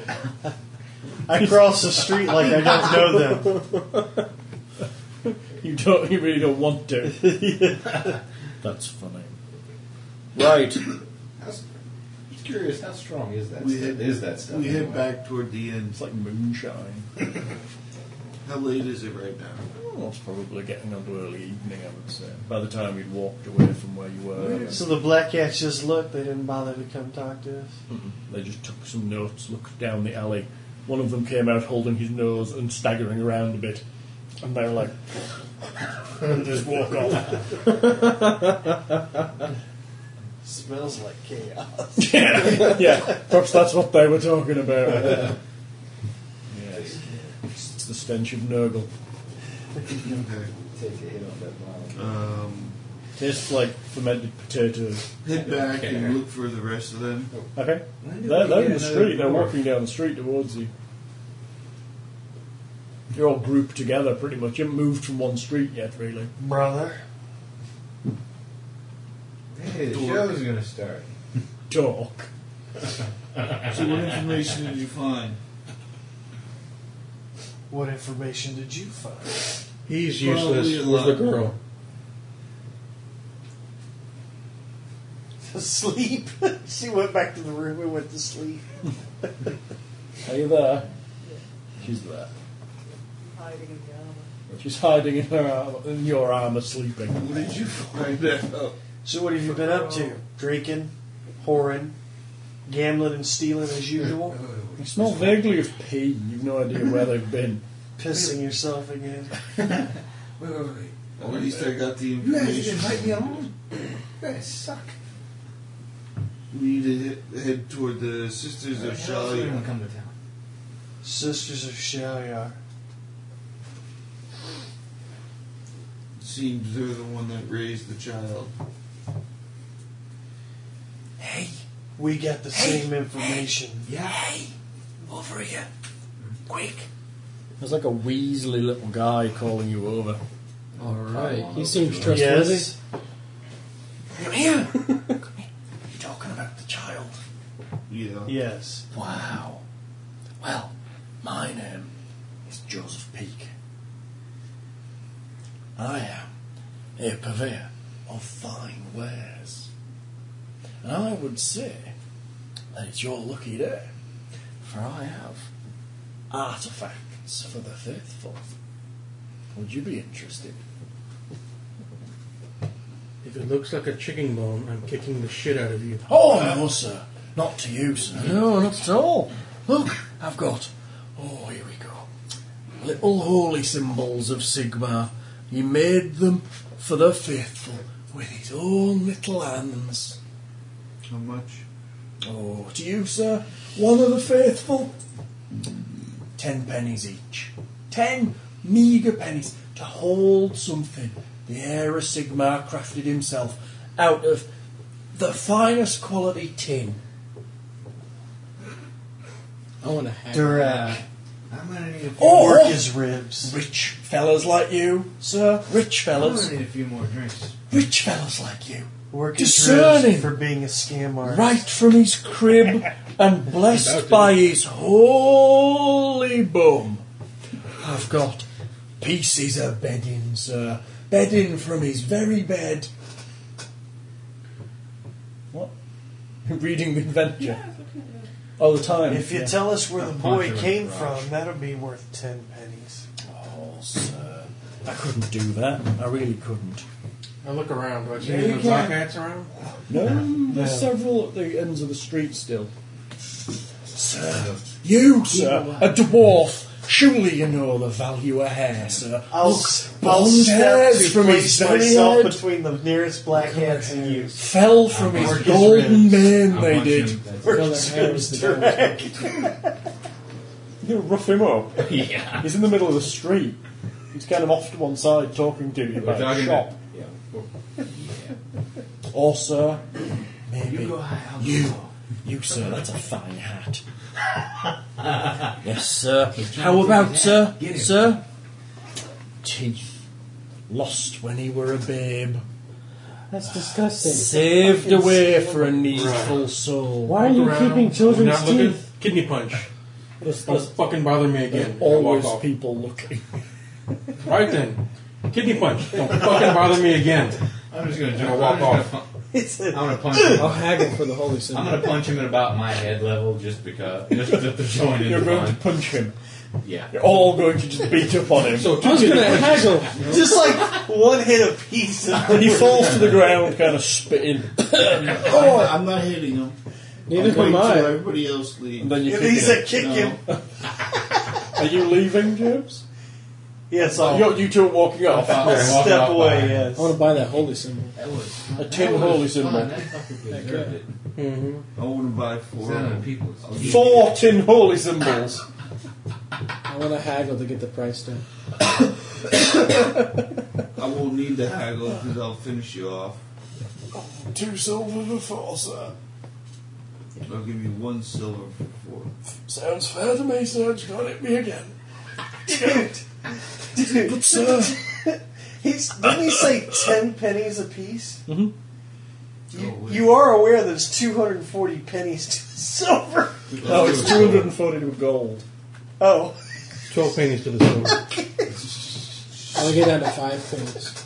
Speaker 23: I cross the street like I don't know them.
Speaker 9: you don't. You really don't want to. That's funny. Right.
Speaker 4: How s- I'm just curious, how strong is that?
Speaker 8: We
Speaker 4: stuff?
Speaker 8: hit-
Speaker 4: is that stuff?
Speaker 8: We head
Speaker 4: anyway?
Speaker 8: back toward the end.
Speaker 9: It's like moonshine.
Speaker 8: How late is it right now?
Speaker 23: Oh.
Speaker 9: Well, it's probably getting on to early evening, I would say. By the time you'd walked away from where you were,
Speaker 3: So the black cats just looked. They didn't bother to come talk to us.
Speaker 9: they just took some notes, looked down the alley. One of them came out holding his nose and staggering around a bit. And they were like, and just walk off.
Speaker 22: Smells like chaos.
Speaker 9: yeah, yeah, perhaps that's what they were talking about. yes. It's the stench of Nurgle.
Speaker 8: Okay.
Speaker 4: Take a hit on that bottle.
Speaker 8: Um,
Speaker 9: Tastes like fermented potatoes.
Speaker 8: head back and look for the rest of them.
Speaker 9: Okay? They're, they're in the street, they're walking down the street towards you. You're all grouped together pretty much. You haven't moved from one street yet, really.
Speaker 22: Brother.
Speaker 4: Hey, the show's gonna start.
Speaker 9: Talk.
Speaker 8: So what information did you find?
Speaker 3: What information did you find?
Speaker 10: He's
Speaker 8: Probably
Speaker 10: useless.
Speaker 8: a
Speaker 10: Where's the
Speaker 8: lot.
Speaker 10: girl?
Speaker 3: Sleep. she went back to the room and went to sleep.
Speaker 9: Are you there? She's there.
Speaker 6: Hiding in the armor.
Speaker 9: She's hiding in her arm, in your armour, sleeping.
Speaker 8: What did you find out?
Speaker 3: So what have you been up to? Drinking, whoring, gambling, and stealing as usual.
Speaker 9: You smell vaguely of pee. You've no idea where they've been.
Speaker 3: Pissing yourself again.
Speaker 4: Wait, wait, wait.
Speaker 8: At least I got the
Speaker 4: You guys
Speaker 8: information.
Speaker 4: didn't invite me along. You guys suck.
Speaker 8: We need to hit, head toward the Sisters of Shalia.
Speaker 4: come to town.
Speaker 3: Sisters of Shaliar.
Speaker 8: Seems they're the one that raised the child.
Speaker 3: We got the same information.
Speaker 9: There's like a weaselly little guy calling you over.
Speaker 22: All right.
Speaker 4: on
Speaker 22: He
Speaker 4: over
Speaker 22: seems
Speaker 4: to him.
Speaker 22: trustworthy.
Speaker 3: Yes.
Speaker 9: Come here! Come here. You're talking about the child.
Speaker 8: Yeah.
Speaker 3: Yes.
Speaker 9: Wow.
Speaker 2: Well, my name is Joseph Peake. I am a purveyor of fine wares. And I would say that it's your lucky day, for I have artifacts for the faithful. Would you be interested?
Speaker 10: If it looks like a chicken bone, I'm kicking the shit out of you.
Speaker 2: Oh, no, sir. Not to you, sir. No, not at all. Look, I've got. Oh, here we go. Little holy symbols of Sigma. He made them for the faithful with his own little hands.
Speaker 8: How much?
Speaker 2: Oh, to you, sir. One of the faithful. Ten pennies each. Ten meagre pennies to hold something the heir of Sigmar crafted himself out of the finest quality tin.
Speaker 4: I want to hack.
Speaker 3: Durack.
Speaker 4: I'm gonna need a few.
Speaker 2: Or
Speaker 3: Work his ribs.
Speaker 2: Oh! rich fellas like you, sir. Rich
Speaker 4: I'm gonna
Speaker 2: fellas.
Speaker 4: need a few more drinks.
Speaker 2: Rich fellas like you.
Speaker 3: Work his
Speaker 2: Discerning.
Speaker 3: ribs for being a scam artist.
Speaker 2: Right from his crib and blessed by his holy bum. I've got pieces of bedding, sir. Bedding from his very bed. What? Reading the adventure. All the time.
Speaker 3: If you tell us where the boy
Speaker 4: Contra
Speaker 3: came
Speaker 4: Garage.
Speaker 3: from, that'll be worth ten pennies.
Speaker 2: Oh, sir. I couldn't do that. I really couldn't.
Speaker 10: I look around. Do I see
Speaker 3: Yeah,
Speaker 10: any
Speaker 3: you
Speaker 10: black
Speaker 3: can.
Speaker 10: hats around?
Speaker 9: No, there's several at the ends of the street still.
Speaker 2: Sir, you, sir, a dwarf. Surely you know the value of hair, sir.
Speaker 3: I'll,
Speaker 2: Look,
Speaker 3: s- I'll
Speaker 2: blonde
Speaker 3: step
Speaker 2: hairs
Speaker 3: to
Speaker 2: from his
Speaker 3: place
Speaker 2: very
Speaker 3: myself
Speaker 2: head
Speaker 3: between the nearest black hats and you.
Speaker 2: fell from
Speaker 3: Mark
Speaker 2: his
Speaker 3: his
Speaker 2: golden
Speaker 3: ribs.
Speaker 2: mane.
Speaker 4: I
Speaker 2: They
Speaker 4: want
Speaker 2: did.
Speaker 4: him- that's-
Speaker 3: We're
Speaker 9: Well,
Speaker 3: just
Speaker 9: their
Speaker 3: gonna
Speaker 9: hair is the
Speaker 3: direct.
Speaker 9: You rough him up.
Speaker 4: Yeah.
Speaker 9: He's in the middle of the street. He's kind of off to one side talking to you
Speaker 4: We're
Speaker 9: about a
Speaker 4: talking
Speaker 9: shop.
Speaker 4: to- Yeah.
Speaker 2: Or, sir, maybe
Speaker 4: You go high. I'll
Speaker 2: you,
Speaker 4: Go low.
Speaker 2: you, sir. That's a fine hat. yes, sir. How about, sir,
Speaker 4: Get him.
Speaker 2: sir? Teeth lost when he were a babe.
Speaker 24: That's disgusting.
Speaker 2: saved away for a needful soul.
Speaker 24: Why are you
Speaker 10: Around.
Speaker 24: keeping children's
Speaker 10: Not looking.
Speaker 24: teeth?
Speaker 10: Kidney punch.
Speaker 9: There's,
Speaker 10: Don't
Speaker 9: there's
Speaker 10: fucking bother me again. I
Speaker 2: Always
Speaker 10: walk off.
Speaker 2: people looking.
Speaker 10: Right then. Kidney punch. Don't fucking bother me again.
Speaker 4: I'm just gonna jump.
Speaker 10: I'll walk
Speaker 4: I'm just gonna pu-
Speaker 3: It's
Speaker 4: I'm
Speaker 3: a-
Speaker 4: gonna punch him.
Speaker 24: I'll haggle for the holy
Speaker 4: I'm
Speaker 24: symbol.
Speaker 4: gonna punch him at about my head level, just because. Just to join in.
Speaker 2: You're
Speaker 4: the
Speaker 2: going to
Speaker 4: fun.
Speaker 2: punch him.
Speaker 4: Yeah.
Speaker 2: You're all going to just beat up on him.
Speaker 10: So two
Speaker 24: I was
Speaker 10: kidney
Speaker 24: going to
Speaker 10: punches.
Speaker 24: haggle.
Speaker 3: just like one hit a piece. Of
Speaker 2: and he falls to the ground, kind of spitting.
Speaker 8: Oh, I'm not hitting him.
Speaker 24: Neither am
Speaker 8: I'm waiting till
Speaker 24: I.
Speaker 8: everybody else leaves.
Speaker 2: And then you
Speaker 3: At
Speaker 2: kick
Speaker 3: least
Speaker 2: him.
Speaker 3: I kick
Speaker 8: No.
Speaker 3: him.
Speaker 2: Are you leaving, James?
Speaker 3: Yes, I'll,
Speaker 2: You're, you two are walking off.
Speaker 3: I'll step away. Yes.
Speaker 24: I want to buy that holy symbol.
Speaker 4: That was
Speaker 2: A tin holy symbol.
Speaker 4: That fucker deserved it.
Speaker 8: I want to buy four. of
Speaker 4: Seven
Speaker 8: them.
Speaker 4: people.
Speaker 2: Four tin holy symbols.
Speaker 24: I want to haggle to get the price down.
Speaker 8: I won't need the haggle because I'll finish you off.
Speaker 2: Two silver for four, sir.
Speaker 8: I'll give you one silver for four.
Speaker 2: Sounds fair to me, sir. Just don't hit me again. Dude. But, sir,
Speaker 3: He's, didn't he say ten pennies a piece? Mm-hmm.
Speaker 2: Oh,
Speaker 3: You, you are aware that it's two hundred and forty pennies to the silver.
Speaker 24: Oh,
Speaker 2: no, it's 240 to gold.
Speaker 3: Oh,
Speaker 10: Twelve pennies to the silver.
Speaker 24: I'll get down to five pennies.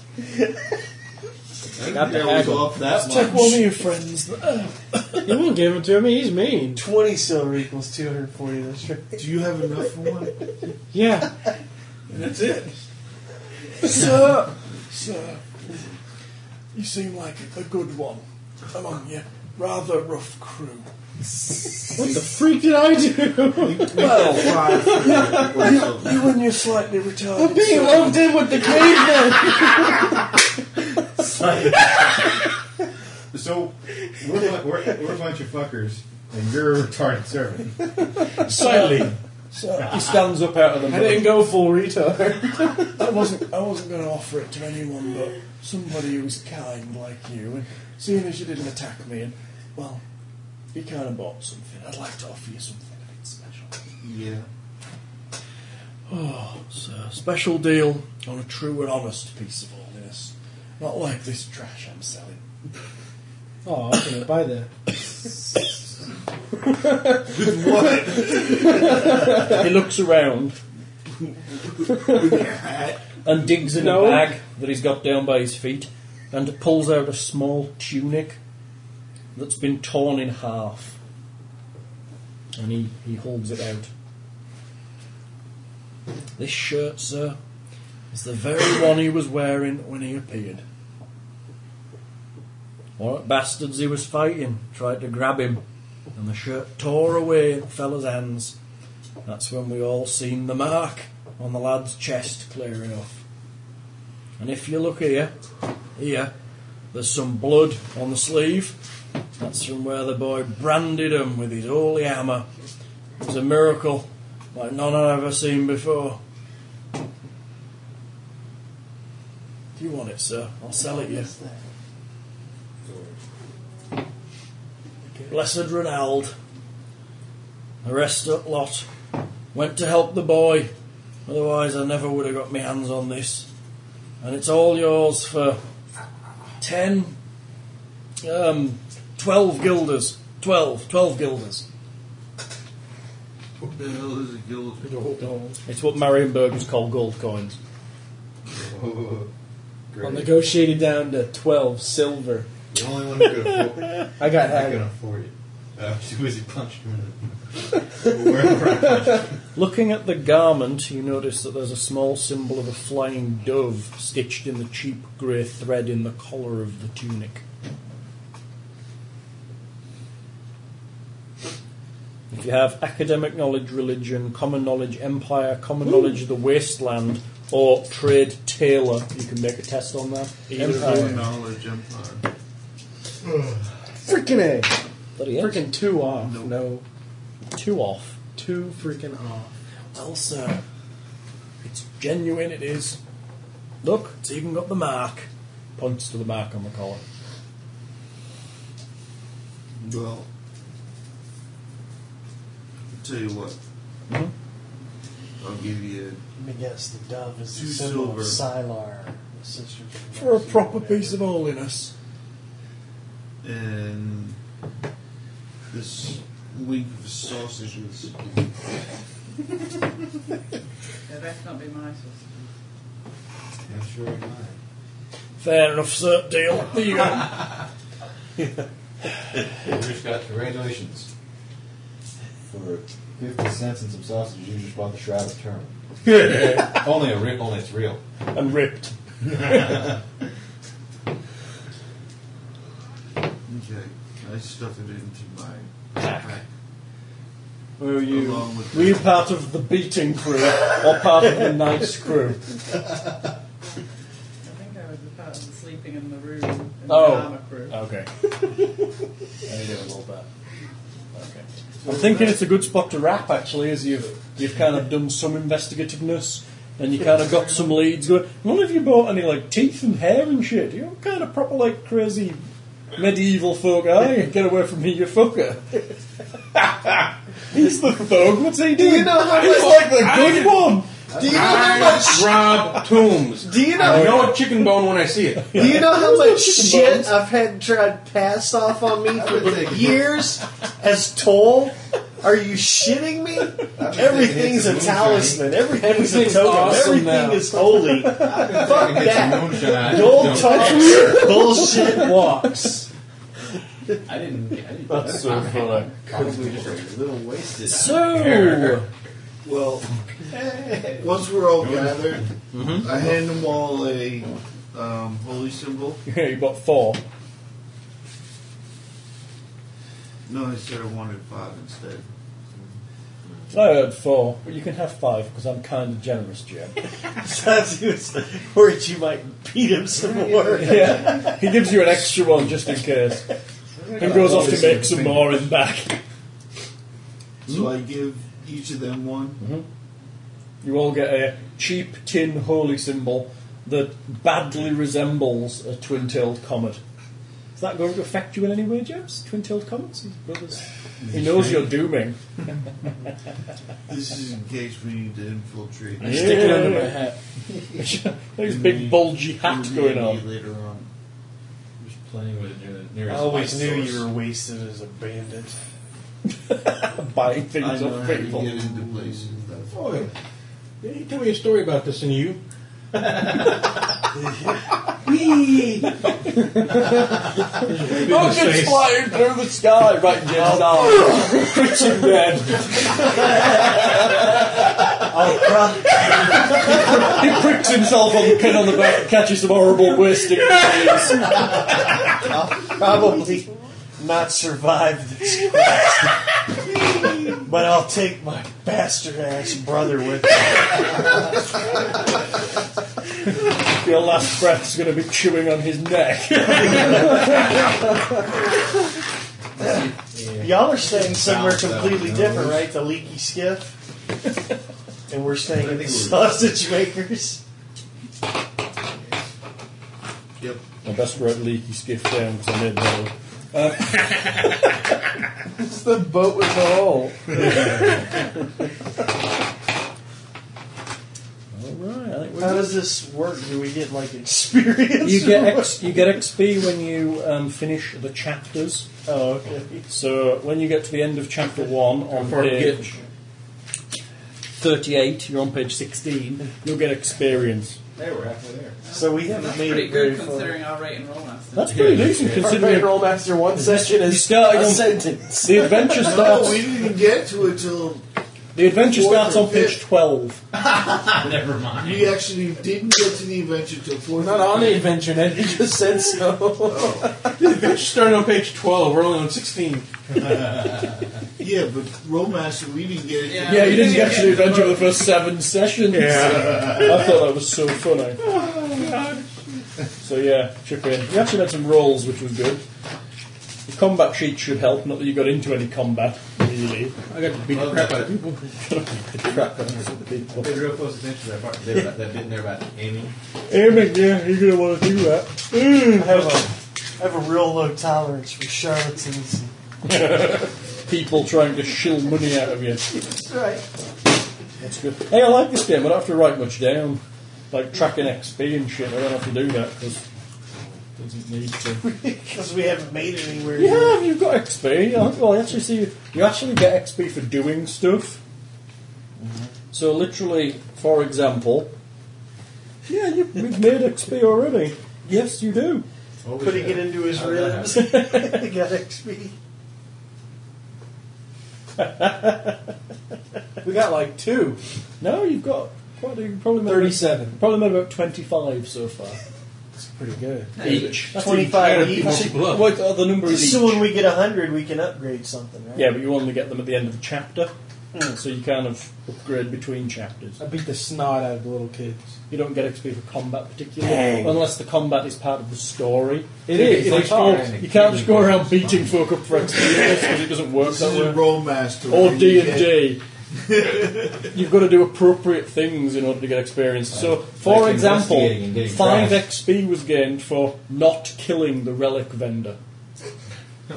Speaker 8: I didn't think I was off that
Speaker 2: Take
Speaker 8: much.
Speaker 2: one of your friends.
Speaker 24: You won't give him to me. He's mean.
Speaker 3: twenty silver equals two hundred forty. That's right.
Speaker 8: Do you have enough for one?
Speaker 24: Yeah.
Speaker 2: That's it. sir, sir, you seem like a good one among your rather rough crew.
Speaker 24: What the freak did I do?
Speaker 2: Well,
Speaker 8: Five for one silver.
Speaker 2: you and your slightly retarded.
Speaker 24: I'm being lumped in with the caveman.
Speaker 4: So we're, bu- we're, we're a bunch of fuckers, and you're a retarded servant.
Speaker 2: Slightly. Sir, he stands up out of the
Speaker 24: I didn't go full retard.
Speaker 2: I wasn't. I wasn't going to offer it to anyone but somebody who was kind like you. And seeing as you didn't attack me, and well, you kind of bought something. I'd like to offer you something a bit special.
Speaker 8: Yeah.
Speaker 2: Oh, sir, special deal on a true and honest piece of holiness. Not like this trash I'm selling.
Speaker 24: Oh, I'm going to buy that.
Speaker 9: He looks around and digs in a bag that he's got down by his feet and pulls out a small tunic that's been torn in half. And he, he holds it out. This shirt, sir, is the very one he was wearing when he appeared. One of the bastards he was fighting tried to grab him, and the shirt tore away at the fella's hands. That's when we all seen the mark on the lad's chest clear enough. And if you look here, here, there's some blood on the sleeve. That's from where the boy branded him with his holy hammer. It was a miracle, like none I've ever seen before. If you want it, sir, I'll sell it you. Blessed Ronald. The rest of the lot went to help the boy. Otherwise, I never would have got my hands on this. And it's all yours for ten, um, twelve guilders. Twelve, twelve guilders.
Speaker 8: What the hell is a guild?
Speaker 9: It's what Marienburgers call gold coins.
Speaker 3: I'll negotiate it down to 12 silver.
Speaker 4: The only one who could afford, I
Speaker 3: I got
Speaker 4: could
Speaker 3: that.
Speaker 4: afford it. Uh, I was too busy punching him in the. Wherever I punched him.
Speaker 9: Looking at the garment, you notice that there's a small symbol of a flying dove stitched in the cheap grey thread in the collar of the tunic. If you have academic knowledge, religion, common knowledge, empire, common knowledge of the wasteland, or trade tailor, you can make a test on that.
Speaker 8: Full
Speaker 9: Empire.
Speaker 8: knowledge empire.
Speaker 3: Freaking A.
Speaker 9: Bloody hell.
Speaker 3: Freaking two off. No.
Speaker 9: Two off.
Speaker 3: Two freaking off.
Speaker 9: Well, sir, it's genuine, it is. Look, it's even got the mark. Points to the mark on the collar.
Speaker 8: Well, I'll tell you what.
Speaker 9: Hmm?
Speaker 8: I'll give you.
Speaker 2: Let me guess, the dove is
Speaker 8: Two
Speaker 2: the symbol
Speaker 8: silver.
Speaker 2: of Sylar. the sister of the
Speaker 9: For a
Speaker 2: Nazis,
Speaker 9: proper
Speaker 2: whatever.
Speaker 9: piece of holiness.
Speaker 8: And this wing of sausage was.
Speaker 6: It best not be my sausage.
Speaker 4: I'm sure I'm not.
Speaker 9: Fair enough, sir. Deal. There you go.
Speaker 4: We just got congratulations. For 50 cents and some sausage, you just bought the Shroud of Term. only, a re- only it's real.
Speaker 9: and ripped.
Speaker 8: Okay, I stuffed it into my backpack.
Speaker 9: Were you?
Speaker 8: Along with
Speaker 9: Were you part of the beating crew or part of the nice crew?
Speaker 6: I think I was the part of the sleeping in the room in
Speaker 9: Oh.
Speaker 6: the armour crew.
Speaker 9: Okay. I need a little bit. Okay. I'm thinking it's a good spot to wrap actually, as you've you've kind of done some investigativeness and you kind of got some leads going. None of you bought any like teeth and hair and shit. You're kind of proper like crazy medieval folk, are you? Get away from me, you fucker. He's the thug. What's he doing?
Speaker 3: know how
Speaker 9: He's
Speaker 3: much-
Speaker 9: like the good one.
Speaker 3: Do you know how much?
Speaker 10: Rob Toombs.
Speaker 3: Do you know?
Speaker 10: I know a chicken bone when I see it.
Speaker 3: Do you know how much shit I've had tried passed off on me for the years as toll? Are you shitting me?
Speaker 2: Everything's a talisman. Everything's a
Speaker 3: Everything's
Speaker 2: token.
Speaker 3: awesome
Speaker 2: Everything
Speaker 3: now.
Speaker 2: is holy.
Speaker 4: Fuck
Speaker 2: that.
Speaker 4: Moonshine.
Speaker 2: Gold
Speaker 4: Don't-
Speaker 2: talks. Bullshit walks.
Speaker 4: I didn't. I didn't
Speaker 12: That's so funny.
Speaker 4: probably just a little wasted.
Speaker 9: So,
Speaker 8: Well, once we're all gathered, I hand them all a um, holy symbol.
Speaker 9: yeah, you bought four.
Speaker 8: No, I said I wanted five instead.
Speaker 9: I heard four, but you can have five because I'm kind of generous, Jim.
Speaker 2: That's who's worried you might beat him some more.
Speaker 9: yeah, he gives you an extra one just in case, and goes off to make some more in the back.
Speaker 8: So I give each of them one.
Speaker 9: You all get a cheap tin holy symbol that badly resembles a twin-tailed comet. Is that going to affect you in any way, James? Twin-tailed comets, his brothers. He knows you're dooming.
Speaker 8: This is in case we need to infiltrate.
Speaker 3: I stick it under my hat.
Speaker 9: His big bulgy hat going on.
Speaker 8: Later on.
Speaker 25: There's plenty where the near the
Speaker 26: I
Speaker 25: nearest.
Speaker 26: always
Speaker 25: light
Speaker 26: knew
Speaker 25: source.
Speaker 26: you were wasted as a bandit.
Speaker 9: Buying
Speaker 8: I
Speaker 9: things
Speaker 8: know
Speaker 9: off
Speaker 8: how to
Speaker 9: people.
Speaker 8: get into places. That's all.
Speaker 10: Boy, yeah, you tell me a story about this, and you.
Speaker 9: Oh, just flying through the sky, right, Jim's arm. Pretty red. He pricks himself on the pin on the back, catches some horrible wasting disease.
Speaker 2: Probably not survive this quest. but I'll take my bastard ass brother with me.
Speaker 9: Your last breath's going to be chewing on his neck.
Speaker 2: Y'all are staying somewhere completely different, right? The leaky skiff. And we're staying at the sausage makers.
Speaker 8: Yep.
Speaker 9: I best wrote leaky skiff down because I made no.
Speaker 3: It's the boat with the hole.
Speaker 9: Alright, I think
Speaker 2: How does this work? Do we get like experience?
Speaker 9: You get X, you get XP when you um, finish the chapters.
Speaker 2: Oh, okay.
Speaker 9: So when you get to the end of chapter one on
Speaker 10: Before it
Speaker 9: page thirty-eight, you're on page sixteen. You'll get experience.
Speaker 25: Hey, we're halfway there.
Speaker 2: So we haven't
Speaker 6: That's
Speaker 2: made
Speaker 6: pretty
Speaker 2: it very
Speaker 6: good
Speaker 2: far.
Speaker 6: considering our rate and roll last time.
Speaker 9: That's pretty decent
Speaker 3: Considering
Speaker 9: considering
Speaker 3: roll master one session
Speaker 9: you
Speaker 3: is
Speaker 9: started
Speaker 3: a
Speaker 9: on,
Speaker 3: sentence.
Speaker 9: the adventure
Speaker 8: No, we
Speaker 9: starts.
Speaker 8: didn't get to it till
Speaker 9: The adventure starts on page
Speaker 8: fifth.
Speaker 9: twelve.
Speaker 25: Never mind.
Speaker 8: we actually didn't get to the adventure till four.
Speaker 3: We're not on the adventure, Ned. You just said so.
Speaker 9: Oh.
Speaker 10: You're starting on page 12. We're only on 16.
Speaker 8: Yeah, but Romaster, we didn't get it. till-
Speaker 9: Yeah, you didn't get to the adventure for the first seven sessions. I thought that was so funny. Oh, So yeah, chip in. You actually made some rolls, which was good. The combat sheet should help. Not that you got into any combat, really.
Speaker 10: I got to beat the crap out of people.
Speaker 9: Crap, that was a big one.
Speaker 25: Paid real close attention to that part. There, that, that bit in there about aiming.
Speaker 9: Aiming, yeah, you're gonna want to do that.
Speaker 27: I have a, I have a real low tolerance for charlatans.
Speaker 9: People trying to shill money out of you.
Speaker 27: That's right.
Speaker 9: That's good. Hey, I like this game. I don't have to write much down, like tracking XP and shit. I don't have to do that because doesn't need to.
Speaker 2: Because we haven't made it anywhere. yet.
Speaker 9: Yeah, you've got XP. I- Well, I actually see you actually get XP for doing stuff. Mm-hmm. So literally, for example, yeah, you, we've made XP already. Yes, you do.
Speaker 2: Putting it into his
Speaker 25: How'd that
Speaker 2: ribs. he got XP.
Speaker 3: We got like two.
Speaker 9: No, you've got quite. You probably made
Speaker 3: Thirty-seven.
Speaker 9: Probably made about twenty-five so far.
Speaker 3: That's pretty good.
Speaker 9: Each. That's
Speaker 10: I got
Speaker 2: 25
Speaker 10: to beat more
Speaker 2: each.
Speaker 10: people up.
Speaker 9: What are the number is
Speaker 2: So
Speaker 9: each?
Speaker 2: when we get 100, we can upgrade something, right?
Speaker 9: Yeah, but you only get them at the end of the chapter,
Speaker 8: Hmm.
Speaker 9: so you kind of upgrade between chapters.
Speaker 3: I beat the snot out of the little kids.
Speaker 9: You don't get XP for combat particularly, unless the combat is part of the story.
Speaker 3: It is.
Speaker 9: You
Speaker 3: They
Speaker 9: can't,
Speaker 3: are.
Speaker 9: you can't just go around beating folk up for experience because it doesn't work
Speaker 8: This is
Speaker 9: that
Speaker 8: in
Speaker 9: way.
Speaker 8: Romaster.
Speaker 9: Or
Speaker 8: we
Speaker 9: uh, D and
Speaker 8: get-
Speaker 9: D. You've got to do appropriate things in order to get experience. So, for
Speaker 25: like
Speaker 9: example,
Speaker 25: investigating and getting
Speaker 9: five
Speaker 25: crashed.
Speaker 9: XP was gained for not killing the relic vendor.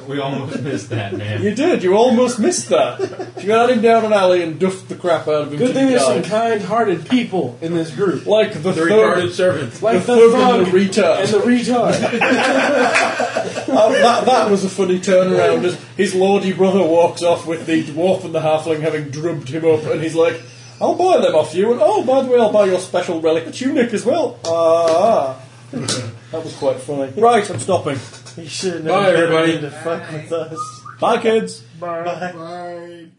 Speaker 25: We almost missed that, man.
Speaker 9: You did. You almost missed that. You got him down an alley and duffed the crap out of him.
Speaker 3: Good
Speaker 9: till
Speaker 3: thing
Speaker 9: he
Speaker 3: there's some
Speaker 9: died.
Speaker 3: kind-hearted people in this group,
Speaker 9: like the,
Speaker 10: The
Speaker 9: third,
Speaker 10: retarded servants.
Speaker 3: like the,
Speaker 9: the third and
Speaker 3: thug
Speaker 9: the retard.
Speaker 3: and the retard.
Speaker 9: Oh, that, that was a funny turnaround. As his lordy brother walks off with the dwarf and the halfling having drubbed him up, and he's like, I'll buy them off you, and oh, by the way, I'll buy your special relic tunic as well. Ah. that was quite funny. Right, I'm stopping.
Speaker 2: He should have
Speaker 10: Bye,
Speaker 2: never been
Speaker 10: everybody.
Speaker 2: to fuck with us.
Speaker 9: Bye, kids.
Speaker 2: Bye.
Speaker 8: Right.